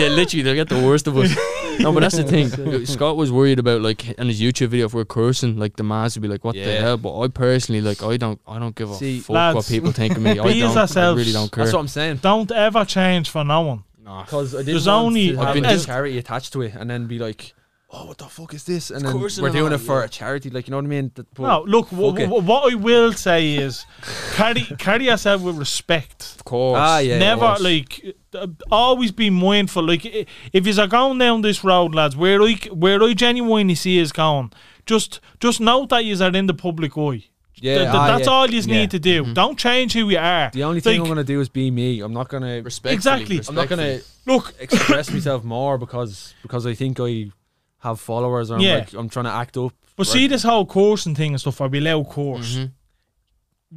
[SPEAKER 4] yeah, literally, they'll get the worst of
[SPEAKER 5] [laughs]
[SPEAKER 4] us. No, but that's the thing. Scott was worried about like in his YouTube video if we're cursing, like the mass would be like, "What the
[SPEAKER 5] Yeah.
[SPEAKER 4] hell?" But I personally, like, I don't, I don't give a
[SPEAKER 5] See,
[SPEAKER 4] fuck what
[SPEAKER 2] lads,
[SPEAKER 4] people think
[SPEAKER 5] [laughs]
[SPEAKER 4] of me. I
[SPEAKER 2] be
[SPEAKER 4] don't, I
[SPEAKER 2] yourselves.
[SPEAKER 4] really don't care.
[SPEAKER 5] That's what I'm saying.
[SPEAKER 2] Don't ever change for no one.
[SPEAKER 4] Nah.
[SPEAKER 5] Because I didn't
[SPEAKER 2] There's
[SPEAKER 5] want
[SPEAKER 2] only-
[SPEAKER 5] to
[SPEAKER 4] I've
[SPEAKER 5] have
[SPEAKER 4] been
[SPEAKER 5] a
[SPEAKER 4] just-
[SPEAKER 5] charity attached to it and then be like, oh, what the fuck is this? And then
[SPEAKER 4] course
[SPEAKER 5] we're
[SPEAKER 4] it
[SPEAKER 5] doing
[SPEAKER 4] not,
[SPEAKER 5] it for
[SPEAKER 4] yeah.
[SPEAKER 5] a charity. Like, you know what I mean? That- but-
[SPEAKER 2] No, look, w-
[SPEAKER 5] fuck it.
[SPEAKER 2] what I will say is carry carry yourself with respect.
[SPEAKER 4] Of course.
[SPEAKER 5] Ah, yeah.
[SPEAKER 2] Never
[SPEAKER 5] yes.
[SPEAKER 2] like uh, always be mindful. Like i- if you're going down this road, lads, where I where I genuinely see is going, just just note that you are in the public eye.
[SPEAKER 5] Yeah,
[SPEAKER 2] Th- th-
[SPEAKER 5] ah,
[SPEAKER 2] that's
[SPEAKER 5] yeah. Mm-hmm.
[SPEAKER 2] all you need to do.
[SPEAKER 4] Mhm.
[SPEAKER 2] Don't change who you are.
[SPEAKER 5] The only thing
[SPEAKER 2] Like-
[SPEAKER 5] I'm going to do is be me. I'm not going to.
[SPEAKER 4] Respectfully,
[SPEAKER 2] Exactly.
[SPEAKER 5] I'm not going to
[SPEAKER 2] Look,
[SPEAKER 5] [coughs] express myself more because because I think I have followers or I'm
[SPEAKER 2] Yeah.
[SPEAKER 5] like I'm trying to act up. Mm-hmm.
[SPEAKER 2] but see this whole coursing thing and stuff. I be loud course.
[SPEAKER 4] Mhm.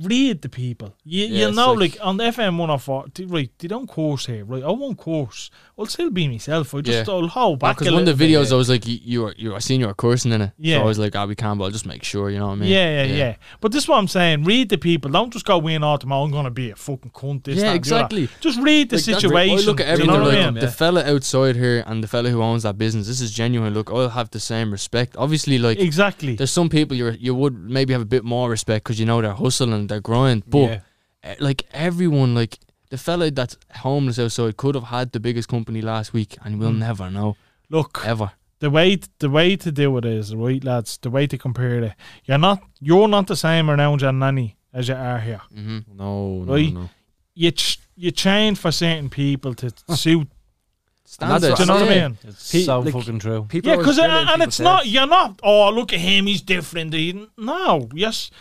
[SPEAKER 2] read the people. You,
[SPEAKER 4] Yeah,
[SPEAKER 2] you
[SPEAKER 4] it's
[SPEAKER 2] know,
[SPEAKER 4] like-
[SPEAKER 2] like, on FM 104, t- oh right, they don't course here, right? I won't course. I'll still be myself. I just,
[SPEAKER 4] Yeah.
[SPEAKER 2] I'll hold back
[SPEAKER 4] Because
[SPEAKER 2] a
[SPEAKER 4] one of
[SPEAKER 2] little
[SPEAKER 4] the
[SPEAKER 2] bit.
[SPEAKER 4] videos, I was like, you, you were, you were, I seen you were cursing in it.
[SPEAKER 2] Yeah.
[SPEAKER 4] So I was like, ah, we can, but I'll just make sure, you know what I mean?
[SPEAKER 2] Yeah, yeah, yeah, But this is what I'm saying. Read the people. Don't just go in all tomorrow. I'm going to be a fucking cunt. This,
[SPEAKER 4] Yeah,
[SPEAKER 2] that, and the other."
[SPEAKER 4] exactly.
[SPEAKER 2] Just read the
[SPEAKER 4] Like, that's-
[SPEAKER 2] situation.
[SPEAKER 4] I look at
[SPEAKER 2] do
[SPEAKER 4] everything
[SPEAKER 2] you know what I
[SPEAKER 4] like
[SPEAKER 2] mean?
[SPEAKER 4] the fella outside here and the fella who owns that business. This is genuine. Look, I'll have the same respect. Obviously, like
[SPEAKER 2] Exactly.
[SPEAKER 4] there's some people you you would maybe have a bit more respect because you know they're hustling, they're grind. But eh, like everyone, like the fella that's homeless outside could have had the biggest company last week, and
[SPEAKER 2] Mm.
[SPEAKER 4] we'll never know
[SPEAKER 2] Look,
[SPEAKER 4] ever.
[SPEAKER 2] the way the way to do it is right, lads. The way to compare it, you're not you're not the same around your nanny as you are here.
[SPEAKER 4] Mm-hmm.
[SPEAKER 5] No, no,
[SPEAKER 2] Right.
[SPEAKER 5] no.
[SPEAKER 2] You ch- you change for certain people
[SPEAKER 4] [laughs]
[SPEAKER 2] to suit.
[SPEAKER 4] Standards.
[SPEAKER 2] do you know what I
[SPEAKER 4] yeah.
[SPEAKER 2] mean?
[SPEAKER 6] It's
[SPEAKER 5] Pe-
[SPEAKER 6] so
[SPEAKER 5] like-
[SPEAKER 6] fucking true.
[SPEAKER 5] People
[SPEAKER 2] Yeah,
[SPEAKER 5] always
[SPEAKER 2] because
[SPEAKER 5] drill
[SPEAKER 2] and
[SPEAKER 5] in people's
[SPEAKER 2] it's not
[SPEAKER 5] heads.
[SPEAKER 2] you're not. Oh, look at him. He's different. He, no, yes,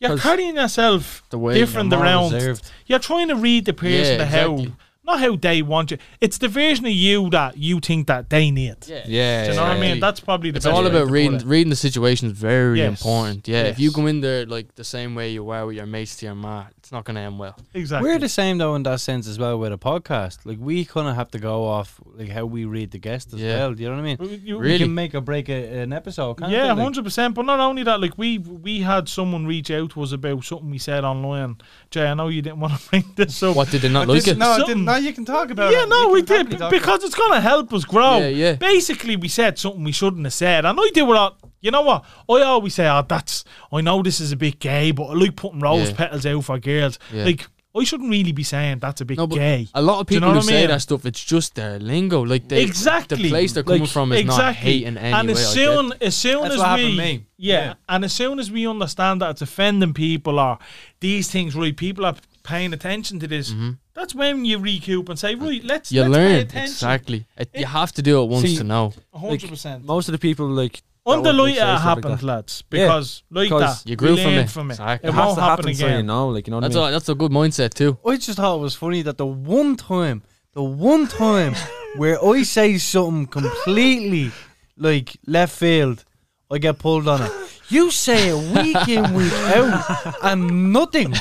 [SPEAKER 2] you're
[SPEAKER 5] 'Cause
[SPEAKER 2] carrying yourself
[SPEAKER 4] The way
[SPEAKER 2] different
[SPEAKER 6] More
[SPEAKER 2] around.
[SPEAKER 6] reserved.
[SPEAKER 2] You're trying to read the person
[SPEAKER 4] Yeah,
[SPEAKER 2] to how,
[SPEAKER 4] exactly.
[SPEAKER 2] not how they want you. It's the version of you that you think that they need.
[SPEAKER 4] Yeah.
[SPEAKER 2] Do you know what I mean?
[SPEAKER 4] exactly.
[SPEAKER 2] That's probably the
[SPEAKER 4] it's
[SPEAKER 2] best
[SPEAKER 4] all
[SPEAKER 2] way to
[SPEAKER 4] about
[SPEAKER 2] put
[SPEAKER 4] reading.
[SPEAKER 2] it.
[SPEAKER 4] Reading the situation is very
[SPEAKER 2] Yes.
[SPEAKER 4] important. Yeah,
[SPEAKER 2] Yes.
[SPEAKER 4] if you go in there like the same way you were with your mates to your ma, it's not gonna end well.
[SPEAKER 2] Exactly.
[SPEAKER 6] We're the same though in that sense as well with a podcast. Like we kind of have to go off like how we read the guest as
[SPEAKER 4] Yeah.
[SPEAKER 6] well. Do you know what I mean?
[SPEAKER 2] You-
[SPEAKER 6] We
[SPEAKER 4] Really?
[SPEAKER 6] can make or break a, an episode. Can't
[SPEAKER 2] Yeah,
[SPEAKER 6] we? Like,
[SPEAKER 2] hundred percent. But not only that, like we we had someone reach out to us about something we said online. Jay, I know you didn't want to [laughs] bring this up.
[SPEAKER 4] What did
[SPEAKER 2] [laughs]
[SPEAKER 4] they not like it?
[SPEAKER 6] No, I didn't.
[SPEAKER 2] Something-
[SPEAKER 6] No, you can talk about it.
[SPEAKER 2] Yeah, no,
[SPEAKER 6] You
[SPEAKER 2] we
[SPEAKER 6] can
[SPEAKER 2] did
[SPEAKER 6] happily talk about
[SPEAKER 2] because it's gonna help us grow.
[SPEAKER 4] Yeah, yeah.
[SPEAKER 2] Basically, we said something we shouldn't have said, and I do all. You know what? I always say, "Oh, that's." I know this is a bit gay, but I like putting rose
[SPEAKER 4] Yeah.
[SPEAKER 2] petals out for girls.
[SPEAKER 4] Yeah.
[SPEAKER 2] Like, I shouldn't really be saying that's a bit
[SPEAKER 4] No, but
[SPEAKER 2] gay.
[SPEAKER 4] A lot of
[SPEAKER 2] Do you
[SPEAKER 4] people
[SPEAKER 2] know
[SPEAKER 4] who
[SPEAKER 2] what I
[SPEAKER 4] say
[SPEAKER 2] mean?
[SPEAKER 4] that stuff, it's just their lingo. Like they,
[SPEAKER 2] exactly
[SPEAKER 4] the place they're coming
[SPEAKER 2] Like,
[SPEAKER 4] from is not
[SPEAKER 2] exactly.
[SPEAKER 4] hate in any
[SPEAKER 2] and
[SPEAKER 4] way.
[SPEAKER 2] as
[SPEAKER 4] I get
[SPEAKER 2] soon as soon
[SPEAKER 6] That's
[SPEAKER 2] as
[SPEAKER 6] what
[SPEAKER 2] we
[SPEAKER 6] happened to me.
[SPEAKER 2] Yeah,
[SPEAKER 6] Yeah.
[SPEAKER 2] and as soon as we understand that it's offending people or these things right people are paying attention to this that's when you recoup and say right let's
[SPEAKER 4] Mm-hmm. you
[SPEAKER 2] let's pay
[SPEAKER 4] learn
[SPEAKER 2] attention
[SPEAKER 4] exactly. It, you
[SPEAKER 2] It-
[SPEAKER 4] have to do it once
[SPEAKER 5] See,
[SPEAKER 4] to know.
[SPEAKER 2] 100%
[SPEAKER 5] Most of the people like that
[SPEAKER 2] under
[SPEAKER 5] would,
[SPEAKER 2] light
[SPEAKER 5] like, say
[SPEAKER 2] it
[SPEAKER 5] stuff like
[SPEAKER 2] happened
[SPEAKER 5] that.
[SPEAKER 2] lads
[SPEAKER 5] Yeah,
[SPEAKER 2] because like that
[SPEAKER 5] because
[SPEAKER 4] you grew
[SPEAKER 2] we
[SPEAKER 4] from
[SPEAKER 2] learned
[SPEAKER 4] it.
[SPEAKER 2] from it
[SPEAKER 4] Exactly.
[SPEAKER 2] it
[SPEAKER 4] It
[SPEAKER 5] has
[SPEAKER 2] won't
[SPEAKER 5] to
[SPEAKER 2] happen
[SPEAKER 5] so you
[SPEAKER 2] again
[SPEAKER 5] know, like you know what
[SPEAKER 4] That's
[SPEAKER 5] I mean.
[SPEAKER 4] a, that's a good mindset too.
[SPEAKER 6] I just thought it was funny that the one time, the one time where I say something completely like left field, I get pulled on it. You say it week in, week out, and nothing.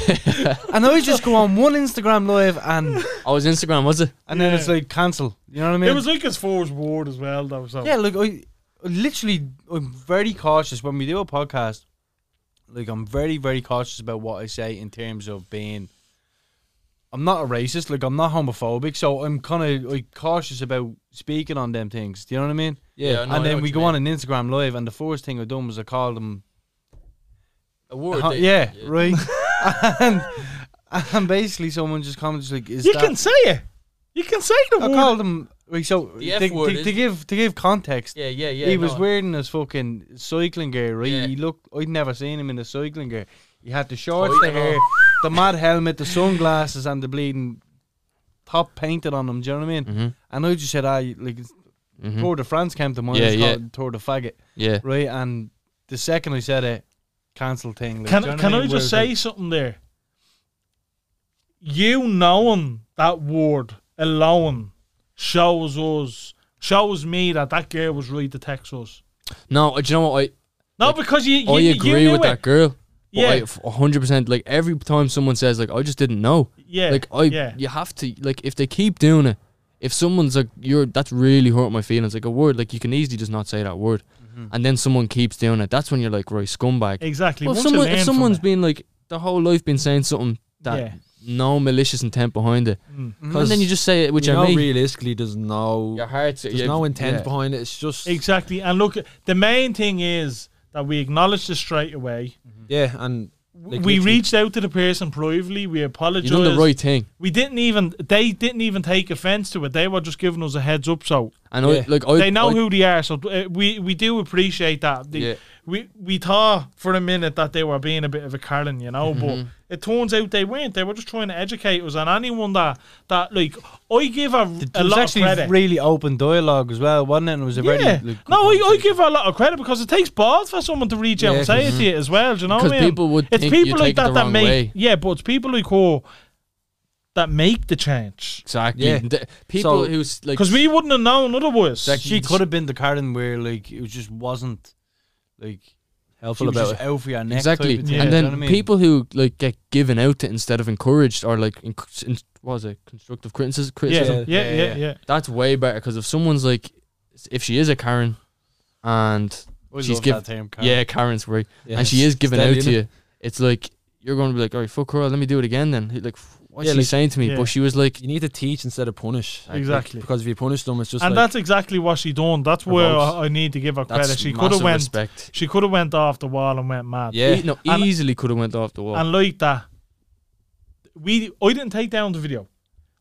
[SPEAKER 6] And I just go on one Instagram live, and
[SPEAKER 4] I was Instagram, was it?
[SPEAKER 6] and then it's like cancel. You know what I mean?
[SPEAKER 2] it was like his four's ward as well though so
[SPEAKER 6] yeah, look, I, I literally, I'm very cautious when we do a podcast. Like, I'm very, very cautious about what I say in terms of being. I'm not a racist. Like, I'm not homophobic. So I'm kind of like cautious about speaking on them things. Do you know what I mean?
[SPEAKER 4] Yeah, I know- I know
[SPEAKER 6] and then
[SPEAKER 4] what
[SPEAKER 6] we
[SPEAKER 4] you
[SPEAKER 6] go
[SPEAKER 4] mean.
[SPEAKER 6] on an Instagram live, and the first thing I done was I called them.
[SPEAKER 4] A word.
[SPEAKER 2] Uh-huh.
[SPEAKER 6] Huh,
[SPEAKER 4] they-
[SPEAKER 6] yeah, right.
[SPEAKER 4] [laughs]
[SPEAKER 6] and and basically, someone just commented like, "Is
[SPEAKER 2] you
[SPEAKER 6] that?"
[SPEAKER 2] can say it you can say the
[SPEAKER 6] I
[SPEAKER 2] word
[SPEAKER 6] called him. Like, so
[SPEAKER 4] The F
[SPEAKER 6] to-
[SPEAKER 4] word,
[SPEAKER 6] to, to
[SPEAKER 4] isn't it?
[SPEAKER 6] give to give context,
[SPEAKER 4] Yeah, yeah, yeah.
[SPEAKER 6] he was
[SPEAKER 4] no.
[SPEAKER 6] wearing his fucking cycling gear, right?
[SPEAKER 4] Yeah.
[SPEAKER 6] He looked, I'd never seen him in the cycling gear. He had the shorts,
[SPEAKER 4] Oh,
[SPEAKER 6] the
[SPEAKER 4] yeah.
[SPEAKER 6] hair, the mad helmet, the sunglasses, and the bleeding top painted on him. Do you know what I mean?
[SPEAKER 4] Mm-hmm.
[SPEAKER 6] And I just said, I like it's-
[SPEAKER 4] Mhm.
[SPEAKER 6] Tour de France came to mind.
[SPEAKER 4] Yeah,
[SPEAKER 6] Yeah, it's
[SPEAKER 4] yeah.
[SPEAKER 6] called Tour de Faggot,
[SPEAKER 4] Yeah.
[SPEAKER 6] right? And the second I said it, cancel thing. Like,
[SPEAKER 2] Can,
[SPEAKER 6] do you know what
[SPEAKER 2] can
[SPEAKER 6] I,
[SPEAKER 2] I,
[SPEAKER 6] mean? Where
[SPEAKER 2] just
[SPEAKER 6] it was
[SPEAKER 2] say something there? You knowing that word alone shows us, shows me that that girl was right to text us.
[SPEAKER 4] No, do you know what?
[SPEAKER 2] No, because you, you,
[SPEAKER 4] I, I
[SPEAKER 2] you
[SPEAKER 4] agree
[SPEAKER 2] knew
[SPEAKER 4] with
[SPEAKER 2] it.
[SPEAKER 4] that girl. But
[SPEAKER 2] Yeah.
[SPEAKER 4] I f- 100%. Like every time someone says, like, I just didn't know.
[SPEAKER 2] Yeah,
[SPEAKER 4] Like I,
[SPEAKER 2] yeah.
[SPEAKER 4] you have to like if they keep doing it. If someone's like, "You're that's really hurt my feelings," like a word, like you can easily just not say that word,
[SPEAKER 2] Mm-hmm.
[SPEAKER 4] and then someone keeps doing it. That's when you're like, "Right, scumbag."
[SPEAKER 2] exactly.
[SPEAKER 4] Well, if,
[SPEAKER 2] Once you
[SPEAKER 4] someone,
[SPEAKER 2] learn
[SPEAKER 4] if
[SPEAKER 2] from
[SPEAKER 4] someone's
[SPEAKER 2] it.
[SPEAKER 4] been like their whole life been saying something that
[SPEAKER 2] Yeah. Mm.
[SPEAKER 4] no malicious intent behind it, and then you just say it, which
[SPEAKER 5] Mm-hmm. you
[SPEAKER 4] I
[SPEAKER 5] know,
[SPEAKER 4] mean,
[SPEAKER 5] realistically, there's no
[SPEAKER 4] your heart's
[SPEAKER 5] there's no intent behind it. It's just
[SPEAKER 2] exactly, and look, the main thing is that we acknowledge this straight away.
[SPEAKER 5] yeah, and
[SPEAKER 2] We
[SPEAKER 5] like, literally-
[SPEAKER 2] reached out to the person privately. We apologized.
[SPEAKER 4] You done the right thing,
[SPEAKER 2] We didn't even. They didn't even take offense to it. They were just giving us a heads up. So
[SPEAKER 4] and
[SPEAKER 5] Yeah.
[SPEAKER 4] I like I,
[SPEAKER 2] they know
[SPEAKER 4] I-
[SPEAKER 2] who they are, so uh, we we do appreciate that. The-
[SPEAKER 4] Yeah.
[SPEAKER 2] We we thought for a minute that they were being a bit of a Karen, you know,
[SPEAKER 4] Mm-hmm.
[SPEAKER 2] but it turns out they weren't. They were just trying to educate us. And anyone that that like I give a,
[SPEAKER 6] It
[SPEAKER 2] a
[SPEAKER 6] was
[SPEAKER 2] lot of
[SPEAKER 6] actually
[SPEAKER 2] credit.
[SPEAKER 6] really open dialogue as well, wasn't it? And it was a very
[SPEAKER 2] yeah,
[SPEAKER 6] like, good
[SPEAKER 2] no, I, I
[SPEAKER 6] conversation.
[SPEAKER 2] give her a lot of credit because it takes balls for someone to reach out
[SPEAKER 5] Yeah,
[SPEAKER 2] and say it to you as well. Do you know what I
[SPEAKER 4] Because
[SPEAKER 2] mean?
[SPEAKER 4] people would
[SPEAKER 2] it's
[SPEAKER 4] think
[SPEAKER 2] people
[SPEAKER 4] you
[SPEAKER 2] like
[SPEAKER 4] take it
[SPEAKER 2] that
[SPEAKER 4] the
[SPEAKER 2] that
[SPEAKER 4] wrong
[SPEAKER 2] make
[SPEAKER 4] way.
[SPEAKER 2] yeah, but it's people like who that make the change
[SPEAKER 4] exactly.
[SPEAKER 5] Yeah.
[SPEAKER 4] The- people
[SPEAKER 5] So-
[SPEAKER 4] who s- like
[SPEAKER 2] because we wouldn't have known otherwise.
[SPEAKER 4] Exactly.
[SPEAKER 6] she could have been the Karen where like it just wasn't like
[SPEAKER 5] helpful
[SPEAKER 6] She was
[SPEAKER 5] about
[SPEAKER 6] just
[SPEAKER 5] it.
[SPEAKER 6] out for your neck.
[SPEAKER 4] exactly.
[SPEAKER 6] type of
[SPEAKER 2] Yeah.
[SPEAKER 6] thing,
[SPEAKER 4] And
[SPEAKER 6] do you
[SPEAKER 4] then
[SPEAKER 6] know what I mean?
[SPEAKER 4] people who like get given out to instead of encouraged or like in, in, what was it constructive criticism? criticism
[SPEAKER 2] yeah, yeah, yeah, yeah.
[SPEAKER 4] That's way better because if someone's like, if she is a Karen, and
[SPEAKER 6] Always
[SPEAKER 4] she's
[SPEAKER 6] love
[SPEAKER 4] giv-
[SPEAKER 6] that term, Karen.
[SPEAKER 4] yeah, Karen's right,
[SPEAKER 5] Yeah.
[SPEAKER 4] and she is giving
[SPEAKER 5] Steady,
[SPEAKER 4] out to
[SPEAKER 5] innit?
[SPEAKER 4] you, it's like you're going to be like, all right, fuck her, let me do it again. Then like, what's
[SPEAKER 5] Yeah,
[SPEAKER 4] she
[SPEAKER 5] like-
[SPEAKER 4] saying to me?
[SPEAKER 2] yeah.
[SPEAKER 4] But she was like,
[SPEAKER 5] You need to teach instead of punish.
[SPEAKER 2] Exactly.
[SPEAKER 5] Because if you punish them, it's just
[SPEAKER 2] and
[SPEAKER 5] like
[SPEAKER 2] that's exactly what she done. That's where
[SPEAKER 5] Revolts.
[SPEAKER 2] I, I need to give her
[SPEAKER 4] that's
[SPEAKER 2] credit. She could have
[SPEAKER 4] massive
[SPEAKER 2] went.
[SPEAKER 4] respect.
[SPEAKER 2] She could have went off the wall and went mad.
[SPEAKER 5] yeah,
[SPEAKER 4] E- no,
[SPEAKER 2] And-
[SPEAKER 4] easily could have went off the wall.
[SPEAKER 2] And like that, we I didn't take down the video.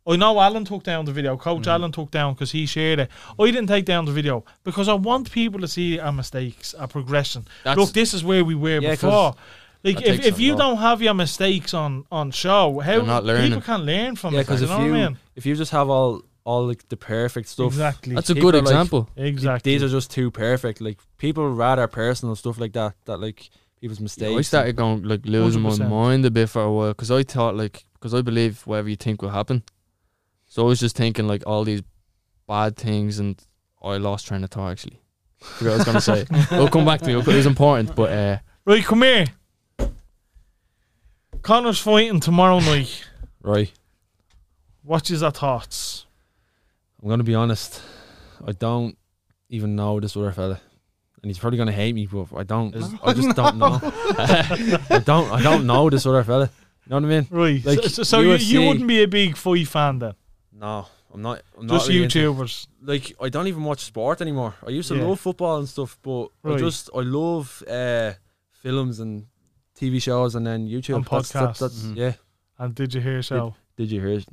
[SPEAKER 2] I know Alan took down the video. Coach
[SPEAKER 4] Mm.
[SPEAKER 2] Alan took down because he shared it. I didn't take down the video because I want people to see our mistakes, our progression.
[SPEAKER 4] That's-
[SPEAKER 2] Look, this is where we were
[SPEAKER 5] Yeah, 'cause
[SPEAKER 2] before. Like
[SPEAKER 4] that
[SPEAKER 2] if,
[SPEAKER 4] takes
[SPEAKER 2] if
[SPEAKER 4] a
[SPEAKER 2] you
[SPEAKER 4] lot.
[SPEAKER 2] don't have your mistakes on on show, how
[SPEAKER 4] They're not
[SPEAKER 2] people
[SPEAKER 4] learning.
[SPEAKER 2] can learn from
[SPEAKER 5] yeah.
[SPEAKER 2] it.
[SPEAKER 5] Because
[SPEAKER 2] you
[SPEAKER 5] if
[SPEAKER 2] know what I
[SPEAKER 5] you
[SPEAKER 2] mean?
[SPEAKER 5] if you just have all all like the perfect stuff,
[SPEAKER 2] Exactly.
[SPEAKER 4] that's a
[SPEAKER 5] people
[SPEAKER 4] good
[SPEAKER 5] are like-
[SPEAKER 4] example.
[SPEAKER 2] exactly.
[SPEAKER 5] these are just too perfect. Like people rather personal stuff like that. That like people's mistakes.
[SPEAKER 4] I started going like losing my
[SPEAKER 2] 100%.
[SPEAKER 4] mind a bit for a while because I thought like because I believe whatever you think will happen, so I was just thinking like all these bad things and I lost train of thought actually. Forgot what I was gonna say.
[SPEAKER 6] [laughs]
[SPEAKER 4] We'll come back to it. It was important, but uh,
[SPEAKER 2] right, come here. Connor's fighting tomorrow night.
[SPEAKER 5] right.
[SPEAKER 2] What is our thoughts?
[SPEAKER 5] I'm gonna be honest. I don't even know this other fella, and he's probably gonna hate me. But I don't. I just
[SPEAKER 2] [laughs]
[SPEAKER 5] don't know. [laughs] I don't. I don't know this other fella. You know what I mean?
[SPEAKER 2] Right.
[SPEAKER 5] Like,
[SPEAKER 2] so so- so you, you
[SPEAKER 5] UFC.
[SPEAKER 2] wouldn't be a big fight fan then.
[SPEAKER 5] No, I'm not. I'm not
[SPEAKER 2] Just
[SPEAKER 5] really into-
[SPEAKER 2] YouTubers.
[SPEAKER 5] Like I don't even watch sport anymore. I used to
[SPEAKER 2] Yeah.
[SPEAKER 5] love football and stuff, but I
[SPEAKER 2] Right.
[SPEAKER 5] just I love uh, films and TV shows and then YouTube
[SPEAKER 2] And
[SPEAKER 5] That's- that's-
[SPEAKER 2] podcasts.
[SPEAKER 5] that's-
[SPEAKER 6] Mhm.
[SPEAKER 5] Yeah.
[SPEAKER 2] And did you hear so?
[SPEAKER 5] Did you hear? it?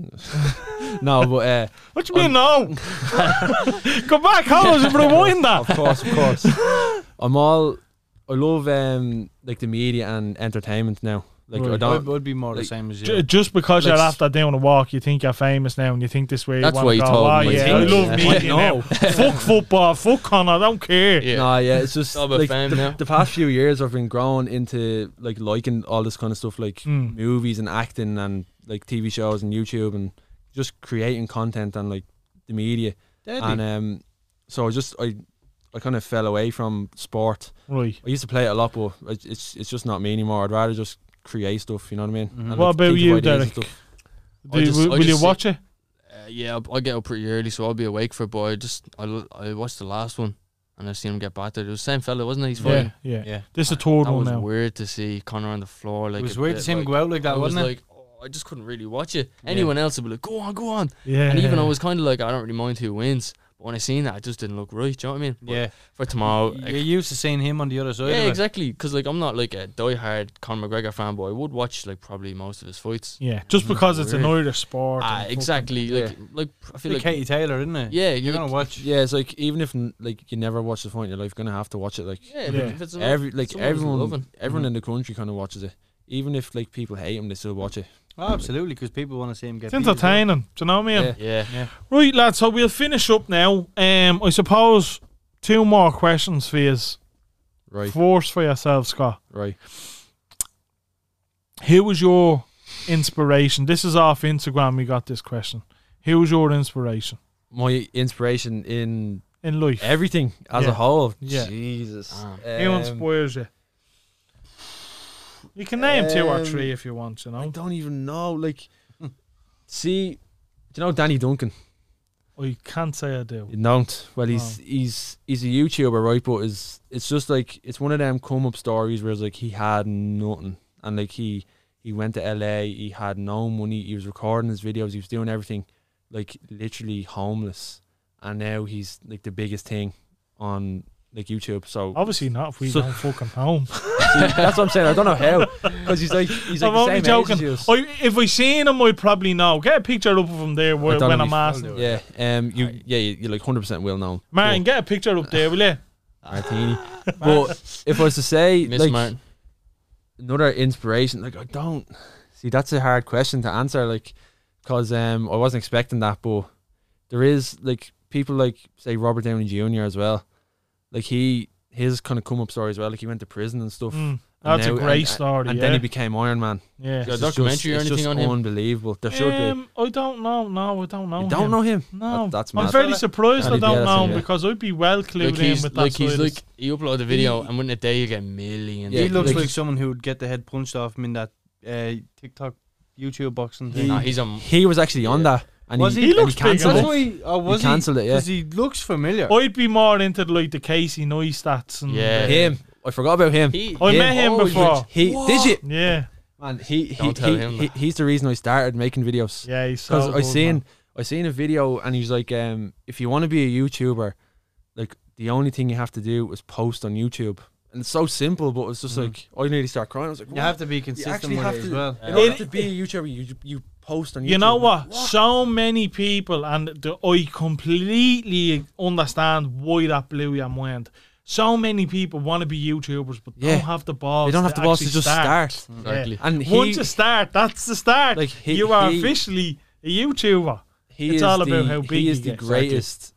[SPEAKER 5] [laughs] no, but uh,
[SPEAKER 2] What do you mean
[SPEAKER 4] Um,
[SPEAKER 2] no? [laughs] Go back home
[SPEAKER 4] [laughs]
[SPEAKER 2] and rewind
[SPEAKER 5] of
[SPEAKER 2] that.
[SPEAKER 5] course, of course. [laughs] I'm all. I love um like the media and entertainment now. Like I
[SPEAKER 2] Right.
[SPEAKER 5] don't.
[SPEAKER 6] Would, would be more
[SPEAKER 5] like,
[SPEAKER 6] the same as
[SPEAKER 2] Ju-
[SPEAKER 6] you.
[SPEAKER 2] Just because you're
[SPEAKER 5] Let's-
[SPEAKER 2] after doing a walk, you think you're famous now, and you think this way.
[SPEAKER 4] That's
[SPEAKER 2] you
[SPEAKER 4] what
[SPEAKER 2] wanna
[SPEAKER 4] he
[SPEAKER 2] go,
[SPEAKER 4] told
[SPEAKER 2] oh,
[SPEAKER 4] me.
[SPEAKER 2] Yeah,
[SPEAKER 4] [laughs] I
[SPEAKER 2] I
[SPEAKER 4] think.
[SPEAKER 2] love
[SPEAKER 5] Yeah.
[SPEAKER 2] media now. fuck football. Fuck Connor. I don't care.
[SPEAKER 4] yeah,
[SPEAKER 5] Nah, yeah, it's just
[SPEAKER 4] All about
[SPEAKER 5] like
[SPEAKER 4] fame
[SPEAKER 5] the,
[SPEAKER 4] now.
[SPEAKER 5] the past few years I've been growing into like liking all this kind of stuff, like
[SPEAKER 2] Mm.
[SPEAKER 5] movies and acting and like TV shows and YouTube and just creating content and like the media. And um, so I just I I kind of fell away from sport.
[SPEAKER 2] Right.
[SPEAKER 5] I used to play it a lot, but it- it's it's just not me anymore. I'd rather just create stuff. You know what I mean? And,
[SPEAKER 2] What about
[SPEAKER 5] think of
[SPEAKER 2] you,
[SPEAKER 5] ideas and
[SPEAKER 2] Derek?
[SPEAKER 5] stuff.
[SPEAKER 2] Do, you-
[SPEAKER 4] just- I
[SPEAKER 2] will will
[SPEAKER 4] just
[SPEAKER 2] you
[SPEAKER 4] see-
[SPEAKER 2] watch it?
[SPEAKER 4] uh, yeah. I get up pretty early, so I'll be awake for it. But I just I, l- I watched the last one and I seen him get battered. It was the same fella, wasn't it? He's
[SPEAKER 2] Yeah,
[SPEAKER 4] fighting.
[SPEAKER 2] yeah.
[SPEAKER 6] Yeah.
[SPEAKER 2] This is a third
[SPEAKER 4] That
[SPEAKER 2] one
[SPEAKER 4] was
[SPEAKER 2] now.
[SPEAKER 4] weird to see Connor on the floor. Like
[SPEAKER 6] it was
[SPEAKER 4] a
[SPEAKER 6] weird
[SPEAKER 4] bit,
[SPEAKER 6] to see him
[SPEAKER 4] like-
[SPEAKER 6] go out like that,
[SPEAKER 4] I was
[SPEAKER 6] wasn't it?
[SPEAKER 4] like, oh, I just couldn't really watch it. Anyone else would be like, go on, go on.
[SPEAKER 2] Yeah.
[SPEAKER 4] And even I was kind of like, I don't really mind who wins. But when I seen that, it just didn't look right. Do you know what I mean? But
[SPEAKER 6] yeah.
[SPEAKER 4] For tomorrow. I-
[SPEAKER 6] You're used to seeing him on the other side.
[SPEAKER 4] yeah,
[SPEAKER 6] of it.
[SPEAKER 4] exactly. Because like I'm not like a diehard Conor McGregor fan, but I would watch like probably most of his fights.
[SPEAKER 2] Yeah. Just because it's an Irish sport.
[SPEAKER 4] Ah,
[SPEAKER 2] and fucking-
[SPEAKER 4] exactly. Like, like I
[SPEAKER 6] Like,
[SPEAKER 4] feel like,
[SPEAKER 6] Katie Taylor, isn't it?
[SPEAKER 4] yeah,
[SPEAKER 6] You're gonna watch.
[SPEAKER 5] Yeah, it's like even if n- like you never watch the fight in your life, you're gonna have to watch it. Like
[SPEAKER 4] Yeah,
[SPEAKER 2] Yeah.
[SPEAKER 4] Like, if it's
[SPEAKER 5] every like
[SPEAKER 4] someone who's
[SPEAKER 5] everyone
[SPEAKER 4] loving.
[SPEAKER 5] everyone in the country kind of watches it. Even if like people hate him, they still watch it.
[SPEAKER 6] Oh, absolutely, because people want to see him get.
[SPEAKER 5] er
[SPEAKER 2] It's
[SPEAKER 6] beat as well.
[SPEAKER 2] entertaining. Do you know what I mean?
[SPEAKER 5] Yeah.
[SPEAKER 4] yeah,
[SPEAKER 2] Right, lads. So we'll finish up now. Um, I suppose two more questions for you.
[SPEAKER 5] Right,
[SPEAKER 2] Force for yourself, Scott.
[SPEAKER 5] right.
[SPEAKER 2] Who was your inspiration? This is off Instagram. We got this question. Who was your inspiration
[SPEAKER 5] My inspiration in
[SPEAKER 2] in life?
[SPEAKER 5] everything as
[SPEAKER 2] Yeah.
[SPEAKER 5] a whole.
[SPEAKER 2] Yeah.
[SPEAKER 5] Jesus.
[SPEAKER 4] Ah.
[SPEAKER 2] Who
[SPEAKER 5] Um,
[SPEAKER 2] inspires you? You can name two or
[SPEAKER 5] um,
[SPEAKER 2] three if you want. You
[SPEAKER 5] I
[SPEAKER 2] know,
[SPEAKER 5] don't even know. Like,
[SPEAKER 2] Hmm.
[SPEAKER 5] see, do you know Danny Duncan?
[SPEAKER 2] I, can't say I do.
[SPEAKER 5] You don't. Well, he's he's he's a YouTuber, right? But is it's just like it's one of them come up stories where it's like he had nothing, and like he he went to LA, he had no money, he was recording his videos, he was doing everything, like literally homeless, and now he's like the biggest thing on like YouTube. So
[SPEAKER 2] Obviously not. If we
[SPEAKER 5] So-
[SPEAKER 2] don't fucking home.
[SPEAKER 5] See, that's what I'm saying. I don't know how because he's like he's like
[SPEAKER 2] I'm
[SPEAKER 5] the
[SPEAKER 2] only
[SPEAKER 5] same
[SPEAKER 2] joking. Oh,
[SPEAKER 5] age as you.
[SPEAKER 2] I, if we seen him, I'd probably know. Get a picture up of him there wh-
[SPEAKER 5] I don't
[SPEAKER 2] when
[SPEAKER 5] know
[SPEAKER 2] I'm
[SPEAKER 5] if-
[SPEAKER 2] asking.
[SPEAKER 5] Yeah, um, you, yeah, you- you're like 100% well known.
[SPEAKER 2] Martin, get a picture up there, will
[SPEAKER 5] [sighs]
[SPEAKER 2] you? [laughs]
[SPEAKER 5] But- Martini. But if I was to say,
[SPEAKER 4] Miss
[SPEAKER 5] like,
[SPEAKER 4] Martin.
[SPEAKER 5] another inspiration, like, I don't see that's a hard question to answer, like, because um, I wasn't expecting that, but there is like people like, say, Robert Downey Jr. as well, like, he his kind of come up story as well, like, he went to prison and stuff,
[SPEAKER 2] Mm.
[SPEAKER 5] And
[SPEAKER 2] That's a
[SPEAKER 5] now-
[SPEAKER 2] great
[SPEAKER 5] and-
[SPEAKER 2] story,
[SPEAKER 5] And then he
[SPEAKER 2] yeah.
[SPEAKER 5] became Iron Man.
[SPEAKER 2] yeah.
[SPEAKER 4] Yeah,
[SPEAKER 5] It's just-
[SPEAKER 4] documentary or
[SPEAKER 5] it's
[SPEAKER 4] anything
[SPEAKER 5] just
[SPEAKER 4] on him?
[SPEAKER 5] Unbelievable. There should
[SPEAKER 2] Um, I don't know. No, I don't
[SPEAKER 5] be.
[SPEAKER 2] know.
[SPEAKER 5] You don't
[SPEAKER 2] him.
[SPEAKER 5] know him.
[SPEAKER 2] No,
[SPEAKER 5] That- that's
[SPEAKER 2] I'm
[SPEAKER 5] mad.
[SPEAKER 2] fairly surprised I
[SPEAKER 5] That'd be
[SPEAKER 2] don't
[SPEAKER 5] better,
[SPEAKER 2] know him
[SPEAKER 5] yeah.
[SPEAKER 2] because I'd be well clued
[SPEAKER 4] Like
[SPEAKER 2] in
[SPEAKER 4] he's
[SPEAKER 2] with that.
[SPEAKER 4] like he's
[SPEAKER 2] side
[SPEAKER 4] like he uploaded a video and within a day you get millions.
[SPEAKER 5] Yeah,
[SPEAKER 6] he looks like,
[SPEAKER 5] like-
[SPEAKER 6] someone who would get the head punched off him in that uh, TikTok YouTube boxing thing.
[SPEAKER 4] nah, he's a
[SPEAKER 5] He was actually on that. And
[SPEAKER 6] Was
[SPEAKER 5] he,
[SPEAKER 2] he? He
[SPEAKER 5] and
[SPEAKER 2] looks
[SPEAKER 5] he cancelled
[SPEAKER 2] big
[SPEAKER 5] it.
[SPEAKER 6] That's why he, or was
[SPEAKER 5] he cancelled it, yeah.
[SPEAKER 6] Because he looks familiar.
[SPEAKER 2] I'd be more into like the Casey Neistats and
[SPEAKER 4] Yeah.
[SPEAKER 5] Him. I forgot about him.
[SPEAKER 4] he.
[SPEAKER 2] I
[SPEAKER 5] Him.
[SPEAKER 2] met him
[SPEAKER 4] Oh, he's
[SPEAKER 2] before.
[SPEAKER 5] He did you?
[SPEAKER 2] Yeah,
[SPEAKER 5] Man, he, he,
[SPEAKER 4] Don't tell
[SPEAKER 5] he-
[SPEAKER 4] him
[SPEAKER 5] he-
[SPEAKER 4] that.
[SPEAKER 5] he's the reason I started making videos.
[SPEAKER 2] yeah, he's so.
[SPEAKER 5] Because I
[SPEAKER 2] good,
[SPEAKER 5] seen
[SPEAKER 2] man.
[SPEAKER 5] I seen a video and he was like, um, if you want to be a YouTuber, like the only thing you have to do is post on YouTube. And it's so simple, but it's just like I nearly start crying. I was like,
[SPEAKER 6] you have to be consistent
[SPEAKER 5] actually
[SPEAKER 6] with
[SPEAKER 5] have
[SPEAKER 6] it as
[SPEAKER 5] to- uh,
[SPEAKER 6] well.
[SPEAKER 5] you don't have to be a YouTuber. You you post on YouTube.
[SPEAKER 2] You know what? So many people, and the, I completely understand why that blew your mind. So many people want to be YouTubers, but
[SPEAKER 5] Yeah.
[SPEAKER 2] don't have the balls.
[SPEAKER 5] You don't have
[SPEAKER 2] to
[SPEAKER 5] the balls to
[SPEAKER 2] actually
[SPEAKER 5] just
[SPEAKER 2] start.
[SPEAKER 5] start.
[SPEAKER 4] Exactly.
[SPEAKER 5] And he,
[SPEAKER 2] Once you start, that's the start.
[SPEAKER 5] Like, he-
[SPEAKER 2] you are
[SPEAKER 5] he-
[SPEAKER 2] officially a YouTuber,
[SPEAKER 5] he
[SPEAKER 2] it's
[SPEAKER 5] is
[SPEAKER 2] all about
[SPEAKER 5] the-
[SPEAKER 2] how big
[SPEAKER 5] he is
[SPEAKER 2] you
[SPEAKER 5] the
[SPEAKER 2] get.
[SPEAKER 5] greatest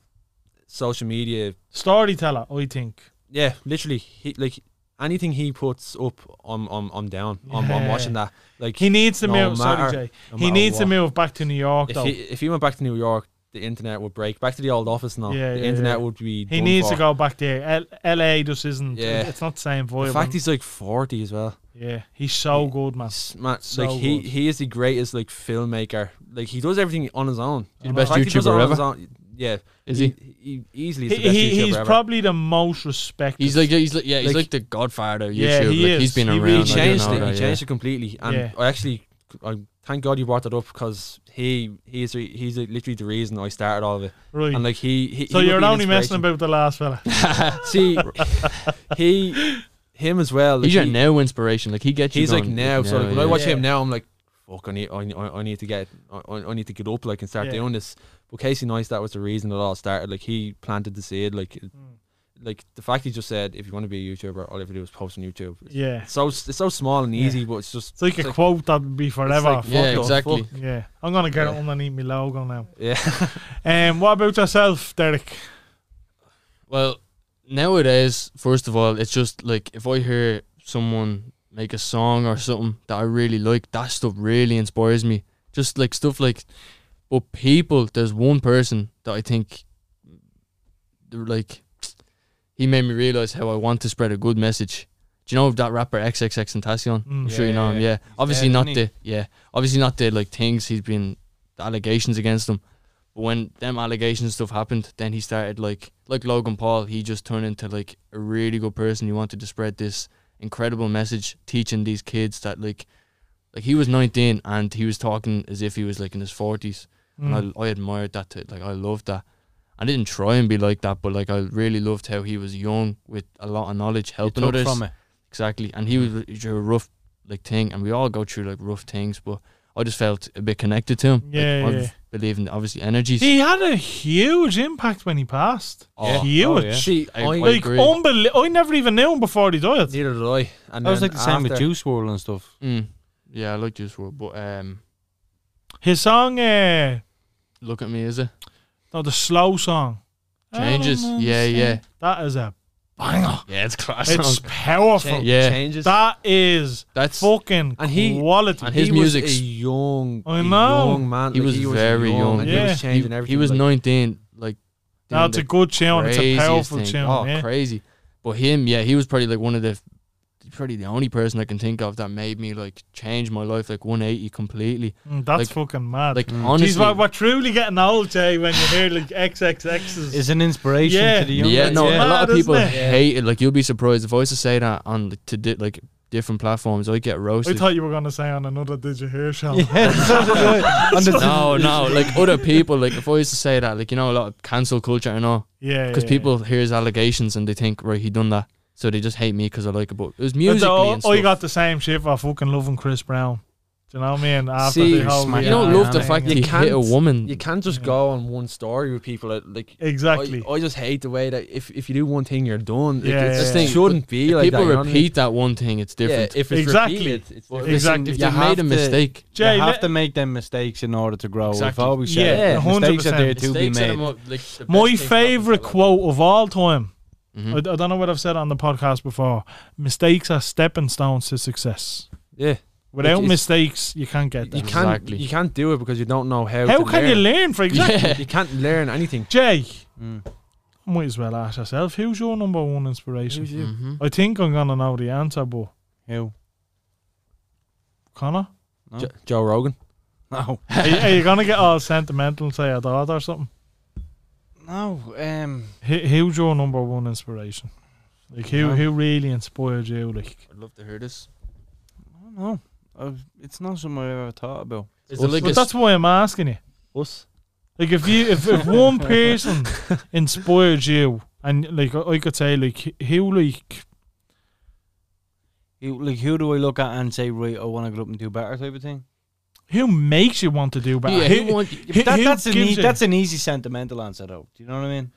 [SPEAKER 5] social media.
[SPEAKER 2] storyteller. I think.
[SPEAKER 5] Yeah, literally, he, like anything he puts up, I'm I'm, I'm down. I'm, I'm
[SPEAKER 2] Yeah.
[SPEAKER 5] watching that. Like
[SPEAKER 2] He needs to
[SPEAKER 5] No
[SPEAKER 2] move.
[SPEAKER 5] matter-
[SPEAKER 2] Sorry, Jay.
[SPEAKER 5] no
[SPEAKER 2] He
[SPEAKER 5] matter
[SPEAKER 2] needs to
[SPEAKER 5] what.
[SPEAKER 2] move back to New York,
[SPEAKER 5] if
[SPEAKER 2] though.
[SPEAKER 5] he if he went back to New York, the internet would break. Back to the old office now.
[SPEAKER 2] Yeah,
[SPEAKER 5] the
[SPEAKER 2] yeah,
[SPEAKER 5] internet
[SPEAKER 2] yeah.
[SPEAKER 5] would be.
[SPEAKER 2] He
[SPEAKER 5] done
[SPEAKER 2] needs to
[SPEAKER 5] for.
[SPEAKER 2] go back there. L- LA just isn't.
[SPEAKER 5] Yeah.
[SPEAKER 2] It's not the same vibe.
[SPEAKER 5] The fact he's like forty as well.
[SPEAKER 2] yeah, he's so good, man.
[SPEAKER 5] S- man,
[SPEAKER 2] So
[SPEAKER 5] like he,
[SPEAKER 2] good.
[SPEAKER 5] he is the greatest like filmmaker. Like he does everything on his own.
[SPEAKER 4] He's the best
[SPEAKER 5] fact he does it
[SPEAKER 4] YouTuber
[SPEAKER 5] on his
[SPEAKER 4] ever.
[SPEAKER 5] own- yeah,
[SPEAKER 4] Is he?
[SPEAKER 5] he easily is
[SPEAKER 2] He,
[SPEAKER 5] the best
[SPEAKER 2] he-
[SPEAKER 5] YouTuber
[SPEAKER 2] he's
[SPEAKER 5] ever.
[SPEAKER 2] probably the most respected.
[SPEAKER 4] He's like he's like yeah he's
[SPEAKER 5] Like-
[SPEAKER 4] like, the Godfather of YouTube.
[SPEAKER 2] Yeah, he
[SPEAKER 4] like,
[SPEAKER 2] is.
[SPEAKER 4] He's been
[SPEAKER 2] He
[SPEAKER 4] around.
[SPEAKER 2] really
[SPEAKER 5] he
[SPEAKER 4] like, you
[SPEAKER 5] changed
[SPEAKER 4] know
[SPEAKER 5] it.
[SPEAKER 4] that,
[SPEAKER 5] He
[SPEAKER 4] yeah.
[SPEAKER 5] changed it completely. And
[SPEAKER 2] Yeah.
[SPEAKER 5] I actually, I thank God you brought that up because he he's he's literally the reason I started all of it.
[SPEAKER 2] right.
[SPEAKER 5] And like he, he
[SPEAKER 2] so
[SPEAKER 5] he would
[SPEAKER 2] you're
[SPEAKER 5] be an
[SPEAKER 2] only messing
[SPEAKER 5] inspiration.
[SPEAKER 2] about the last fella.
[SPEAKER 5] See,
[SPEAKER 2] [laughs]
[SPEAKER 5] he, him as well. like,
[SPEAKER 4] He's your
[SPEAKER 5] he-
[SPEAKER 4] now inspiration. Like he gets you.
[SPEAKER 5] he's like
[SPEAKER 4] going,
[SPEAKER 5] now. so like, when I
[SPEAKER 4] yeah.
[SPEAKER 5] watch
[SPEAKER 2] Yeah.
[SPEAKER 5] him now, I'm like, fuck, I need, I, I I need to get, I, I I need to get up, like, and start
[SPEAKER 2] Yeah.
[SPEAKER 5] doing this. But Casey Nice, that was the reason it all started. Like, he planted the seed. Like, it- like the fact he just said, if you want to be a YouTuber, all you have to do is post on YouTube. It's
[SPEAKER 2] Yeah.
[SPEAKER 5] so s- it's so small and
[SPEAKER 2] Yeah.
[SPEAKER 5] easy, but it's just
[SPEAKER 2] It's like a quote that would be forever.
[SPEAKER 5] fuck
[SPEAKER 4] Yeah,
[SPEAKER 5] off,
[SPEAKER 4] exactly.
[SPEAKER 5] fuck.
[SPEAKER 2] yeah. I'm going to get it
[SPEAKER 5] Yeah.
[SPEAKER 2] underneath my logo now.
[SPEAKER 5] yeah.
[SPEAKER 2] [laughs] Um, what about yourself, Derek?
[SPEAKER 4] Well, nowadays, first of all, it's just like if I hear someone make a song or something that I really like, that stuff really inspires me. Just like stuff like, but people, there's one person that I think, they're like, he made me realize how I want to spread a good message. Do you know that rapper XXX Tentacion? I'm
[SPEAKER 2] Mm.
[SPEAKER 4] sure you know him.
[SPEAKER 6] Yeah,
[SPEAKER 4] Yeah, obviously
[SPEAKER 6] dead,
[SPEAKER 4] not
[SPEAKER 6] isn't he?
[SPEAKER 4] the yeah, obviously not the like things he's been the allegations against him. But when them allegations stuff happened, then he started like like Logan Paul. He just turned into like a really good person. He wanted to spread this incredible message, teaching these kids that like like he was 19 and he was talking as if he was like in his 40s,
[SPEAKER 2] Mm.
[SPEAKER 4] and I, I admired that. To, like I loved that. I didn't try and be like that, but like I really loved how he was young with a lot of knowledge, helping
[SPEAKER 6] Took
[SPEAKER 4] others
[SPEAKER 6] from it.
[SPEAKER 4] exactly. And he was
[SPEAKER 2] Mm.
[SPEAKER 4] he drew a rough like thing, and we all go through like rough things, but I just felt a bit connected to him. Like,
[SPEAKER 2] Yeah,
[SPEAKER 4] I
[SPEAKER 2] yeah.
[SPEAKER 4] believe in obviously energies.
[SPEAKER 2] He had a huge impact when he passed.
[SPEAKER 4] Oh,
[SPEAKER 2] huge.
[SPEAKER 6] Oh, yeah.
[SPEAKER 5] See,
[SPEAKER 4] I-
[SPEAKER 5] I,
[SPEAKER 4] I-
[SPEAKER 2] Like, oh
[SPEAKER 4] agree.
[SPEAKER 2] unbelievable. I never even knew him before he died.
[SPEAKER 5] neither did I. And
[SPEAKER 6] I was
[SPEAKER 5] then
[SPEAKER 6] like the same with
[SPEAKER 5] after-
[SPEAKER 6] Juice World and stuff.
[SPEAKER 4] Mm. yeah, I like Juice WRLD, but um,
[SPEAKER 2] His song, uh,
[SPEAKER 4] look at me, is it
[SPEAKER 2] no, the slow song.
[SPEAKER 4] changes?
[SPEAKER 2] I don't
[SPEAKER 4] Yeah, yeah,
[SPEAKER 2] understand. That is a banger.
[SPEAKER 4] yeah. It's class.
[SPEAKER 2] It's powerful.
[SPEAKER 4] yeah.
[SPEAKER 5] changes.
[SPEAKER 2] That is
[SPEAKER 4] That's
[SPEAKER 2] fucking
[SPEAKER 5] And he-
[SPEAKER 2] quality.
[SPEAKER 4] and his
[SPEAKER 5] he was
[SPEAKER 4] music's-
[SPEAKER 5] a young,
[SPEAKER 2] I
[SPEAKER 5] a
[SPEAKER 2] know.
[SPEAKER 5] young man.
[SPEAKER 4] he
[SPEAKER 5] like,
[SPEAKER 4] was very young.
[SPEAKER 5] and he
[SPEAKER 2] Yeah.
[SPEAKER 5] was
[SPEAKER 4] he,
[SPEAKER 5] changing everything.
[SPEAKER 4] he was
[SPEAKER 5] like,
[SPEAKER 4] 19. Like doing
[SPEAKER 2] That's
[SPEAKER 4] the
[SPEAKER 2] a good tune. It's a
[SPEAKER 4] craziest
[SPEAKER 2] powerful
[SPEAKER 4] thing.
[SPEAKER 2] tune.
[SPEAKER 4] Oh,
[SPEAKER 2] yeah.
[SPEAKER 4] crazy! But him, yeah, he was probably like one of the, probably the only person I can think of that made me like change my life like 180 completely.
[SPEAKER 2] Mm, that's
[SPEAKER 4] Like-
[SPEAKER 2] fucking mad.
[SPEAKER 4] Like honestly,
[SPEAKER 2] Jeez, we're, we're truly getting old, Jay, when you hear like XXX's.
[SPEAKER 6] Is an inspiration
[SPEAKER 2] Yeah.
[SPEAKER 6] to the young.
[SPEAKER 4] yeah,
[SPEAKER 6] lads,
[SPEAKER 4] no,
[SPEAKER 2] yeah.
[SPEAKER 4] a lot
[SPEAKER 2] Mad,
[SPEAKER 4] of people
[SPEAKER 2] isn't it?
[SPEAKER 4] hate it. Like you'll be surprised if I was to say that on like, to di- like different platforms, I get
[SPEAKER 2] I
[SPEAKER 4] roasted.
[SPEAKER 2] thought you were going to say on another Did You Hear show.
[SPEAKER 4] no, Oh, no, like other people, like if I was to say that, like you know, a lot of cancel culture and all,
[SPEAKER 2] Yeah,
[SPEAKER 4] because
[SPEAKER 2] yeah,
[SPEAKER 4] people hear his allegations and they think, right, he done that, so they just hate me because I like it. But it was
[SPEAKER 2] yeah.
[SPEAKER 4] musically and
[SPEAKER 2] I
[SPEAKER 4] stuff.
[SPEAKER 2] got the same shit for fucking loving Chris Brown. Do you know what I mean? After
[SPEAKER 5] See,
[SPEAKER 2] the whole
[SPEAKER 6] smack-
[SPEAKER 4] you don't
[SPEAKER 2] Rihanna
[SPEAKER 4] love the
[SPEAKER 2] thing
[SPEAKER 4] fact
[SPEAKER 2] and-
[SPEAKER 4] that he hit a
[SPEAKER 5] can't-
[SPEAKER 4] woman.
[SPEAKER 5] You can't just go on one story with people. That, like
[SPEAKER 2] Exactly.
[SPEAKER 4] Oh,
[SPEAKER 5] I, I just hate the way that if, if you do one thing, you're done. Like,
[SPEAKER 2] Yeah,
[SPEAKER 5] it's-
[SPEAKER 2] yeah,
[SPEAKER 5] it
[SPEAKER 2] yeah.
[SPEAKER 5] shouldn't be like
[SPEAKER 4] people
[SPEAKER 5] that. you know what I mean?
[SPEAKER 4] repeat that one thing, it's different.
[SPEAKER 5] Yeah, if it's
[SPEAKER 2] Exactly.
[SPEAKER 5] repeated, it's different.
[SPEAKER 2] Exactly.
[SPEAKER 4] If
[SPEAKER 6] you
[SPEAKER 4] you
[SPEAKER 6] have
[SPEAKER 4] made
[SPEAKER 6] to-
[SPEAKER 4] a mistake,
[SPEAKER 2] Jay,
[SPEAKER 6] you
[SPEAKER 2] let-
[SPEAKER 6] have to make them mistakes in order to grow.
[SPEAKER 4] Exactly.
[SPEAKER 6] I've always said
[SPEAKER 2] Yeah,
[SPEAKER 6] it. mistakes are there
[SPEAKER 2] 100%.
[SPEAKER 6] to be made.
[SPEAKER 4] like,
[SPEAKER 2] My favorite quote of all time
[SPEAKER 4] Mhm.
[SPEAKER 2] I, I don't know what I've said on the podcast before. Mistakes are stepping stones to success.
[SPEAKER 5] Yeah,
[SPEAKER 2] Without
[SPEAKER 5] It is-
[SPEAKER 2] mistakes, you can't get
[SPEAKER 5] you
[SPEAKER 2] there.
[SPEAKER 5] can't
[SPEAKER 4] Exactly.
[SPEAKER 5] you can't do it because you don't know how.
[SPEAKER 2] How
[SPEAKER 5] to
[SPEAKER 2] can you learn? For example,
[SPEAKER 4] Yeah.
[SPEAKER 5] You can't learn anything.
[SPEAKER 2] Jay,
[SPEAKER 5] Mm.
[SPEAKER 2] I might as well ask yourself, who's your number one inspiration?
[SPEAKER 5] Who's you?
[SPEAKER 4] Mhm.
[SPEAKER 2] I think I'm gonna know the answer, but
[SPEAKER 6] Who?
[SPEAKER 2] Connor,
[SPEAKER 5] Jo- Joe Rogan.
[SPEAKER 6] No.
[SPEAKER 2] are, you, are you gonna get all sentimental and say a dad or something?
[SPEAKER 6] No. Um.
[SPEAKER 2] Who- Who's your number one inspiration? Like who
[SPEAKER 6] No.
[SPEAKER 2] who really inspired you? Like
[SPEAKER 4] I'd love to hear this.
[SPEAKER 6] I don't know. I've, it's not something I've ever thought about.
[SPEAKER 4] Is it
[SPEAKER 2] Well,
[SPEAKER 4] like a
[SPEAKER 2] that's why I'm asking you.
[SPEAKER 5] Us.
[SPEAKER 2] Like if you if, if one person inspired you and like I, I could say like who like
[SPEAKER 6] Who- Like, who do I look at and say, right, I want to get up and do better type of thing?
[SPEAKER 2] who makes you want to do better?
[SPEAKER 4] yeah,
[SPEAKER 2] Who-
[SPEAKER 4] who want,
[SPEAKER 6] Yeah, but that-
[SPEAKER 2] who
[SPEAKER 6] that's, an
[SPEAKER 2] gives
[SPEAKER 6] e-
[SPEAKER 2] you-
[SPEAKER 6] that's an easy sentimental answer, though. Do you know what I mean?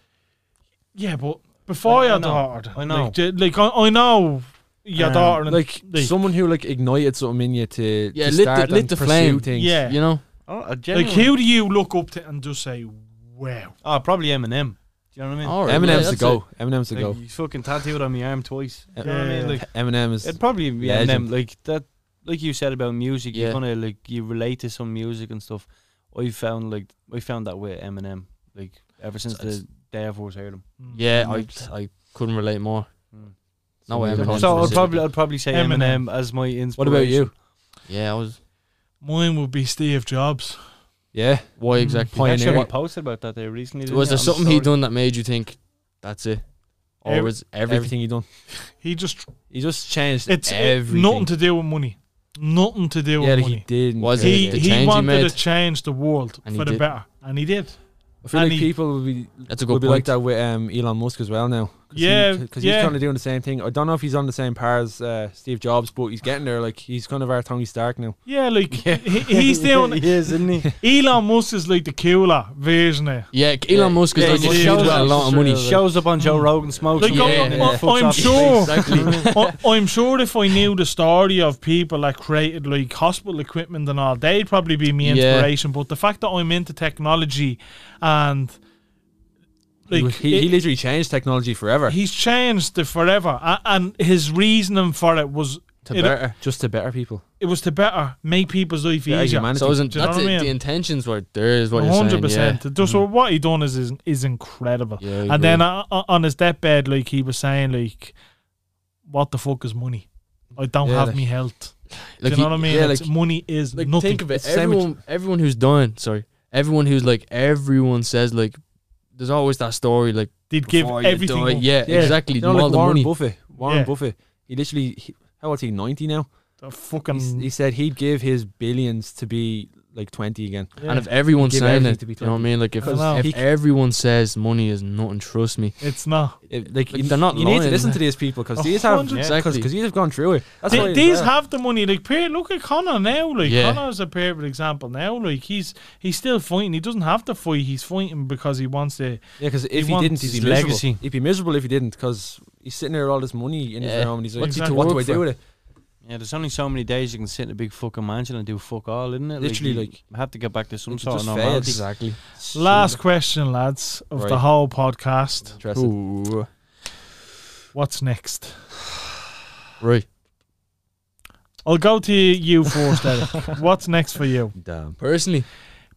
[SPEAKER 2] yeah, but before
[SPEAKER 6] I- I
[SPEAKER 2] your
[SPEAKER 6] know.
[SPEAKER 2] daughter,
[SPEAKER 6] I know.
[SPEAKER 2] Like, j- like I, I know your
[SPEAKER 6] Um,
[SPEAKER 2] daughter. And
[SPEAKER 5] Like
[SPEAKER 2] like-
[SPEAKER 5] someone who like ignited something in you to,
[SPEAKER 4] Yeah,
[SPEAKER 5] to
[SPEAKER 4] lit the-
[SPEAKER 5] start
[SPEAKER 4] lit
[SPEAKER 5] and
[SPEAKER 4] the
[SPEAKER 5] pursue
[SPEAKER 4] flame.
[SPEAKER 5] things.
[SPEAKER 2] yeah,
[SPEAKER 4] you know?
[SPEAKER 6] Oh, I
[SPEAKER 2] like
[SPEAKER 6] genuinely-
[SPEAKER 2] who do you look up to and just say, wow?
[SPEAKER 6] Oh, probably Eminem. Do you know what I mean?
[SPEAKER 4] All right, yeah,
[SPEAKER 5] Eminem's the
[SPEAKER 4] Oh, that's
[SPEAKER 5] go. Eminem's the
[SPEAKER 6] like,
[SPEAKER 5] go.
[SPEAKER 6] He's fucking tattooed on my arm twice. Do you know what I mean?
[SPEAKER 2] Yeah.
[SPEAKER 6] Like,
[SPEAKER 5] Eminem is
[SPEAKER 6] it'd probably be
[SPEAKER 5] Legend.
[SPEAKER 6] Eminem. Like that, like you said about music,
[SPEAKER 4] Yeah.
[SPEAKER 6] you kind of like you relate to some music and stuff. I found like I found that with Eminem. Like ever since
[SPEAKER 4] It's-
[SPEAKER 6] the day I first heard him.
[SPEAKER 4] it. Yeah, I I couldn't relate more.
[SPEAKER 6] Mm.
[SPEAKER 4] No,
[SPEAKER 5] Something
[SPEAKER 4] Eminem.
[SPEAKER 5] Eminem.
[SPEAKER 6] So I'd
[SPEAKER 4] specifically.
[SPEAKER 6] probably I'd probably say
[SPEAKER 2] Eminem.
[SPEAKER 6] Eminem, as my inspiration.
[SPEAKER 5] What about you?
[SPEAKER 4] Yeah, I was.
[SPEAKER 2] Mine would be Steve Jobs.
[SPEAKER 5] Yeah.
[SPEAKER 4] Why
[SPEAKER 2] Mm.
[SPEAKER 4] exactly?
[SPEAKER 6] Actually,
[SPEAKER 5] Pioneer.
[SPEAKER 6] we posted about that there recently. didn't
[SPEAKER 4] Was
[SPEAKER 6] we,
[SPEAKER 4] there
[SPEAKER 6] on
[SPEAKER 4] something
[SPEAKER 6] the
[SPEAKER 4] he
[SPEAKER 6] story?
[SPEAKER 4] done that made you think that's it, or
[SPEAKER 2] Every-
[SPEAKER 4] was everything?
[SPEAKER 5] Everything he done.
[SPEAKER 2] He just
[SPEAKER 5] He just changed
[SPEAKER 2] it's it,
[SPEAKER 5] everything.
[SPEAKER 2] nothing to do with money. Nothing to do
[SPEAKER 5] yeah,
[SPEAKER 2] with
[SPEAKER 5] like he
[SPEAKER 2] money.
[SPEAKER 5] did.
[SPEAKER 4] Was
[SPEAKER 5] yeah.
[SPEAKER 4] it?
[SPEAKER 2] He
[SPEAKER 4] The
[SPEAKER 2] he
[SPEAKER 4] change he
[SPEAKER 2] wanted
[SPEAKER 4] made.
[SPEAKER 2] to change the world
[SPEAKER 4] And he
[SPEAKER 2] for the
[SPEAKER 4] did.
[SPEAKER 2] better, and he did.
[SPEAKER 5] I feel
[SPEAKER 2] And
[SPEAKER 5] like
[SPEAKER 2] he-
[SPEAKER 5] people will be
[SPEAKER 4] That's a
[SPEAKER 5] would
[SPEAKER 4] good
[SPEAKER 5] be like
[SPEAKER 4] point.
[SPEAKER 5] that with um, Elon Musk as well now.
[SPEAKER 2] Yeah,
[SPEAKER 5] because
[SPEAKER 2] yeah.
[SPEAKER 5] he's kind of doing the same thing. I don't know if he's on the same par as uh, Steve Jobs, but he's getting there. Like he's kind of our Tony Stark now.
[SPEAKER 2] Yeah, like he, he's
[SPEAKER 6] [laughs]
[SPEAKER 4] [laughs]
[SPEAKER 2] doing.
[SPEAKER 6] he is, isn't he?
[SPEAKER 2] Elon Musk is like the cooler version of.
[SPEAKER 4] Yeah, Elon Musk is
[SPEAKER 2] yeah,
[SPEAKER 4] like
[SPEAKER 2] he
[SPEAKER 4] a
[SPEAKER 2] did.
[SPEAKER 4] dude with a lot of money.
[SPEAKER 6] Shows up on Joe Rogan, smokes.
[SPEAKER 2] Like,
[SPEAKER 6] him, and
[SPEAKER 4] I'm-
[SPEAKER 6] then
[SPEAKER 4] I'm-
[SPEAKER 6] fucks
[SPEAKER 2] I'm
[SPEAKER 6] off his
[SPEAKER 2] sure-
[SPEAKER 6] face.
[SPEAKER 4] Exactly.
[SPEAKER 2] [laughs] I, I'm sure if I knew the story of people that created like hospital equipment and all, they'd probably be my
[SPEAKER 4] Yeah.
[SPEAKER 2] inspiration. But the fact that I'm into technology and like
[SPEAKER 5] he,
[SPEAKER 2] it-
[SPEAKER 5] he literally changed technology forever.
[SPEAKER 2] he's changed it forever, a- and his reasoning for it was
[SPEAKER 5] to
[SPEAKER 2] it-
[SPEAKER 5] better, just to better people.
[SPEAKER 2] it was to better make people's life
[SPEAKER 5] Yeah,
[SPEAKER 2] easier.
[SPEAKER 5] humanity.
[SPEAKER 4] So isn't
[SPEAKER 2] Do you know
[SPEAKER 4] that's it,
[SPEAKER 2] what I
[SPEAKER 4] the
[SPEAKER 2] mean?
[SPEAKER 4] intentions were there? Is what you're
[SPEAKER 2] hundred
[SPEAKER 4] saying? Yeah. Mm-hmm.
[SPEAKER 2] percent. Just what- what he done is is, is incredible.
[SPEAKER 4] Yeah, I
[SPEAKER 2] and then
[SPEAKER 4] agree.
[SPEAKER 2] uh, uh, on his deathbed, like he was saying, like, "What the fuck is money? I don't
[SPEAKER 5] Yeah,
[SPEAKER 2] have
[SPEAKER 5] like-
[SPEAKER 2] me health."
[SPEAKER 4] Like,
[SPEAKER 2] Do you
[SPEAKER 4] he-
[SPEAKER 2] know what I mean?
[SPEAKER 5] yeah,
[SPEAKER 2] It's-
[SPEAKER 5] like-
[SPEAKER 2] money is
[SPEAKER 4] like
[SPEAKER 2] nothing.
[SPEAKER 4] think of
[SPEAKER 5] It's
[SPEAKER 4] it.
[SPEAKER 5] the same with-
[SPEAKER 4] Everyone, everyone who's dying. Sorry, everyone who's like everyone says like. There's always that story like
[SPEAKER 2] They'd give
[SPEAKER 4] before you
[SPEAKER 2] everything.
[SPEAKER 4] die.
[SPEAKER 2] up.
[SPEAKER 4] Yeah,
[SPEAKER 5] Yeah,
[SPEAKER 4] exactly.
[SPEAKER 5] You know,
[SPEAKER 4] all
[SPEAKER 5] like
[SPEAKER 4] the
[SPEAKER 5] Warren
[SPEAKER 4] money.
[SPEAKER 5] Buffett. Warren
[SPEAKER 2] Yeah.
[SPEAKER 5] Buffett. He literally. He, how old is he? Ninety now.
[SPEAKER 2] The
[SPEAKER 5] He's-
[SPEAKER 2] fucking.
[SPEAKER 5] He said he'd give his billions to be like twenty again.
[SPEAKER 2] yeah.
[SPEAKER 4] And if everyone's
[SPEAKER 5] Give
[SPEAKER 4] saying
[SPEAKER 5] everything
[SPEAKER 4] it,
[SPEAKER 5] to be
[SPEAKER 4] you know what I
[SPEAKER 5] twenty.
[SPEAKER 4] mean? Like if,
[SPEAKER 2] I know.
[SPEAKER 4] if
[SPEAKER 5] He-
[SPEAKER 4] everyone says money is nothing, trust me.
[SPEAKER 2] it's not.
[SPEAKER 5] It- like
[SPEAKER 4] Like,
[SPEAKER 5] you,
[SPEAKER 4] they're not
[SPEAKER 5] You need
[SPEAKER 4] lying.
[SPEAKER 5] to listen to these people because these have
[SPEAKER 2] hundred-
[SPEAKER 5] because
[SPEAKER 4] Exactly.
[SPEAKER 5] these have gone through it. That's
[SPEAKER 2] Th-
[SPEAKER 5] why
[SPEAKER 2] these
[SPEAKER 5] yeah.
[SPEAKER 2] have the money. Like, per- look at Connor now. Like,
[SPEAKER 4] Yeah.
[SPEAKER 2] Connor's a perfect example now. Like, he's he's still fighting. He doesn't have to fight. He's fighting because he wants to.
[SPEAKER 5] Yeah, because if
[SPEAKER 2] He
[SPEAKER 5] he,
[SPEAKER 2] wants
[SPEAKER 5] didn't, he'd be
[SPEAKER 2] his
[SPEAKER 5] miserable.
[SPEAKER 6] legacy.
[SPEAKER 5] He'd be miserable if he didn't, because he's sitting there with all this money in
[SPEAKER 4] Yeah.
[SPEAKER 5] his room, and he's like,
[SPEAKER 2] What's he to
[SPEAKER 5] "What do I
[SPEAKER 4] work
[SPEAKER 5] do
[SPEAKER 4] for?"
[SPEAKER 5] with it?"
[SPEAKER 6] Yeah, there's only so many days you can sit in a big fucking mansion and do fuck all, isn't it?
[SPEAKER 5] Literally,
[SPEAKER 6] you
[SPEAKER 5] like,
[SPEAKER 6] have to get back to some
[SPEAKER 5] it
[SPEAKER 6] sort of
[SPEAKER 5] just
[SPEAKER 6] normality.
[SPEAKER 5] fades.
[SPEAKER 4] Exactly.
[SPEAKER 2] Last question, lads, of the
[SPEAKER 5] Right.
[SPEAKER 2] whole podcast.
[SPEAKER 5] Interesting.
[SPEAKER 2] What's next?
[SPEAKER 4] Right.
[SPEAKER 2] I'll go to you first,
[SPEAKER 4] [laughs]
[SPEAKER 2] Eric. What's next for you?
[SPEAKER 5] Damn.
[SPEAKER 4] Personally,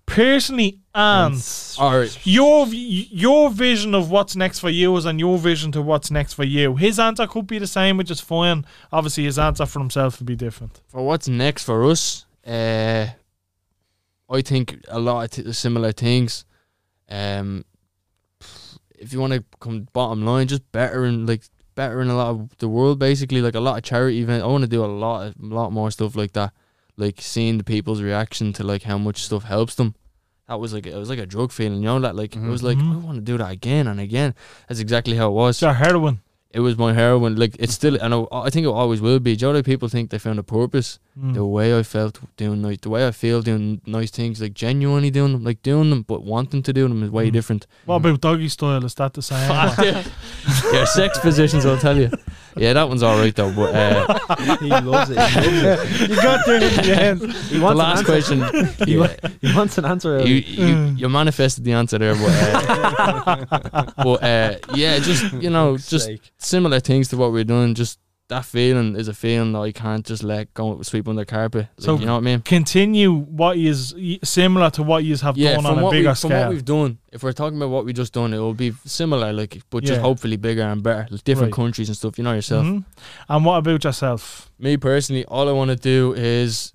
[SPEAKER 2] Personally, and
[SPEAKER 4] all right.
[SPEAKER 2] your v- your vision of what's next for you is, and your vision to what's next for you. His answer could be the same, which is fine. Obviously, his answer for himself would be different.
[SPEAKER 4] For what's next for us, uh, I think a lot of th- similar things. Um, if you want to come bottom line, just bettering like bettering a lot of the world, basically like a lot of charity event. I want to do a lot of lot more stuff like that, like seeing the people's reaction to like how much stuff helps them. That was like it was like a drug feeling, you know. That like it was like
[SPEAKER 2] Mhm.
[SPEAKER 4] I want to do that again and again. That's exactly how it was
[SPEAKER 2] It's your heroin.
[SPEAKER 4] it was my heroin. Like it's still, and I, I think it always will be. Do you know, like, people think they found a purpose.
[SPEAKER 2] Mm.
[SPEAKER 4] The way I felt doing, like, the way I feel doing nice things, like genuinely doing them, like doing them, but wanting to do them is way
[SPEAKER 2] Mm.
[SPEAKER 4] [laughs] different.
[SPEAKER 2] [laughs] What about doggy style? Is that the same?
[SPEAKER 4] yeah, sex positions, I'll tell you. Yeah, that one's all right though. But [laughs] uh,
[SPEAKER 5] [laughs] he loves it. He, loves it.
[SPEAKER 2] You got there in the end.
[SPEAKER 5] he
[SPEAKER 4] the
[SPEAKER 5] wants an
[SPEAKER 4] last
[SPEAKER 5] answer.
[SPEAKER 4] question, [laughs] yeah,
[SPEAKER 5] He,
[SPEAKER 4] Hmm.
[SPEAKER 5] wa- [laughs] he wants an answer.
[SPEAKER 4] you,
[SPEAKER 5] Ellie.
[SPEAKER 4] you you manifested the answer there, but [laughs] uh, but uh, yeah, just you know, just
[SPEAKER 5] Sake.
[SPEAKER 4] similar things to what we're doing. Just that feeling is a feeling that I can't just let go sweep under the carpet. Like,
[SPEAKER 2] So-
[SPEAKER 4] you know what I mean?
[SPEAKER 2] Continue what is similar to what you have
[SPEAKER 4] Yeah,
[SPEAKER 2] done
[SPEAKER 4] from
[SPEAKER 2] on a
[SPEAKER 4] what, we,
[SPEAKER 2] bigger
[SPEAKER 4] from what
[SPEAKER 2] scale.
[SPEAKER 4] we've done, if we're talking about what we just done, it will be similar, like, but
[SPEAKER 2] Yeah.
[SPEAKER 4] just hopefully bigger and better, like different
[SPEAKER 2] Right.
[SPEAKER 4] countries and stuff. You know yourself.
[SPEAKER 2] Mhm. And what about yourself?
[SPEAKER 4] me personally, all I want to do is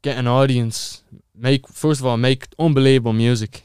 [SPEAKER 4] get an audience. Make first of all, make unbelievable music,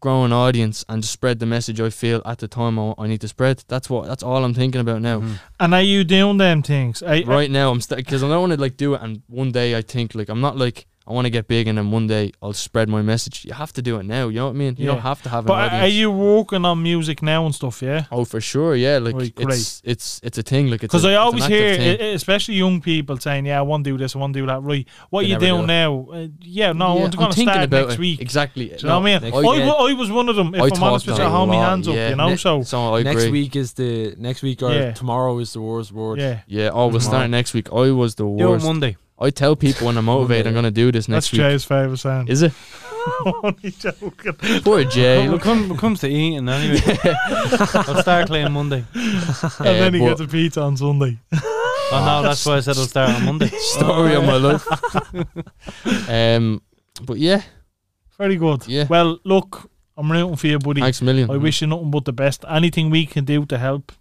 [SPEAKER 4] grow an audience, and just spread the message I feel at the time I, I need to spread. That's what. That's all I'm thinking about now.
[SPEAKER 2] And are you doing them things? Are,
[SPEAKER 4] Right now, I'm because I don't want to like do it, and one day I think like I'm not like. I want to get big, and then one day I'll spread my message. You have to do it now. You know what I mean? You
[SPEAKER 2] Yeah.
[SPEAKER 4] don't have to have an
[SPEAKER 2] But uh, are-
[SPEAKER 4] audience.
[SPEAKER 2] are you working on music now and stuff? Yeah.
[SPEAKER 4] oh, for sure, yeah. Like
[SPEAKER 2] Right, great.
[SPEAKER 4] it's it's it's a thing. Like it's
[SPEAKER 2] Because
[SPEAKER 4] a-
[SPEAKER 2] I
[SPEAKER 4] it's an
[SPEAKER 2] always
[SPEAKER 4] active
[SPEAKER 2] hear,
[SPEAKER 4] thing.
[SPEAKER 2] e- especially young people saying, "Yeah, I want to do this, I want to do that." Right? What
[SPEAKER 4] They
[SPEAKER 2] you
[SPEAKER 4] never do
[SPEAKER 2] doing
[SPEAKER 4] it.
[SPEAKER 2] now? Uh, yeah, no,
[SPEAKER 4] Yeah,
[SPEAKER 2] I'm going to
[SPEAKER 4] thinking
[SPEAKER 2] start
[SPEAKER 4] about
[SPEAKER 2] next
[SPEAKER 4] it.
[SPEAKER 2] week.
[SPEAKER 4] Exactly.
[SPEAKER 2] Do you know what I mean? I,
[SPEAKER 5] next
[SPEAKER 2] wa- I
[SPEAKER 5] week.
[SPEAKER 2] was one of them. If
[SPEAKER 4] I
[SPEAKER 2] I am
[SPEAKER 4] talked
[SPEAKER 2] honest with you,
[SPEAKER 4] a
[SPEAKER 2] I hold my
[SPEAKER 4] lot,
[SPEAKER 2] hands up,
[SPEAKER 4] yeah,
[SPEAKER 2] you know.
[SPEAKER 4] ne-
[SPEAKER 2] So
[SPEAKER 4] I agree.
[SPEAKER 5] Next week is the next week or
[SPEAKER 2] Yeah.
[SPEAKER 5] tomorrow is the worst word.
[SPEAKER 2] yeah,
[SPEAKER 4] Yeah, oh, we'll start next week. I was the
[SPEAKER 6] Do it
[SPEAKER 4] worst.
[SPEAKER 6] Monday.
[SPEAKER 4] I tell people when I'm motivated, I'm gonna do this
[SPEAKER 2] that's
[SPEAKER 4] next week.
[SPEAKER 2] Jay's favorite sound.
[SPEAKER 4] Is it?
[SPEAKER 2] [laughs] Only joking.
[SPEAKER 4] [laughs] Poor
[SPEAKER 2] [laughs]
[SPEAKER 4] Jay.
[SPEAKER 6] Well, it, come, it comes to eating anyway. I'll start playing Monday.
[SPEAKER 4] Uh,
[SPEAKER 2] And then he gets a pizza on Sunday.
[SPEAKER 6] Oh no, that's why I said I'll start on Monday. Oh,
[SPEAKER 4] story of my
[SPEAKER 2] [laughs]
[SPEAKER 4] life. um, but yeah,
[SPEAKER 2] Very good.
[SPEAKER 4] Yeah.
[SPEAKER 2] Well, look, I'm rooting for you, buddy.
[SPEAKER 4] thanks a million.
[SPEAKER 2] I wish you nothing but the best. Anything we can do to help,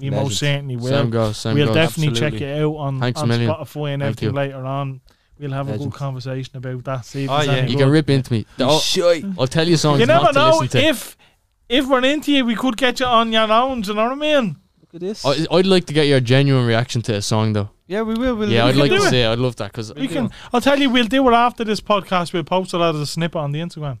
[SPEAKER 2] you
[SPEAKER 4] Legend.
[SPEAKER 2] most certainly will.
[SPEAKER 4] Same goes. Same
[SPEAKER 2] we'll
[SPEAKER 4] goes.
[SPEAKER 2] definitely check
[SPEAKER 6] absolutely.
[SPEAKER 2] it out on,
[SPEAKER 4] Thanks a
[SPEAKER 2] on
[SPEAKER 4] million.
[SPEAKER 2] Spotify and
[SPEAKER 4] Thank
[SPEAKER 2] everything
[SPEAKER 4] you.
[SPEAKER 2] later on. We'll have a
[SPEAKER 4] Legend.
[SPEAKER 2] good conversation about that. See if
[SPEAKER 6] Oh,
[SPEAKER 2] there's
[SPEAKER 6] yeah.
[SPEAKER 2] any
[SPEAKER 4] you
[SPEAKER 2] good-
[SPEAKER 4] can rip into me. I'll, I'll tell you songs
[SPEAKER 2] You never
[SPEAKER 4] not to
[SPEAKER 2] know
[SPEAKER 4] listen to.
[SPEAKER 2] if if we're into you, we could get you on your own. Do you know what I mean?
[SPEAKER 5] Look at this.
[SPEAKER 4] I, I'd like to get your genuine reaction to a song, though.
[SPEAKER 6] Yeah, we will. We'll
[SPEAKER 4] yeah, I'd
[SPEAKER 2] can
[SPEAKER 4] like
[SPEAKER 2] do
[SPEAKER 4] to
[SPEAKER 2] it.
[SPEAKER 4] say I'd love that because
[SPEAKER 2] We can. I'll tell you, we'll do it after this podcast. We'll post it as a snippet on the Instagram.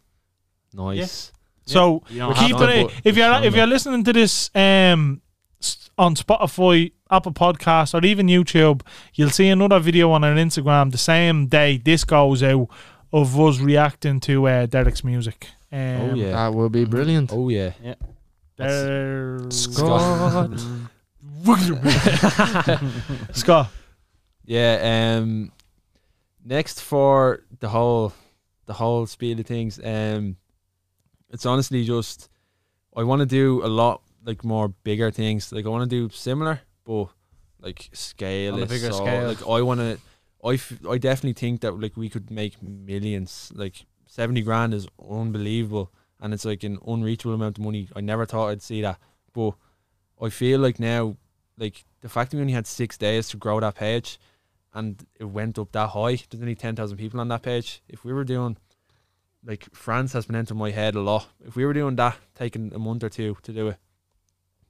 [SPEAKER 4] nice.
[SPEAKER 2] So
[SPEAKER 4] You don't
[SPEAKER 2] keep
[SPEAKER 4] have to,
[SPEAKER 2] it.
[SPEAKER 4] but
[SPEAKER 2] If you're
[SPEAKER 4] it's
[SPEAKER 2] if
[SPEAKER 4] on
[SPEAKER 2] you're listening to this um s- on Spotify, Apple Podcasts, or even YouTube, you'll see another video on our Instagram the same day this goes out of us reacting to uh, Derek's music. Um,
[SPEAKER 5] oh
[SPEAKER 4] there.
[SPEAKER 5] yeah.
[SPEAKER 4] That would be brilliant.
[SPEAKER 5] Oh yeah.
[SPEAKER 2] Der-
[SPEAKER 4] God.
[SPEAKER 2] [laughs] Scott.
[SPEAKER 5] Yeah. Um. Next for the whole, the whole speed of things. Um, it's honestly just I want to do a lot like more bigger things. Like I want to do similar, but like scale
[SPEAKER 6] On a
[SPEAKER 5] it,
[SPEAKER 6] bigger
[SPEAKER 5] so,
[SPEAKER 6] scale.
[SPEAKER 5] Like I want to. I, f- I definitely think that like we could make millions. Like seventy grand is unbelievable, and it's like an unreachable amount of money. I never thought I'd see that, but I feel like now, like the fact that we only had six days to grow that page, and it went up that high. There's only ten thousand people on that page. If we were doing, like France has been entering my head a lot. If we were doing that, taking a month or two to do it,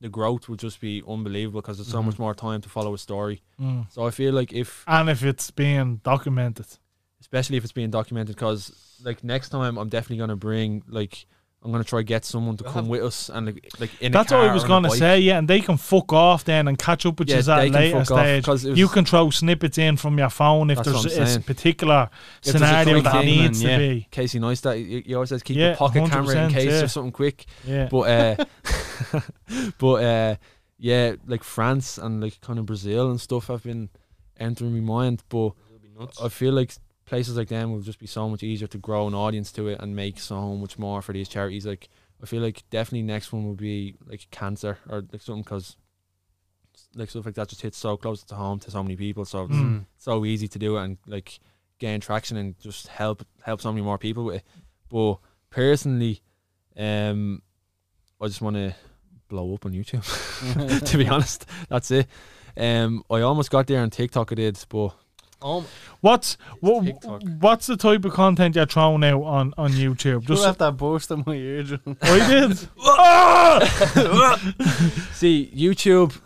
[SPEAKER 5] the growth would just be unbelievable because there's so
[SPEAKER 2] Mm-hmm.
[SPEAKER 5] much more time to follow a story.
[SPEAKER 2] Mm.
[SPEAKER 5] So I feel like if,
[SPEAKER 2] And if it's being documented,
[SPEAKER 5] especially if it's being documented, because like next time I'm definitely gonna bring like. I'm gonna try get someone to come with us and like, like in a
[SPEAKER 2] that's what I
[SPEAKER 5] car
[SPEAKER 2] was
[SPEAKER 5] or on a
[SPEAKER 2] gonna
[SPEAKER 5] bike.
[SPEAKER 2] say. Yeah, and they can fuck off then and catch up with you at
[SPEAKER 5] they
[SPEAKER 2] a
[SPEAKER 5] can
[SPEAKER 2] later
[SPEAKER 5] fuck off,
[SPEAKER 2] stage.
[SPEAKER 5] 'cause it was-
[SPEAKER 2] you can throw snippets in from your phone if
[SPEAKER 5] That's
[SPEAKER 2] there's
[SPEAKER 5] what I'm
[SPEAKER 2] a s-
[SPEAKER 5] saying.
[SPEAKER 2] particular
[SPEAKER 5] If there's a
[SPEAKER 2] scenario
[SPEAKER 5] quick
[SPEAKER 2] that
[SPEAKER 5] thing,
[SPEAKER 2] needs
[SPEAKER 6] then,
[SPEAKER 2] to
[SPEAKER 6] yeah.
[SPEAKER 2] be.
[SPEAKER 5] Casey Neistat, you, you always says keep
[SPEAKER 2] Yeah,
[SPEAKER 5] a pocket camera
[SPEAKER 2] 100%,
[SPEAKER 5] in case
[SPEAKER 2] yeah.
[SPEAKER 5] there's something quick.
[SPEAKER 2] Yeah.
[SPEAKER 5] But uh, [laughs] but uh, yeah, like France and like kind of Brazil and stuff have been entering my mind. But I feel like places like them will just be so much easier to grow an audience to it and make so much more for these charities. Like I feel like definitely next one will be like cancer or like something because like stuff like that just hits so close to home to so many people. So it's
[SPEAKER 6] Hmm.
[SPEAKER 2] Mm.
[SPEAKER 5] so easy to do it and like gain traction and just help help so many more people with it. But personally, um, I just want to blow up on YouTube. [laughs]
[SPEAKER 2] [laughs]
[SPEAKER 5] to be honest, that's it. Um, I almost got there on TikTok. I did, but
[SPEAKER 4] Oh,
[SPEAKER 2] What's what,
[SPEAKER 4] TikTok.
[SPEAKER 2] what's the type of content you're throwing out on on YouTube?
[SPEAKER 6] Just
[SPEAKER 2] Just
[SPEAKER 6] have that burst in my eardrum.
[SPEAKER 2] I did.
[SPEAKER 5] [laughs]
[SPEAKER 2] Ah!
[SPEAKER 5] see YouTube.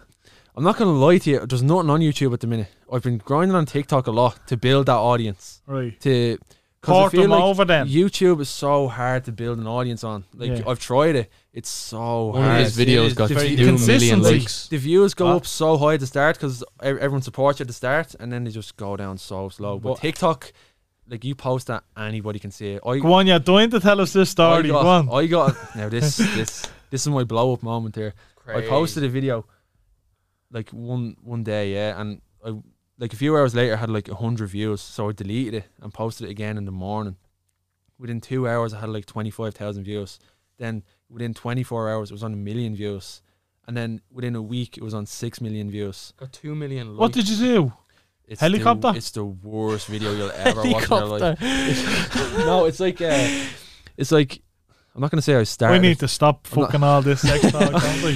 [SPEAKER 5] I'm not gonna lie to you. There's nothing on YouTube at the minute. I've been grinding on TikTok a lot to build that audience.
[SPEAKER 2] Right.
[SPEAKER 5] To 'cause I
[SPEAKER 2] Port
[SPEAKER 5] feel
[SPEAKER 2] them
[SPEAKER 5] like
[SPEAKER 2] over then.
[SPEAKER 5] YouTube is so hard to build an audience on. Like
[SPEAKER 2] Yeah.
[SPEAKER 5] I've tried it. It's so
[SPEAKER 4] One
[SPEAKER 5] hard.
[SPEAKER 4] of his videos got
[SPEAKER 6] very
[SPEAKER 4] two million
[SPEAKER 2] consistency.
[SPEAKER 4] likes.
[SPEAKER 5] the views go
[SPEAKER 6] Ah.
[SPEAKER 5] up so high at the start because everyone supports you at the start, and then they just go down so slow. But
[SPEAKER 6] Well-
[SPEAKER 5] TikTok, like you post that, anybody can see it. I,
[SPEAKER 2] Go on, you're dying to tell us this
[SPEAKER 5] I
[SPEAKER 2] story. Go
[SPEAKER 5] got,
[SPEAKER 2] on.
[SPEAKER 5] I got now this this this is my blow up moment here. I posted a video like one one day, yeah, and I like a few hours later I had like hundred views, so I deleted it and posted it again in the morning. Within two hours, I had like twenty five thousand views. Then within twenty four hours, it was on a million views, and then within a week, it was on six million views.
[SPEAKER 4] Got two million. Likes.
[SPEAKER 2] What did you do?
[SPEAKER 5] It's
[SPEAKER 2] Helicopter?
[SPEAKER 5] The, it's the worst
[SPEAKER 2] [laughs]
[SPEAKER 5] video you'll ever watch in your life. No, it's like uh, it's like I'm not gonna say I
[SPEAKER 2] We
[SPEAKER 5] started.
[SPEAKER 2] need to stop
[SPEAKER 5] I'm not-
[SPEAKER 2] fucking all this sex talk, don't
[SPEAKER 5] [laughs]
[SPEAKER 2] we?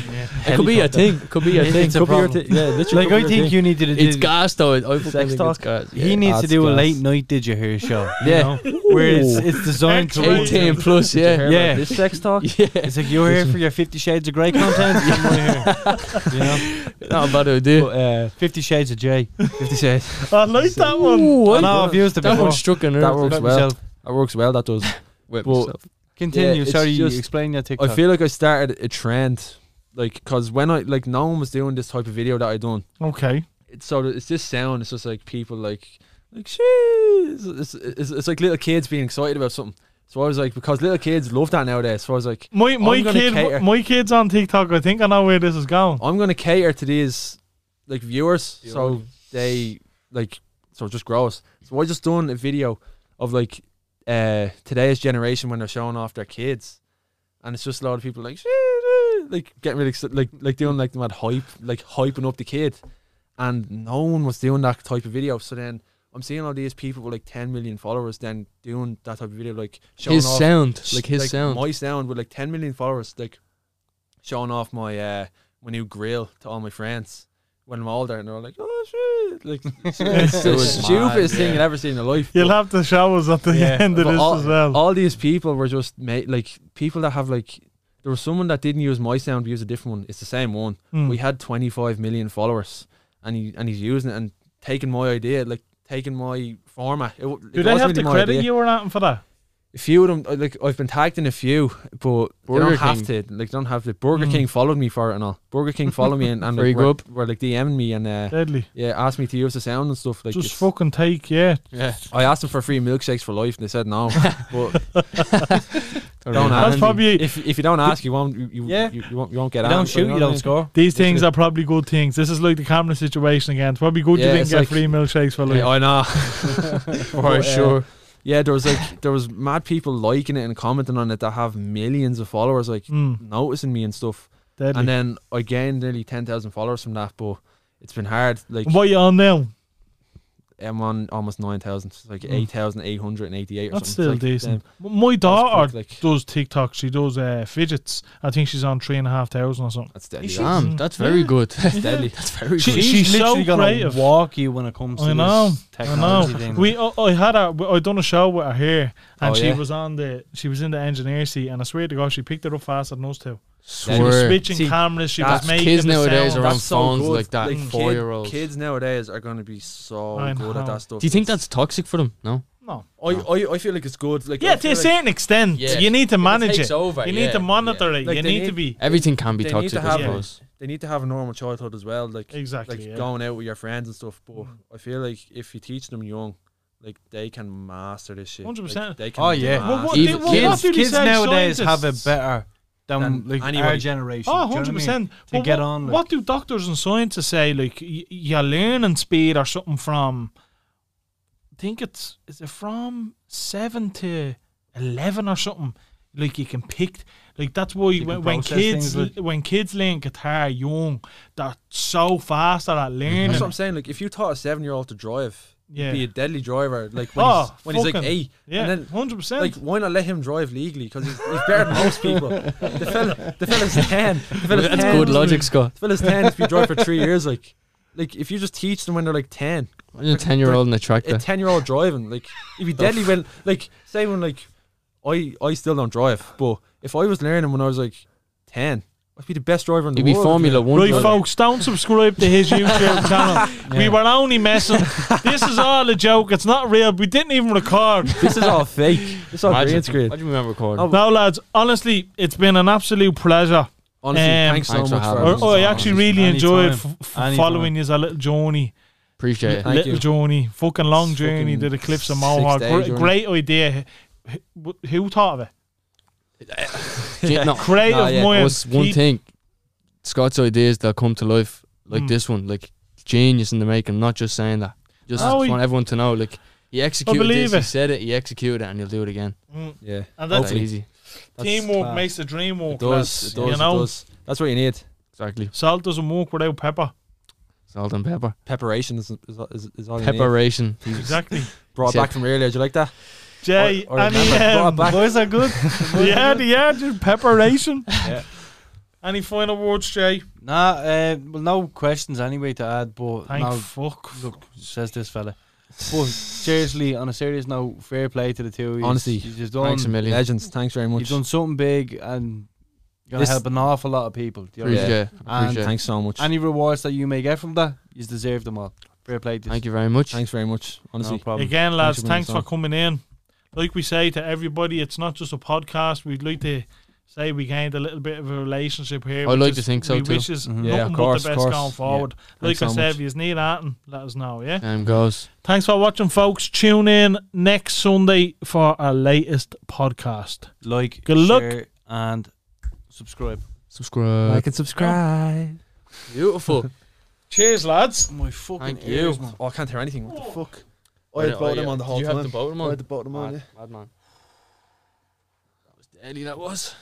[SPEAKER 4] It could be a thing. Could be a thing.
[SPEAKER 5] It's a problem. yeah, literally.
[SPEAKER 6] Like I think you need to do.
[SPEAKER 4] It's gas though. I fucking think it's
[SPEAKER 5] talk?
[SPEAKER 4] gas.
[SPEAKER 6] He
[SPEAKER 4] Yeah.
[SPEAKER 6] needs to
[SPEAKER 3] that's
[SPEAKER 6] do a
[SPEAKER 3] gas.
[SPEAKER 6] late night. Did you hear show?
[SPEAKER 5] Yeah,
[SPEAKER 6] Where it's, it's designed to.
[SPEAKER 2] Excellent.
[SPEAKER 6] It's
[SPEAKER 4] 18 plus. Yeah.
[SPEAKER 6] Yeah.
[SPEAKER 5] this
[SPEAKER 6] [laughs]
[SPEAKER 5] sex talk.
[SPEAKER 4] [laughs]
[SPEAKER 6] like you're here for your Fifty Shades of Grey content. I'm here. You know,
[SPEAKER 4] Not a bad idea.
[SPEAKER 6] but, uh, Fifty Shades of Jay.
[SPEAKER 5] Fifty cents.
[SPEAKER 6] [laughs]
[SPEAKER 2] I like that one.
[SPEAKER 6] I know I've used it
[SPEAKER 4] That
[SPEAKER 6] before.
[SPEAKER 4] one struck an
[SPEAKER 5] That
[SPEAKER 4] nerve.
[SPEAKER 5] works
[SPEAKER 6] About
[SPEAKER 5] well.
[SPEAKER 6] myself.
[SPEAKER 5] That works well. That
[SPEAKER 2] [laughs]
[SPEAKER 5] does.
[SPEAKER 4] Whip
[SPEAKER 5] Well,
[SPEAKER 4] myself.
[SPEAKER 5] Yeah,
[SPEAKER 6] Continue.
[SPEAKER 5] it's
[SPEAKER 6] Sorry,
[SPEAKER 5] just-
[SPEAKER 6] explain your TikTok.
[SPEAKER 5] I feel like I started a trend, like, cause when I like no one was doing this type of video that I done.
[SPEAKER 2] Okay.
[SPEAKER 5] It's so it's this sound. It's just like people like like she's it's, it's, it's like little kids being excited about something. So I was like, because little kids love that nowadays. So I was like,
[SPEAKER 2] My my
[SPEAKER 5] I'm gonna
[SPEAKER 2] kid
[SPEAKER 5] cater. Oh.
[SPEAKER 2] my kid's on TikTok. I think I know where this is going.
[SPEAKER 5] I'm gonna cater to these like viewers, so they like so it just grows. So I just done a video of like uh today's generation when they're showing off their kids, and it's just a lot of people like [laughs] like getting really exci- like like doing like the mad hype, like hyping up the kid, and no one was doing that type of video. So then. I'm seeing all these people with like 10 million followers, then doing that type of video, like showing
[SPEAKER 4] His
[SPEAKER 5] off
[SPEAKER 4] sound. Like his sound.
[SPEAKER 5] my sound with like 10 million followers, like showing off my uh, my new grill to all my friends when I'm older, and they're all like, "Oh shit!" [laughs] Like it's the
[SPEAKER 4] was
[SPEAKER 5] stupidest
[SPEAKER 6] mad,
[SPEAKER 5] thing
[SPEAKER 6] yeah.
[SPEAKER 5] you'll ever see in your life.
[SPEAKER 2] You'll
[SPEAKER 5] but-
[SPEAKER 2] have to show us at the
[SPEAKER 6] Yeah,
[SPEAKER 2] end of
[SPEAKER 5] but
[SPEAKER 2] this
[SPEAKER 5] all,
[SPEAKER 2] as well.
[SPEAKER 5] all these people were just made like people that have like there was someone that didn't use my sound, but used a different one. It's the same one.
[SPEAKER 2] Mm.
[SPEAKER 5] We had 25 million followers, and he and he's using it and taking my idea, like taking my format. It, w-
[SPEAKER 2] Do
[SPEAKER 5] it
[SPEAKER 2] they
[SPEAKER 5] wasn't
[SPEAKER 2] have to
[SPEAKER 5] really my
[SPEAKER 2] credit
[SPEAKER 5] idea.
[SPEAKER 2] you or nothing for that?
[SPEAKER 5] A few of them, uh, like I've been tagged in a few, but they
[SPEAKER 4] Burger
[SPEAKER 5] don't have to. Like, they don't have to. Burger
[SPEAKER 2] Mm.
[SPEAKER 5] King followed me for it and all. Burger King followed me and, and
[SPEAKER 4] Very
[SPEAKER 5] like, were,
[SPEAKER 4] good.
[SPEAKER 5] were like DMing me and uh,
[SPEAKER 2] Deadly.
[SPEAKER 5] yeah, asked me to use the sound and stuff. Like,
[SPEAKER 2] Just
[SPEAKER 5] it's-
[SPEAKER 2] fucking take, yeah.
[SPEAKER 4] Yeah.
[SPEAKER 5] I asked them for free milkshakes for life and they said no. but don't
[SPEAKER 2] That's
[SPEAKER 5] ask.
[SPEAKER 2] probably
[SPEAKER 5] If if you don't ask, you won't. You, you,
[SPEAKER 6] Yeah.
[SPEAKER 5] you, you won't. You won't get.
[SPEAKER 6] you don't
[SPEAKER 5] answers,
[SPEAKER 6] shoot, you
[SPEAKER 5] know what I
[SPEAKER 6] don't
[SPEAKER 5] mean?
[SPEAKER 6] score.
[SPEAKER 2] These
[SPEAKER 5] This
[SPEAKER 2] things
[SPEAKER 5] is-
[SPEAKER 2] are probably good things. This is like the camera situation again. It's probably good
[SPEAKER 5] Yeah,
[SPEAKER 2] you didn't
[SPEAKER 5] it's
[SPEAKER 2] get
[SPEAKER 5] like-
[SPEAKER 2] free milkshakes for like.
[SPEAKER 5] Yeah, I know. [laughs]
[SPEAKER 4] For sure.
[SPEAKER 5] Yeah, there was like there was mad people liking it and commenting on it that have millions of followers, like
[SPEAKER 2] Mm,
[SPEAKER 5] noticing me and stuff.
[SPEAKER 2] deadly.
[SPEAKER 5] And then I gained nearly ten thousand followers from that, but it's been hard. Like
[SPEAKER 2] what you on now?
[SPEAKER 5] I'm on almost nine thousand, like
[SPEAKER 2] Mm.
[SPEAKER 5] eight thousand eight hundred and eighty-eight.
[SPEAKER 2] That's
[SPEAKER 5] or
[SPEAKER 2] still
[SPEAKER 5] something. It's like,
[SPEAKER 2] decent. M- My
[SPEAKER 5] damn, that's
[SPEAKER 2] daughter
[SPEAKER 5] quick, like,
[SPEAKER 2] does TikTok. She does uh, fidgets. I think she's on three and a half thousand or something.
[SPEAKER 5] that's deadly.
[SPEAKER 2] Is she-
[SPEAKER 5] that.
[SPEAKER 4] Damn, that's very
[SPEAKER 2] Yeah.
[SPEAKER 4] good. That's
[SPEAKER 5] deadly.
[SPEAKER 4] very
[SPEAKER 2] She-
[SPEAKER 4] good.
[SPEAKER 2] she's so
[SPEAKER 6] gonna
[SPEAKER 2] creative.
[SPEAKER 6] walk you when it comes to
[SPEAKER 2] I know,
[SPEAKER 6] this
[SPEAKER 2] I know.
[SPEAKER 6] technology thing.
[SPEAKER 2] We, I, I had her. I done a show with her here, and
[SPEAKER 5] Oh,
[SPEAKER 2] she
[SPEAKER 5] yeah?
[SPEAKER 2] was on the. She was in the engineer seat, and I swear to God, she picked it up faster than us two. She was
[SPEAKER 4] Swear.
[SPEAKER 2] switching
[SPEAKER 5] See,
[SPEAKER 2] cameras. She was
[SPEAKER 5] that's-
[SPEAKER 2] making
[SPEAKER 4] kids
[SPEAKER 2] the
[SPEAKER 4] nowadays
[SPEAKER 2] sound.
[SPEAKER 4] are on
[SPEAKER 5] That's so
[SPEAKER 4] phones
[SPEAKER 5] good.
[SPEAKER 4] like that.
[SPEAKER 5] Like, kid-
[SPEAKER 4] four year olds. Do
[SPEAKER 5] Kids nowadays are going to be so
[SPEAKER 2] I
[SPEAKER 5] good
[SPEAKER 2] know.
[SPEAKER 5] at that stuff.
[SPEAKER 4] you think
[SPEAKER 5] It's-
[SPEAKER 4] that's toxic for them? No.
[SPEAKER 2] No.
[SPEAKER 5] I, I, I feel like it's good. Like
[SPEAKER 2] Yeah,
[SPEAKER 5] I
[SPEAKER 2] to
[SPEAKER 5] feel
[SPEAKER 2] a
[SPEAKER 5] like
[SPEAKER 2] certain extent,
[SPEAKER 4] Yeah.
[SPEAKER 2] you need to manage
[SPEAKER 4] takes
[SPEAKER 2] it.
[SPEAKER 4] over,
[SPEAKER 2] you
[SPEAKER 4] yeah,
[SPEAKER 2] need to monitor it.
[SPEAKER 5] Like,
[SPEAKER 2] you
[SPEAKER 5] they
[SPEAKER 2] need, to
[SPEAKER 5] need-
[SPEAKER 2] be
[SPEAKER 4] Everything can be
[SPEAKER 5] They need
[SPEAKER 4] toxic.
[SPEAKER 5] to
[SPEAKER 4] I
[SPEAKER 5] have
[SPEAKER 4] suppose.
[SPEAKER 5] they need to have a normal childhood as well. Like
[SPEAKER 2] exactly.
[SPEAKER 5] like
[SPEAKER 2] yeah. Mm.
[SPEAKER 5] going out with your friends and stuff. But I feel like if you teach them young, like they can master this shit. Like,
[SPEAKER 2] 100%.
[SPEAKER 5] they can
[SPEAKER 6] Oh, yeah.
[SPEAKER 5] master
[SPEAKER 2] Well, what,
[SPEAKER 5] it.
[SPEAKER 2] they,
[SPEAKER 4] Even
[SPEAKER 2] well,
[SPEAKER 4] kids-
[SPEAKER 2] what do they
[SPEAKER 6] kids
[SPEAKER 2] say,
[SPEAKER 6] nowadays have it
[SPEAKER 2] scientists?
[SPEAKER 6] better than
[SPEAKER 5] Than
[SPEAKER 6] like our
[SPEAKER 5] anybody.
[SPEAKER 6] generation.
[SPEAKER 2] Oh,
[SPEAKER 6] do you know what I
[SPEAKER 2] 100
[SPEAKER 6] mean?
[SPEAKER 2] percent.
[SPEAKER 6] To get on, like-
[SPEAKER 2] what do doctors and scientists say? Like y- your learning speed or something from? I think it's is it from seven to eleven or something. Like you can pick, like that's why
[SPEAKER 6] can
[SPEAKER 2] when, when
[SPEAKER 6] process
[SPEAKER 2] kids
[SPEAKER 6] things, like-
[SPEAKER 2] when kids learn guitar young, they're so fast at
[SPEAKER 6] Mm-hmm.
[SPEAKER 2] learning.
[SPEAKER 5] That's what I'm saying. Like if you taught a seven year old to drive,
[SPEAKER 2] Yeah.
[SPEAKER 5] he'd be a deadly driver. Like when
[SPEAKER 2] Oh,
[SPEAKER 5] he's when he's like
[SPEAKER 2] fucking-
[SPEAKER 5] eight, and
[SPEAKER 2] yeah,
[SPEAKER 5] then
[SPEAKER 2] hundred percent.
[SPEAKER 5] Like, why not let him drive legally? Because he's, he's better than most people. The fella, the fella's ten. The fella's
[SPEAKER 4] That's
[SPEAKER 5] ten.
[SPEAKER 4] good logic, Scott.
[SPEAKER 5] The fella's ten. If you drive for three years, like, like if you just teach them when they're like ten,
[SPEAKER 4] Imagine a ten year old in a
[SPEAKER 5] a
[SPEAKER 4] tractor.
[SPEAKER 5] ten-year-old driving, like, it'd be deadly when, like, say when, like, I, I still don't drive, but if I was learning when I was like ten, I'd be the best driver in the
[SPEAKER 4] You'd be
[SPEAKER 5] world.
[SPEAKER 4] Formula One.
[SPEAKER 2] Right,
[SPEAKER 4] driver.
[SPEAKER 2] folks, don't subscribe to his YouTube
[SPEAKER 6] [laughs]
[SPEAKER 2] channel. We were only messing. This is all a joke. It's not real. We didn't even record.
[SPEAKER 5] This is all fake. This is all green screen.
[SPEAKER 4] Imagine we went recording.
[SPEAKER 5] Oh,
[SPEAKER 2] No, lads, honestly, it's been an absolute pleasure.
[SPEAKER 5] Honestly,
[SPEAKER 2] Um,
[SPEAKER 5] thanks so
[SPEAKER 4] Thanks for
[SPEAKER 5] much
[SPEAKER 4] having
[SPEAKER 5] for
[SPEAKER 4] us.
[SPEAKER 2] I,
[SPEAKER 5] having
[SPEAKER 4] Oh,
[SPEAKER 2] I actually really
[SPEAKER 6] Anytime.
[SPEAKER 2] enjoyed f- f-
[SPEAKER 6] Anytime.
[SPEAKER 2] following you as a little journey.
[SPEAKER 4] Appreciate
[SPEAKER 2] [laughs]
[SPEAKER 4] it.
[SPEAKER 5] Thank
[SPEAKER 2] little
[SPEAKER 5] you.
[SPEAKER 2] journey. Fucking long journey
[SPEAKER 5] Fucking
[SPEAKER 2] to the cliffs of
[SPEAKER 5] six
[SPEAKER 2] Mohawk.
[SPEAKER 5] day
[SPEAKER 2] Gr-
[SPEAKER 5] journey.
[SPEAKER 2] great idea. Wh- wh- Who thought of it?
[SPEAKER 4] No,
[SPEAKER 2] Creative
[SPEAKER 5] Nah, yeah,
[SPEAKER 2] mind.
[SPEAKER 4] was one
[SPEAKER 2] Keep-
[SPEAKER 4] thing. Scott's ideas that come to life like
[SPEAKER 2] Mm.
[SPEAKER 4] this one, like genius in the making. Not just saying that. Just
[SPEAKER 2] Oh, he-
[SPEAKER 4] want everyone to know, like he executed
[SPEAKER 2] believe
[SPEAKER 4] this, he
[SPEAKER 2] it.
[SPEAKER 4] said it, he executed it, and he'll do it again.
[SPEAKER 2] Mm.
[SPEAKER 5] Yeah.
[SPEAKER 2] And
[SPEAKER 4] That's
[SPEAKER 2] that's
[SPEAKER 5] Hopefully.
[SPEAKER 4] easy,
[SPEAKER 5] That's
[SPEAKER 2] teamwork
[SPEAKER 5] class.
[SPEAKER 2] makes the dream
[SPEAKER 5] It
[SPEAKER 2] work.
[SPEAKER 5] does.
[SPEAKER 2] lads,
[SPEAKER 5] It does.
[SPEAKER 2] You know,
[SPEAKER 5] It does. That's what you need.
[SPEAKER 4] exactly.
[SPEAKER 2] salt doesn't work without pepper.
[SPEAKER 4] Salt and pepper,
[SPEAKER 5] Preparation is, is, is, is all you need.
[SPEAKER 4] preparation.
[SPEAKER 2] Exactly.
[SPEAKER 5] Brought
[SPEAKER 4] Except-
[SPEAKER 5] back from earlier. Do you like that?
[SPEAKER 2] Jay,
[SPEAKER 5] Or- or
[SPEAKER 2] any
[SPEAKER 5] remember, brought
[SPEAKER 2] um,
[SPEAKER 5] back-
[SPEAKER 2] boys are
[SPEAKER 5] [laughs]
[SPEAKER 2] good. yeah, yeah, just preparation. Any final words, Jay?
[SPEAKER 6] Nah, uh, well, no questions anyway to add, but
[SPEAKER 2] Thank
[SPEAKER 6] no,
[SPEAKER 2] fuck.
[SPEAKER 6] look, says this fella. But seriously, on a serious note, fair play to the two. of yous.
[SPEAKER 5] Honestly,
[SPEAKER 6] You've just done,
[SPEAKER 4] Thanks a million.
[SPEAKER 5] Legends. Thanks very much.
[SPEAKER 6] you've done something big and you're
[SPEAKER 5] This-
[SPEAKER 6] gonna help an awful lot of people. do you know what I
[SPEAKER 4] Appreciate, it.
[SPEAKER 6] And
[SPEAKER 4] appreciate. it.
[SPEAKER 5] Thanks so much.
[SPEAKER 6] mean? Any rewards that you may get from that, you deserve them all. Fair play to
[SPEAKER 4] Thank you very much.
[SPEAKER 5] Thanks very much. Honestly.
[SPEAKER 6] No problem.
[SPEAKER 2] Again, lads,
[SPEAKER 5] for being
[SPEAKER 2] thanks for
[SPEAKER 5] on.
[SPEAKER 2] coming in. Like we say to everybody, it's not just a podcast. We'd like to say we gained a little bit of a relationship here.
[SPEAKER 4] I
[SPEAKER 2] We
[SPEAKER 4] like to
[SPEAKER 2] just-
[SPEAKER 4] think so
[SPEAKER 2] we
[SPEAKER 4] too.
[SPEAKER 2] Wish yous
[SPEAKER 6] Mhm.
[SPEAKER 2] nothing
[SPEAKER 5] Mm-hmm. Yeah, of course,
[SPEAKER 2] but the best
[SPEAKER 5] of course.
[SPEAKER 2] going
[SPEAKER 5] Yeah.
[SPEAKER 2] forward. Like
[SPEAKER 5] Thanks
[SPEAKER 2] I
[SPEAKER 5] so
[SPEAKER 2] said,
[SPEAKER 5] much.
[SPEAKER 2] if you need anything, let us know. Yeah.
[SPEAKER 4] Time goes.
[SPEAKER 2] Thanks for watching, folks. Tune in next Sunday for our latest podcast.
[SPEAKER 6] Like,
[SPEAKER 2] Good luck.
[SPEAKER 6] share, and subscribe.
[SPEAKER 4] Subscribe.
[SPEAKER 5] and subscribe.
[SPEAKER 4] Beautiful.
[SPEAKER 2] Cheers, lads.
[SPEAKER 6] My fucking
[SPEAKER 4] Thank
[SPEAKER 6] ears,
[SPEAKER 4] you.
[SPEAKER 6] man.
[SPEAKER 5] Oh, I can't hear anything. What the fuck?
[SPEAKER 4] I had bottom on the whole You have the bottom on.
[SPEAKER 5] bottom
[SPEAKER 4] Mad- madman. That was deadly. That was.